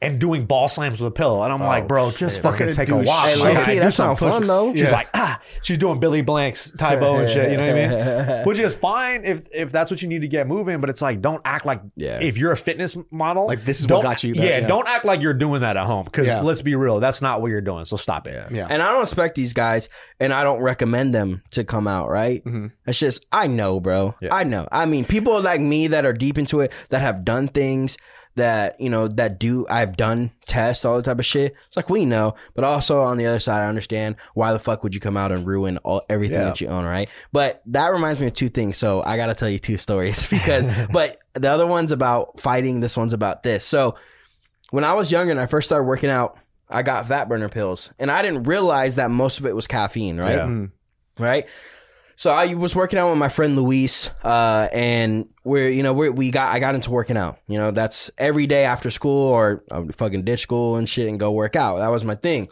[SPEAKER 3] and doing ball slams with a pillow, and I'm like, bro, just fucking
[SPEAKER 1] Oh, Fucking
[SPEAKER 3] take
[SPEAKER 1] do
[SPEAKER 3] a walk.
[SPEAKER 1] shit. Hey,
[SPEAKER 3] my guy.
[SPEAKER 2] low-key,
[SPEAKER 3] Do
[SPEAKER 2] that's
[SPEAKER 3] some
[SPEAKER 2] not fun,
[SPEAKER 3] push-
[SPEAKER 2] though.
[SPEAKER 3] She's
[SPEAKER 1] Yeah.
[SPEAKER 3] like, ah, she's doing Billy Blanks, Tybo and shit. You know what I mean? Which is fine if if that's what you need to get moving, but it's like, don't act like
[SPEAKER 2] Yeah.
[SPEAKER 3] if you're a fitness model,
[SPEAKER 1] Like, this is what
[SPEAKER 3] don't-
[SPEAKER 1] got you that-
[SPEAKER 3] yeah,
[SPEAKER 1] yeah.
[SPEAKER 3] don't don't act like you're doing that at home because
[SPEAKER 1] Yeah.
[SPEAKER 3] let's be real, that's not what you're doing. So stop it.
[SPEAKER 1] Yeah.
[SPEAKER 2] And I don't expect these guys, and I don't recommend them to come out, right? It's just, I know, bro.
[SPEAKER 3] Yeah.
[SPEAKER 2] I know. I mean, people like me that are deep into it, that have done things that, you know, that do, I've done tests, all that type of shit. It's like, we know. But also on the other side, I understand why the fuck would you come out and ruin all everything
[SPEAKER 3] Yeah.
[SPEAKER 2] that you own, right? But that reminds me of two things. So I got to tell you two stories because, but the other one's about fighting, this one's about this. So, when I was younger and I first started working out, I got fat burner pills, and I didn't realize that most of it was caffeine, right?
[SPEAKER 3] Yeah.
[SPEAKER 1] Mm.
[SPEAKER 2] Right. So I was working out with my friend Luis, uh, and we're you know we we got I got into working out. You know that's every day after school or I would fucking ditch school and shit and go work out. That was my thing.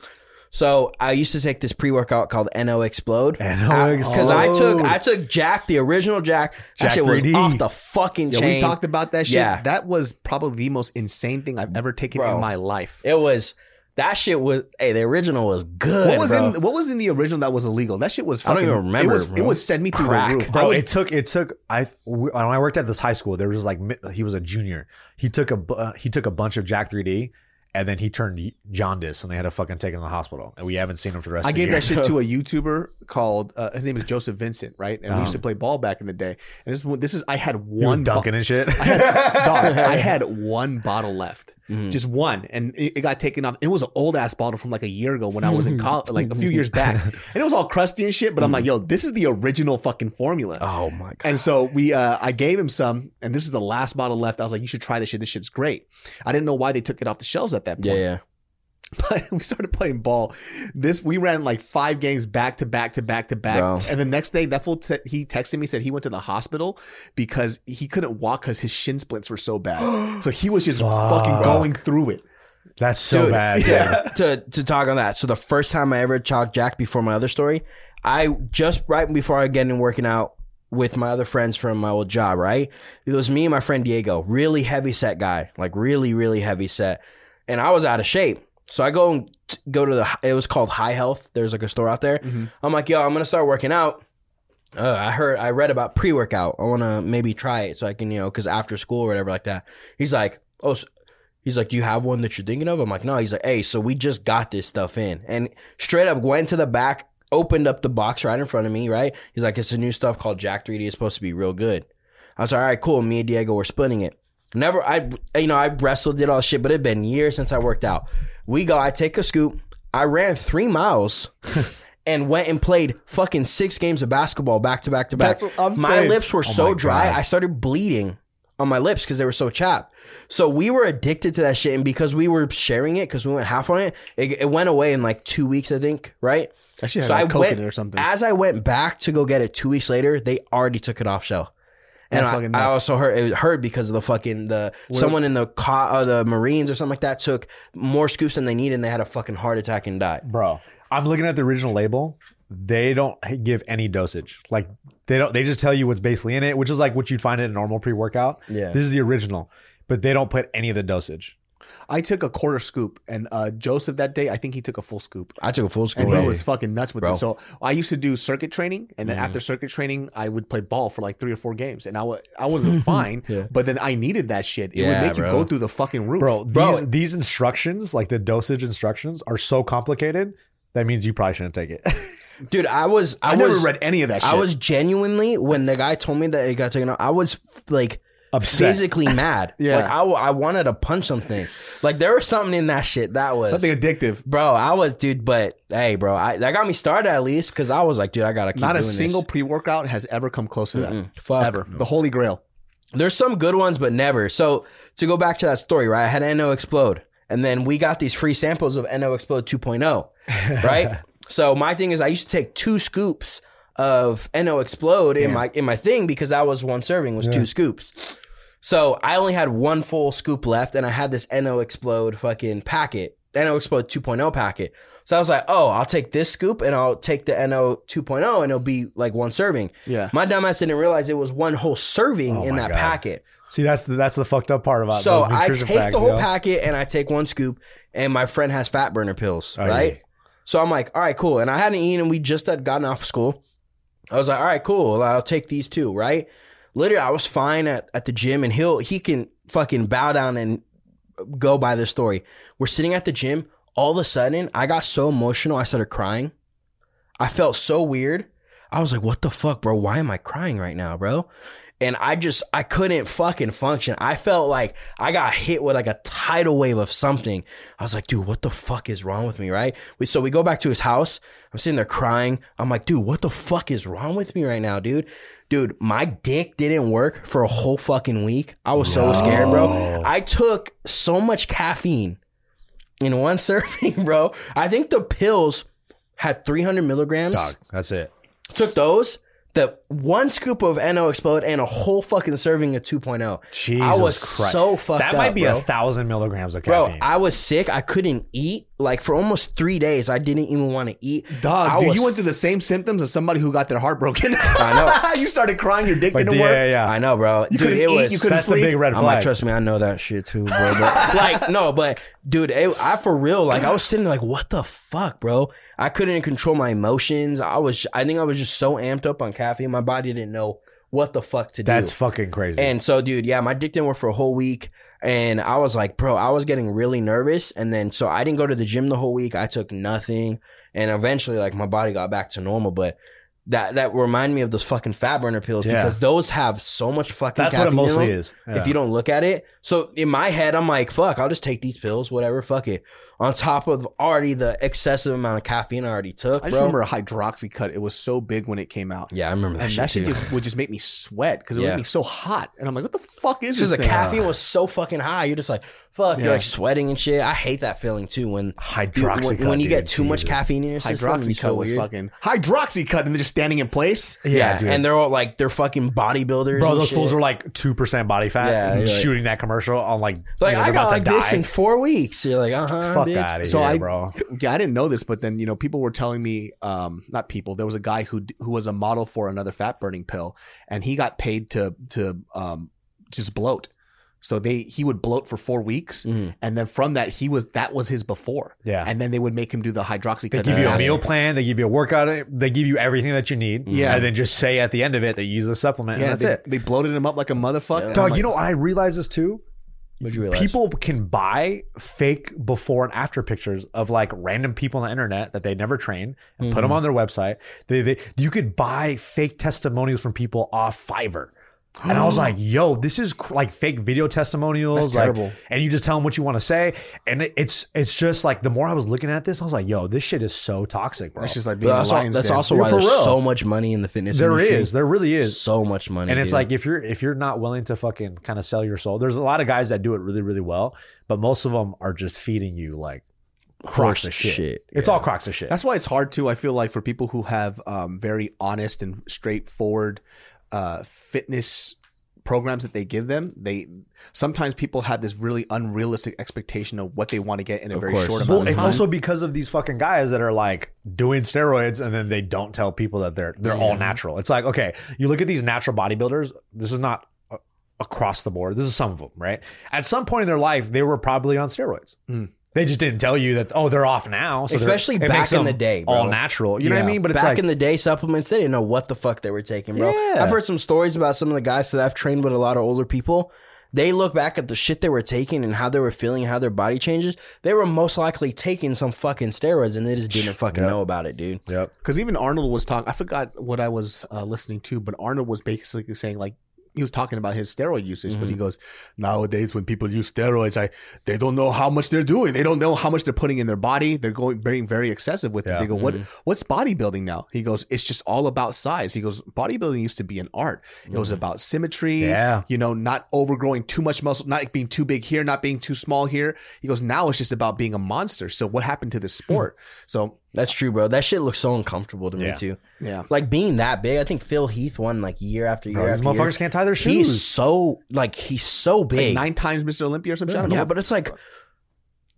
[SPEAKER 2] So I used to take this pre workout called No Explode because I took I took Jack the original Jack.
[SPEAKER 3] Jack
[SPEAKER 2] that shit was
[SPEAKER 3] 3D.
[SPEAKER 2] off the fucking
[SPEAKER 1] yeah,
[SPEAKER 2] chain.
[SPEAKER 1] we talked about that shit.
[SPEAKER 2] Yeah.
[SPEAKER 1] That was probably the most insane thing I've ever taken
[SPEAKER 2] Bro.
[SPEAKER 1] in my life.
[SPEAKER 2] it was that shit was hey the original was good.
[SPEAKER 1] What was
[SPEAKER 2] bro.
[SPEAKER 1] in What was in the original that was illegal? That shit was
[SPEAKER 2] I don't
[SPEAKER 1] fucking.
[SPEAKER 2] even remember,
[SPEAKER 1] It, was, it
[SPEAKER 2] bro.
[SPEAKER 1] would send me through
[SPEAKER 2] Crack.
[SPEAKER 1] the roof.
[SPEAKER 3] Bro,
[SPEAKER 1] I would-
[SPEAKER 3] it took it took I when I worked at this high school, there was like mi- he was a junior. He took a bu- uh, he took a bunch of Jack 3D, and then he turned jaundice, and they had to fucking take him to the hospital, and we haven't seen him for the rest.
[SPEAKER 1] I
[SPEAKER 3] of
[SPEAKER 1] gave
[SPEAKER 3] the year.
[SPEAKER 1] that shit to a YouTuber called uh, his name is Joseph Vincent, right? And we
[SPEAKER 3] Uh-huh.
[SPEAKER 1] used to
[SPEAKER 2] Oh.
[SPEAKER 1] play ball back in the day. And this is this is I had
[SPEAKER 3] He was
[SPEAKER 1] one bo-
[SPEAKER 3] dunking and shit.
[SPEAKER 1] I had, dog, I had one bottle left,
[SPEAKER 2] Mhm.
[SPEAKER 1] just one, and it, it got taken off. It was an old ass bottle from like a year ago when I was in college, like a few years back, and it was all crusty and shit. But
[SPEAKER 2] Hmm.
[SPEAKER 1] I'm like, yo, this is the original fucking formula.
[SPEAKER 2] Oh my god.
[SPEAKER 1] And so we, uh, I gave him some, and this is the last bottle left. I was like, "You should try this shit. This shit's great." I didn't know why they took it off the shelves at that point.
[SPEAKER 2] yeah, yeah.
[SPEAKER 1] But we started playing ball. This we ran like five games back to back to back to back.
[SPEAKER 2] Wow.
[SPEAKER 1] And the next day, that fool te- he texted me said he went to the hospital because he couldn't walk because his shin splints were so bad. so he was just fucking
[SPEAKER 3] Fuck.
[SPEAKER 1] going through it.
[SPEAKER 3] That's so
[SPEAKER 2] Dude,
[SPEAKER 3] bad. dude.
[SPEAKER 2] Yeah. to to talk on that. So the first time I ever chalked Jack before my other story, I just right before I get in working out with my other friends from my old job, right? It was me and my friend Diego, really heavy set guy, like really really heavy set, and I was out of shape. So I go and t- go to the it was called High Health. There's like a store out there. I'm like, yo, I'm gonna start working out. Uh, I heard, I read about pre workout. I want to maybe try it so I can, you know, because after school or whatever like that. He's like, oh, so, he's like, do you have one that you're thinking of? I'm like, no. He's like, hey, so we just got this stuff in, and straight up went to the back, opened up the box right in front of me. Right? He's like, it's a new stuff called Jack 3D. It's supposed to be real good. I was like, all right, cool. Me and Diego were splitting it. Never, I, you know, I wrestled, did all this shit, but it'd been years since I worked out. We go, I take a scoop. I ran three miles and went and played fucking six games of basketball back to back to back.
[SPEAKER 1] That's what I'm
[SPEAKER 2] my
[SPEAKER 1] saying.
[SPEAKER 2] lips were so
[SPEAKER 3] Oh my
[SPEAKER 2] dry,
[SPEAKER 3] God.
[SPEAKER 2] I started bleeding on my lips because they were so chapped. So we were addicted to that shit, and because we were sharing it, because we went half on it, it, it went away in like two weeks, I think, right?
[SPEAKER 1] That shit had
[SPEAKER 2] So
[SPEAKER 1] like,
[SPEAKER 2] I
[SPEAKER 1] coke
[SPEAKER 2] went-
[SPEAKER 1] in it or something.
[SPEAKER 2] As I went back to go get it two weeks later, they already took it off shelf. And
[SPEAKER 1] That's
[SPEAKER 2] I,
[SPEAKER 1] fucking
[SPEAKER 2] I
[SPEAKER 1] nuts.
[SPEAKER 2] also heard it hurt because of the fucking the someone in the ca- uh, the Marines or something like that took more scoops than they needed and they had a fucking heart attack and died.
[SPEAKER 3] bro i'm looking at the original label they don't give any dosage like they don't they just tell you what's basically in it which is like what you'd find in a normal pre-workout
[SPEAKER 2] Yeah.
[SPEAKER 3] this is the original but they don't put any of the dosage
[SPEAKER 1] I took a quarter scoop, and uh, Joseph that day, I think he took a full scoop.
[SPEAKER 2] I took a full
[SPEAKER 1] And
[SPEAKER 2] scoop.
[SPEAKER 1] he
[SPEAKER 2] Bro.
[SPEAKER 1] was fucking nuts with
[SPEAKER 2] Bro.
[SPEAKER 1] it. So I used to do circuit training, and then
[SPEAKER 2] Mhm.
[SPEAKER 1] after circuit training, I would play ball for like three or four games, and I wa- I wasn't fine.
[SPEAKER 2] Yeah.
[SPEAKER 1] But then I needed that shit. It
[SPEAKER 2] Yeah,
[SPEAKER 1] would make you
[SPEAKER 2] bro.
[SPEAKER 1] go through the fucking roof,
[SPEAKER 3] bro these,
[SPEAKER 2] Bro.
[SPEAKER 3] these instructions like the dosage instructions are so complicated that means you probably shouldn't take it
[SPEAKER 2] Dude, I was I,
[SPEAKER 1] I,
[SPEAKER 2] was
[SPEAKER 1] never read any of that shit.
[SPEAKER 2] I was genuinely when the guy told me that it got taken out, I was f- like
[SPEAKER 3] upset
[SPEAKER 2] physically mad.
[SPEAKER 1] Yeah.
[SPEAKER 2] Like I, w- I wanted to punch something. Like there was something in that shit that was
[SPEAKER 1] something addictive.
[SPEAKER 2] Bro, I was dude, but hey, bro, I, that got me started at least because I was like, dude, I gotta keep
[SPEAKER 1] Not a
[SPEAKER 2] doing this.
[SPEAKER 1] single pre workout has ever come close to that.
[SPEAKER 2] Mm-mm. Fuck.
[SPEAKER 1] Ever. The holy grail.
[SPEAKER 2] There's some good ones, but never. So to go back to that story, right? I had NO Explode, and then we got these free oh, samples of NO Explode 2.0, right? so my thing is, I used to take two scoops of NO Explode in
[SPEAKER 3] Damn.
[SPEAKER 2] my in my thing because that was one serving was
[SPEAKER 3] Yeah.
[SPEAKER 2] two scoops. So I only had one full scoop left, and I had this NO Explode fucking packet, NO Explode 2.0 packet. So I was like, oh, I'll take this scoop and I'll take the NO 2.0, oh, and it'll be like one serving.
[SPEAKER 1] Yeah.
[SPEAKER 2] My dumbass didn't realize it was one whole serving
[SPEAKER 3] Oh
[SPEAKER 2] in
[SPEAKER 3] my
[SPEAKER 2] that
[SPEAKER 3] God.
[SPEAKER 2] packet.
[SPEAKER 3] See, that's the, that's the fucked up part about
[SPEAKER 2] So
[SPEAKER 3] those
[SPEAKER 2] I
[SPEAKER 3] nutrition
[SPEAKER 2] take
[SPEAKER 3] facts,
[SPEAKER 2] the whole
[SPEAKER 3] yo.
[SPEAKER 2] packet and I take one scoop, and my friend has fat burner pills,
[SPEAKER 3] Oh, yeah.
[SPEAKER 2] right? So I'm like, all right, cool. And I hadn't eaten, we just had gotten off of school. I was like, all right, cool. I'll take these two, right? Literally, I was fine at, at the gym, and he'll he can fucking bow down and go by this story. We're sitting at the gym. All of a sudden, I got so emotional, I started crying. I felt so weird. I was like, what the fuck, bro? Why am I crying right now, bro? And I just I couldn't fucking function. I felt like I got hit with like a tidal wave of something. I was like, dude, what the fuck is wrong with me, right? We, so we go back to his house. I'm sitting there crying. I'm like, dude, what the fuck is wrong with me right now, dude? Dude, my dick didn't work for a whole fucking week. I was so scared, bro. I took so much caffeine in one serving, bro. I think the pills had 300 milligrams
[SPEAKER 3] Dog, that's it.
[SPEAKER 2] took those, the one scoop of NO Explode and a whole fucking serving of 2.0.
[SPEAKER 3] Jesus
[SPEAKER 2] I was
[SPEAKER 3] Christ.
[SPEAKER 2] so fucked
[SPEAKER 3] that
[SPEAKER 2] up.
[SPEAKER 3] might be
[SPEAKER 2] bro.
[SPEAKER 3] a thousand milligrams of
[SPEAKER 2] Bro,
[SPEAKER 3] caffeine.
[SPEAKER 2] I was sick. I couldn't eat. Like for almost three days, I didn't even want to eat. I
[SPEAKER 1] Dog, dude,
[SPEAKER 2] was-
[SPEAKER 1] you went through the same symptoms as somebody who got their heart broken.
[SPEAKER 2] I
[SPEAKER 1] you started crying, your dick
[SPEAKER 3] Like,
[SPEAKER 1] didn't
[SPEAKER 3] yeah,
[SPEAKER 1] work.
[SPEAKER 3] yeah, yeah.
[SPEAKER 2] I know, bro.
[SPEAKER 1] You
[SPEAKER 2] dude,
[SPEAKER 1] couldn't
[SPEAKER 2] it
[SPEAKER 1] eat,
[SPEAKER 2] was.
[SPEAKER 1] you couldn't
[SPEAKER 3] That's the
[SPEAKER 1] sleep.
[SPEAKER 3] big red
[SPEAKER 2] I'm
[SPEAKER 3] flag.
[SPEAKER 2] like, trust me, I know that shit too, bro. But, like, no, but dude, it, I for real, like, I was sitting there like, what the fuck, bro? I couldn't control my emotions. I was, I think I was just so amped up on caffeine, my body didn't know what the fuck to do.
[SPEAKER 3] that's fucking crazy.
[SPEAKER 2] And so, dude, yeah, my dick didn't work for a whole week. And I was like, bro, I was getting really nervous. And then, so I didn't go to the gym the whole week. I took nothing. And eventually, like, my body got back to normal. But that, that reminded me of those fucking fat burner pills
[SPEAKER 3] Yeah.
[SPEAKER 2] because those have so much fucking
[SPEAKER 3] that's what it
[SPEAKER 2] caffeine in
[SPEAKER 3] mostly
[SPEAKER 2] them
[SPEAKER 3] is. Yeah.
[SPEAKER 2] if you don't look at it. So in my head, I'm like, fuck, I'll just take these pills, whatever, fuck it. On top of already the excessive amount of caffeine I already took,
[SPEAKER 1] I just
[SPEAKER 2] bro.
[SPEAKER 1] remember a hydroxy cut. It was so big when it came out.
[SPEAKER 2] yeah, I remember that
[SPEAKER 1] and
[SPEAKER 2] shit.
[SPEAKER 1] that shit
[SPEAKER 2] too.
[SPEAKER 1] just, would just make me sweat because it
[SPEAKER 2] Yeah.
[SPEAKER 1] would be so hot. And I'm like, what the fuck is
[SPEAKER 2] Because
[SPEAKER 1] this?
[SPEAKER 2] the
[SPEAKER 1] thing?
[SPEAKER 2] caffeine was so fucking high, you're just like, fuck, you're
[SPEAKER 1] Yeah.
[SPEAKER 2] like sweating and shit. I hate that feeling too when you,
[SPEAKER 3] hydroxy
[SPEAKER 2] when, when you get too much caffeine in your system. you
[SPEAKER 1] hydroxy
[SPEAKER 2] feel
[SPEAKER 1] cut was
[SPEAKER 2] weird.
[SPEAKER 1] fucking hydroxy cut, and they're just standing in place.
[SPEAKER 3] Yeah,
[SPEAKER 2] yeah,
[SPEAKER 3] dude.
[SPEAKER 2] and they're all like they're fucking bodybuilders.
[SPEAKER 3] Bro,
[SPEAKER 2] and
[SPEAKER 3] those
[SPEAKER 2] shit.
[SPEAKER 3] fools are like two percent body fat.
[SPEAKER 2] Yeah,
[SPEAKER 3] and
[SPEAKER 2] you're like-
[SPEAKER 3] shooting that commercial on like,
[SPEAKER 2] like
[SPEAKER 3] you know,
[SPEAKER 2] I got
[SPEAKER 3] they're about
[SPEAKER 2] like
[SPEAKER 3] to
[SPEAKER 2] this
[SPEAKER 3] die.
[SPEAKER 2] in four weeks. You're like, uh huh,
[SPEAKER 3] Fuck
[SPEAKER 2] bitch.
[SPEAKER 3] out of
[SPEAKER 1] So
[SPEAKER 3] here,
[SPEAKER 1] I-
[SPEAKER 3] bro.
[SPEAKER 1] Yeah, I didn't know this, but then you know people were telling me, um, not people. There was a guy who d- who was a model for another fat burning pill, and he got paid to to um, just bloat. So they he would bloat for four weeks,
[SPEAKER 2] Mhm.
[SPEAKER 1] and then from that he was that was his before,
[SPEAKER 3] Yeah,
[SPEAKER 1] and then they would make him do the hydroxy
[SPEAKER 3] they
[SPEAKER 1] cut.
[SPEAKER 3] give you
[SPEAKER 2] Yeah.
[SPEAKER 3] a meal plan, they give you a workout, they give you everything that you need.
[SPEAKER 1] Yeah.
[SPEAKER 3] and then just say at the end of it that you use the supplement.
[SPEAKER 1] yeah,
[SPEAKER 3] and that's
[SPEAKER 1] they,
[SPEAKER 3] it.
[SPEAKER 1] they bloated him up like a motherfucker. And
[SPEAKER 2] Yeah.
[SPEAKER 1] I'm
[SPEAKER 3] Dog,
[SPEAKER 1] like,
[SPEAKER 3] you know what I realize this too.
[SPEAKER 2] What'd you realize?
[SPEAKER 3] People can buy fake before and after pictures of like random people on the internet that they never train and
[SPEAKER 1] Mm-hmm.
[SPEAKER 3] put them on their website. They, they you could buy fake testimonials from people off Fiverr. And I was like, yo, this is cr- like fake video testimonials.
[SPEAKER 1] That's
[SPEAKER 3] like-
[SPEAKER 1] terrible.
[SPEAKER 3] and you just tell them what you want to say. And it- it's it's just like the more I was looking at this, I was like, yo, this shit is so toxic, bro.
[SPEAKER 1] that's just like
[SPEAKER 2] Bro,
[SPEAKER 1] being
[SPEAKER 2] that's,
[SPEAKER 1] a
[SPEAKER 2] al-
[SPEAKER 1] lion's
[SPEAKER 2] that's
[SPEAKER 1] den.
[SPEAKER 2] also
[SPEAKER 3] You're
[SPEAKER 2] why
[SPEAKER 3] for
[SPEAKER 2] there's
[SPEAKER 3] real.
[SPEAKER 2] so much money in the fitness
[SPEAKER 3] there
[SPEAKER 2] industry.
[SPEAKER 3] is, there really is.
[SPEAKER 2] so much money,
[SPEAKER 3] And it's
[SPEAKER 2] dude.
[SPEAKER 3] like if you're if you're not willing to fucking kind of sell your soul, there's a lot of guys that do it really really well, but most of them are just feeding you like crocks
[SPEAKER 2] Horse
[SPEAKER 3] of shit.
[SPEAKER 2] shit,
[SPEAKER 3] It's all crocks of shit.
[SPEAKER 1] That's why it's hard too. I feel like for people who have um, very honest and straightforward uh, fitness programs that they give them, they sometimes people have this really unrealistic expectation of what they want to get in a
[SPEAKER 2] Of
[SPEAKER 1] very
[SPEAKER 2] course.
[SPEAKER 1] short
[SPEAKER 2] Well,
[SPEAKER 1] amount
[SPEAKER 3] well,
[SPEAKER 1] of
[SPEAKER 3] it's
[SPEAKER 1] time.
[SPEAKER 3] also because of these fucking guys that are like doing steroids and then they don't tell people that they're they're all
[SPEAKER 2] Yeah.
[SPEAKER 3] natural. It's like okay, you look at these natural bodybuilders. This is not a- across the board. This is some of them, right? At some point in their life, they were probably on steroids.
[SPEAKER 1] Mm.
[SPEAKER 3] They just didn't tell you that. Oh, they're off now. So they're-
[SPEAKER 2] Hmm. Especially
[SPEAKER 3] it
[SPEAKER 2] back
[SPEAKER 3] makes
[SPEAKER 2] in the
[SPEAKER 3] them
[SPEAKER 2] day,
[SPEAKER 3] all
[SPEAKER 2] bro.
[SPEAKER 3] natural. You know what I
[SPEAKER 1] Yeah.
[SPEAKER 3] mean? But it's
[SPEAKER 2] back
[SPEAKER 3] like
[SPEAKER 2] in the day, supplements they didn't know what the fuck they were taking, bro.
[SPEAKER 3] Yeah.
[SPEAKER 2] I've heard some stories about some of the guys that I've trained with a lot of older people. They look back at the shit they were taking and how they were feeling, how their body changes. They were most likely taking some fucking steroids and they just didn't fucking know about it, dude.
[SPEAKER 3] yep.
[SPEAKER 1] because even Arnold was talking. I forgot what I was uh, listening to, but Arnold was basically saying like he was talking about his steroid usage. But he
[SPEAKER 3] Mm-hmm.
[SPEAKER 1] goes, nowadays when people use steroids, I they don't know how much they're doing. They don't know how much they're putting in their body. They're going being very excessive with
[SPEAKER 3] Yeah. Mm-hmm.
[SPEAKER 1] it. They go, what what's bodybuilding now? He goes, it's just all about size. He goes, bodybuilding used to be an art. It was about symmetry.
[SPEAKER 3] Mm-hmm. Yeah.
[SPEAKER 1] You know, not overgrowing too much muscle, not being too big
[SPEAKER 3] Hmm.
[SPEAKER 1] here, not being too small here. He goes, now it's just about being a monster. So what happened to this sport? so
[SPEAKER 2] That's true, bro. That shit looks so uncomfortable to
[SPEAKER 3] Yeah.
[SPEAKER 2] me too.
[SPEAKER 1] Yeah.
[SPEAKER 2] Like being that big, I think Phil Heath won like year after year.
[SPEAKER 3] Bro, these
[SPEAKER 2] after year.
[SPEAKER 3] motherfuckers can't tie their shoes.
[SPEAKER 2] He's so like he's so
[SPEAKER 1] It's like
[SPEAKER 2] big.
[SPEAKER 1] nine times Mr. Olympia or some shit. I don't
[SPEAKER 2] yeah,
[SPEAKER 1] know.
[SPEAKER 2] but it's like,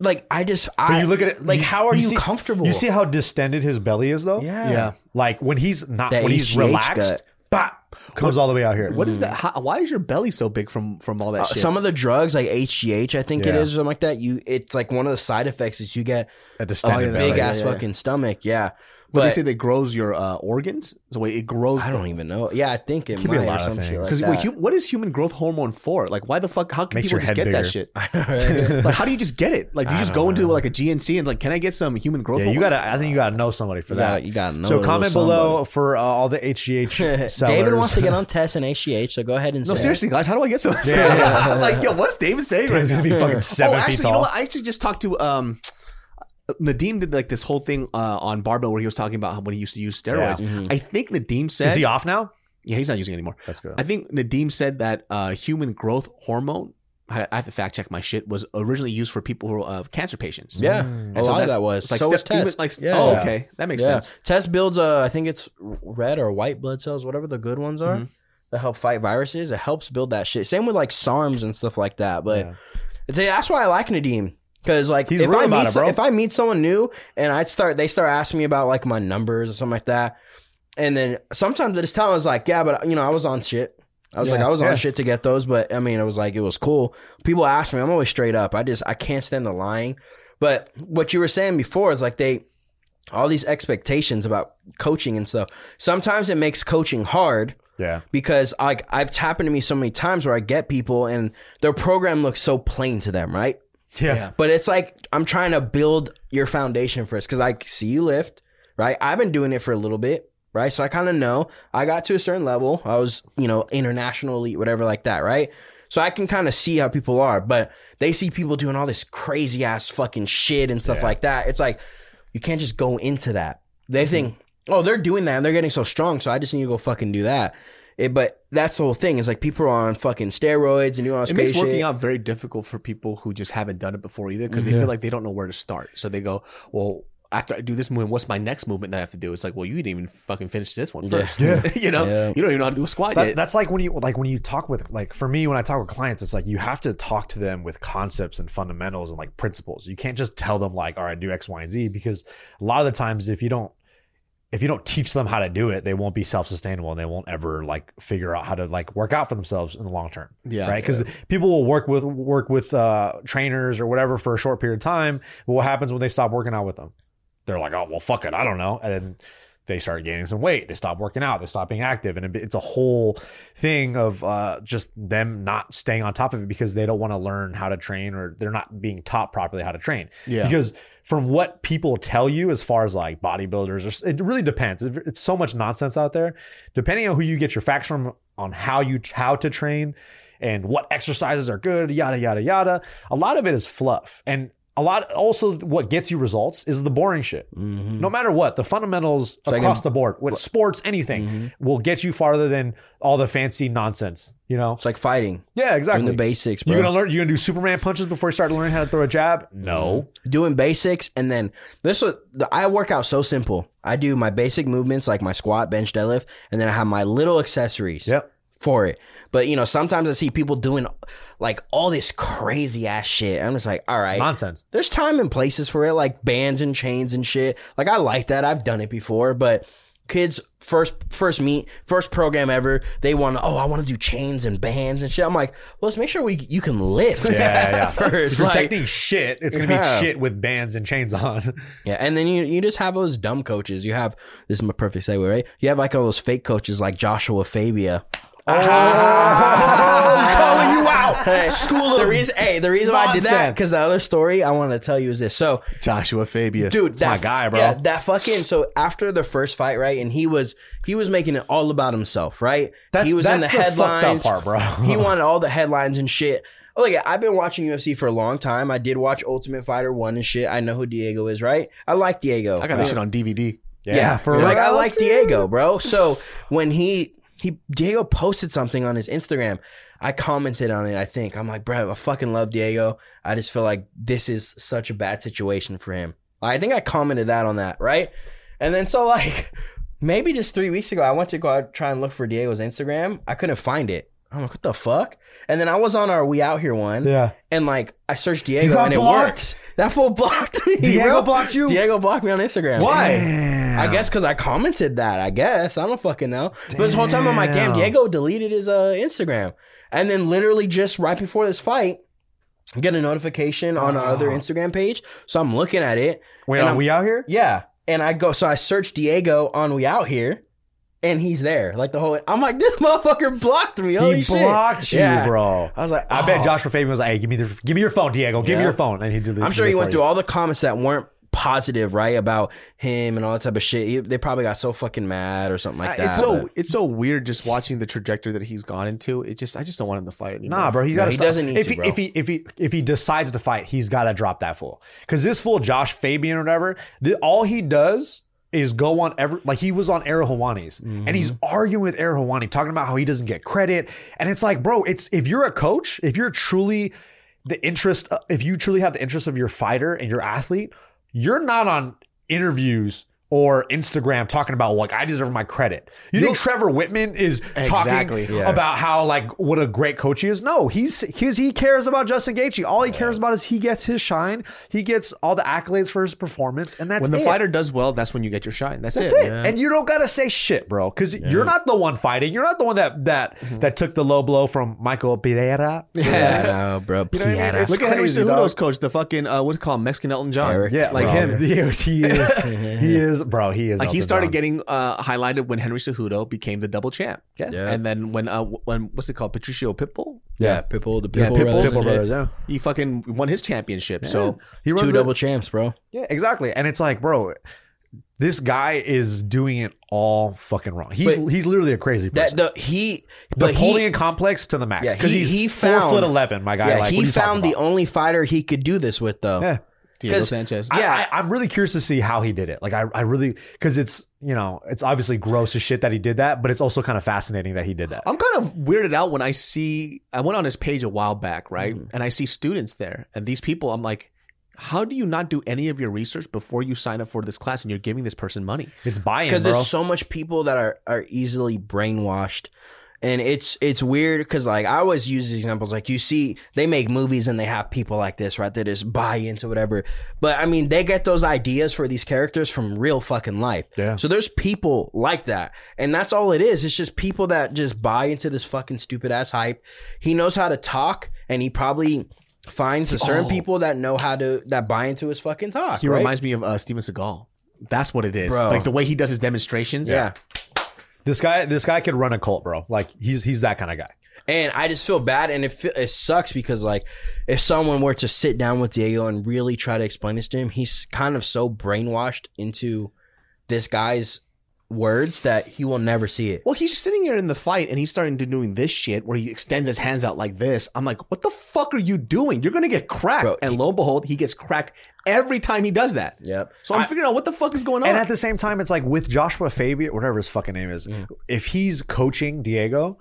[SPEAKER 2] like I just
[SPEAKER 3] But
[SPEAKER 2] I
[SPEAKER 3] you look at it
[SPEAKER 2] like how are you,
[SPEAKER 3] see-
[SPEAKER 2] comfortable?
[SPEAKER 3] You see how distended his belly is though?
[SPEAKER 2] yeah,
[SPEAKER 1] yeah.
[SPEAKER 3] Like when he's not
[SPEAKER 2] That
[SPEAKER 3] when he's
[SPEAKER 2] HGH
[SPEAKER 3] relaxed,
[SPEAKER 2] gut.
[SPEAKER 3] bop, comes all the way out here.
[SPEAKER 1] What is that? How, why is your belly so big from from all that
[SPEAKER 2] Mm. Uh,
[SPEAKER 1] shit?
[SPEAKER 2] some of the drugs like HGH, I think it
[SPEAKER 3] Yeah.
[SPEAKER 2] is, or something like that. You, it's like one of the side effects is you get
[SPEAKER 3] A
[SPEAKER 2] a
[SPEAKER 1] yeah,
[SPEAKER 3] distended belly.
[SPEAKER 2] Oh, big
[SPEAKER 1] yeah,
[SPEAKER 2] ass
[SPEAKER 1] yeah, yeah.
[SPEAKER 2] fucking stomach. Yeah,
[SPEAKER 1] but, they
[SPEAKER 2] but
[SPEAKER 1] say that grows your uh, organs. So wait, it grows.
[SPEAKER 2] I don't even know. Yeah, I think it
[SPEAKER 3] Could be a
[SPEAKER 2] might
[SPEAKER 3] lot
[SPEAKER 2] or
[SPEAKER 3] of
[SPEAKER 2] some shit
[SPEAKER 3] things.
[SPEAKER 2] like
[SPEAKER 1] Because
[SPEAKER 2] that.
[SPEAKER 1] what is human growth hormone for? Like, why the fuck? How can
[SPEAKER 3] Makes
[SPEAKER 1] people
[SPEAKER 3] your
[SPEAKER 1] just get
[SPEAKER 3] head
[SPEAKER 1] that
[SPEAKER 3] bigger.
[SPEAKER 1] shit?
[SPEAKER 2] I know, right?
[SPEAKER 1] Like, how do you just get it? Like, do you
[SPEAKER 3] I
[SPEAKER 1] just
[SPEAKER 3] don't
[SPEAKER 1] go into
[SPEAKER 3] know.
[SPEAKER 1] like a GNC and like, can I get some human growth?
[SPEAKER 3] Yeah, you
[SPEAKER 1] hormone?
[SPEAKER 3] gotta. I think you gotta know somebody for
[SPEAKER 2] You
[SPEAKER 3] that.
[SPEAKER 2] gotta- you gotta know a
[SPEAKER 3] So
[SPEAKER 2] little
[SPEAKER 3] comment below for uh, all the HGH sellers.
[SPEAKER 2] David wants to get on tests and HGH, so go ahead and
[SPEAKER 1] No,
[SPEAKER 2] say it.
[SPEAKER 1] seriously, guys, how do I get some?
[SPEAKER 3] Yeah, yeah.
[SPEAKER 1] I'm like, yo, what's David saying? Right
[SPEAKER 3] He's
[SPEAKER 1] now?
[SPEAKER 3] gonna be fucking
[SPEAKER 1] Oh,
[SPEAKER 3] seven
[SPEAKER 1] actually,
[SPEAKER 3] feet
[SPEAKER 1] you know
[SPEAKER 3] tall.
[SPEAKER 1] what? I actually just talked to um, Nadim did like this whole thing uh, on barbell where he was talking about how when he used to use steroids.
[SPEAKER 2] Mhm.
[SPEAKER 1] I think Nadim said,
[SPEAKER 3] Is he off now?
[SPEAKER 1] yeah, he's not using it anymore.
[SPEAKER 3] That's good.
[SPEAKER 1] I think Nadim said that uh, human growth hormone. I I have to fact check my shit. Was originally used for people who are uh, cancer patients.
[SPEAKER 2] Yeah,
[SPEAKER 3] Mm.
[SPEAKER 2] a
[SPEAKER 1] so
[SPEAKER 2] lot
[SPEAKER 1] that's-
[SPEAKER 2] of that was.
[SPEAKER 1] it's like
[SPEAKER 2] so was
[SPEAKER 1] step,
[SPEAKER 2] Tess.
[SPEAKER 1] Even, like,
[SPEAKER 2] Yeah.
[SPEAKER 1] oh, okay, that makes sense.
[SPEAKER 2] Tess builds, uh, I think it's red or white blood cells, whatever the good ones are,
[SPEAKER 3] Mm-hmm.
[SPEAKER 1] Mhm.
[SPEAKER 2] that help fight viruses. It helps build that shit. Same with like SARMs and stuff like that. But
[SPEAKER 3] Yeah.
[SPEAKER 2] it's- that's why I like Nadim. Because like
[SPEAKER 3] He's
[SPEAKER 2] if
[SPEAKER 3] real
[SPEAKER 2] I
[SPEAKER 3] about
[SPEAKER 2] meet
[SPEAKER 3] it,
[SPEAKER 2] so-
[SPEAKER 3] bro.
[SPEAKER 2] if I meet someone new and I start they start asking me about like my numbers or something like that, and then sometimes I just tell them I was like yeah, but you know I was on shit. I was
[SPEAKER 3] Yeah,
[SPEAKER 2] like I was
[SPEAKER 3] yeah.
[SPEAKER 2] on shit to get those, but I mean it was like it was cool. People ask me, I'm always straight up. I just I can't stand the lying. But what you were saying before is like they all these expectations about coaching and stuff. Sometimes it makes coaching hard
[SPEAKER 3] Yeah.
[SPEAKER 2] because like I've happened to me so many times where I get people and their program looks so plain to them, right?
[SPEAKER 3] Yeah.
[SPEAKER 1] Yeah.
[SPEAKER 2] But it's like I'm trying to build your foundation first because I see you lift, right? I've been doing it for a little bit, right? So I kind of know I got to a certain level. I was, you know, international elite, whatever like that, right? So I can kind of see how people are, but they see people doing all this crazy ass fucking shit and stuff
[SPEAKER 3] Yeah.
[SPEAKER 2] like that. It's like you can't just go into that. They think,
[SPEAKER 1] Mm-hmm.
[SPEAKER 2] oh, they're doing that and they're getting so strong, so I just need to go fucking do that. It, but that's the whole thing. Is like people are on fucking steroids and doing all this
[SPEAKER 1] It makes
[SPEAKER 2] crazy
[SPEAKER 1] working
[SPEAKER 2] shit.
[SPEAKER 1] out very difficult for people who just haven't done it before either because they
[SPEAKER 2] Yeah.
[SPEAKER 1] feel like they don't know where to start. So they go, well, after I do this movement, what's my next movement that I have to do? It's like, well, you didn't even fucking finish this one
[SPEAKER 2] Yeah.
[SPEAKER 1] first.
[SPEAKER 3] Yeah.
[SPEAKER 1] you know,
[SPEAKER 2] Yeah.
[SPEAKER 1] you don't even know how to do a squat
[SPEAKER 3] That,
[SPEAKER 1] yet.
[SPEAKER 3] that's like when you like when you talk with like for me when I talk with clients, it's like you have to talk to them with concepts and fundamentals and like principles. You can't just tell them like, all right, do X, Y, and Z because a lot of the times if you don't if you don't teach them how to do it, they won't be self sustainable and they won't ever like figure out how to like work out for themselves in the long term.
[SPEAKER 1] yeah.
[SPEAKER 3] right because people will work with work with uh, trainers or whatever for a short period of time but what happens when they stop working out with them they're like oh well fuck it i don't know and then they start gaining some weight they stop working out they stop being active and it- it's a whole thing of uh, just them not staying on top of it because they don't want to learn how to train or they're not being taught properly how to train
[SPEAKER 1] Yeah.
[SPEAKER 3] because from what people tell you as far as like bodybuilders or s- it really depends It- it's so much nonsense out there depending on who you get your facts from on how you how to train and what exercises are good yada yada yada a lot of it is fluff and a lot also what gets you results is the boring shit
[SPEAKER 2] Mhm.
[SPEAKER 3] no matter what the fundamentals
[SPEAKER 2] So I can-
[SPEAKER 3] across the board with sports anything
[SPEAKER 2] Mhm.
[SPEAKER 3] will get you farther than all the fancy nonsense you know
[SPEAKER 2] It's like fighting.
[SPEAKER 3] yeah
[SPEAKER 2] Doing
[SPEAKER 3] exactly
[SPEAKER 2] the basics, bro.
[SPEAKER 3] you're gonna learn you're gonna do superman punches before you start learning how to throw a jab no
[SPEAKER 2] doing basics and then this was the, i work out so simple i do my basic movements like my squat bench deadlift and then i have my little accessories
[SPEAKER 3] yep
[SPEAKER 2] for it but you know sometimes i see people doing like all this crazy ass shit i'm just like all right
[SPEAKER 3] nonsense
[SPEAKER 2] there's time and places for it like bands and chains and shit like i like that i've done it before but kids first first meet first program ever they want to oh i want to do chains and bands and shit i'm like well, let's make sure we you can lift
[SPEAKER 3] yeah, yeah.
[SPEAKER 2] first
[SPEAKER 3] If you're
[SPEAKER 2] like-
[SPEAKER 3] technique shit, it's gonna be
[SPEAKER 2] Yeah.
[SPEAKER 3] shit with bands and chains on.
[SPEAKER 2] Yeah, and then you you just have those dumb coaches. You have this is my perfect segue, right? You have like all those fake coaches like Joshua Fabia.
[SPEAKER 3] calling you out.
[SPEAKER 2] Oh. Hey, School the reason, hey, the reason why I did that
[SPEAKER 3] nonsense.
[SPEAKER 2] because the other story I want to tell you is this. So,
[SPEAKER 1] Joshua Fabia.
[SPEAKER 2] dude, that
[SPEAKER 3] my guy, bro.
[SPEAKER 2] Yeah, that fucking. So after the first fight, right, and he was he was making it all about himself, right?
[SPEAKER 3] That's,
[SPEAKER 2] he was
[SPEAKER 3] that's
[SPEAKER 2] in the,
[SPEAKER 3] fucked
[SPEAKER 2] headlines.
[SPEAKER 3] up part, bro.
[SPEAKER 2] he wanted all the headlines and shit. Oh yeah, I've been watching UFC for a long time. I did watch Ultimate Fighter One and shit. I know who Diego is, right? I like Diego.
[SPEAKER 1] I got this shit on DVD.
[SPEAKER 3] yeah, for
[SPEAKER 2] like I
[SPEAKER 3] real,
[SPEAKER 2] like
[SPEAKER 3] dude.
[SPEAKER 2] Diego, bro. So when he he Diego posted something on his Instagram, I commented on it. I think I'm like, bro, I fucking love Diego. I just feel like this is such a bad situation for him. I think I commented that on that, right? And then so like maybe just three weeks ago, I went to go out try and look for Diego's Instagram. I couldn't find it. I'm like, what the fuck? And then I was on our We Out Here one,
[SPEAKER 3] Yeah.
[SPEAKER 2] and like I searched Diego
[SPEAKER 3] got
[SPEAKER 2] and it
[SPEAKER 3] blocked?
[SPEAKER 2] worked. That fool blocked me.
[SPEAKER 3] Diego
[SPEAKER 2] bro.
[SPEAKER 3] blocked you?
[SPEAKER 2] Diego blocked me on Instagram.
[SPEAKER 3] Why?
[SPEAKER 2] I guess because I commented that. I guess I don't fucking know. But this whole time I'm like, damn,
[SPEAKER 3] Damn.
[SPEAKER 2] Diego deleted his uh, Instagram, and then literally just right before this fight, I get a notification on our other
[SPEAKER 3] Oh.
[SPEAKER 2] Instagram page. So I'm looking at it.
[SPEAKER 3] Wait,
[SPEAKER 2] And
[SPEAKER 3] are
[SPEAKER 2] I'm-
[SPEAKER 3] we out here?
[SPEAKER 2] Yeah, and I go. So I search Diego on We Out Here, and he's there. Like the whole. I'm like, this motherfucker blocked me. Holy
[SPEAKER 3] he
[SPEAKER 2] shit!
[SPEAKER 3] blocked you,
[SPEAKER 2] Yeah.
[SPEAKER 3] bro.
[SPEAKER 2] I was like,
[SPEAKER 3] I bet
[SPEAKER 2] oh.
[SPEAKER 3] Joshua Fabian was like, "Hey, give me the, give me your phone, Diego. Give
[SPEAKER 2] Yeah.
[SPEAKER 3] me your phone." And he did.
[SPEAKER 2] I'm sure he went through all the comments that weren't positive, right, about him and all that type of shit. He- They probably got so fucking mad or something like
[SPEAKER 1] I-
[SPEAKER 2] that.
[SPEAKER 1] it's so
[SPEAKER 2] but-
[SPEAKER 1] it's so weird just watching the trajectory that he's gone into. It just I just don't want him to fight anymore.
[SPEAKER 3] Nah, bro. He's
[SPEAKER 2] No,
[SPEAKER 3] got.
[SPEAKER 2] he doesn't need
[SPEAKER 3] if
[SPEAKER 2] to,
[SPEAKER 3] he,
[SPEAKER 2] bro.
[SPEAKER 3] If he if he if he decides to fight, he's got to drop that fool. Because this fool, Josh Fabian or whatever, the, all he does is go on every like he was on Errol Hawani's and he's
[SPEAKER 2] Mm-hmm.
[SPEAKER 3] arguing with Errol Hawani, talking about how he doesn't get credit. And it's like, bro, it's if you're a coach, if you're truly the interest, if you truly have the interest of your fighter and your athlete, you're not on interviews. Or Instagram talking about like I deserve my credit. You think Trevor Whitman is
[SPEAKER 1] Exactly.
[SPEAKER 3] talking
[SPEAKER 2] Yeah.
[SPEAKER 3] about how like what a great coach he is. No, he's his he cares about Justin Gaethje. All he cares about is he gets his shine. He gets all the accolades for his performance, and that's
[SPEAKER 1] when the
[SPEAKER 3] it.
[SPEAKER 1] fighter does well, that's when you get your shine. That's,
[SPEAKER 3] That's
[SPEAKER 1] it.
[SPEAKER 3] it. And you don't gotta say shit, bro, because you're not the one fighting. You're not the one that that
[SPEAKER 1] Mm-hmm.
[SPEAKER 3] that took the low blow from Michael Pereira.
[SPEAKER 2] Yeah, no, bro.
[SPEAKER 3] You know what I mean?
[SPEAKER 2] Piedra.
[SPEAKER 3] It's
[SPEAKER 1] Look at Henry
[SPEAKER 3] crazy,
[SPEAKER 1] Cejudo's
[SPEAKER 3] dog.
[SPEAKER 1] coach, the fucking uh, what's it called Mexican Elton John.
[SPEAKER 2] Eric.
[SPEAKER 3] Yeah,
[SPEAKER 1] like
[SPEAKER 3] bro.
[SPEAKER 1] him.
[SPEAKER 3] Dude, he is. he is, bro. He is.
[SPEAKER 1] Like he
[SPEAKER 3] Elton
[SPEAKER 1] started
[SPEAKER 3] John.
[SPEAKER 1] getting uh, highlighted when Henry Cejudo became the double champ,
[SPEAKER 3] Yeah.
[SPEAKER 2] Yeah.
[SPEAKER 1] and then when uh, when what's it called Patricio Pitbull,
[SPEAKER 2] yeah, Pitbull, the Pitbull,
[SPEAKER 1] Yeah, Pitbull,
[SPEAKER 2] brothers.
[SPEAKER 3] Pitbull brothers. Yeah.
[SPEAKER 1] he fucking won his championship. So
[SPEAKER 3] He runs
[SPEAKER 2] Two
[SPEAKER 3] a-
[SPEAKER 2] double champs, bro.
[SPEAKER 3] Yeah, exactly. And it's like, bro, this guy is doing it all fucking wrong. He's
[SPEAKER 2] But-
[SPEAKER 3] he's literally a crazy
[SPEAKER 2] That
[SPEAKER 3] person.
[SPEAKER 2] the he, but he,
[SPEAKER 3] Napoleon complex to the max
[SPEAKER 2] Yeah,
[SPEAKER 3] because
[SPEAKER 2] he-
[SPEAKER 3] he's
[SPEAKER 2] he
[SPEAKER 3] four
[SPEAKER 2] found-
[SPEAKER 3] foot eleven. My guy,
[SPEAKER 2] yeah,
[SPEAKER 3] like what
[SPEAKER 2] he
[SPEAKER 3] are you
[SPEAKER 2] found the
[SPEAKER 3] talking
[SPEAKER 2] only fighter he could do this with, though.
[SPEAKER 3] about? yeah.
[SPEAKER 1] Diego
[SPEAKER 2] 'Cause
[SPEAKER 1] Sanchez,
[SPEAKER 3] I-
[SPEAKER 2] Yeah.
[SPEAKER 3] I, I'm really curious to see how he did it. Like, I, I really because it's you know it's obviously gross as shit that he did that, but it's also kind of fascinating that he did that.
[SPEAKER 1] I'm kind of weirded out when I see I went on his page a while back, right? And I see students there. And these people, I'm like, how do you not do any of your research before you sign up for this class and you're giving this person money?
[SPEAKER 3] It's buy-in,
[SPEAKER 2] because
[SPEAKER 3] bro.
[SPEAKER 2] there's so much people that are are easily brainwashed and it's it's weird because like i always use these examples like you see they make movies and they have people like this right that just buy into whatever but i mean they get those ideas for these characters from real fucking life
[SPEAKER 3] Yeah.
[SPEAKER 2] so there's people like that and that's all it is it's just people that just buy into this fucking stupid ass hype he knows how to talk and he probably finds the certain
[SPEAKER 1] Oh.
[SPEAKER 2] people that know how to that buy into his fucking talk
[SPEAKER 1] He
[SPEAKER 2] right?
[SPEAKER 1] reminds me of uh, Steven Seagal. That's what it is.
[SPEAKER 2] Bro.
[SPEAKER 1] Like the way he does his demonstrations.
[SPEAKER 2] yeah.
[SPEAKER 3] this guy, this guy could run a cult, bro. Like he's he's that kind of guy.
[SPEAKER 2] And I just feel bad, and it fe- it sucks because like, if someone were to sit down with Diego and really try to explain this to him, he's kind of so brainwashed into this guy's words that he will never see it.
[SPEAKER 1] Well, he's just sitting here in the fight and he's starting to doing this shit where he extends his hands out like this. I'm like, what the fuck are you doing? You're gonna get cracked.
[SPEAKER 2] Bro,
[SPEAKER 1] and lo and behold, he gets cracked every time he does that.
[SPEAKER 2] Yep.
[SPEAKER 1] So I'm figuring out what the fuck is going on.
[SPEAKER 3] And at the same time, it's like with Joshua Fabian, whatever his fucking name is,
[SPEAKER 2] Mm.
[SPEAKER 3] if he's coaching Diego,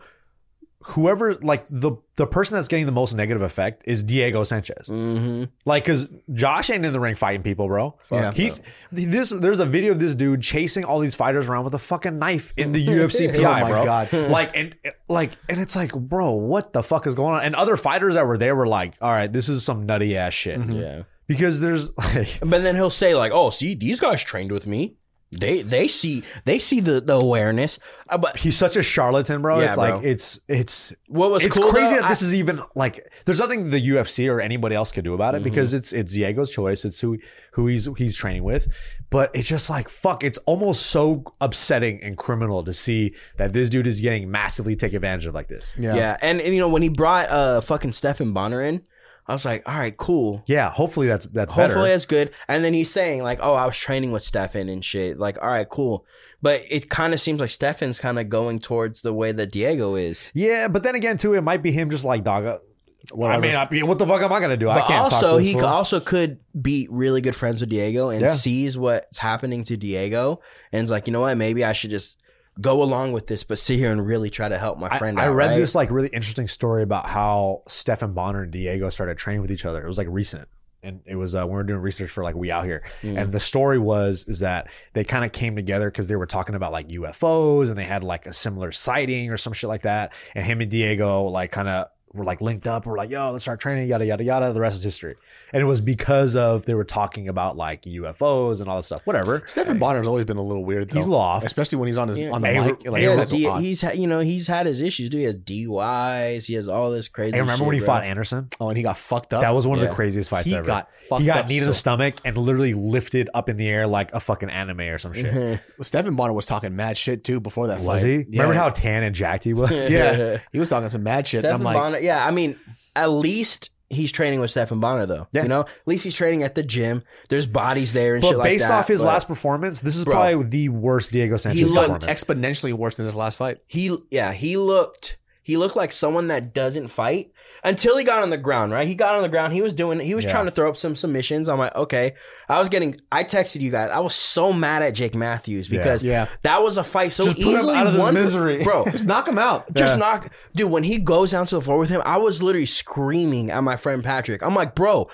[SPEAKER 3] whoever like the the person that's getting the most negative effect is Diego Sanchez.
[SPEAKER 2] Mm-hmm.
[SPEAKER 3] Like, cause Josh ain't in the ring fighting people, bro.
[SPEAKER 1] Yeah.
[SPEAKER 3] He this there's a video of this dude chasing all these fighters around with a fucking knife in the UFC
[SPEAKER 1] oh
[SPEAKER 3] PI,
[SPEAKER 1] my
[SPEAKER 3] bro.
[SPEAKER 1] god.
[SPEAKER 3] Like and like and it's like, bro, what the fuck is going on? And other fighters that were there were like, all right, this is some nutty ass shit.
[SPEAKER 1] Mm-hmm.
[SPEAKER 2] Yeah.
[SPEAKER 3] Because there's like
[SPEAKER 2] But then he'll say like, "Oh, see, these guys trained with me. They they see they see the the awareness." Uh, but
[SPEAKER 3] he's such a charlatan, bro.
[SPEAKER 2] Yeah,
[SPEAKER 3] it's
[SPEAKER 2] bro.
[SPEAKER 3] like it's it's
[SPEAKER 2] what was
[SPEAKER 3] it's
[SPEAKER 2] cool?
[SPEAKER 3] crazy
[SPEAKER 2] though,
[SPEAKER 3] that this is even like there's nothing the UFC or anybody else could do about it because it's it's Diego's choice. It's who who he's he's training with. But it's just like fuck, it's almost so upsetting and criminal to see that this dude is getting massively taken advantage of like this.
[SPEAKER 2] I, yeah. And, and you know when he brought uh fucking Stefan Bonner in, I was like, "All right, cool."
[SPEAKER 3] Yeah, hopefully that's that's
[SPEAKER 2] Hopefully
[SPEAKER 3] better.
[SPEAKER 2] that's good. And then he's saying like, "Oh, I was training with Stefan and shit." Like, all right, cool. But it kind of seems like Stefan's kind of going towards the way that Diego is.
[SPEAKER 3] Yeah, but then again too, it might be him just like dog. uh, I
[SPEAKER 1] Whatever.
[SPEAKER 3] mean, I mean, what the fuck am I gonna do? I
[SPEAKER 2] But
[SPEAKER 3] can't.
[SPEAKER 2] also,
[SPEAKER 3] talk to
[SPEAKER 2] he
[SPEAKER 3] this
[SPEAKER 2] could,
[SPEAKER 3] fool.
[SPEAKER 2] also could be really good friends with Diego and
[SPEAKER 3] Yeah.
[SPEAKER 2] sees what's happening to Diego and is like, you know what? Maybe I should just go along with this, but sit here and really try to help my
[SPEAKER 3] I-
[SPEAKER 2] friend.
[SPEAKER 3] I,
[SPEAKER 2] out,
[SPEAKER 3] read
[SPEAKER 2] right?
[SPEAKER 3] this like really interesting story about how Stefan Bonner and Diego started training with each other. It was like recent. and it was uh, we were doing research for like We Out Here,
[SPEAKER 2] Mm.
[SPEAKER 3] and the story was is that they kind of came together because they were talking about like UFOs and they had like a similar sighting or some shit like that, and him and Diego like kind of were like linked up. We're like, yo, let's start training, yada yada yada. The rest is history, and it was because of they were talking about like UFOs and all this stuff. Whatever,
[SPEAKER 1] Stephen Bonner's always been a little weird. Though.
[SPEAKER 3] he's lost.
[SPEAKER 1] especially when he's on his,
[SPEAKER 2] Yeah.
[SPEAKER 1] on the
[SPEAKER 3] Hey,
[SPEAKER 1] mic. Like,
[SPEAKER 3] hey,
[SPEAKER 1] it's also
[SPEAKER 2] Yeah, he,
[SPEAKER 1] on.
[SPEAKER 2] he's had you know he's had his issues, dude. He has DUIs. He has all this crazy.
[SPEAKER 3] I remember
[SPEAKER 2] shit,
[SPEAKER 3] when he
[SPEAKER 2] bro.
[SPEAKER 3] fought Anderson.
[SPEAKER 1] oh, and he got fucked up.
[SPEAKER 3] That was one of
[SPEAKER 2] Yeah.
[SPEAKER 3] the craziest fights
[SPEAKER 1] he
[SPEAKER 3] ever.
[SPEAKER 1] got fucked
[SPEAKER 3] he got
[SPEAKER 1] up.
[SPEAKER 3] knee to
[SPEAKER 1] so-
[SPEAKER 3] the stomach and literally lifted up in the air like a fucking anime or some shit.
[SPEAKER 2] Mm-hmm.
[SPEAKER 1] Stephen Bonner was talking mad shit too before that
[SPEAKER 3] Was
[SPEAKER 1] fight.
[SPEAKER 3] he?
[SPEAKER 1] Yeah.
[SPEAKER 3] Remember how tan and jacked he was?
[SPEAKER 1] Yeah. He was talking some mad shit. and
[SPEAKER 2] Stephen
[SPEAKER 1] I'm like,
[SPEAKER 2] Bonner. Yeah, I mean, at least he's training with Stephen Bonner though.
[SPEAKER 3] Yeah.
[SPEAKER 2] You know, at least he's training at the gym. There's bodies there and shit
[SPEAKER 3] but
[SPEAKER 2] like that.
[SPEAKER 3] based off his
[SPEAKER 2] but
[SPEAKER 3] last performance, this is
[SPEAKER 2] Bro.
[SPEAKER 3] probably the worst Diego
[SPEAKER 1] he
[SPEAKER 3] Sanchez
[SPEAKER 1] looked
[SPEAKER 3] performance.
[SPEAKER 1] exponentially worse than his last fight.
[SPEAKER 2] he yeah he looked he looked like someone that doesn't fight until he got on the ground right he got on the ground he was doing he was
[SPEAKER 3] Yeah.
[SPEAKER 2] trying to throw up some submissions i'm like okay i was getting i texted you guys i was so mad at jake matthews
[SPEAKER 3] Yeah.
[SPEAKER 2] because
[SPEAKER 1] Yeah,
[SPEAKER 2] that was a fight so
[SPEAKER 3] Just put him
[SPEAKER 2] easily
[SPEAKER 3] out of his
[SPEAKER 2] won for-
[SPEAKER 3] misery.
[SPEAKER 2] bro
[SPEAKER 1] just knock him out.
[SPEAKER 2] just
[SPEAKER 3] Yeah.
[SPEAKER 2] knock dude when he goes down to the floor with him i was literally screaming at my friend patrick i'm like bro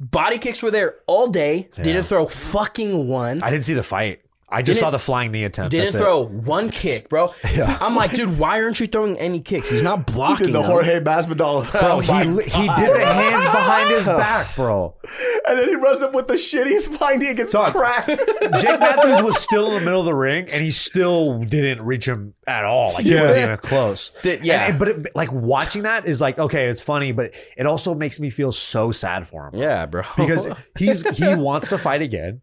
[SPEAKER 2] body kicks were there all day
[SPEAKER 3] Yeah.
[SPEAKER 2] didn't throw fucking one
[SPEAKER 3] I didn't see the fight. I just
[SPEAKER 2] Didn't-
[SPEAKER 3] saw the flying knee attempt.
[SPEAKER 2] didn't
[SPEAKER 3] That's it.
[SPEAKER 2] throw one kick, bro.
[SPEAKER 3] Yeah.
[SPEAKER 2] I'm like, dude, why aren't you throwing any kicks? He's not blocking.
[SPEAKER 1] Did the
[SPEAKER 2] them.
[SPEAKER 1] Jorge Masvidal,
[SPEAKER 2] Oh
[SPEAKER 3] Bro, he, he did the hands behind his back, bro.
[SPEAKER 1] and then he runs up with the shit. He's flying. He gets
[SPEAKER 3] Dog.
[SPEAKER 1] cracked.
[SPEAKER 3] Jake Matthews was still in the middle of the ring, and he still didn't reach him at all. Like he
[SPEAKER 1] Yeah.
[SPEAKER 3] wasn't even close.
[SPEAKER 2] Did- yeah.
[SPEAKER 3] And- and- but it, like watching that is like okay, it's funny, but it also makes me feel so sad for him
[SPEAKER 2] Yeah, bro.
[SPEAKER 3] because he's he wants to fight again,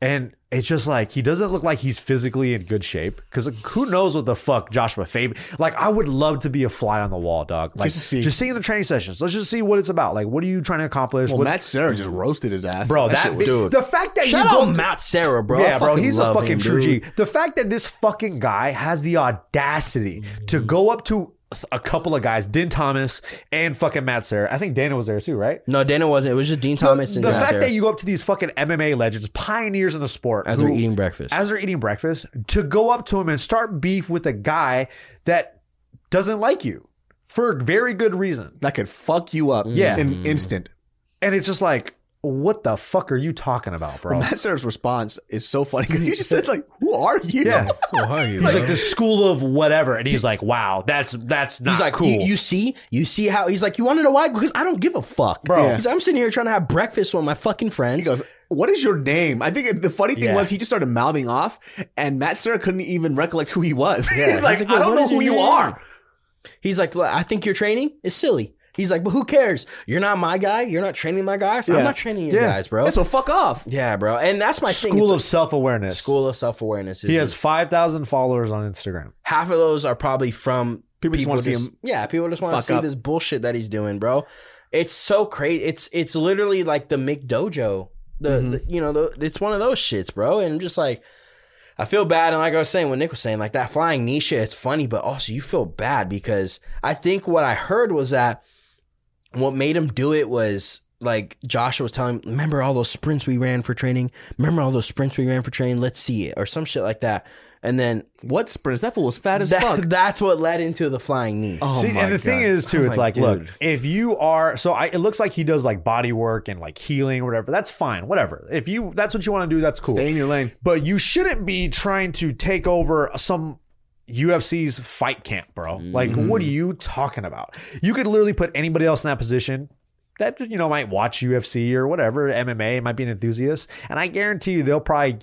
[SPEAKER 3] and it's just like he doesn't look like he's physically in good shape. Because who knows what the fuck Joshua Fabian? Like I would love to be a fly on the wall, dog. Like
[SPEAKER 1] Just to see.
[SPEAKER 3] just seeing the training sessions. Let's just see what it's about. Like what are you trying to accomplish?
[SPEAKER 1] well,
[SPEAKER 3] What's-
[SPEAKER 1] Matt Sarah just roasted his ass.
[SPEAKER 3] bro, that,
[SPEAKER 1] shit was-
[SPEAKER 2] dude.
[SPEAKER 3] the fact that
[SPEAKER 2] shout
[SPEAKER 3] you go
[SPEAKER 2] out Matt Sarah, bro. I
[SPEAKER 3] yeah, bro,
[SPEAKER 2] fucking
[SPEAKER 3] he's a
[SPEAKER 2] love
[SPEAKER 3] fucking
[SPEAKER 2] him,
[SPEAKER 3] true
[SPEAKER 2] dude.
[SPEAKER 3] G. The fact that this fucking guy has the audacity to go up to a couple of guys, Din Thomas and fucking Matt Sarah. I think Dana was there too, right?
[SPEAKER 2] No, Dana wasn't. It was just Dean Thomas
[SPEAKER 3] the
[SPEAKER 2] and Matt
[SPEAKER 3] fact
[SPEAKER 2] Sarah
[SPEAKER 3] that you go up to these fucking MMA legends, pioneers in the sport,
[SPEAKER 2] as they're
[SPEAKER 3] who-
[SPEAKER 2] eating breakfast.
[SPEAKER 3] as they're eating breakfast, to go up to him and start beef with a guy that doesn't like you for a very good reason,
[SPEAKER 1] that could fuck you up.
[SPEAKER 3] Yeah.
[SPEAKER 1] in an instant.
[SPEAKER 3] and it's just like, what the fuck are you talking about, bro?
[SPEAKER 1] Matt Sarah's response is so funny because he just said like, "Who are you?"
[SPEAKER 3] Yeah.
[SPEAKER 2] Who are you?
[SPEAKER 3] He's like the school of whatever, and he's like, "Wow, that's that's not
[SPEAKER 2] He's like,
[SPEAKER 3] cool."
[SPEAKER 2] you, you see, you see how he's like, you want to know why? Because I don't give a fuck,
[SPEAKER 3] Bro.
[SPEAKER 2] Because I'm sitting here trying to have breakfast with my fucking friends.
[SPEAKER 1] He goes, "What is your name?" I think the funny thing
[SPEAKER 3] Yeah.
[SPEAKER 1] was he just started mouthing off, and Matt Sarah couldn't even recollect who he was.
[SPEAKER 3] Yeah.
[SPEAKER 1] He's like,
[SPEAKER 2] He's like,
[SPEAKER 1] "I don't
[SPEAKER 2] "What
[SPEAKER 1] know
[SPEAKER 2] is your
[SPEAKER 1] who you
[SPEAKER 2] name?"
[SPEAKER 1] are."
[SPEAKER 2] He's like, "Look, I think your training is silly. He's like, but who cares? You're not my guy. You're not training my guys.
[SPEAKER 1] Yeah.
[SPEAKER 2] I'm not training your
[SPEAKER 3] Yeah.
[SPEAKER 2] guys, bro.
[SPEAKER 1] Yeah, so fuck off.
[SPEAKER 2] yeah, bro. And that's my thing. It's
[SPEAKER 3] school of self awareness.
[SPEAKER 2] school of self awareness.
[SPEAKER 3] He has five thousand followers on Instagram.
[SPEAKER 2] half of those are probably from
[SPEAKER 1] People just wanna see him
[SPEAKER 2] Yeah, people just want to
[SPEAKER 1] fuck
[SPEAKER 2] see
[SPEAKER 1] up.
[SPEAKER 2] this bullshit that he's doing, bro. It's so crazy. It's it's literally like the McDojo. The,
[SPEAKER 1] Mhm.
[SPEAKER 2] the- you know the, it's one of those shits, bro. And I'm just like, I feel bad. And like I was saying, what Nick was saying, like that flying knee shit, it's funny, but also you feel bad because I think what I heard was that what made him do it was like Joshua was telling, him, remember all those sprints we ran for training? Remember all those sprints we ran for training? Let's see it or some shit like that. And then
[SPEAKER 1] What sprints? That fool was fat as
[SPEAKER 2] that-
[SPEAKER 1] fuck.
[SPEAKER 2] That's what led into the flying knee.
[SPEAKER 1] Oh
[SPEAKER 3] See,
[SPEAKER 1] my
[SPEAKER 3] and the
[SPEAKER 1] God.
[SPEAKER 3] thing is too,
[SPEAKER 2] Oh
[SPEAKER 3] it's
[SPEAKER 2] my
[SPEAKER 3] like, look,
[SPEAKER 2] dude.
[SPEAKER 3] if you are so, I, it looks like he does like body work and like healing or whatever. That's fine, whatever. If you that's what you want to do, that's cool.
[SPEAKER 1] stay in your lane.
[SPEAKER 3] but you shouldn't be trying to take over some UFC's fight camp, bro. Like, what are you talking about? You could literally put anybody else in that position that you know might watch UFC or whatever MMA, might be an enthusiast, and I guarantee you they'll probably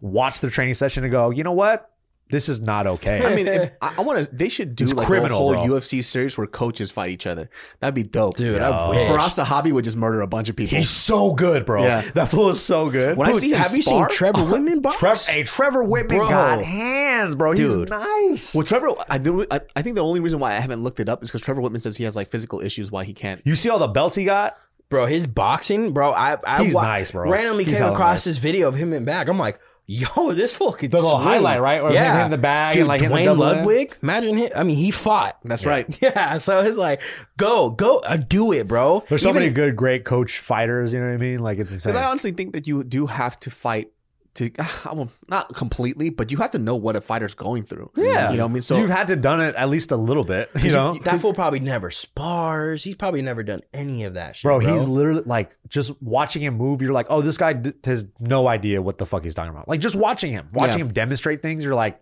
[SPEAKER 3] watch the training session and go, you know what, this is not okay.
[SPEAKER 1] I mean, if, I, I want to. They should do
[SPEAKER 3] It's
[SPEAKER 1] like
[SPEAKER 3] criminal,
[SPEAKER 1] a
[SPEAKER 3] bro.
[SPEAKER 1] whole UFC series where coaches fight each other. That'd be dope.
[SPEAKER 2] dude, I
[SPEAKER 3] Yo.
[SPEAKER 2] wish.
[SPEAKER 1] For us, the hobby would just murder a bunch of people.
[SPEAKER 3] He's so good, bro.
[SPEAKER 1] Yeah.
[SPEAKER 3] That fool is so good.
[SPEAKER 1] when I
[SPEAKER 2] Dude,
[SPEAKER 1] see him
[SPEAKER 2] have you seen
[SPEAKER 1] spar-
[SPEAKER 2] Trevor Whitman box?
[SPEAKER 3] Trev- hey, Trevor Whitman
[SPEAKER 2] Bro.
[SPEAKER 3] got hands, bro. He's
[SPEAKER 2] Dude.
[SPEAKER 3] nice.
[SPEAKER 1] Well, Trevor, I, do- I I think the only reason why I haven't looked it up is because Trevor Whitman says he has like physical issues why he can't.
[SPEAKER 3] You see all the belts he got?
[SPEAKER 2] bro, his boxing, bro. I, I
[SPEAKER 3] He's
[SPEAKER 2] wa-
[SPEAKER 3] nice, bro.
[SPEAKER 2] randomly
[SPEAKER 3] He's
[SPEAKER 2] came
[SPEAKER 3] hella
[SPEAKER 2] across
[SPEAKER 3] nice.
[SPEAKER 2] this video of him in back. I'm like, yo, this fucking
[SPEAKER 3] The little highlight, right? Or
[SPEAKER 2] yeah,
[SPEAKER 3] him in the bag
[SPEAKER 2] dude,
[SPEAKER 3] and like him in the
[SPEAKER 2] Dwayne
[SPEAKER 3] double hand.
[SPEAKER 2] Ludwig. Imagine him. I mean, he fought.
[SPEAKER 1] That's right.
[SPEAKER 2] Yeah, so it's like, go, go, uh, do it, bro.
[SPEAKER 3] There's so
[SPEAKER 2] Even-
[SPEAKER 3] many good, great coach fighters. You know what I mean? Like it's insane.
[SPEAKER 1] Because I honestly think that you do have to fight to ah, well, not completely, but you have to know what a fighter's going through.
[SPEAKER 3] Yeah.
[SPEAKER 1] oh, you know what I mean. So
[SPEAKER 3] you've had to done it at least a little bit, you know.
[SPEAKER 2] that fool probably never spars. He's probably never done any of that shit,
[SPEAKER 3] bro, he's literally like just watching him move. You're like, oh, this guy d- has no idea what the fuck he's talking about. Like just watching him, watching him demonstrate things. You're like,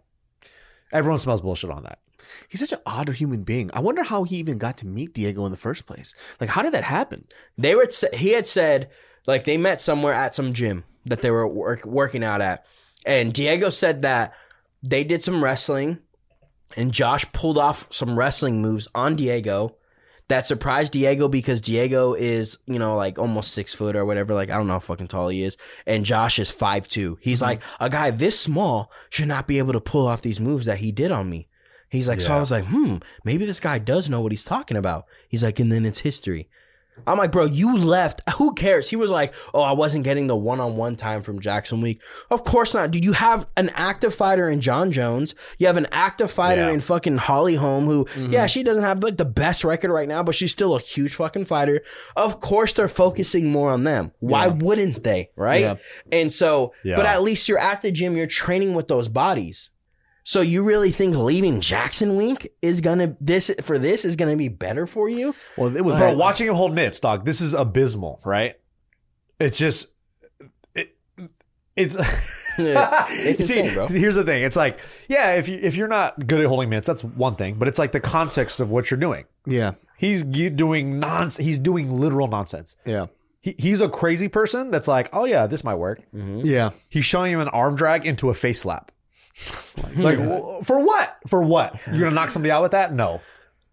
[SPEAKER 3] everyone smells bullshit on that.
[SPEAKER 1] he's such an odd human being. I wonder how he even got to meet Diego in the first place. Like, how did that happen?
[SPEAKER 2] they were. He had said like they met somewhere at some gym that they were work, working out at, and Diego said that they did some wrestling, and Josh pulled off some wrestling moves on Diego. That surprised Diego because Diego is, you know, like almost six foot or whatever. Like, I don't know how fucking tall he is. And Josh is five two. He's like, a guy this small should not be able to pull off these moves that he did on me. He's like, so I
[SPEAKER 3] Yeah.
[SPEAKER 2] was like, hmm, maybe this guy does know what he's talking about. He's like, and then it's history. I'm like, bro, you left. Who cares? He was like, oh, I wasn't getting the one on one time from Jackson Week. Of course not, dude. You have an active fighter in John Jones. You have an active fighter
[SPEAKER 3] Yeah. Mm-hmm.
[SPEAKER 2] in fucking Holly Holm, who, yeah, she doesn't have like the best record right now, but she's still a huge fucking fighter. Of course, they're focusing more on them. Why wouldn't they? Right.
[SPEAKER 1] Yeah.
[SPEAKER 2] And so,
[SPEAKER 3] Yeah.
[SPEAKER 2] but at least you're at the gym, you're training with those bodies. So you really think leaving Jackson Week is gonna this for this is gonna be better for you?
[SPEAKER 1] Well, it was
[SPEAKER 3] Bro,
[SPEAKER 1] like-
[SPEAKER 3] watching him hold mitts, dog. This is abysmal, right? It's just, it, it's.
[SPEAKER 2] Mm-hmm. It's
[SPEAKER 3] See,
[SPEAKER 2] insane, bro.
[SPEAKER 3] Here's the thing. It's like, yeah, if you if you're not good at holding mitts, that's one thing. But it's like the context of what you're doing.
[SPEAKER 1] yeah,
[SPEAKER 3] He's g- doing nonsense. He's doing literal nonsense.
[SPEAKER 1] yeah,
[SPEAKER 3] He, he's a crazy person that's like, oh yeah, this might work.
[SPEAKER 1] yeah.
[SPEAKER 3] He's showing him an arm drag into a face slap.
[SPEAKER 1] Hmm.
[SPEAKER 3] Like wh- for what? For what? You're gonna knock somebody out with that? No.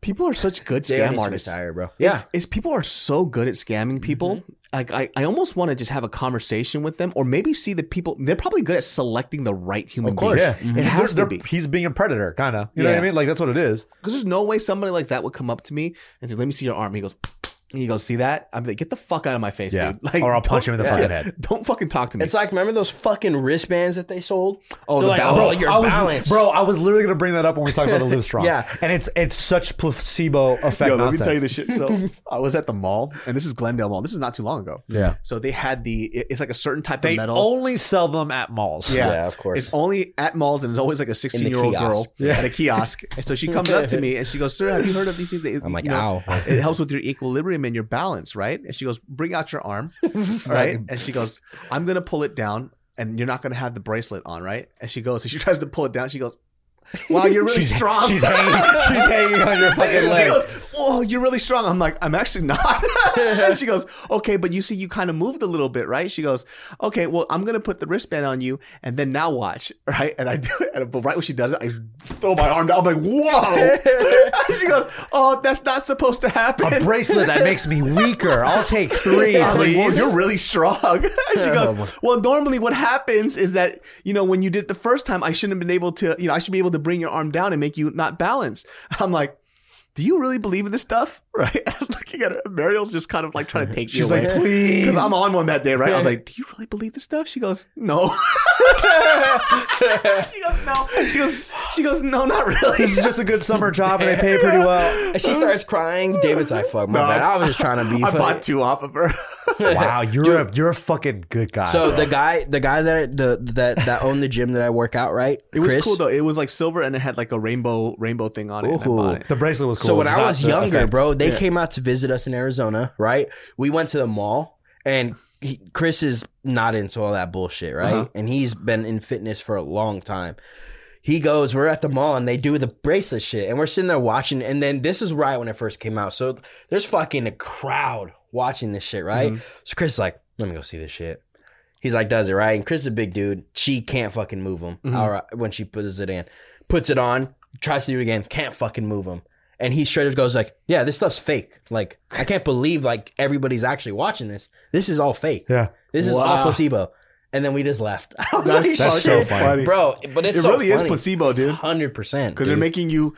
[SPEAKER 1] People are such good
[SPEAKER 2] They
[SPEAKER 1] scam artists.
[SPEAKER 2] retired, bro.
[SPEAKER 1] Yeah, is, is people are so good at scamming people. Like I, I almost want to just have a conversation with them, or maybe see the people. They're probably good at selecting the right human.
[SPEAKER 3] Yeah.
[SPEAKER 1] beings. it has
[SPEAKER 3] They're-
[SPEAKER 1] to
[SPEAKER 3] they're-
[SPEAKER 1] be
[SPEAKER 3] He's being a predator, kind of. You know what I
[SPEAKER 1] Yeah.
[SPEAKER 3] mean? Like that's what it is.
[SPEAKER 1] because there's no way somebody like that would come up to me and say, "Let me see your arm." He goes, and he goes, "See that?" I'm like, "Get the fuck out of my face,
[SPEAKER 3] Yeah.
[SPEAKER 1] dude!" Like,
[SPEAKER 3] Or I'll punch
[SPEAKER 1] don't-
[SPEAKER 3] him in the fucking head.
[SPEAKER 1] Don't fucking talk to me.
[SPEAKER 2] It's like remember those fucking wristbands that they sold?
[SPEAKER 1] oh, the
[SPEAKER 2] They're like,
[SPEAKER 1] balance.
[SPEAKER 2] oh, you're- Your
[SPEAKER 3] I was,
[SPEAKER 2] balance.
[SPEAKER 3] bro. I was literally gonna bring that up when we talk about the live strong.
[SPEAKER 2] Yeah.
[SPEAKER 3] and it's it's such placebo effect.
[SPEAKER 1] Yo, let me
[SPEAKER 3] nonsense.
[SPEAKER 1] tell you this shit. So I was at the mall, and this is Glendale Mall. This is not too long ago.
[SPEAKER 3] Yeah,
[SPEAKER 1] So they had the. it- It's like a certain type
[SPEAKER 3] they
[SPEAKER 1] of metal.
[SPEAKER 3] only sell them at malls.
[SPEAKER 1] Yeah.
[SPEAKER 2] of course.
[SPEAKER 1] It's only at malls, and there's always like a 16 year old girl
[SPEAKER 2] kiosk.
[SPEAKER 1] at a kiosk. And so she comes up to me and she goes, "Sir, have you heard of these things?" They-
[SPEAKER 2] I'm like,
[SPEAKER 1] you know,
[SPEAKER 2] ow.
[SPEAKER 1] It helps with your equilibrium and your balance, right? And she goes, "Bring out your arm, right?" And she goes, "I'm gonna pull it down, and you're not gonna have the bracelet on, right?" And she goes, and she tries to pull it down. She goes, "Wow, you're really
[SPEAKER 3] she's
[SPEAKER 1] strong."
[SPEAKER 3] She's hanging. she's hanging on your fucking
[SPEAKER 1] she
[SPEAKER 3] leg.
[SPEAKER 1] goes, "Whoa, you're really strong." I'm like, "I'm actually not." and she goes, "Okay, but you see, you kind of moved a little bit, right?" She goes, "Okay, well, I'm gonna put the wristband on you, and then now watch, right?" And I do it, and, but right when she does it, I throw my arm down. I'm like, "Whoa!" she goes, "Oh, that's not supposed to
[SPEAKER 3] a
[SPEAKER 1] happen."
[SPEAKER 3] bracelet that makes me weaker. I'll take three,
[SPEAKER 1] I was like, "Whoa,
[SPEAKER 3] please.
[SPEAKER 1] you're really strong." she goes, "Well, normally what happens is that you know when you did the first time, I shouldn't have been able to. You know, I should be able to bring your arm down and make you not balanced." I'm like, "Do you really believe in this stuff?" Right? I'm looking at her. Mariel's just kind of like trying to take
[SPEAKER 3] She's
[SPEAKER 1] me
[SPEAKER 3] like,
[SPEAKER 1] away.
[SPEAKER 3] please.
[SPEAKER 1] Because I'm on one that day, right? I was like, "Do you really believe this stuff?" She goes, "No." she goes, "No." She goes, "She goes, no, not really."
[SPEAKER 3] this is just a good summer job and they pay pretty well.
[SPEAKER 2] And she starts crying. David's like, fuck, my
[SPEAKER 1] No.
[SPEAKER 2] bad. I was just trying to be
[SPEAKER 1] I
[SPEAKER 2] funny.
[SPEAKER 1] bought two off of her.
[SPEAKER 3] Wow, you're a you're a fucking good guy.
[SPEAKER 2] So the guy, the guy that the that that owned the gym that I work out, right?
[SPEAKER 1] It was
[SPEAKER 2] Chris?
[SPEAKER 1] cool though. It was like silver and it had like a rainbow rainbow thing on it. And I
[SPEAKER 2] Ooh.
[SPEAKER 1] bought it.
[SPEAKER 3] the bracelet was cool.
[SPEAKER 2] So when
[SPEAKER 3] It's
[SPEAKER 2] I
[SPEAKER 3] not
[SPEAKER 2] was
[SPEAKER 3] the
[SPEAKER 2] younger,
[SPEAKER 3] effect.
[SPEAKER 2] bro, they came out to visit us in Arizona, right? We went to the mall, and he, Chris is not into all that bullshit, right?
[SPEAKER 1] Uh-huh.
[SPEAKER 2] And he's been in fitness for a long time. He goes, we're at the mall, and they do the bracelet shit, and we're sitting there watching. And then this is right when it first came out, so there's fucking a crowd watching this shit, right?
[SPEAKER 3] Mm-hmm.
[SPEAKER 2] So Chris is like, let me go see this shit. He's like, does it right? And Chris is a big dude. She can't fucking move him.
[SPEAKER 3] Mm-hmm.
[SPEAKER 2] All right, when she puts it in, puts it on, tries to do it again, can't fucking move him. And he straight up goes like, "Yeah, this stuff's fake. Like, I can't believe like everybody's actually watching this. This is all fake.
[SPEAKER 3] Yeah.
[SPEAKER 2] This is
[SPEAKER 1] Wow.
[SPEAKER 2] all placebo." And then we just left. I was
[SPEAKER 1] That's-
[SPEAKER 2] like,
[SPEAKER 3] that's so
[SPEAKER 2] "Shit,
[SPEAKER 3] funny.
[SPEAKER 2] bro. But it's
[SPEAKER 1] It
[SPEAKER 2] so
[SPEAKER 1] really is
[SPEAKER 2] funny.
[SPEAKER 1] placebo, dude.
[SPEAKER 2] Hundred percent.
[SPEAKER 1] Because they're making you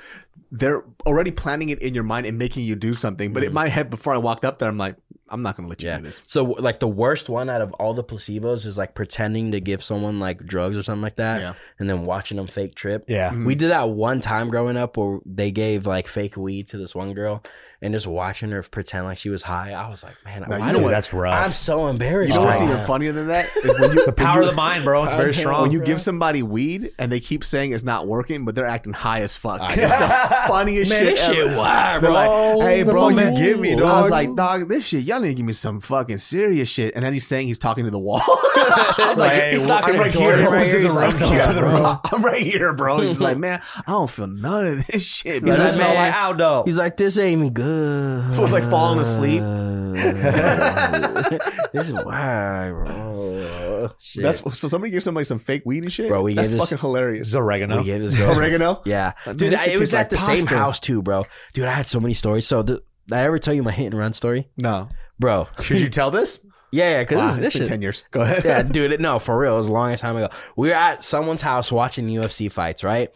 [SPEAKER 1] they're already planning it in your mind and making you do something. But in my head, before I walked up there, I'm like, I'm not going to let you
[SPEAKER 2] Yeah.
[SPEAKER 1] do this.
[SPEAKER 2] So like the worst one out of all the placebos is like pretending to give someone like drugs or something like that,
[SPEAKER 1] Yeah. Mm-hmm.
[SPEAKER 2] and then watching them fake trip.
[SPEAKER 3] Yeah.
[SPEAKER 2] We did that one time growing up where they gave like fake weed to this one girl, and just watching her pretend like she was high. I was like, man,
[SPEAKER 1] Now,
[SPEAKER 2] why
[SPEAKER 1] you
[SPEAKER 2] do
[SPEAKER 1] know
[SPEAKER 2] I-
[SPEAKER 1] what?
[SPEAKER 3] that's rough.
[SPEAKER 2] I'm so embarrassed.
[SPEAKER 1] You know what's
[SPEAKER 2] right
[SPEAKER 1] even
[SPEAKER 2] now.
[SPEAKER 1] funnier than that is when you
[SPEAKER 3] the power of
[SPEAKER 1] you-
[SPEAKER 3] the mind, bro. It's very
[SPEAKER 2] Okay,
[SPEAKER 3] strong.
[SPEAKER 1] When you
[SPEAKER 2] bro.
[SPEAKER 1] give somebody weed and they keep saying it's not working, but they're acting high as fuck. It's the funniest
[SPEAKER 2] Man,
[SPEAKER 1] shit.
[SPEAKER 2] this shit
[SPEAKER 1] ever.
[SPEAKER 2] wild,
[SPEAKER 1] They're
[SPEAKER 2] bro.
[SPEAKER 1] like, hey,
[SPEAKER 3] the
[SPEAKER 1] bro,
[SPEAKER 3] fuck you
[SPEAKER 1] man,
[SPEAKER 3] give me,
[SPEAKER 1] I was
[SPEAKER 3] dog?
[SPEAKER 1] like, dog, this shit, y'all need to give me some fucking serious shit. And as he's saying, he's talking to the wall. I'm
[SPEAKER 3] Like,
[SPEAKER 1] like,
[SPEAKER 3] hey,
[SPEAKER 2] he's
[SPEAKER 3] well,
[SPEAKER 2] talking
[SPEAKER 3] I'm
[SPEAKER 2] to
[SPEAKER 3] right
[SPEAKER 2] Jordan
[SPEAKER 3] here.
[SPEAKER 2] right
[SPEAKER 3] Who's in
[SPEAKER 2] here.
[SPEAKER 3] the
[SPEAKER 2] He's
[SPEAKER 3] room?
[SPEAKER 2] like,
[SPEAKER 3] Who's
[SPEAKER 1] yeah,
[SPEAKER 3] in the
[SPEAKER 2] bro.
[SPEAKER 3] room?
[SPEAKER 1] I'm right here, bro. He's just like, man, I don't feel none of this shit.
[SPEAKER 2] Yeah,
[SPEAKER 1] man."
[SPEAKER 2] that's
[SPEAKER 1] This man,
[SPEAKER 2] all I-
[SPEAKER 3] Aldo.
[SPEAKER 2] He's like, this ain't even good.
[SPEAKER 1] Fool's, like, falling asleep.
[SPEAKER 2] this is why, bro. Shit.
[SPEAKER 1] that's so somebody gives somebody some fake weed and shit.
[SPEAKER 2] Bro, we
[SPEAKER 1] that's
[SPEAKER 2] gave this-
[SPEAKER 1] fucking hilarious.
[SPEAKER 3] It's oregano.
[SPEAKER 2] we gave this girl some
[SPEAKER 1] Oregano.
[SPEAKER 2] Yeah,
[SPEAKER 1] That-
[SPEAKER 2] dude,
[SPEAKER 1] that
[SPEAKER 2] I,
[SPEAKER 1] shit
[SPEAKER 2] it was
[SPEAKER 1] tastes
[SPEAKER 2] at
[SPEAKER 1] like
[SPEAKER 2] the same
[SPEAKER 1] pasta.
[SPEAKER 2] house too, bro. Dude, I had so many stories. So, th- did I ever tell you my hit and run story,
[SPEAKER 1] No,
[SPEAKER 2] bro?
[SPEAKER 3] Should you tell this?
[SPEAKER 2] Yeah, yeah, because
[SPEAKER 1] wow,
[SPEAKER 2] this,
[SPEAKER 1] it's
[SPEAKER 2] this
[SPEAKER 1] been
[SPEAKER 2] shit.
[SPEAKER 1] ten years. Go ahead.
[SPEAKER 2] yeah, dude, it- no, for real, it was a long time ago. We were at someone's house watching UFC fights, right?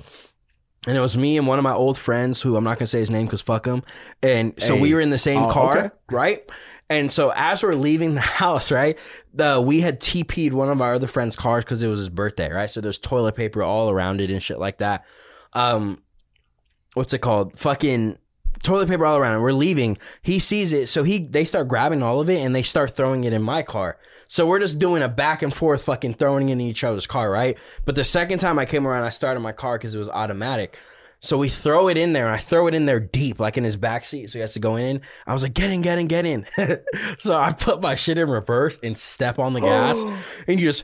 [SPEAKER 2] And it was me and one of my old friends who I'm not gonna say his name because fuck him. And so
[SPEAKER 1] Hey.
[SPEAKER 2] we were in the same
[SPEAKER 1] Oh,
[SPEAKER 2] car,
[SPEAKER 1] okay.
[SPEAKER 2] right? And so as we're leaving the house, right, the we had TP'd one of our other friends' cars because it was his birthday, right? So there's toilet paper all around it and shit like that. Um, what's it called? Fucking toilet paper all around. it. We're leaving. He sees it, so he they start grabbing all of it and they start throwing it in my car. So we're just doing a back and forth, fucking throwing it in each other's car, right? But the second time I came around, I started my car because it was automatic. So we throw it in there, and I throw it in there deep, like in his back seat. So he has to go in. I was like, "Get in, get in, get in!" so I put my shit in reverse and step on the gas, and you just,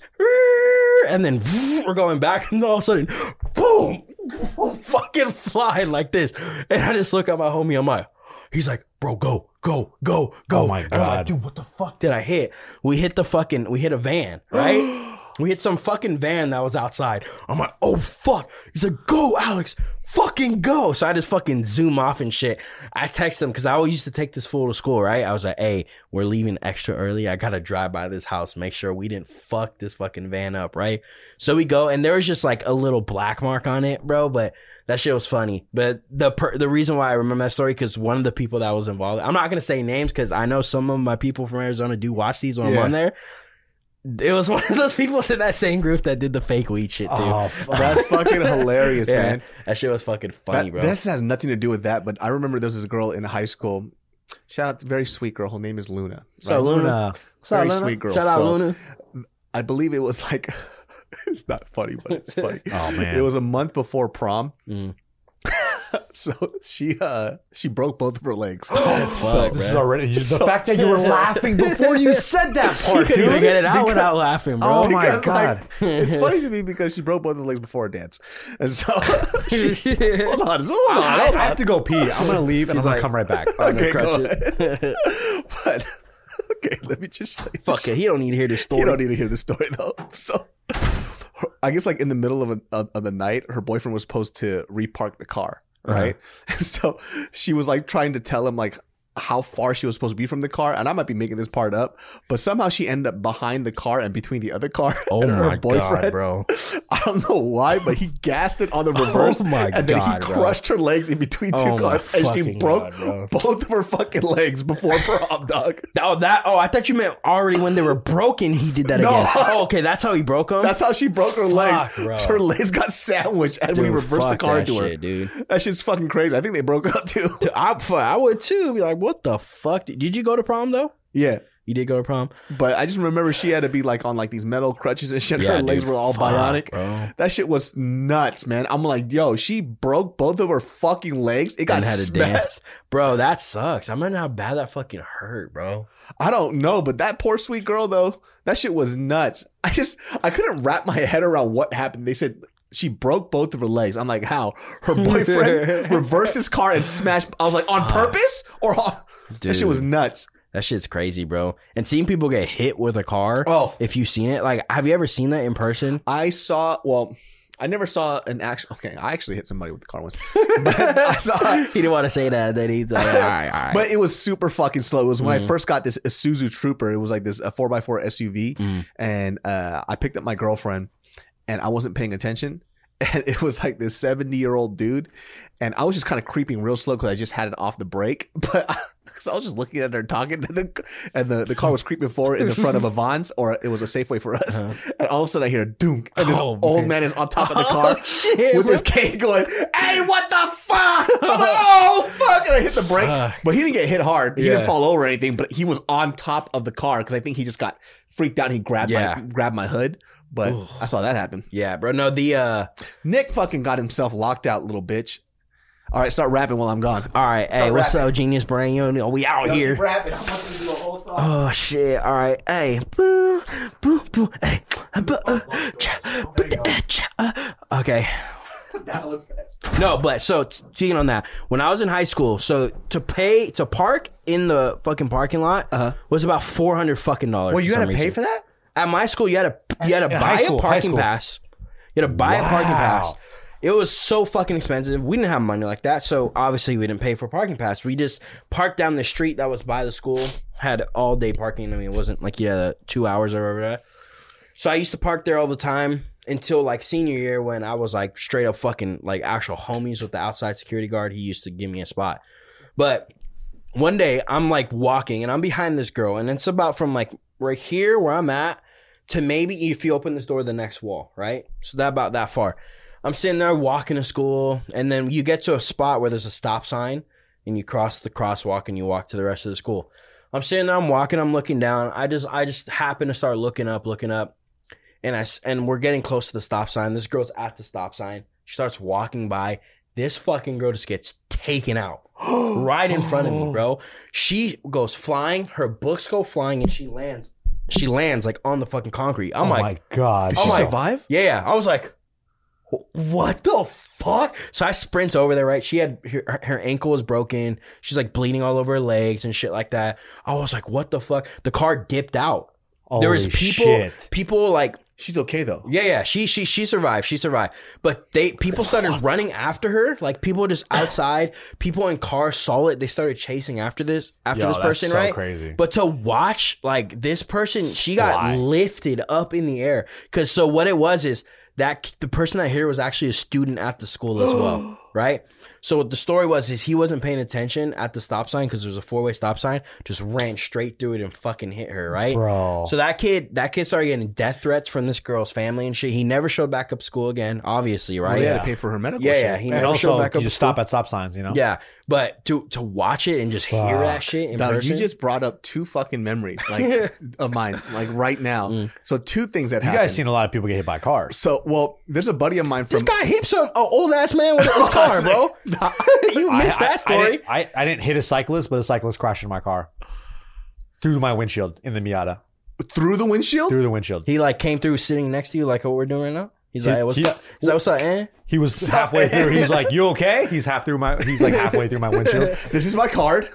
[SPEAKER 2] and then we're going back, and all of a sudden, boom, fucking flying like this. And I just look at my homie, I'm like, he's like, "Bro, go, go, go, go!"
[SPEAKER 3] Oh my
[SPEAKER 2] And I'm
[SPEAKER 3] God.
[SPEAKER 2] like, dude, what the fuck did I hit? We hit the fucking, we hit a van, right? We hit some fucking van that was outside. I'm like, oh fuck. He's like, go, Alex, fucking go. So I just fucking zoom off and shit. I text him because I always used to take this fool to school, right? I was like, hey, we're leaving extra early. I gotta drive by this house, make sure we didn't fuck this fucking van up, right? So we go, and there was just like a little black mark on it, bro. But that shit was funny. But the per- the reason why I remember that story because one of the people that was involved, I'm not gonna say names because I know some of my people from Arizona do watch these when
[SPEAKER 1] Yeah.
[SPEAKER 2] I'm on there. It was one of those people in that same group that did the fake weed shit too.
[SPEAKER 1] Oh.
[SPEAKER 3] fuck.
[SPEAKER 1] That's fucking hilarious,
[SPEAKER 2] Yeah.
[SPEAKER 1] man.
[SPEAKER 2] That shit was fucking funny,
[SPEAKER 1] That-
[SPEAKER 2] bro.
[SPEAKER 1] This has nothing to do with that, but I remember there was this girl in high school. Shout out, very sweet girl. Her name is Luna.
[SPEAKER 2] So Luna,
[SPEAKER 1] Very sweet girl.
[SPEAKER 2] shout out
[SPEAKER 1] So,
[SPEAKER 2] Luna.
[SPEAKER 1] I believe it was like, it's not funny, but it's funny.
[SPEAKER 3] Oh, man.
[SPEAKER 1] It was a month before prom,
[SPEAKER 2] Mm.
[SPEAKER 1] so she uh she broke both of her legs.
[SPEAKER 2] fuck,
[SPEAKER 3] this
[SPEAKER 2] bro.
[SPEAKER 3] is already you- the
[SPEAKER 2] So-
[SPEAKER 3] fact that you were laughing before you said that part,
[SPEAKER 2] You
[SPEAKER 3] dude.
[SPEAKER 2] get it out without laughing, bro.
[SPEAKER 3] Oh my
[SPEAKER 1] Because, like,
[SPEAKER 3] God.
[SPEAKER 1] it's funny to me because she broke both of her legs before a dance, and so she, hold on, hold on,
[SPEAKER 3] I,
[SPEAKER 1] hold
[SPEAKER 3] I
[SPEAKER 1] on.
[SPEAKER 3] have to go pee. I'm gonna leave and
[SPEAKER 2] He's
[SPEAKER 3] I'm
[SPEAKER 2] like-
[SPEAKER 3] gonna come right back.
[SPEAKER 2] On the
[SPEAKER 1] Okay, go
[SPEAKER 2] crutches.
[SPEAKER 1] but okay, let me just say this
[SPEAKER 2] Fuck it. He don't need to hear this story.
[SPEAKER 1] You don't need to hear the story though. So, her- I guess like in the middle of, an, of of the night, her boyfriend was supposed to repark the car,
[SPEAKER 2] Uh-huh.
[SPEAKER 1] right? And so she was like trying to tell him like how far she was supposed to be from the car, and I might be making this part up, but somehow she ended up behind the car and between the other car
[SPEAKER 2] oh
[SPEAKER 1] and her
[SPEAKER 2] my
[SPEAKER 1] boyfriend.
[SPEAKER 2] god, bro.
[SPEAKER 1] I don't know why, but he gassed it on the reverse,
[SPEAKER 2] Oh my
[SPEAKER 1] and then
[SPEAKER 2] God,
[SPEAKER 1] he
[SPEAKER 2] bro.
[SPEAKER 1] crushed her legs in between two
[SPEAKER 2] Oh my
[SPEAKER 1] cars, and she
[SPEAKER 2] fucking
[SPEAKER 1] broke
[SPEAKER 2] God, bro.
[SPEAKER 1] both of her fucking legs before prom, dog.
[SPEAKER 2] Oh, that. Oh, I thought you meant already when they were broken. He did that
[SPEAKER 1] No.
[SPEAKER 2] again. Oh, okay, that's how he broke them.
[SPEAKER 1] That's how she broke her legs.
[SPEAKER 2] Fuck, bro.
[SPEAKER 1] Her legs got sandwiched, and we
[SPEAKER 2] Dude,
[SPEAKER 1] reversed the
[SPEAKER 2] fuck
[SPEAKER 1] car
[SPEAKER 2] that
[SPEAKER 1] into her.
[SPEAKER 2] shit, dude.
[SPEAKER 1] That shit's fucking crazy. I think they broke up too.
[SPEAKER 2] Dude, I, fuck, I would too. Be like, what the fuck? Did, did you go to prom though?
[SPEAKER 1] yeah,
[SPEAKER 2] You did go to prom.
[SPEAKER 1] but I just remember she had to be like on like these metal crutches and shit.
[SPEAKER 2] Yeah,
[SPEAKER 1] her legs
[SPEAKER 2] dude,
[SPEAKER 1] were all
[SPEAKER 2] fuck,
[SPEAKER 1] bionic.
[SPEAKER 2] bro.
[SPEAKER 1] That shit was nuts, man. I'm like, yo, she broke both of her fucking legs. It got
[SPEAKER 2] And had to
[SPEAKER 1] smashed.
[SPEAKER 2] dance, bro. That sucks. I remember how bad that fucking hurt, bro.
[SPEAKER 1] I don't know, but that poor sweet girl though, that shit was nuts. I just I couldn't wrap my head around what happened. They said she broke both of her legs. I'm like, how? Her boyfriend reversed his car and smashed. I was like, on purpose or on? that shit was
[SPEAKER 2] Dude.
[SPEAKER 1] nuts.
[SPEAKER 2] That shit's crazy, bro. And seeing people get hit with a car.
[SPEAKER 1] Oh.
[SPEAKER 2] if you've seen it, like, have you ever seen that in person?
[SPEAKER 1] I saw. Well, I never saw an action. Okay, I actually hit somebody with the car once. But I saw.
[SPEAKER 2] He didn't want to say that. That he's like, all right, all right.
[SPEAKER 1] But it was super fucking slow. It was when I
[SPEAKER 2] Mhm.
[SPEAKER 1] first got this Isuzu Trooper. It was like this a four x four SUV,
[SPEAKER 2] Mm.
[SPEAKER 1] and uh, I picked up my girlfriend, and I wasn't paying attention, and it was like this 70 year old dude and i was just kind of creeping real slow because i just had it off the brake but because I was just looking at her talking and the, and the, the car was creeping forward in the front of a Vons or it was a Safeway for us and all of a sudden I hear a dunk and this
[SPEAKER 3] Uh-huh. Oh,
[SPEAKER 1] old
[SPEAKER 3] man. Oh,
[SPEAKER 1] man is on top of the car
[SPEAKER 2] shit,
[SPEAKER 1] with his cane going hey what the fuck I'm like, oh fuck and I hit the brake
[SPEAKER 2] Ah,
[SPEAKER 3] Fuck.
[SPEAKER 1] but he didn't get hit hard he didn't
[SPEAKER 3] Yeah.
[SPEAKER 1] fall over or anything but he was on top of the car because I think he just got freaked out and he grabbed
[SPEAKER 2] Yeah.
[SPEAKER 1] my grabbed my hood but
[SPEAKER 2] Oof.
[SPEAKER 1] I saw that happen
[SPEAKER 2] Yeah, bro. No, the uh
[SPEAKER 1] Nick fucking got himself locked out, little bitch. All right, start rapping while I'm gone.
[SPEAKER 2] all right, hey, what's up, genius brain? You know, we out here.
[SPEAKER 1] rapping. I'm about to do a whole song.
[SPEAKER 2] Oh shit! All right, hey, boo, boo, boo, hey, boo, uh, cha, boo, uh, cha, uh. okay.
[SPEAKER 1] That was fast.
[SPEAKER 2] No, but so t- speaking on that, when I was in high school, so to pay to park in the fucking parking lot
[SPEAKER 1] Uh-huh.
[SPEAKER 2] was about four hundred fucking dollars.
[SPEAKER 3] Well, you
[SPEAKER 2] got
[SPEAKER 3] gotta pay for that?
[SPEAKER 2] At my school, you had to you had to
[SPEAKER 3] In
[SPEAKER 2] buy
[SPEAKER 3] high school,
[SPEAKER 2] a
[SPEAKER 3] high
[SPEAKER 2] parking
[SPEAKER 3] school.
[SPEAKER 2] pass. You had to buy a parking pass.
[SPEAKER 3] Wow.
[SPEAKER 2] It was so fucking expensive. We didn't have money like that, so obviously we didn't pay for a parking pass. We just parked down the street that was by the school. Had all day parking. I mean, it wasn't like you had uh, two hours or whatever. That. So I used to park there all the time until like senior year when I was like straight up fucking like actual homies with the outside security guard. He used to give me a spot. But one day I'm like walking and I'm behind this girl and it's about from like right here where I'm at to maybe if you open this door the next wall, right? So that about that far. I'm sitting there walking to school and then you get to a spot where there's a stop sign and you cross the crosswalk and you walk to the rest of the school. I'm sitting there, I'm walking, I'm looking down. I just I just happen to start looking up, looking up. And I s- and we're getting close to the stop sign. This girl's at the stop sign. She starts walking by. This fucking girl just gets taken out right in front of
[SPEAKER 3] Oh.
[SPEAKER 2] me, bro. She goes flying, her books go flying, and she lands. She lands like on the fucking concrete. I'm
[SPEAKER 3] oh
[SPEAKER 2] like,
[SPEAKER 3] my god.
[SPEAKER 1] Did
[SPEAKER 2] Oh
[SPEAKER 1] she
[SPEAKER 2] my-
[SPEAKER 1] survive?
[SPEAKER 2] yeah, yeah. I was like, "Wh- what the fuck? So I sprint over there, right? She had her, her ankle was broken. She's like bleeding all over her legs and shit like that. I was like, what the fuck? The car dipped out. there was
[SPEAKER 3] Holy
[SPEAKER 2] people,
[SPEAKER 3] shit.
[SPEAKER 2] people like
[SPEAKER 1] She's okay though.
[SPEAKER 2] yeah, yeah. She she she survived. She survived. But they people started running after her. Like people just outside. People in cars saw it. They started chasing after this after
[SPEAKER 3] Yo,
[SPEAKER 2] this
[SPEAKER 3] that's
[SPEAKER 2] person,
[SPEAKER 3] so
[SPEAKER 2] right?
[SPEAKER 3] crazy.
[SPEAKER 2] But to watch like this person, she got
[SPEAKER 3] Fly.
[SPEAKER 2] lifted up in the air. Cause so what it was is that the person that hit her was actually a student at the school as well, right? So the story was is he wasn't paying attention at the stop sign because there was a four way stop sign. Just ran straight through it and fucking hit her, right?
[SPEAKER 3] bro.
[SPEAKER 2] So that kid, that kid started getting death threats from this girl's family and shit. He never showed back up school again, obviously,
[SPEAKER 1] Well,
[SPEAKER 2] right?
[SPEAKER 1] they
[SPEAKER 3] yeah.
[SPEAKER 1] had to pay for her medical.
[SPEAKER 2] Yeah,
[SPEAKER 1] shit.
[SPEAKER 2] yeah, he-
[SPEAKER 1] Man,
[SPEAKER 3] and
[SPEAKER 2] I'll show
[SPEAKER 3] also,
[SPEAKER 2] back
[SPEAKER 3] you
[SPEAKER 2] up
[SPEAKER 3] just
[SPEAKER 2] to school.
[SPEAKER 3] stop at stop signs, you know?
[SPEAKER 2] Yeah. But to to watch it and just hear that
[SPEAKER 3] Fuck.
[SPEAKER 2] shit in
[SPEAKER 1] dog,
[SPEAKER 2] person,
[SPEAKER 1] you just brought up two fucking memories, like of mine, like right now.
[SPEAKER 2] Mm.
[SPEAKER 1] So two things that
[SPEAKER 3] You
[SPEAKER 1] happened.
[SPEAKER 3] guys seen a lot of people get hit by cars.
[SPEAKER 1] so well, there's a buddy of mine
[SPEAKER 2] this
[SPEAKER 1] from.
[SPEAKER 2] guy hit some a old ass man with his car, bro. you missed
[SPEAKER 3] I- I-
[SPEAKER 2] that
[SPEAKER 3] I
[SPEAKER 2] story.
[SPEAKER 3] didn't, I, I didn't hit a cyclist, but a cyclist crashed into my car through my windshield in the Miata.
[SPEAKER 1] through the windshield.
[SPEAKER 3] Through the windshield. He,
[SPEAKER 2] he like came through sitting next to you, like what we're doing right now. He's like,
[SPEAKER 3] He-
[SPEAKER 2] "Hey, what's
[SPEAKER 3] he-
[SPEAKER 2] up? He's like, what's up, eh?
[SPEAKER 3] was halfway through. He's like, "You okay?" He's half through my. He's like halfway through my windshield.
[SPEAKER 1] This is my card.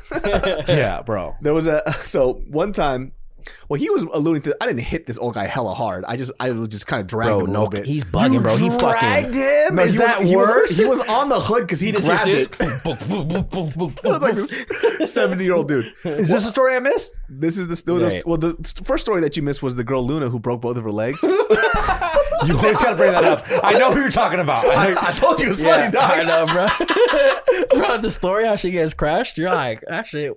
[SPEAKER 3] Yeah, bro.
[SPEAKER 1] There was a so one time. Well, he was alluding to. I didn't hit this old guy hella hard. I just I just kind of dragged
[SPEAKER 2] Bro,
[SPEAKER 1] him a little
[SPEAKER 2] no,
[SPEAKER 1] bit.
[SPEAKER 2] he's bugging, bro. He fucking.
[SPEAKER 1] dragged him.
[SPEAKER 2] No,
[SPEAKER 1] Is
[SPEAKER 2] he was-
[SPEAKER 1] that
[SPEAKER 2] he was-
[SPEAKER 1] worse?
[SPEAKER 2] he
[SPEAKER 1] he was on the hood because he, grabbed it. I was like this seventy-year-old dude.
[SPEAKER 3] Is this a story I missed?
[SPEAKER 1] This is the story.
[SPEAKER 2] Yeah.
[SPEAKER 1] Well, the st- first story that you missed was the girl Luna who broke both of her legs.
[SPEAKER 3] You always gotta bring that up. I know who you're talking about.
[SPEAKER 1] I,
[SPEAKER 3] I,
[SPEAKER 1] I told you it was
[SPEAKER 2] Yeah,
[SPEAKER 1] funny, dog.
[SPEAKER 2] I know, bro. bro, the story how she gets crashed, you're like, actually,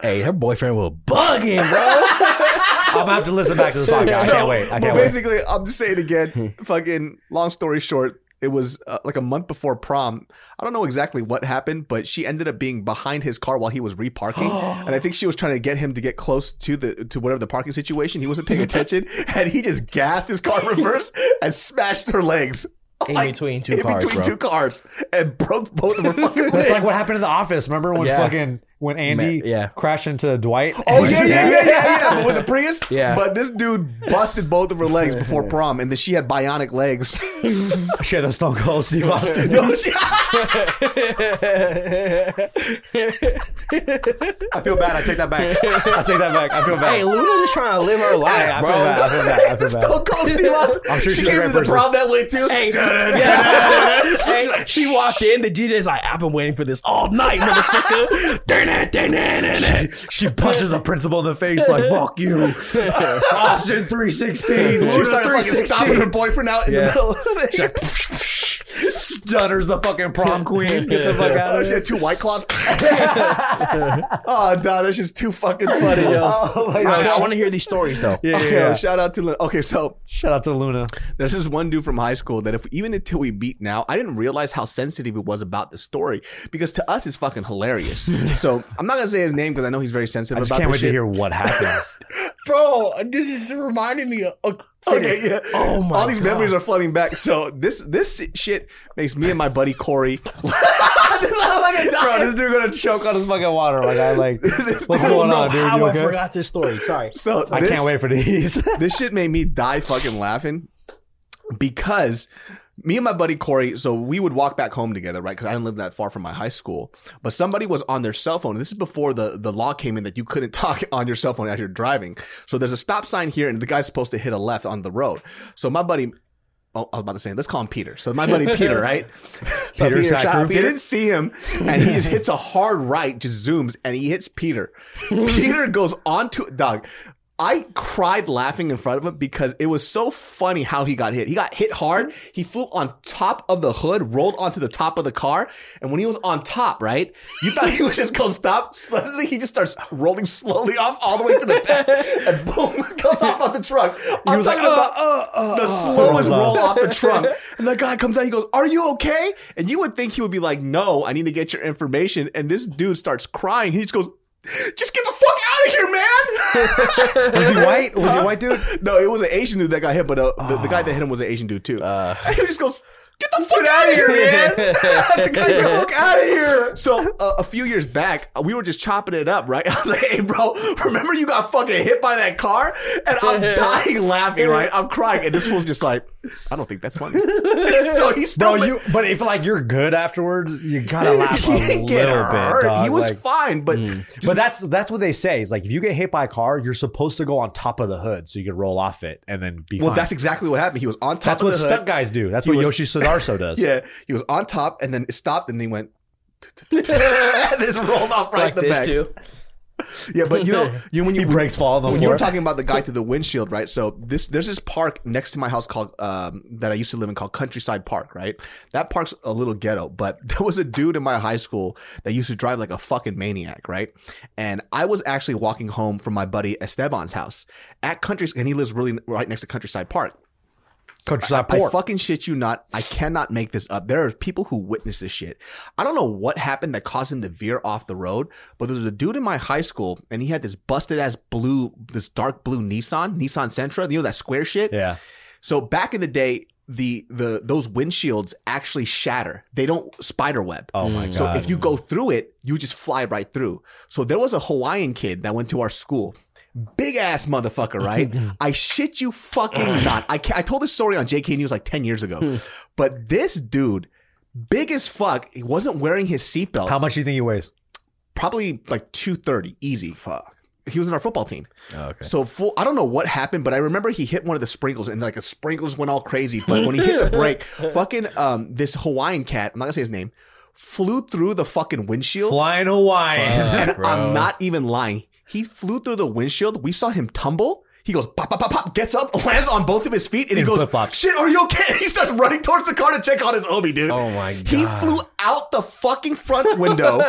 [SPEAKER 2] hey, her boyfriend will bug him, bro.
[SPEAKER 3] I'm gonna have to listen back to this podcast. I
[SPEAKER 1] So,
[SPEAKER 3] can't wait. I
[SPEAKER 1] but
[SPEAKER 3] can't wait. Hmm.
[SPEAKER 1] basically, I'm just saying again. fucking long story short, it was uh, like a month before prom. I don't know exactly what happened, but she ended up being behind his car while he was reparking, and I think she was trying to get him to get close to the to whatever the parking situation. He wasn't paying attention, and he just gassed his car reverse and smashed her legs.
[SPEAKER 2] In between two
[SPEAKER 1] in
[SPEAKER 2] cars,
[SPEAKER 1] between
[SPEAKER 2] bro.
[SPEAKER 1] two cars, and broke both of her fucking legs.
[SPEAKER 3] That's like what happened in the office. Remember when
[SPEAKER 2] Yeah.
[SPEAKER 3] fucking when Andy
[SPEAKER 2] Ma- yeah.
[SPEAKER 3] crashed into Dwight?
[SPEAKER 1] Oh yeah, yeah, yeah, yeah, yeah. But with the Prius.
[SPEAKER 2] Yeah.
[SPEAKER 1] But this dude busted both of her legs before prom, and then she had bionic legs.
[SPEAKER 3] She had a Stone Cold Steve Austin.
[SPEAKER 1] No, she-
[SPEAKER 3] I feel bad. I take that back. I take that back. I feel bad.
[SPEAKER 2] hey, Luna just trying to live her life,
[SPEAKER 3] I feel
[SPEAKER 2] bro.
[SPEAKER 3] bad. I feel bad. I
[SPEAKER 1] the
[SPEAKER 3] feel bad.
[SPEAKER 1] Stone Cold Steve Austin.
[SPEAKER 3] I'm sure
[SPEAKER 1] she
[SPEAKER 3] she's a
[SPEAKER 1] came
[SPEAKER 3] great
[SPEAKER 1] to the
[SPEAKER 3] person.
[SPEAKER 1] prom that way too.
[SPEAKER 2] Hey, yeah. Hey, she walked in. The DJ's like, "I've been waiting for this all night, motherfucker." Da-na-da-na-na-na.
[SPEAKER 3] She punches the principal in the face like "fuck you, Austin 316."
[SPEAKER 1] She started fucking stomping her boyfriend out in the
[SPEAKER 3] Yeah.
[SPEAKER 1] middle of it.
[SPEAKER 3] Dunner's the fucking prom queen. Get the fuck out
[SPEAKER 1] Oh
[SPEAKER 3] of
[SPEAKER 1] shit,
[SPEAKER 3] here.
[SPEAKER 1] two white claws. oh no, that's just too fucking funny, yo.
[SPEAKER 3] Oh my
[SPEAKER 2] I,
[SPEAKER 3] gosh.
[SPEAKER 2] want to hear these stories though.
[SPEAKER 3] Yeah, yeah,
[SPEAKER 1] Yo,
[SPEAKER 3] yeah.
[SPEAKER 1] shout out to Lin- okay. So
[SPEAKER 3] Shout out to Luna.
[SPEAKER 1] there's this one dude from high school that if even until we beat now, I didn't realize how sensitive it was about the story because to us it's fucking hilarious. so I'm not gonna say his name because I know he's very sensitive
[SPEAKER 3] I just
[SPEAKER 1] about
[SPEAKER 3] can't
[SPEAKER 1] this
[SPEAKER 3] wait
[SPEAKER 1] shit.
[SPEAKER 3] to hear what happens.
[SPEAKER 2] Bro, this just reminded me of.
[SPEAKER 1] Okay, yeah.
[SPEAKER 2] Oh my
[SPEAKER 1] All these
[SPEAKER 2] God.
[SPEAKER 1] memories are flooding back. So this this shit makes me and my buddy Corey. This is like a
[SPEAKER 3] Bro,
[SPEAKER 1] dog.
[SPEAKER 3] Oh, this dude gonna choke on his fucking water. My guy, like,
[SPEAKER 1] This
[SPEAKER 3] what's
[SPEAKER 1] dude-
[SPEAKER 3] going
[SPEAKER 2] know
[SPEAKER 3] on, dude?
[SPEAKER 2] how
[SPEAKER 3] You
[SPEAKER 2] I
[SPEAKER 3] okay?
[SPEAKER 2] forgot this story. Sorry.
[SPEAKER 1] so
[SPEAKER 3] I
[SPEAKER 1] this-
[SPEAKER 3] can't wait for these.
[SPEAKER 1] this shit made me die fucking laughing because me and my buddy Corey, so we would walk back home together, right? Because I didn't live that far from my high school. But somebody was on their cell phone. This is before the, the law came in that you couldn't talk on your cell phone as you're driving. So there's a stop sign here, and the guy's supposed to hit a left on the road. So my buddy, oh, I was about to say, let's call him Peter. So my buddy Peter, right? So
[SPEAKER 3] Peter Sacker.
[SPEAKER 1] Peter didn't see him, and he just hits a hard right, just zooms, and he hits Peter. Peter goes onto dog. I cried laughing in front of him because it was so funny how he got hit. He got hit hard. He flew on top of the hood, rolled onto the top of the car, and when he was on top, right, you thought he was just gonna stop. Suddenly, he just starts rolling slowly off all the way to the back, and boom, goes off on the truck. I'm
[SPEAKER 3] was like,
[SPEAKER 1] talking about the slowest
[SPEAKER 3] Oh, wow.
[SPEAKER 1] roll off the trunk. And the guy comes out, he goes, Are you okay? And you would think he would be like, No, I need to get your information. And this dude starts crying. He just goes, Just get the fuck out of here, man.
[SPEAKER 3] Was he white? Was he a white dude?
[SPEAKER 1] no, it was an Asian dude that got hit, but uh, the, the guy that hit him was an Asian dude too.
[SPEAKER 2] Uh.
[SPEAKER 1] and he just goes, Get the fuck out of here, man. the guy, "Get the fuck out of here. So uh, a few years back, uh, we were just chopping it up, right? I was like, hey, bro, remember you got fucking hit by that car? And I'm dying laughing, right? I'm crying. And this fool's just like, I don't think that's funny. so he's still.
[SPEAKER 3] Bro, you. But if like you're good afterwards, you gotta laugh a
[SPEAKER 1] he
[SPEAKER 3] little
[SPEAKER 1] didn't get hurt.
[SPEAKER 3] bit. Dog.
[SPEAKER 1] he was
[SPEAKER 3] Like, mm,
[SPEAKER 1] fine, but
[SPEAKER 3] but that's that's what they say. Is like if you get hit by a car, you're supposed to go on top of the hood so you can roll off it and then be.
[SPEAKER 1] well,
[SPEAKER 3] fine.
[SPEAKER 1] that's exactly what happened. He was on top
[SPEAKER 3] that's what
[SPEAKER 1] of the hood.
[SPEAKER 3] stunt guys do. That's
[SPEAKER 1] He
[SPEAKER 3] what
[SPEAKER 1] was-
[SPEAKER 3] Yoshi Sadarso does.
[SPEAKER 1] Yeah, he was on top, and then it stopped, and he went. and it's rolled off right in
[SPEAKER 2] Like
[SPEAKER 1] the
[SPEAKER 2] this
[SPEAKER 1] back.
[SPEAKER 2] too.
[SPEAKER 1] Yeah, but you know, you when
[SPEAKER 3] He
[SPEAKER 1] you
[SPEAKER 3] breaks fall on the
[SPEAKER 1] when you were
[SPEAKER 3] floor.
[SPEAKER 1] talking about the guy through the windshield, right? So this there's this park next to my house called um, that I used to live in called Countryside Park, right? That park's a little ghetto, but there was a dude in my high school that used to drive like a fucking maniac, right? And I was actually walking home from my buddy Esteban's house at Countryside, and he lives really right next to Countryside Park.
[SPEAKER 3] Countryside
[SPEAKER 1] I
[SPEAKER 3] pork.
[SPEAKER 1] fucking shit you not. I cannot make this up. There are people who witness this shit. I don't know what happened that caused him to veer off the road, but there was a dude in my high school and he had this busted ass blue, this dark blue Nissan, Nissan Sentra, you know that square shit.
[SPEAKER 3] yeah.
[SPEAKER 1] So back in the day, the the those windshields actually shatter. They don't spider web.
[SPEAKER 3] Oh my god.
[SPEAKER 1] So if you go through it, you just fly right through. So there was a Hawaiian kid that went to our school. Big ass motherfucker, right? I shit you fucking not. I, ca- I told this story on JK News like 10 years ago. but this dude, big as fuck, he wasn't wearing his seatbelt.
[SPEAKER 3] how much do you think he weighs?
[SPEAKER 1] probably like 230, easy. Fuck. He was in our football team.
[SPEAKER 2] Oh, okay.
[SPEAKER 1] So full, I don't know what happened, but I remember he hit one of the sprinkles and like the sprinkles went all crazy. But when he hit the brake, fucking um, this Hawaiian cat, I'm not gonna say his name, flew through the fucking windshield.
[SPEAKER 3] Flying Hawaiian.
[SPEAKER 2] Fuck,
[SPEAKER 1] and
[SPEAKER 2] bro.
[SPEAKER 1] I'm not even lying. He flew through the windshield. We saw him tumble. He goes pop pop pop pop, gets up, lands on both of his feet, and he
[SPEAKER 3] In
[SPEAKER 1] goes
[SPEAKER 3] flip-flops.
[SPEAKER 1] shit. Are you okay? he starts running towards the car to check on his homie, dude.
[SPEAKER 2] Oh my god.
[SPEAKER 1] He flew out the fucking front window,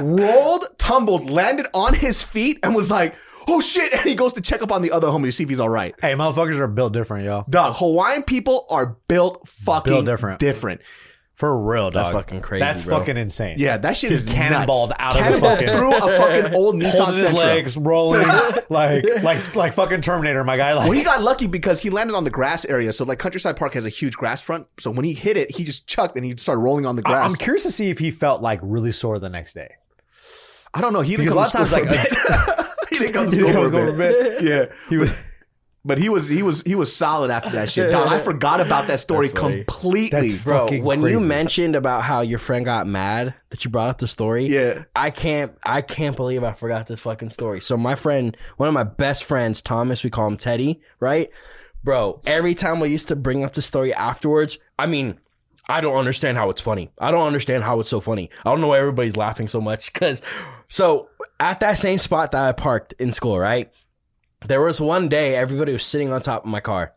[SPEAKER 1] rolled, tumbled, landed on his feet, and was like, oh shit. And he goes to check up on the other homie to see if he's all right.
[SPEAKER 3] Hey, motherfuckers are built different, yo.
[SPEAKER 1] Dog, Hawaiian people are built fucking
[SPEAKER 3] Built different. For real, dog.
[SPEAKER 2] That's fucking crazy,
[SPEAKER 3] That's
[SPEAKER 2] bro.
[SPEAKER 3] fucking insane.
[SPEAKER 1] Yeah, that shit
[SPEAKER 3] He
[SPEAKER 1] is
[SPEAKER 3] cannonballed
[SPEAKER 1] nuts.
[SPEAKER 3] out of the
[SPEAKER 1] Cannonballed
[SPEAKER 3] fucking-
[SPEAKER 1] through a fucking old Nissan
[SPEAKER 3] Holding his
[SPEAKER 1] Sentra.
[SPEAKER 3] legs, rolling like like like fucking Terminator, my guy. Like,
[SPEAKER 1] Well, he got lucky because he landed on the grass area. So, like, Countryside Park has a huge grass front. So, when he hit it, he just chucked and he started rolling on the
[SPEAKER 3] I-
[SPEAKER 1] grass.
[SPEAKER 3] I'm curious to see if he felt like really sore the next day.
[SPEAKER 1] I don't know. He didn't
[SPEAKER 3] Because a
[SPEAKER 1] come
[SPEAKER 3] lot of
[SPEAKER 1] to
[SPEAKER 3] times,
[SPEAKER 1] school
[SPEAKER 3] like,
[SPEAKER 1] for a bit. he didn't come to
[SPEAKER 3] He
[SPEAKER 1] school,
[SPEAKER 3] goes
[SPEAKER 1] for a
[SPEAKER 3] over
[SPEAKER 1] bit.
[SPEAKER 3] bed.
[SPEAKER 1] Yeah.
[SPEAKER 3] He was
[SPEAKER 1] But he was he was he was solid after that shit. Dog, I forgot about that story
[SPEAKER 2] That's funny.
[SPEAKER 1] completely.
[SPEAKER 3] That's
[SPEAKER 2] Bro,
[SPEAKER 3] fucking
[SPEAKER 2] when you
[SPEAKER 3] crazy.
[SPEAKER 2] mentioned about how your friend got mad that you brought up the story,
[SPEAKER 1] yeah.
[SPEAKER 2] I can't I can't believe I forgot this fucking story. So my friend, one of my best friends, Thomas, we call him Teddy, right? Bro, every time we used to bring up the story afterwards, I mean, I don't understand how it's funny. I don't understand how it's so funny. I don't know why everybody's laughing so much cuz so at that same spot that I parked in school, right? There was one day everybody was sitting on top of my car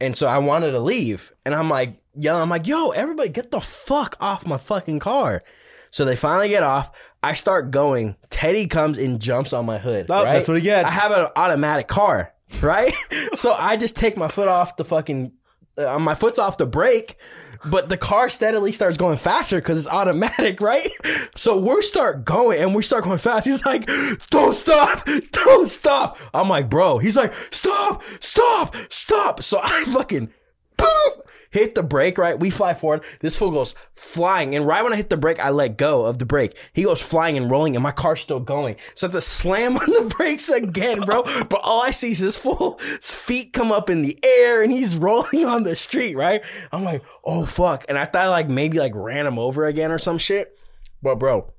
[SPEAKER 2] And so I wanted to leave. And I'm like, yo, I'm like, yo, everybody get the fuck off my fucking car. So they finally get off. I start going. Teddy comes and jumps on my hood.
[SPEAKER 3] Oh,
[SPEAKER 2] right?
[SPEAKER 3] That's what he gets.
[SPEAKER 2] I have an automatic car, right? so I just take my foot off the fucking, uh, my foot's off the brake, but the car steadily starts going faster because it's automatic, right? So we start going and we start going fast. He's like, "Don't stop, don't stop." I'm like, "Bro," he's like, "Stop, stop, stop." So I fucking. Boom! Hit the brake, right? We fly forward. This fool goes flying. And right when I hit the brake, I let go of the brake. He goes flying and rolling, and my car's still going. So I have to slam on the brakes again, bro. But all I see is this fool's feet come up in the air and he's rolling on the street, right? I'm like, oh fuck. And I thought like maybe like ran him over again or some shit. But bro,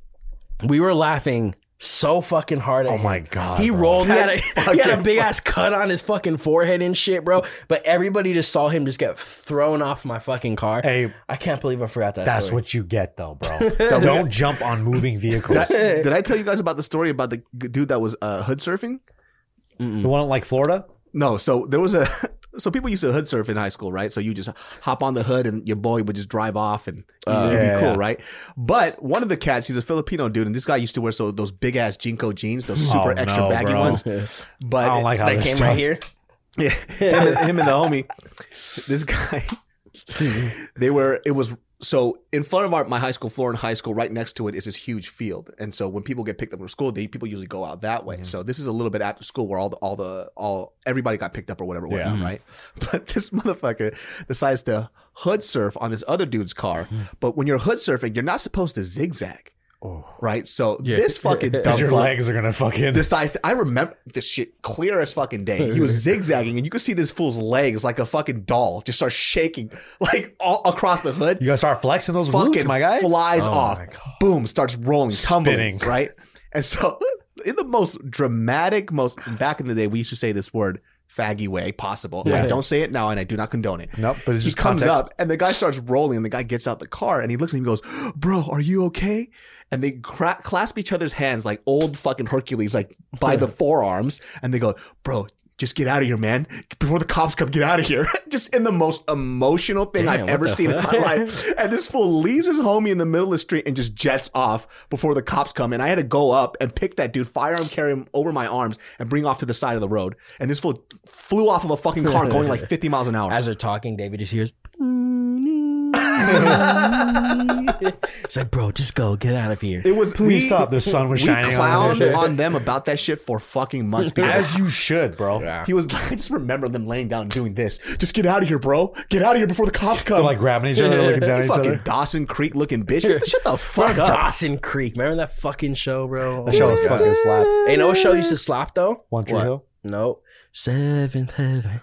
[SPEAKER 2] we were laughing so fucking hard at
[SPEAKER 3] oh
[SPEAKER 2] him.
[SPEAKER 3] my god.
[SPEAKER 2] He
[SPEAKER 3] bro.
[SPEAKER 2] rolled. He had, a,
[SPEAKER 1] That's
[SPEAKER 2] he had a
[SPEAKER 1] fucking
[SPEAKER 2] big ass cut on his fucking forehead and shit, bro. But everybody just saw him just get thrown off my fucking car.
[SPEAKER 3] Hey,
[SPEAKER 2] I can't believe I forgot that.
[SPEAKER 3] that's
[SPEAKER 2] story.
[SPEAKER 3] what you get though, bro. Don't jump on moving vehicles.
[SPEAKER 1] That-
[SPEAKER 2] Eh.
[SPEAKER 1] did I tell you guys about the story about the g- dude that was uh, hood surfing?
[SPEAKER 3] the one like Florida.
[SPEAKER 1] No, so there was a so people used to hood surf in high school, right? So you just hop on the hood and your boy would just drive off and
[SPEAKER 2] Uh,
[SPEAKER 1] it'd
[SPEAKER 3] yeah,
[SPEAKER 1] be cool,
[SPEAKER 3] yeah.
[SPEAKER 1] right? But one of the cats, he's a Filipino dude, and this guy used to wear so those big ass jinko jeans, those super
[SPEAKER 3] Oh,
[SPEAKER 1] extra
[SPEAKER 3] no,
[SPEAKER 1] baggy
[SPEAKER 3] bro.
[SPEAKER 1] ones. But
[SPEAKER 3] I don't like how
[SPEAKER 2] That
[SPEAKER 3] this
[SPEAKER 2] came
[SPEAKER 3] sounds.
[SPEAKER 2] right here.
[SPEAKER 1] Yeah, him and, him and the homie. This guy, they were. It was so in front of our my high school, Florin High School. Right next to it is this huge field, and so when people get picked up from school, they people usually go out that way. So this is a little bit after school where all the all the all everybody got picked up or whatever, went
[SPEAKER 3] Yeah.
[SPEAKER 1] out, right? But this motherfucker decides to hood surf on this other dude's car. But when you're hood surfing, you're not supposed to zigzag,
[SPEAKER 3] Oh.
[SPEAKER 1] right? So
[SPEAKER 2] Yeah.
[SPEAKER 1] this fucking
[SPEAKER 2] 'Cause
[SPEAKER 1] dumb
[SPEAKER 3] Your
[SPEAKER 1] fuck-
[SPEAKER 3] legs are gonna fucking.
[SPEAKER 1] this I, I remember this shit clear as fucking day. He was zigzagging, and you could see this fool's legs like a fucking doll just start shaking like all across the hood.
[SPEAKER 3] you gotta start flexing those
[SPEAKER 1] fucking
[SPEAKER 3] glutes, my guy.
[SPEAKER 1] flies
[SPEAKER 2] Oh
[SPEAKER 1] off,
[SPEAKER 2] my God.
[SPEAKER 1] boom, starts rolling, tumbling,
[SPEAKER 3] Spinning.
[SPEAKER 1] right? And so, in the most dramatic, most back in the day, we used to say this word faggy way possible. I
[SPEAKER 2] Yeah.
[SPEAKER 1] don't say it now, and I do not condone it.
[SPEAKER 3] Nope, but it's
[SPEAKER 1] He
[SPEAKER 3] just
[SPEAKER 1] comes
[SPEAKER 3] context.
[SPEAKER 1] up and the guy starts rolling and the guy gets out the car and he looks at him and goes, Bro, are you okay? And they cra- clasp each other's hands like old fucking Hercules, like by the forearms. And they go, Bro, just get out of here, man. Before the cops come, get out of here. just in the most emotional thing
[SPEAKER 2] Damn,
[SPEAKER 1] I've
[SPEAKER 2] what
[SPEAKER 1] ever
[SPEAKER 2] the
[SPEAKER 1] seen
[SPEAKER 2] fuck?
[SPEAKER 1] in my life. And this fool leaves his homie in the middle of the street and just jets off before the cops come. And I had to go up and pick that dude, firearm, carry him over my arms, and bring off to the side of the road. And this fool flew off of a fucking car going like 50 miles an hour.
[SPEAKER 2] As they're talking, David just hears. it's like, bro, just go, get out of here.
[SPEAKER 1] It was
[SPEAKER 3] Please
[SPEAKER 1] we,
[SPEAKER 3] stop. The sun was
[SPEAKER 1] We
[SPEAKER 3] shining on
[SPEAKER 1] clowned
[SPEAKER 3] it.
[SPEAKER 1] on them about that shit for fucking months because
[SPEAKER 3] As you should, bro.
[SPEAKER 1] he was. I just remember them laying down and doing this. Just get out of here, bro. Get out of here before the cops come.
[SPEAKER 3] They're like grabbing each other, looking down
[SPEAKER 1] you
[SPEAKER 3] at each
[SPEAKER 1] fucking
[SPEAKER 3] other.
[SPEAKER 1] Dawson Creek looking bitch. Get the- shut the fuck up.
[SPEAKER 2] Dawson Creek. Remember that fucking show, bro?
[SPEAKER 3] That show was fucking slap.
[SPEAKER 2] Hey, no show used to slap though.
[SPEAKER 3] One Tree
[SPEAKER 1] What?
[SPEAKER 3] Hill.
[SPEAKER 2] Nope. Seventh heaven.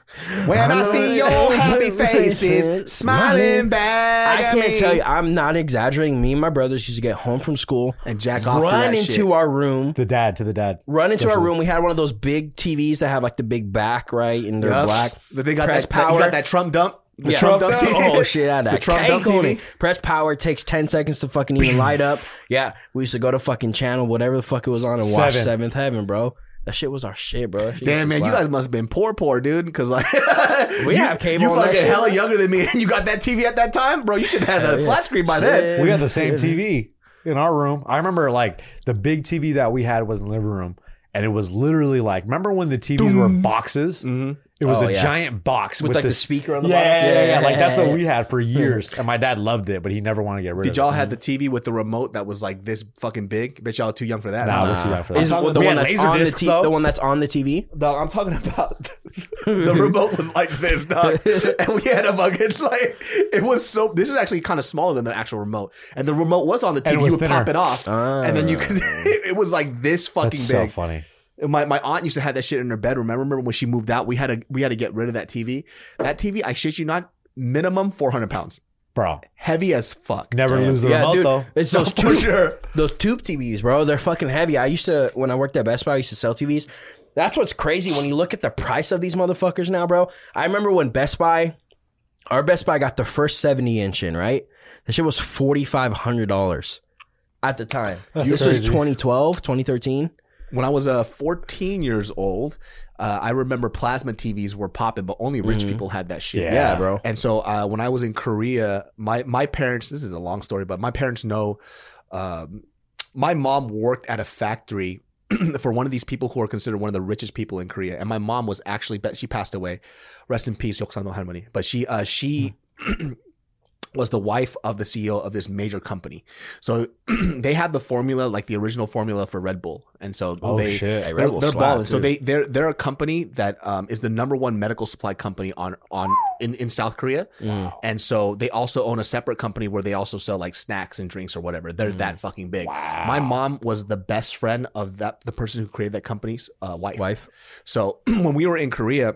[SPEAKER 1] When I see your happy faces smiling back,
[SPEAKER 2] I
[SPEAKER 1] at
[SPEAKER 2] can't
[SPEAKER 1] me.
[SPEAKER 2] tell you. I'm not exaggerating. Me and my brothers used to get home from school,
[SPEAKER 1] And jack off
[SPEAKER 2] run
[SPEAKER 1] to
[SPEAKER 2] into
[SPEAKER 1] that shit.
[SPEAKER 2] our room,
[SPEAKER 3] The dad to the dad.
[SPEAKER 2] run into our room. We had one of those big TVs that have like the big back, right, and they're
[SPEAKER 1] Yup.
[SPEAKER 2] black.
[SPEAKER 1] That They got
[SPEAKER 2] Press
[SPEAKER 1] that, that- you
[SPEAKER 2] power.
[SPEAKER 1] got that Trump dump. The
[SPEAKER 2] Yeah.
[SPEAKER 1] Trump dump.
[SPEAKER 2] Oh shit! I had
[SPEAKER 1] The
[SPEAKER 2] that
[SPEAKER 1] Trump
[SPEAKER 2] cake
[SPEAKER 1] dump
[SPEAKER 2] on
[SPEAKER 1] TV?
[SPEAKER 2] it. Press power takes ten seconds to fucking even light up. Yeah, we used to go to fucking channel whatever the fuck it was on and watch
[SPEAKER 3] Seven.
[SPEAKER 2] Seventh Heaven, bro. That shit was our shit, bro. That shit
[SPEAKER 1] Damn
[SPEAKER 2] was
[SPEAKER 1] man, you
[SPEAKER 2] loud.
[SPEAKER 1] guys must have been poor, poor dude. Because like, you,
[SPEAKER 2] We have cable
[SPEAKER 1] You
[SPEAKER 2] on that
[SPEAKER 1] fucking
[SPEAKER 2] shit.
[SPEAKER 1] hella younger than me, and you got that TV at that time, bro. You should have had
[SPEAKER 2] Hell
[SPEAKER 1] a
[SPEAKER 2] yeah.
[SPEAKER 1] flat screen by then.
[SPEAKER 2] Shit.
[SPEAKER 3] We had the same TV in our room. I remember like the big TV that we had was in the living room. And it was literally like, remember when the TVs were boxes?
[SPEAKER 1] Mhm.
[SPEAKER 3] It was
[SPEAKER 2] Oh,
[SPEAKER 3] a
[SPEAKER 2] yeah.
[SPEAKER 3] giant box
[SPEAKER 2] with,
[SPEAKER 3] with,
[SPEAKER 2] like the
[SPEAKER 3] this.
[SPEAKER 2] speaker on
[SPEAKER 3] yeah,
[SPEAKER 2] the bottom.
[SPEAKER 3] yeah, yeah, yeah. Like that's what we had for years. And my dad loved it, but he never wanted to get rid
[SPEAKER 1] Did
[SPEAKER 3] of
[SPEAKER 1] y'all have the TV with the remote that was like this fucking big? Bet y'all too young for that.
[SPEAKER 3] Nah,
[SPEAKER 1] I'm
[SPEAKER 3] we're too
[SPEAKER 1] talking-
[SPEAKER 3] young for that.
[SPEAKER 2] Is
[SPEAKER 3] I'm talking-
[SPEAKER 2] the
[SPEAKER 3] we
[SPEAKER 2] one
[SPEAKER 3] had
[SPEAKER 2] that's
[SPEAKER 3] laser
[SPEAKER 2] on the
[SPEAKER 3] discs,
[SPEAKER 2] t-
[SPEAKER 3] though.
[SPEAKER 2] the one that's on the TV?
[SPEAKER 1] Dog, I'm talking about the remote was like this, dog. And we had a fucking like it was so this is actually kind of smaller than the actual remote. And the remote was on the
[SPEAKER 3] it
[SPEAKER 1] TV, you
[SPEAKER 3] was
[SPEAKER 1] would pop
[SPEAKER 3] thinner. Ah.
[SPEAKER 1] it off. and then you could it was like this fucking
[SPEAKER 3] That's so
[SPEAKER 1] big.
[SPEAKER 3] funny.
[SPEAKER 1] My my aunt used to have that shit in her bedroom. I remember when she moved out, we had to we had to get rid of that TV. That TV, I shit you not, minimum four hundred pounds,
[SPEAKER 3] Bro,
[SPEAKER 1] heavy as fuck.
[SPEAKER 3] never lose the
[SPEAKER 2] yeah,
[SPEAKER 3] remote
[SPEAKER 2] dude.
[SPEAKER 3] though.
[SPEAKER 2] It's those
[SPEAKER 1] For
[SPEAKER 2] tube,
[SPEAKER 1] sure.
[SPEAKER 2] those tube TVs, bro. They're fucking heavy. I used to when I worked at Best Buy, I used to sell TVs. That's what's crazy when you look at the price of these motherfuckers now, bro. I remember when Best Buy, our Best Buy got the first seventy inch in, right? That shit was forty five hundred dollars at the time.
[SPEAKER 3] That's
[SPEAKER 2] this was
[SPEAKER 3] crazy.
[SPEAKER 2] 2012, 2013.
[SPEAKER 1] When I was uh, 14 years old, uh, I remember plasma TVs were popping, but only rich
[SPEAKER 2] Mhm.
[SPEAKER 1] people had that shit.
[SPEAKER 3] Yeah.
[SPEAKER 2] Yeah, bro.
[SPEAKER 1] And so uh, when I was in Korea, my my parents. This is a long story, but my parents know. Um, my mom worked at a factory for one of these people who are considered one of the richest people in Korea, and my mom was actually she passed away. Rest in peace, Yoksano Harmony. But she uh, she. was the wife of the CEO of this major company. So they had the formula like the original formula for Red Bull. And so
[SPEAKER 2] Oh,
[SPEAKER 1] they
[SPEAKER 3] Oh, shit!
[SPEAKER 1] they're, they're balling. So they they're they're a company that um, is the number one medical supply company on on in, in South Korea,
[SPEAKER 2] Mm.
[SPEAKER 1] and so they also own a separate company where they also sell like snacks and drinks or whatever. They're that fucking big.
[SPEAKER 3] Wow.
[SPEAKER 1] My mom was the best friend of that the person who created that company's uh, wife.
[SPEAKER 2] Wife.
[SPEAKER 1] So when we were in Korea,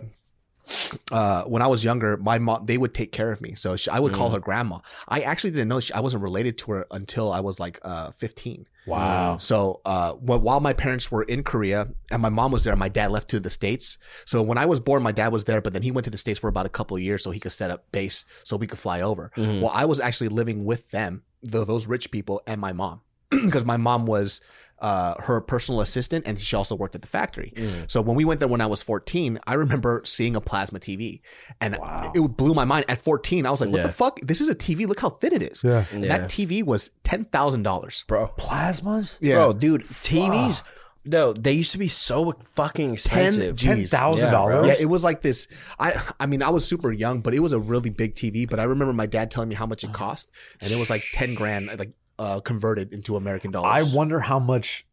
[SPEAKER 1] uh, when I was younger, my mom they would take care of me. So she, I would call her grandma. I actually didn't know she, I wasn't related to her until I was like uh, fifteen.
[SPEAKER 3] Wow.
[SPEAKER 1] So uh, wh- while my parents were in Korea and my mom was there, my dad left to the states. So when I was born, my dad was there, but then he went to the states for about a couple of years so he could set up base so we could fly over.
[SPEAKER 2] Mhm.
[SPEAKER 1] Well, I was actually living with them, tho- those rich people, and my mom, because my mom was uh, her personal assistant and she also worked at the factory. So when we went there when I was 14, I remember seeing a plasma TV and
[SPEAKER 3] Wow.
[SPEAKER 1] it blew my mind. At 14, I was like, what
[SPEAKER 2] Yeah.
[SPEAKER 1] the fuck? This is a TV. Look how thin it is.
[SPEAKER 3] Yeah.
[SPEAKER 2] Yeah.
[SPEAKER 1] That TV was $10,000.
[SPEAKER 2] bro.
[SPEAKER 3] Plasmas.
[SPEAKER 1] Yeah.
[SPEAKER 2] Bro, dude, TVs. No, they used to be so fucking expensive.
[SPEAKER 1] Jeez.
[SPEAKER 3] Ten thousand
[SPEAKER 2] bro.
[SPEAKER 3] dollars.
[SPEAKER 1] Yeah, it was like this. I I mean, I was super young, but it was a really big TV. But I remember my dad telling me how much it cost, and it was like ten grand, like uh, converted into American
[SPEAKER 3] I
[SPEAKER 1] dollars.
[SPEAKER 3] wonder how much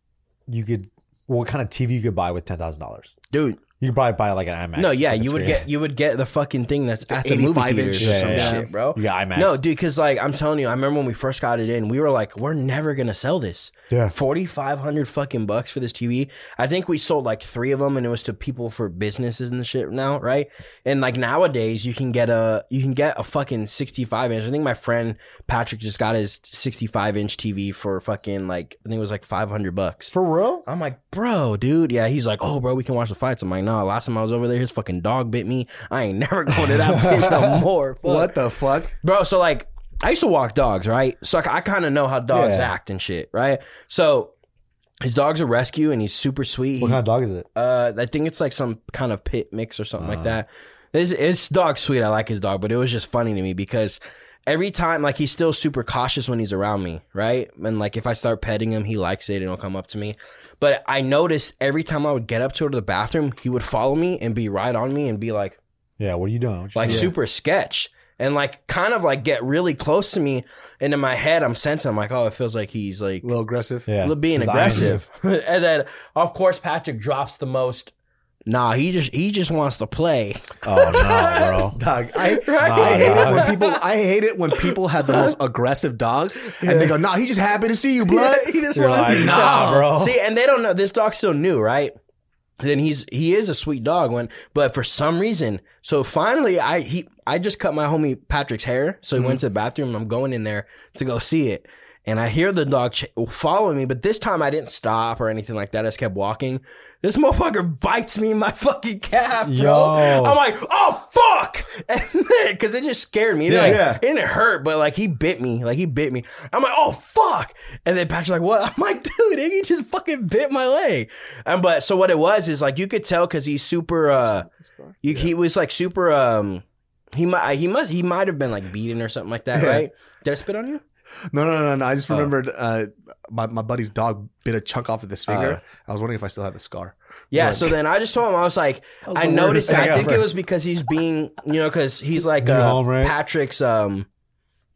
[SPEAKER 3] you could, what kind of TV you could buy with ten thousand dollars.
[SPEAKER 2] dude.
[SPEAKER 3] You could probably buy like an IMAX.
[SPEAKER 2] No, yeah,
[SPEAKER 3] fucking
[SPEAKER 2] you would
[SPEAKER 3] screen.
[SPEAKER 2] get you would get the fucking thing that's at the movie
[SPEAKER 1] 85
[SPEAKER 2] theaters
[SPEAKER 1] inch
[SPEAKER 2] or some
[SPEAKER 3] Yeah, yeah,
[SPEAKER 2] shit, bro.
[SPEAKER 3] You got IMAX.
[SPEAKER 2] No, dude, because like I'm telling you, I remember when we first got it in, we were like, we're never gonna sell this.
[SPEAKER 3] Yeah.
[SPEAKER 2] forty five hundred fucking bucks for this TV. I think we sold like three of them, and it was to people for businesses and the shit now, right? And like nowadays, you can get a you can get a fucking sixty five inch. I think my friend Patrick just got his sixty five inch TV for fucking like I think it was like five hundred bucks.
[SPEAKER 3] for real.
[SPEAKER 2] I'm like, bro, dude. Yeah, he's like, oh, bro, we can watch the fights. I'm like, no, last time I was over there, his fucking dog bit me. I ain't never going to that bitch no more. Fuck
[SPEAKER 1] what the fuck?
[SPEAKER 2] bro. So like, I used to walk dogs, right? So like, I kind of know how dogs
[SPEAKER 3] Yeah.
[SPEAKER 2] act and shit, right? So his dog's a rescue, and he's super sweet.
[SPEAKER 3] What
[SPEAKER 2] He-
[SPEAKER 3] kind of dog is it?
[SPEAKER 2] uh, I think it's like some kind of pit mix or something like
[SPEAKER 3] Uh.
[SPEAKER 2] that. It's, it's dog sweet. I like his dog, but it was just funny to me because every time, like, he's still super cautious when he's around me, right? And like, if I start petting him, he likes it and he'll come up to me. But I noticed every time I would get up to go to the bathroom, he would follow me and be right on me and be like,
[SPEAKER 3] Yeah. What are you doing? What you
[SPEAKER 2] like
[SPEAKER 3] doing?
[SPEAKER 2] super sketch and like kind of like get really close to me and in my head i'm sensing i'm like oh it feels like he's like
[SPEAKER 1] A little aggressive.
[SPEAKER 3] Yeah.
[SPEAKER 2] li- being
[SPEAKER 3] His eyes
[SPEAKER 2] aggressive and then of course patrick drops the most nah he just he just wants to play
[SPEAKER 3] Oh no, bro.
[SPEAKER 1] Dog, I,
[SPEAKER 2] Right?
[SPEAKER 1] I hate it
[SPEAKER 3] dog.
[SPEAKER 1] when people. I hate it when people have the most aggressive dogs, and they go, "Nah, he's just happy to see you, blood."
[SPEAKER 2] he just
[SPEAKER 3] You're
[SPEAKER 2] wants
[SPEAKER 3] like,
[SPEAKER 2] to
[SPEAKER 3] nah, bro.
[SPEAKER 2] see and they don't know this dog's still new right then he's he is a sweet dog when but for some reason so finally i he i just cut my homie patrick's hair so he
[SPEAKER 3] Mm-hmm.
[SPEAKER 2] went to the bathroom and i'm going in there to go see it and i hear the dog ch- following me but this time i didn't stop or anything like that i just kept walking this motherfucker bites me in my fucking calf bro
[SPEAKER 3] Yo.
[SPEAKER 2] i'm like oh fuck because it just scared me It,
[SPEAKER 3] Yeah,
[SPEAKER 2] like,
[SPEAKER 3] yeah.
[SPEAKER 2] it didn't hurt but like he bit me like he bit me i'm like oh fuck and then patrick's like what i'm like dude he just fucking bit my leg and but so what it was is like you could tell because he's super. uh you, He was like super. um He might. He must. He might have been like beaten or something like that,
[SPEAKER 1] Yeah.
[SPEAKER 2] right? Did I spit on you?
[SPEAKER 1] No, no, no, no. I just
[SPEAKER 2] Oh.
[SPEAKER 1] remembered uh, my my buddy's dog bit a chunk off of this finger. I was wondering if I still had the scar.
[SPEAKER 2] Yeah.
[SPEAKER 1] Like-
[SPEAKER 2] so then I just told him I was like,
[SPEAKER 1] That was
[SPEAKER 2] I
[SPEAKER 1] the weirdest
[SPEAKER 2] noticed. that.
[SPEAKER 1] thing
[SPEAKER 2] I think
[SPEAKER 1] ever.
[SPEAKER 2] it was because he's being, you know, because he's like
[SPEAKER 3] New
[SPEAKER 2] uh,
[SPEAKER 3] home, right?
[SPEAKER 2] Patrick's. um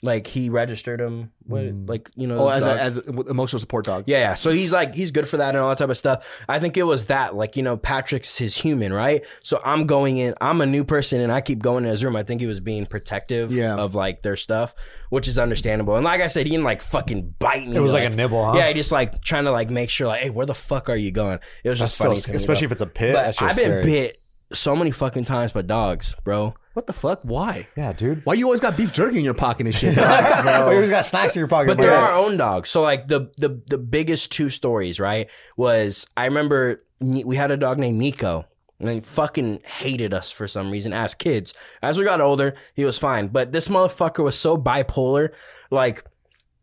[SPEAKER 2] Like he registered him, what,
[SPEAKER 3] Mm.
[SPEAKER 2] like you know,
[SPEAKER 1] Oh, as
[SPEAKER 2] those dogs.
[SPEAKER 1] a, as a, emotional support dog.
[SPEAKER 2] Yeah, yeah. So he's like he's good for that and all that type of stuff. I think it was that, like, you know, Patrick's his human, right? So I'm going in, I'm a new person and I keep going in his room. I think he was being protective
[SPEAKER 1] Yeah.
[SPEAKER 2] of like their stuff, which is understandable. And like I said, he didn't like fucking bite me.
[SPEAKER 3] It was like a nibble, huh?
[SPEAKER 2] Yeah, he just like trying to like make sure like, hey, where the fuck are you going? It was
[SPEAKER 3] That's
[SPEAKER 2] just
[SPEAKER 3] so,
[SPEAKER 2] funny. to me,
[SPEAKER 3] especially if it's a pit.
[SPEAKER 2] though.
[SPEAKER 3] That's
[SPEAKER 2] but
[SPEAKER 3] just
[SPEAKER 2] I've been
[SPEAKER 3] scary.
[SPEAKER 2] bit so many fucking times by dogs, bro.
[SPEAKER 1] What the fuck? Why?
[SPEAKER 3] Yeah, dude.
[SPEAKER 1] Why you always got beef jerky in your pocket and shit?
[SPEAKER 3] you always got snacks in your pocket.
[SPEAKER 2] But
[SPEAKER 3] bro.
[SPEAKER 2] they're our own dogs. So like the the the biggest two stories, right? Was I remember Ni- we had a dog named Nico. And he fucking hated us for some reason as kids. As we got older, he was fine. But this motherfucker was so bipolar. Like,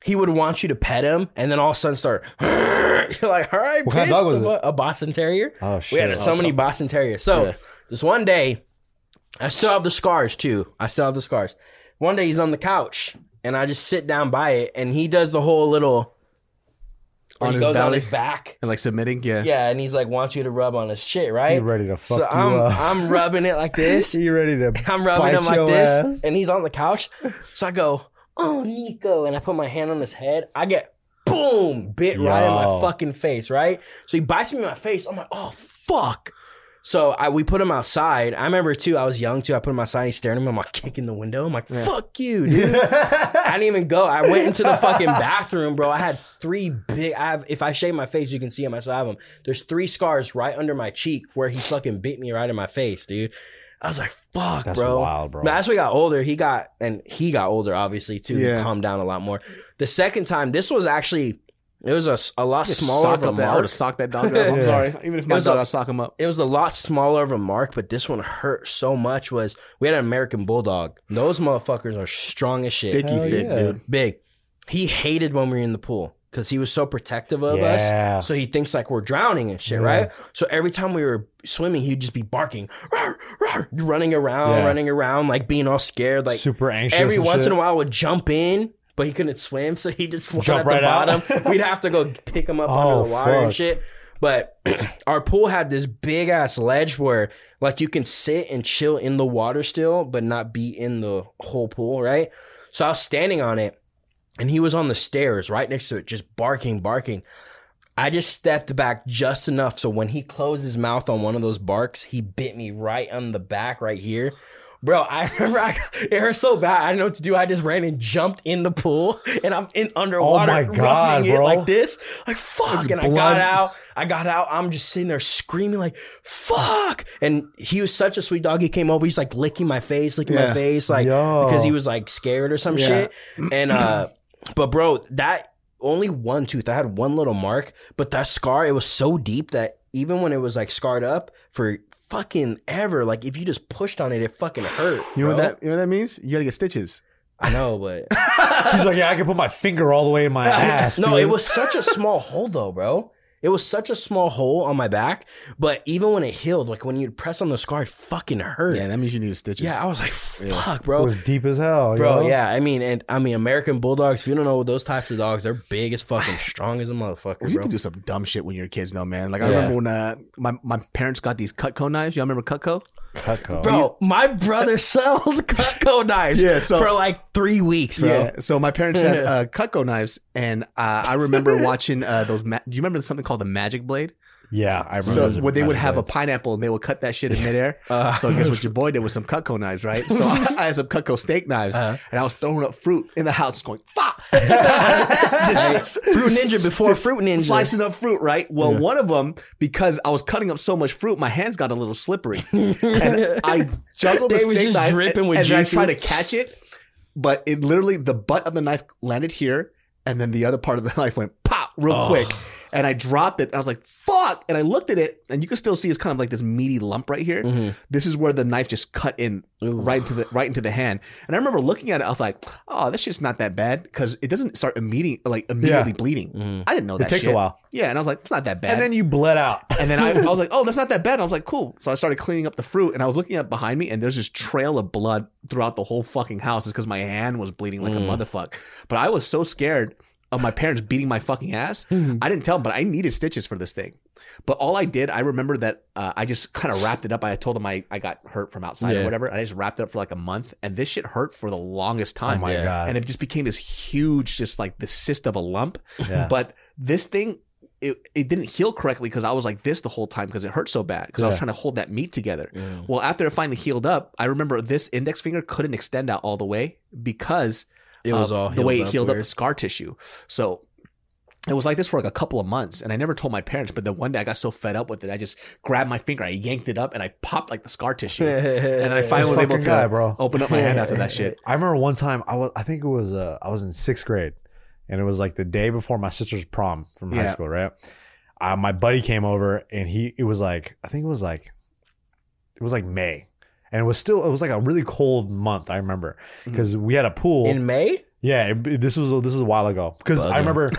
[SPEAKER 2] he would want you to pet him and then all of a sudden start you're like all right
[SPEAKER 3] What kind of
[SPEAKER 2] bitch,
[SPEAKER 3] dog was
[SPEAKER 2] the bu- a boston terrier
[SPEAKER 3] Oh
[SPEAKER 2] we
[SPEAKER 3] shit.
[SPEAKER 2] had so many boston terriers so
[SPEAKER 1] Yeah.
[SPEAKER 2] this one day i still have the scars too i still have the scars one day he's on the couch and i just sit down by it and he does the whole little where
[SPEAKER 1] On
[SPEAKER 2] he
[SPEAKER 1] his
[SPEAKER 2] goes on
[SPEAKER 1] belly?
[SPEAKER 2] his back
[SPEAKER 1] And like submitting, yeah.
[SPEAKER 2] yeah and he's like wants you to rub on his shit
[SPEAKER 3] He
[SPEAKER 2] right
[SPEAKER 3] ready to fuck
[SPEAKER 2] so
[SPEAKER 3] you
[SPEAKER 2] i'm
[SPEAKER 3] up.
[SPEAKER 2] i'm rubbing it like this
[SPEAKER 3] He ready to.
[SPEAKER 2] I'm rubbing
[SPEAKER 3] Bite
[SPEAKER 2] him like
[SPEAKER 3] your
[SPEAKER 2] this,
[SPEAKER 3] ass.
[SPEAKER 2] and he's on the couch. So I go, "Oh, Nico," and I put my hand on his head. I get boom, bit right in my
[SPEAKER 3] Yo.
[SPEAKER 2] fucking face. Right, so he bites me in my face. I'm like, "Oh fuck." So I we put him outside. I remember too. I was young too. I put him outside. He's staring at me. I'm like kicking the window. I'm like, "Fuck you, dude." I didn't even go. I went into the fucking bathroom, bro. I had three big. I have, if I shave my face, you can see them. I still have them. There's three scars right under my cheek where he fucking bit me right in my face, dude. I was like, fuck,
[SPEAKER 3] That's
[SPEAKER 2] bro.
[SPEAKER 3] wild, bro.
[SPEAKER 2] But as we got older, he got and he got older, obviously too.
[SPEAKER 1] Yeah.
[SPEAKER 2] He calmed down a lot more. The second time, this was actually it was a, s- a lot
[SPEAKER 1] Just
[SPEAKER 2] smaller
[SPEAKER 1] sock
[SPEAKER 2] of a
[SPEAKER 1] up that. I would
[SPEAKER 2] mark.
[SPEAKER 1] have socked that dog up. I'm
[SPEAKER 3] Yeah.
[SPEAKER 1] sorry. Even if my
[SPEAKER 2] was
[SPEAKER 1] dog,
[SPEAKER 2] a-
[SPEAKER 1] I'll sock him up.
[SPEAKER 2] It was a lot smaller of a mark, but this one hurt so much. Was we had an American bulldog. Those motherfuckers are strong as shit.
[SPEAKER 1] Dicky
[SPEAKER 3] Hell
[SPEAKER 1] thick,
[SPEAKER 3] yeah.
[SPEAKER 1] dude.
[SPEAKER 2] big. He hated when we were in the pool because he was so protective of
[SPEAKER 3] Yeah.
[SPEAKER 2] us. So he thinks like we're drowning and shit,
[SPEAKER 3] Yeah.
[SPEAKER 2] right? So every time we were swimming, he'd just be barking, "Rar, rar," running around,
[SPEAKER 3] Yeah.
[SPEAKER 2] running around, like being all scared. Like
[SPEAKER 3] super anxious.
[SPEAKER 2] every
[SPEAKER 3] and
[SPEAKER 2] once in
[SPEAKER 3] shit.
[SPEAKER 2] a while would jump in, but he couldn't swim, so he just floated
[SPEAKER 3] Jump
[SPEAKER 2] at
[SPEAKER 3] right
[SPEAKER 2] the bottom.
[SPEAKER 3] out.
[SPEAKER 2] We'd have to go pick him up
[SPEAKER 3] Oh,
[SPEAKER 2] under the water
[SPEAKER 3] fuck.
[SPEAKER 2] and shit. But our pool had this big ass ledge where like you can sit and chill in the water still, but not be in the whole pool, right? So I was standing on it and he was on the stairs right next to it, just barking, barking. I just stepped back just enough so when he closed his mouth on one of those barks, he bit me right on the back right here. Bro, I remember I, it hurt so bad. I didn't know what to do. I just ran and jumped in the pool, and I'm in underwater,
[SPEAKER 3] Oh my God,
[SPEAKER 2] rubbing it
[SPEAKER 3] bro.
[SPEAKER 2] like this, like
[SPEAKER 1] There's
[SPEAKER 2] fuck. and I
[SPEAKER 1] blood.
[SPEAKER 2] got out. I got out. I'm just sitting there screaming like fuck. And he was such a sweet dog. He came over. He's like licking my face, licking
[SPEAKER 1] Yeah.
[SPEAKER 2] my face, like
[SPEAKER 3] Yo.
[SPEAKER 2] because he was like scared or some
[SPEAKER 1] Oh. Yeah.
[SPEAKER 2] shit. And uh but bro, that only one tooth. I had one little mark, but that scar, it was so deep that even when it was like scarred up for fucking ever, like if you just pushed on it, it fucking hurt.
[SPEAKER 1] You know what
[SPEAKER 2] bro.
[SPEAKER 1] that you know what that means? You gotta get stitches.
[SPEAKER 2] I know, but
[SPEAKER 3] He's like, yeah, I can put my finger all the way in my ass.
[SPEAKER 2] no,
[SPEAKER 3] dude.
[SPEAKER 2] it was such a small hole though, bro. It was such a small hole on my back, but even when it healed, like when you'd press on the scar, it fucking hurt.
[SPEAKER 1] Yeah,
[SPEAKER 2] Yeah,
[SPEAKER 1] that means you need stitches.
[SPEAKER 2] I was like, fuck,
[SPEAKER 1] Yeah.
[SPEAKER 3] It
[SPEAKER 2] bro.
[SPEAKER 3] was deep as hell,
[SPEAKER 2] Bro,
[SPEAKER 3] yo.
[SPEAKER 2] yeah, I mean, and I mean, American bulldogs. If you don't know those types of dogs, they're big as fucking, strong as a motherfucker,
[SPEAKER 1] People
[SPEAKER 2] bro.
[SPEAKER 1] do some dumb shit when you're kids, though, man. Like I
[SPEAKER 2] Yeah.
[SPEAKER 1] remember when uh, my my parents got these Cutco knives. Y'all remember Cutco?
[SPEAKER 3] Cutco.
[SPEAKER 2] Bro, my brother sold Cutco knives
[SPEAKER 1] Yeah, so-
[SPEAKER 2] for like three weeks, bro.
[SPEAKER 1] Yeah. So my parents had uh, Cutco knives, and uh, I remember watching uh, those. Ma- do you remember something called the Magic Blade?
[SPEAKER 3] yeah, I remember.
[SPEAKER 1] So
[SPEAKER 3] those
[SPEAKER 1] where they would
[SPEAKER 3] magic
[SPEAKER 1] have a
[SPEAKER 3] blades.
[SPEAKER 1] pineapple and they would cut that shit in midair.
[SPEAKER 2] Uh,
[SPEAKER 1] So guess what your boy did with some Cutco knives, right? So I, I had some Cutco steak knives,
[SPEAKER 2] Uh-huh.
[SPEAKER 1] and I was throwing up fruit in the house, just going fuck.
[SPEAKER 2] Just- Fruit Ninja before
[SPEAKER 1] just
[SPEAKER 2] Fruit Ninja.
[SPEAKER 1] slicing up fruit, right? Well, one of them because I was cutting up so much fruit, my hands got a little slippery, and I juggled the
[SPEAKER 2] They was
[SPEAKER 1] steak
[SPEAKER 2] just
[SPEAKER 1] knife
[SPEAKER 2] dripping
[SPEAKER 1] and,
[SPEAKER 2] with
[SPEAKER 1] and then I
[SPEAKER 2] juices.
[SPEAKER 1] tried to catch it, but it literally the butt of the knife landed here, and then the other part of the knife went pop real
[SPEAKER 2] Oh.
[SPEAKER 1] quick. And I dropped it. I was like, "Fuck!" And I looked at it, and you can still see it's kind of like this meaty lump right here.
[SPEAKER 2] Mhm.
[SPEAKER 1] This is where the knife just cut in
[SPEAKER 2] Ooh.
[SPEAKER 1] right into the right into the hand. And I remember looking at it, I was like, "Oh, that's just not that bad," because it doesn't start immediately like immediately bleeding.
[SPEAKER 2] Mhm.
[SPEAKER 1] I didn't know that.
[SPEAKER 3] It takes
[SPEAKER 1] shit.
[SPEAKER 3] a while,
[SPEAKER 1] Yeah, and I was like, "It's not that bad."
[SPEAKER 3] and then you bled out.
[SPEAKER 1] And then I, I was like, oh, that's not that bad. And I was like, cool. So I started cleaning up the fruit and I was looking up behind me and there's this trail of blood throughout the whole fucking house. It's because my hand was bleeding like
[SPEAKER 2] Mm.
[SPEAKER 1] a motherfucker. But I was so scared of my parents beating my fucking ass. I didn't tell them, but I needed stitches for this thing. But all I did, I remember that uh, I just kind of wrapped it up. I told them I, I got hurt from outside or
[SPEAKER 2] Yeah.
[SPEAKER 1] whatever. And I just wrapped it up for like a month. And this shit hurt for the longest
[SPEAKER 3] oh
[SPEAKER 1] time.
[SPEAKER 3] my
[SPEAKER 2] Yeah.
[SPEAKER 3] god!
[SPEAKER 1] and it just became this huge, just like the cyst of a lump
[SPEAKER 3] yeah.
[SPEAKER 1] but this thing it, it didn't heal correctly because i was like this the whole time because it hurt so bad because i was
[SPEAKER 3] Yeah.
[SPEAKER 1] trying to hold that meat together
[SPEAKER 2] Mm.
[SPEAKER 1] well after it finally healed up i remember this index finger couldn't extend out all the way because
[SPEAKER 2] It was
[SPEAKER 1] uh,
[SPEAKER 2] all
[SPEAKER 1] the way it
[SPEAKER 2] healed
[SPEAKER 1] healed up the
[SPEAKER 2] weird.
[SPEAKER 1] scar tissue so it was like this for like a couple of months and i never told my parents but then one day i got so fed up with it i just grabbed my finger i yanked it up and i popped like the scar tissue and then i
[SPEAKER 3] This
[SPEAKER 1] finally was able
[SPEAKER 3] fucking
[SPEAKER 1] to
[SPEAKER 3] guy, bro.
[SPEAKER 1] open up my hand after that shit
[SPEAKER 3] I remember one time I was I think it was uh, I was in sixth grade, and it was like the day before my sister's prom from
[SPEAKER 1] Yeah.
[SPEAKER 3] high school, right? Uh, my buddy came over and he it was like I think it was like it was like May, and it was still it was like a really cold month. I remember because we had a pool
[SPEAKER 2] in May.
[SPEAKER 3] Yeah, it- this was this was a while ago because
[SPEAKER 2] Bugging.
[SPEAKER 3] I remember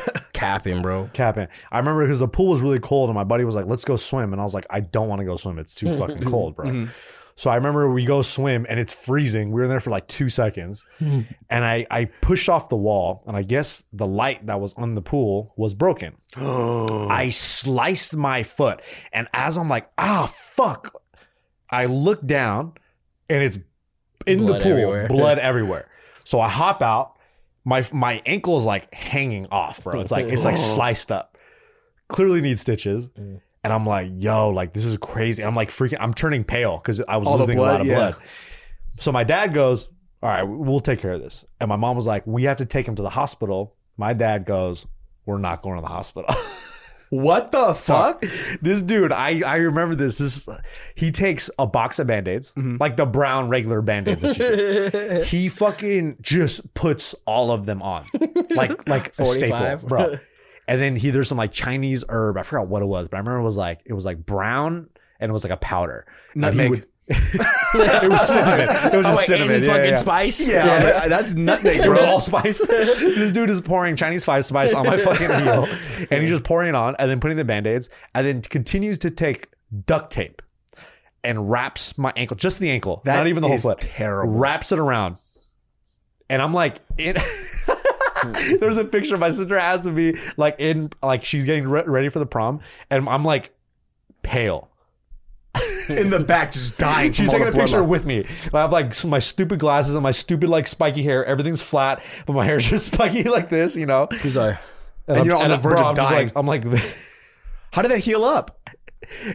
[SPEAKER 2] Capping, bro.
[SPEAKER 3] capping. I remember because the pool was really cold, and my buddy was like, "Let's go swim," and I was like, "I don't want to go swim. It's too fucking cold, bro."
[SPEAKER 1] Mhm.
[SPEAKER 3] So I remember we go swim and it's freezing. We were in there for like two seconds, and I I pushed off the wall, and I guess the light that was on the pool was broken.
[SPEAKER 1] Mm-hmm.
[SPEAKER 3] I sliced my foot, and as I'm like, "Ah, fuck!" I look down, and it's in
[SPEAKER 2] Blood
[SPEAKER 3] the pool,
[SPEAKER 2] everywhere.
[SPEAKER 3] blood everywhere. So I hop out. My my ankle is like hanging off, bro. It's like it's like sliced up. Clearly need stitches.
[SPEAKER 2] Mm.
[SPEAKER 3] And I'm like, yo, like this is crazy. I'm like freaking. I'm turning pale because I was
[SPEAKER 1] All the
[SPEAKER 3] losing a lot
[SPEAKER 1] blood,
[SPEAKER 3] of
[SPEAKER 1] yeah.
[SPEAKER 3] blood. So my dad goes, all right, we'll take care of this. And my mom was like, we have to take him to the hospital. My dad goes, we're not going to the hospital.
[SPEAKER 1] What the fuck?
[SPEAKER 3] this dude, I, I remember this. This he takes a box of band-aids,
[SPEAKER 1] Mhm.
[SPEAKER 3] like the brown regular band-aids that you get. He fucking just puts all of them on. Like like a staple,
[SPEAKER 2] 45.
[SPEAKER 3] bro. And then he there's some like Chinese herb. I forgot what it was, but I remember it was like it was like brown and it was like a powder. And he
[SPEAKER 1] Nutmeg.
[SPEAKER 3] would- it was cinnamon. It was
[SPEAKER 2] Oh,
[SPEAKER 3] just
[SPEAKER 2] wait,
[SPEAKER 3] cinnamon.
[SPEAKER 2] any
[SPEAKER 3] yeah,
[SPEAKER 2] fucking
[SPEAKER 3] yeah.
[SPEAKER 2] spice?
[SPEAKER 1] Yeah, but, uh, that's nutmeg,
[SPEAKER 3] It was
[SPEAKER 1] bro.
[SPEAKER 3] all spice. this dude is pouring Chinese five spice on my fucking heel, and he's just pouring it on, and then putting the band aids, and then continues to take duct tape and wraps my ankle, just the ankle,
[SPEAKER 1] That
[SPEAKER 3] not even the whole
[SPEAKER 1] is
[SPEAKER 3] foot,
[SPEAKER 1] Terrible.
[SPEAKER 3] wraps it around, and I'm like, in. There's a picture my sister has of me, like in, like she's getting re- ready for the prom, and I'm like pale.
[SPEAKER 1] in the back, just dying. from
[SPEAKER 3] She's
[SPEAKER 1] all
[SPEAKER 3] taking a
[SPEAKER 1] the blood
[SPEAKER 3] picture
[SPEAKER 1] loss.
[SPEAKER 3] with me. And I have like s- my stupid glasses and my stupid like spiky hair. Everything's flat, but my hair's just spiky like this, you know.
[SPEAKER 2] He's like,
[SPEAKER 1] And you're on the
[SPEAKER 3] I'm-
[SPEAKER 1] verge of
[SPEAKER 3] I'm just
[SPEAKER 1] dying.
[SPEAKER 3] Like, I'm like,
[SPEAKER 1] How did that heal up?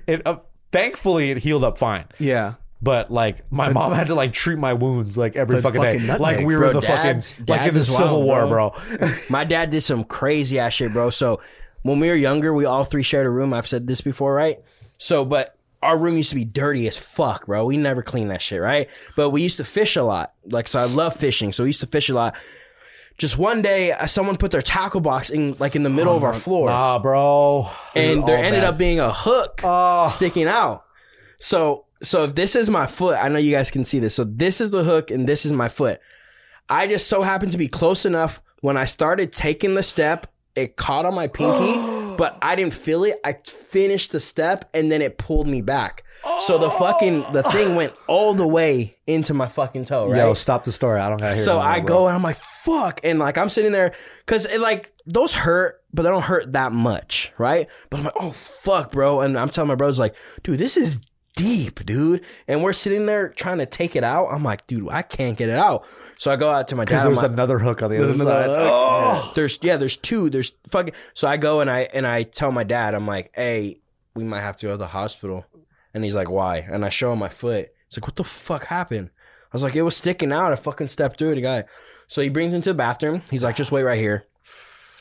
[SPEAKER 3] it. Uh, thankfully, it healed up fine.
[SPEAKER 1] Yeah.
[SPEAKER 3] But like, my mom had to like treat my wounds like every
[SPEAKER 1] The
[SPEAKER 3] fucking,
[SPEAKER 1] fucking
[SPEAKER 3] day,
[SPEAKER 1] nutmeg,
[SPEAKER 3] like we were
[SPEAKER 2] bro.
[SPEAKER 3] the
[SPEAKER 2] Dads-
[SPEAKER 3] fucking like
[SPEAKER 2] dads
[SPEAKER 3] in the
[SPEAKER 2] is
[SPEAKER 3] Civil
[SPEAKER 2] wild,
[SPEAKER 3] War,
[SPEAKER 2] bro.
[SPEAKER 3] bro.
[SPEAKER 2] My dad did some crazy ass shit, bro. So when we were younger, we all three shared a room. I've said this before, right? So, but our room used to be dirty as fuck, bro. We never cleaned that shit, right? But we used to fish a lot. Like, so I love fishing. So we used to fish a lot. Just one day, uh, someone put their tackle box in, like, in the middle of
[SPEAKER 1] Oh
[SPEAKER 2] our floor,
[SPEAKER 3] Nah, Ah, bro.
[SPEAKER 2] and
[SPEAKER 1] all
[SPEAKER 2] there ended
[SPEAKER 1] bad.
[SPEAKER 2] up being a hook
[SPEAKER 3] Oh,
[SPEAKER 2] sticking out. So so this is my foot. I know you guys can see this. So this is the hook and this is my foot. I just so happened to be close enough when I started taking the step, it caught on my pinky, but I didn't feel it. I finished the step and then it pulled me back. So the fucking the thing went all the way into my fucking toe, right?
[SPEAKER 3] Oh. yo, stop the story. I don't got here.
[SPEAKER 2] So I go and I'm like, fuck. And like, I'm sitting there because it like, those hurt, but they don't hurt that much, right? But I'm like, oh, fuck, bro. And I'm telling my bros, like, dude, this is deep, dude. And we're sitting there trying to take it out. I'm like, dude, I can't get it out. So I go out to my
[SPEAKER 3] because
[SPEAKER 2] dad. I'm
[SPEAKER 3] there's
[SPEAKER 2] like,
[SPEAKER 3] another hook on the
[SPEAKER 1] There's
[SPEAKER 3] other side.
[SPEAKER 1] another hook.
[SPEAKER 3] Oh.
[SPEAKER 2] there's, yeah, there's two. There's fucking. So I go and I, and I tell my dad, I'm like, hey, we might have to go to the hospital. And he's like, why? And I show him my foot. He's like, what the fuck happened? I was like, it was sticking out. I fucking stepped through it. The guy. So he brings him to the bathroom. He's like, just wait right here.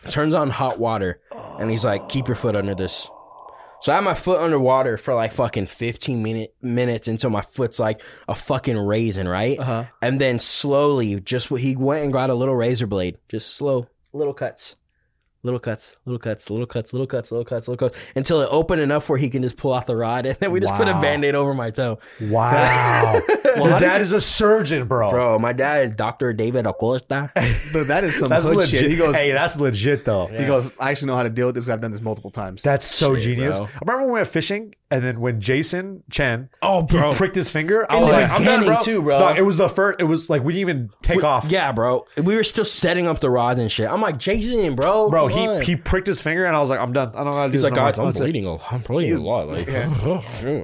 [SPEAKER 2] Turns on hot water. And he's like, keep your foot under this. So I had my foot underwater for like fucking 15 minute, minutes until my foot's like a fucking raisin, right?
[SPEAKER 1] Uh-huh.
[SPEAKER 2] And then slowly, just what he went and got a little razor blade, just slow, little cuts, little cuts, little cuts, little cuts, little cuts, little cuts, little cuts, until it opened enough where he can just pull out the rod. And then we just put a
[SPEAKER 3] Wow.
[SPEAKER 2] band aid over my toe.
[SPEAKER 1] Oh.
[SPEAKER 3] Wow.
[SPEAKER 1] Well, how
[SPEAKER 3] well,
[SPEAKER 1] did
[SPEAKER 3] that is a surgeon,
[SPEAKER 2] Bro, my dad is Dr. David Acosta.
[SPEAKER 1] But that is some
[SPEAKER 3] That's
[SPEAKER 1] hood
[SPEAKER 3] legit.
[SPEAKER 1] shit. He goes,
[SPEAKER 3] hey, that's legit though.
[SPEAKER 1] he goes. I actually know how to deal with this. 'cause I've done this multiple times.
[SPEAKER 3] That's so
[SPEAKER 2] Shit,
[SPEAKER 3] genius.
[SPEAKER 2] bro.
[SPEAKER 3] I remember when we went fishing, and then when Jason Chen
[SPEAKER 2] Oh,
[SPEAKER 3] he
[SPEAKER 2] bro.
[SPEAKER 3] pricked his finger. I
[SPEAKER 2] In
[SPEAKER 3] was
[SPEAKER 2] the
[SPEAKER 3] like, I'm done,
[SPEAKER 2] beginning,
[SPEAKER 3] bro.
[SPEAKER 2] too, bro.
[SPEAKER 3] No, it was the first. It was like we didn't even take off.
[SPEAKER 2] Yeah, bro. We were still setting up the rods and shit. I'm like, Jason, bro.
[SPEAKER 3] bro.
[SPEAKER 2] come on."
[SPEAKER 3] He he pricked his finger, and I was like, I'm done. I don't know how to do
[SPEAKER 2] He's
[SPEAKER 3] this.
[SPEAKER 2] like,
[SPEAKER 3] no more."
[SPEAKER 2] "God, I'm
[SPEAKER 3] That's it.
[SPEAKER 2] bleeding. A, I'm bleeding a lot. Like,
[SPEAKER 1] Yeah.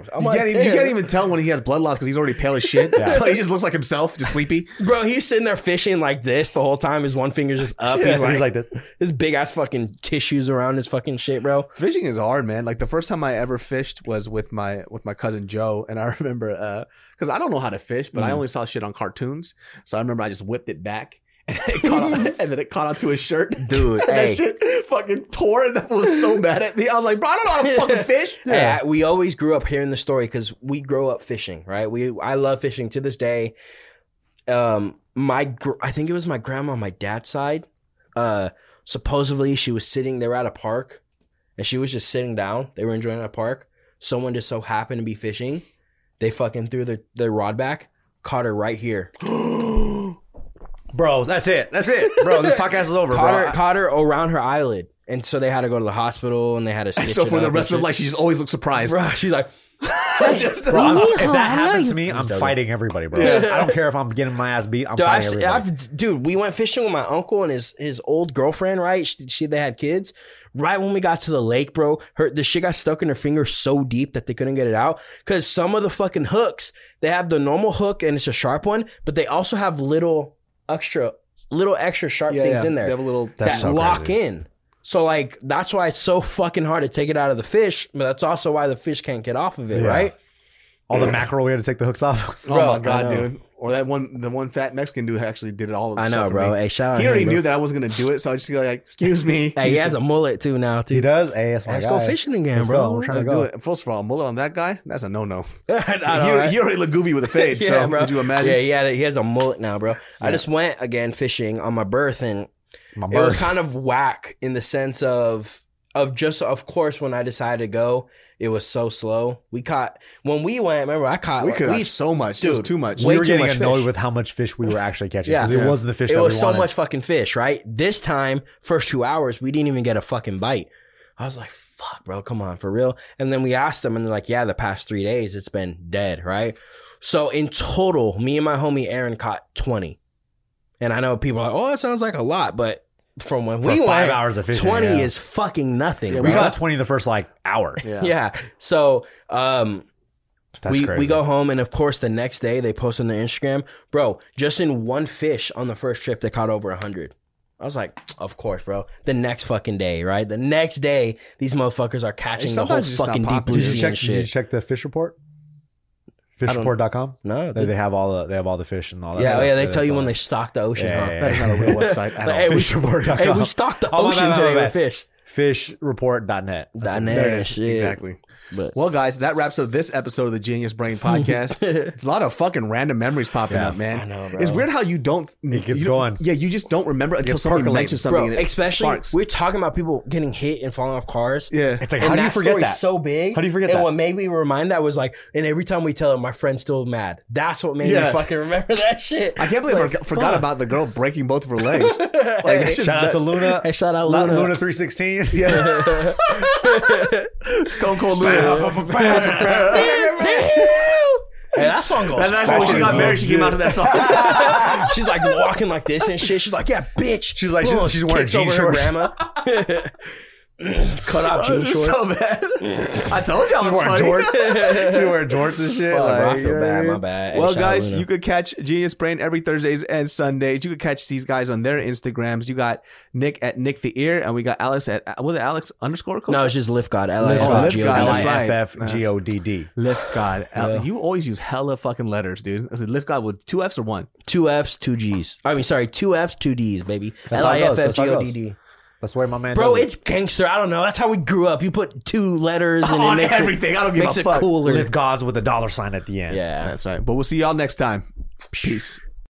[SPEAKER 2] I'm
[SPEAKER 1] You
[SPEAKER 2] like,
[SPEAKER 1] can't, even, you
[SPEAKER 2] "Damn."
[SPEAKER 1] can't even tell when he has blood loss because he's already pale as shit. So he just looks like himself, just sleepy.
[SPEAKER 2] Bro, he's sitting there fishing like this the whole time. His one finger's just up.
[SPEAKER 3] Yeah,
[SPEAKER 2] he's, like,
[SPEAKER 3] this.
[SPEAKER 2] this big ass fucking tissues around his fucking shit, bro.
[SPEAKER 1] Fishing is hard, man. Like the first time I ever fished was with my with my cousin Joe, and I remember because I don't know how to fish, but I
[SPEAKER 2] Mhm.
[SPEAKER 1] only saw shit on cartoons. So I remember I just whipped it back, and, it caught on, and then it caught onto his shirt.
[SPEAKER 2] Dude,
[SPEAKER 1] And
[SPEAKER 2] hey.
[SPEAKER 1] that shit fucking tore, and that was so mad at me. I was like, bro, I don't know how to fucking fish.
[SPEAKER 2] Yeah. we always grew up hearing the story because we grow up fishing, right? We I love fishing to this day. Um, my gr- I think it was my grandma on my dad's side. Uh, supposedly she was sitting there at a park, and she was just sitting down. They were enjoying a park. Someone just so happened to be fishing. They fucking threw their, their rod back, caught her right here.
[SPEAKER 3] bro. That's it. That's it, bro. This podcast is over,
[SPEAKER 2] Caught her,
[SPEAKER 3] bro.
[SPEAKER 2] caught her around her eyelid, and so they had to go to the hospital, and they had to. Stitch
[SPEAKER 1] so
[SPEAKER 2] it
[SPEAKER 1] for
[SPEAKER 2] up
[SPEAKER 1] the
[SPEAKER 2] and
[SPEAKER 1] rest of
[SPEAKER 2] shit.
[SPEAKER 1] life, she just always looks surprised.
[SPEAKER 2] Bruh, she's like,
[SPEAKER 1] Just-
[SPEAKER 3] Bro, I'm- if
[SPEAKER 4] Yeehaw,
[SPEAKER 3] that
[SPEAKER 4] I know
[SPEAKER 3] happens
[SPEAKER 4] you-
[SPEAKER 3] to me, I'm
[SPEAKER 2] joking.
[SPEAKER 3] fighting everybody, bro. I don't care if I'm getting my ass beat. I'm
[SPEAKER 2] dude, I've,
[SPEAKER 3] fighting
[SPEAKER 2] se-
[SPEAKER 3] everybody.
[SPEAKER 2] I've, dude, we went fishing with my uncle and his his old girlfriend. Right, she, she they had kids. Right when we got to the lake, bro, her the shit got stuck in her finger so deep that they couldn't get it out. Cause some of the fucking hooks, they have the normal hook and it's a sharp one, but they also have little extra, little extra sharp
[SPEAKER 1] Yeah,
[SPEAKER 2] things
[SPEAKER 1] yeah.
[SPEAKER 2] in there
[SPEAKER 1] They have a little.
[SPEAKER 3] That's
[SPEAKER 2] that
[SPEAKER 3] so
[SPEAKER 2] lock
[SPEAKER 3] crazy.
[SPEAKER 2] in. So like that's why it's so fucking hard to take it out of the fish, but that's also why the fish can't get off of it,
[SPEAKER 3] Yeah.
[SPEAKER 2] right?
[SPEAKER 3] All the mackerel, we had to take the hooks off.
[SPEAKER 1] Oh
[SPEAKER 2] Bro,
[SPEAKER 1] my
[SPEAKER 2] I
[SPEAKER 1] god,
[SPEAKER 2] know.
[SPEAKER 1] dude! Or that one, the one fat Mexican dude actually did it all. Of
[SPEAKER 2] I
[SPEAKER 1] stuff
[SPEAKER 2] know,
[SPEAKER 1] for
[SPEAKER 2] bro.
[SPEAKER 1] me.
[SPEAKER 2] Hey, shout out
[SPEAKER 1] He already
[SPEAKER 2] him, bro.
[SPEAKER 1] knew that I was gonna do it, so I just go like, "Excuse me."
[SPEAKER 2] Hey, he has a mullet too now,
[SPEAKER 3] He
[SPEAKER 2] too.
[SPEAKER 3] does. Hey, that's my
[SPEAKER 2] Let's go
[SPEAKER 3] guy.
[SPEAKER 2] fishing again,
[SPEAKER 3] Let's
[SPEAKER 2] bro.
[SPEAKER 3] go. We're trying
[SPEAKER 1] Let's
[SPEAKER 3] to go.
[SPEAKER 1] do it. First of all, mullet on that guy? That's a no-no.
[SPEAKER 2] I know,
[SPEAKER 1] he,
[SPEAKER 2] right?
[SPEAKER 1] he already looked goofy with a fade. so could you imagine?
[SPEAKER 2] Yeah, he, had a, he has a mullet now, bro. I just went again fishing on my berth, and
[SPEAKER 3] My
[SPEAKER 2] it was
[SPEAKER 3] bird.
[SPEAKER 2] kind of whack in the sense of of just of course when I decided to go, it was so slow. We caught when we went. Remember, I caught
[SPEAKER 1] We
[SPEAKER 2] like,
[SPEAKER 1] could
[SPEAKER 2] we-
[SPEAKER 1] have so much. it was
[SPEAKER 2] dude,
[SPEAKER 1] too much.
[SPEAKER 2] way
[SPEAKER 3] we were
[SPEAKER 2] too
[SPEAKER 3] getting
[SPEAKER 2] much
[SPEAKER 3] annoyed
[SPEAKER 2] fish.
[SPEAKER 3] with how much fish we were actually catching
[SPEAKER 2] Yeah.
[SPEAKER 3] because
[SPEAKER 1] Yeah.
[SPEAKER 3] it wasn't the fish
[SPEAKER 2] it
[SPEAKER 3] that
[SPEAKER 2] was
[SPEAKER 3] we
[SPEAKER 2] so
[SPEAKER 3] wanted.
[SPEAKER 2] much fucking fish, right? This time, first two hours, we didn't even get a fucking bite. I was like, fuck, bro, come on, for real. And then we asked them, and they're like, yeah, the past three days, it's been dead, right? So in total, me and my homie Aaron caught 20. And I know people are like, oh, that sounds like a lot, but from when
[SPEAKER 3] For
[SPEAKER 2] we
[SPEAKER 3] five
[SPEAKER 2] went,
[SPEAKER 3] hours of fishing.
[SPEAKER 2] 20
[SPEAKER 3] yeah.
[SPEAKER 2] is fucking nothing.
[SPEAKER 1] Yeah,
[SPEAKER 3] We
[SPEAKER 2] bro.
[SPEAKER 3] got twenty the first like hour.
[SPEAKER 1] yeah.
[SPEAKER 2] yeah. So, um,
[SPEAKER 3] That's
[SPEAKER 2] we,
[SPEAKER 3] crazy.
[SPEAKER 2] we go home and of course the next day they post on their Instagram, bro. Just in one fish on the first trip, they caught over hundred. I was like, of course, bro. The next fucking day, right? The next day, these motherfuckers are catching the whole
[SPEAKER 1] Sometimes it's just not
[SPEAKER 2] fucking deep
[SPEAKER 1] popular.
[SPEAKER 3] Did you
[SPEAKER 2] blue
[SPEAKER 3] check?
[SPEAKER 2] and
[SPEAKER 3] Did you
[SPEAKER 2] shit.
[SPEAKER 3] check the fish report?
[SPEAKER 2] don't-
[SPEAKER 3] Fishreport.com.
[SPEAKER 2] No,
[SPEAKER 3] They, they have all the they have all the fish and all that.
[SPEAKER 2] yeah,
[SPEAKER 3] stuff.
[SPEAKER 2] oh yeah. They tell
[SPEAKER 3] It's
[SPEAKER 2] you when
[SPEAKER 3] all-
[SPEAKER 2] they stock the ocean.
[SPEAKER 3] Yeah,
[SPEAKER 2] huh?
[SPEAKER 3] yeah,
[SPEAKER 1] That is not a real website at
[SPEAKER 2] Like,
[SPEAKER 1] all.
[SPEAKER 2] hey, we-
[SPEAKER 1] Fisherboard.com.
[SPEAKER 2] Hey, we stocked the
[SPEAKER 3] Oh, my
[SPEAKER 2] ocean
[SPEAKER 3] bad, my
[SPEAKER 2] today with
[SPEAKER 3] bad.
[SPEAKER 2] fish.
[SPEAKER 3] fishreport.net. That's
[SPEAKER 2] Dot
[SPEAKER 3] what-
[SPEAKER 2] net,
[SPEAKER 3] there it is.
[SPEAKER 2] shit.
[SPEAKER 1] Exactly.
[SPEAKER 2] But
[SPEAKER 1] Well, guys, that wraps up this episode of the Genius Brain Podcast. it's a lot of fucking random memories popping
[SPEAKER 3] Yeah.
[SPEAKER 1] up, man.
[SPEAKER 2] I know, bro.
[SPEAKER 1] It's weird how you don't.
[SPEAKER 3] It gets
[SPEAKER 1] you don't-
[SPEAKER 3] going.
[SPEAKER 1] Yeah, you just don't remember until
[SPEAKER 3] gets
[SPEAKER 1] somebody
[SPEAKER 3] percolating.
[SPEAKER 1] mentions something.
[SPEAKER 2] bro,
[SPEAKER 1] and it
[SPEAKER 2] especially
[SPEAKER 1] sparks.
[SPEAKER 2] we're talking about people getting hit and falling off cars.
[SPEAKER 1] yeah.
[SPEAKER 3] It's like
[SPEAKER 2] And
[SPEAKER 3] how do you
[SPEAKER 2] that
[SPEAKER 3] forget
[SPEAKER 2] story's
[SPEAKER 3] that?
[SPEAKER 2] So big.
[SPEAKER 3] How do you forget
[SPEAKER 2] and
[SPEAKER 3] that?
[SPEAKER 2] what made me remind that was like, and every time we tell him, my friend's still mad. That's what made
[SPEAKER 1] Yeah.
[SPEAKER 2] me fucking remember that shit.
[SPEAKER 1] I can't believe I forgot- forgot about the girl breaking both of her legs. like that's just
[SPEAKER 3] Shout out to Luna.
[SPEAKER 2] Hey, shout out
[SPEAKER 3] Luna.
[SPEAKER 2] Luna.
[SPEAKER 3] Luna 316.
[SPEAKER 1] yeah. Stone Cold Luna.
[SPEAKER 2] Hey, that song goes.
[SPEAKER 1] That's actually when she got
[SPEAKER 2] hard,
[SPEAKER 1] married. She came out to that song.
[SPEAKER 2] bro. She's like walking like this and shit. She's like, yeah, bitch.
[SPEAKER 3] She's like-
[SPEAKER 2] Boom,
[SPEAKER 3] she's wearing
[SPEAKER 2] kicks
[SPEAKER 3] jean
[SPEAKER 2] over
[SPEAKER 3] shorts. Oh,
[SPEAKER 2] Her grandma. Cut off jean
[SPEAKER 1] It's
[SPEAKER 2] shorts.
[SPEAKER 1] so bad. I told y'all it was funny.
[SPEAKER 3] wearing jorts. She wearing jorts and shit.
[SPEAKER 2] Fuck,
[SPEAKER 3] like,
[SPEAKER 2] bro, I
[SPEAKER 3] you
[SPEAKER 2] feel
[SPEAKER 3] know what
[SPEAKER 2] bad.
[SPEAKER 3] mean?
[SPEAKER 2] My bad. Hey,
[SPEAKER 1] Well,
[SPEAKER 2] shout out
[SPEAKER 1] guys,
[SPEAKER 2] Luna.
[SPEAKER 1] you could catch Genius Brain every Thursdays and Sundays. You could catch these guys on their Instagrams. You got Nick at Nick the Ear, and we got Alex at was it Alex underscore Coach?
[SPEAKER 2] No, it's just Lift God. L I
[SPEAKER 1] Lift
[SPEAKER 2] F
[SPEAKER 1] God.
[SPEAKER 2] God.
[SPEAKER 1] Lift God.
[SPEAKER 2] G-O-D.
[SPEAKER 1] That's right.
[SPEAKER 3] LIFFGODD.
[SPEAKER 1] Lift God. Al-
[SPEAKER 2] Yeah.
[SPEAKER 1] You always use hella fucking letters, dude. I said Lift God with two F's or one.
[SPEAKER 2] Two F's, two G's. I mean, sorry, two F's, two D's, baby.
[SPEAKER 3] That's
[SPEAKER 2] L
[SPEAKER 3] how
[SPEAKER 2] I
[SPEAKER 3] it
[SPEAKER 2] F
[SPEAKER 3] goes.
[SPEAKER 2] F
[SPEAKER 3] That's
[SPEAKER 2] G
[SPEAKER 3] how it
[SPEAKER 2] O D D.
[SPEAKER 3] That's where my man.
[SPEAKER 2] Bro,
[SPEAKER 3] does it.
[SPEAKER 2] it's gangster. I don't know. That's how we grew up. You put two letters and it
[SPEAKER 1] on
[SPEAKER 2] makes it,
[SPEAKER 1] everything. I don't give
[SPEAKER 2] makes
[SPEAKER 1] a
[SPEAKER 2] it
[SPEAKER 1] fuck.
[SPEAKER 2] cooler.
[SPEAKER 3] live gods with a dollar sign at the end.
[SPEAKER 2] Yeah.
[SPEAKER 1] That's right. But we'll see y'all next time. Peace.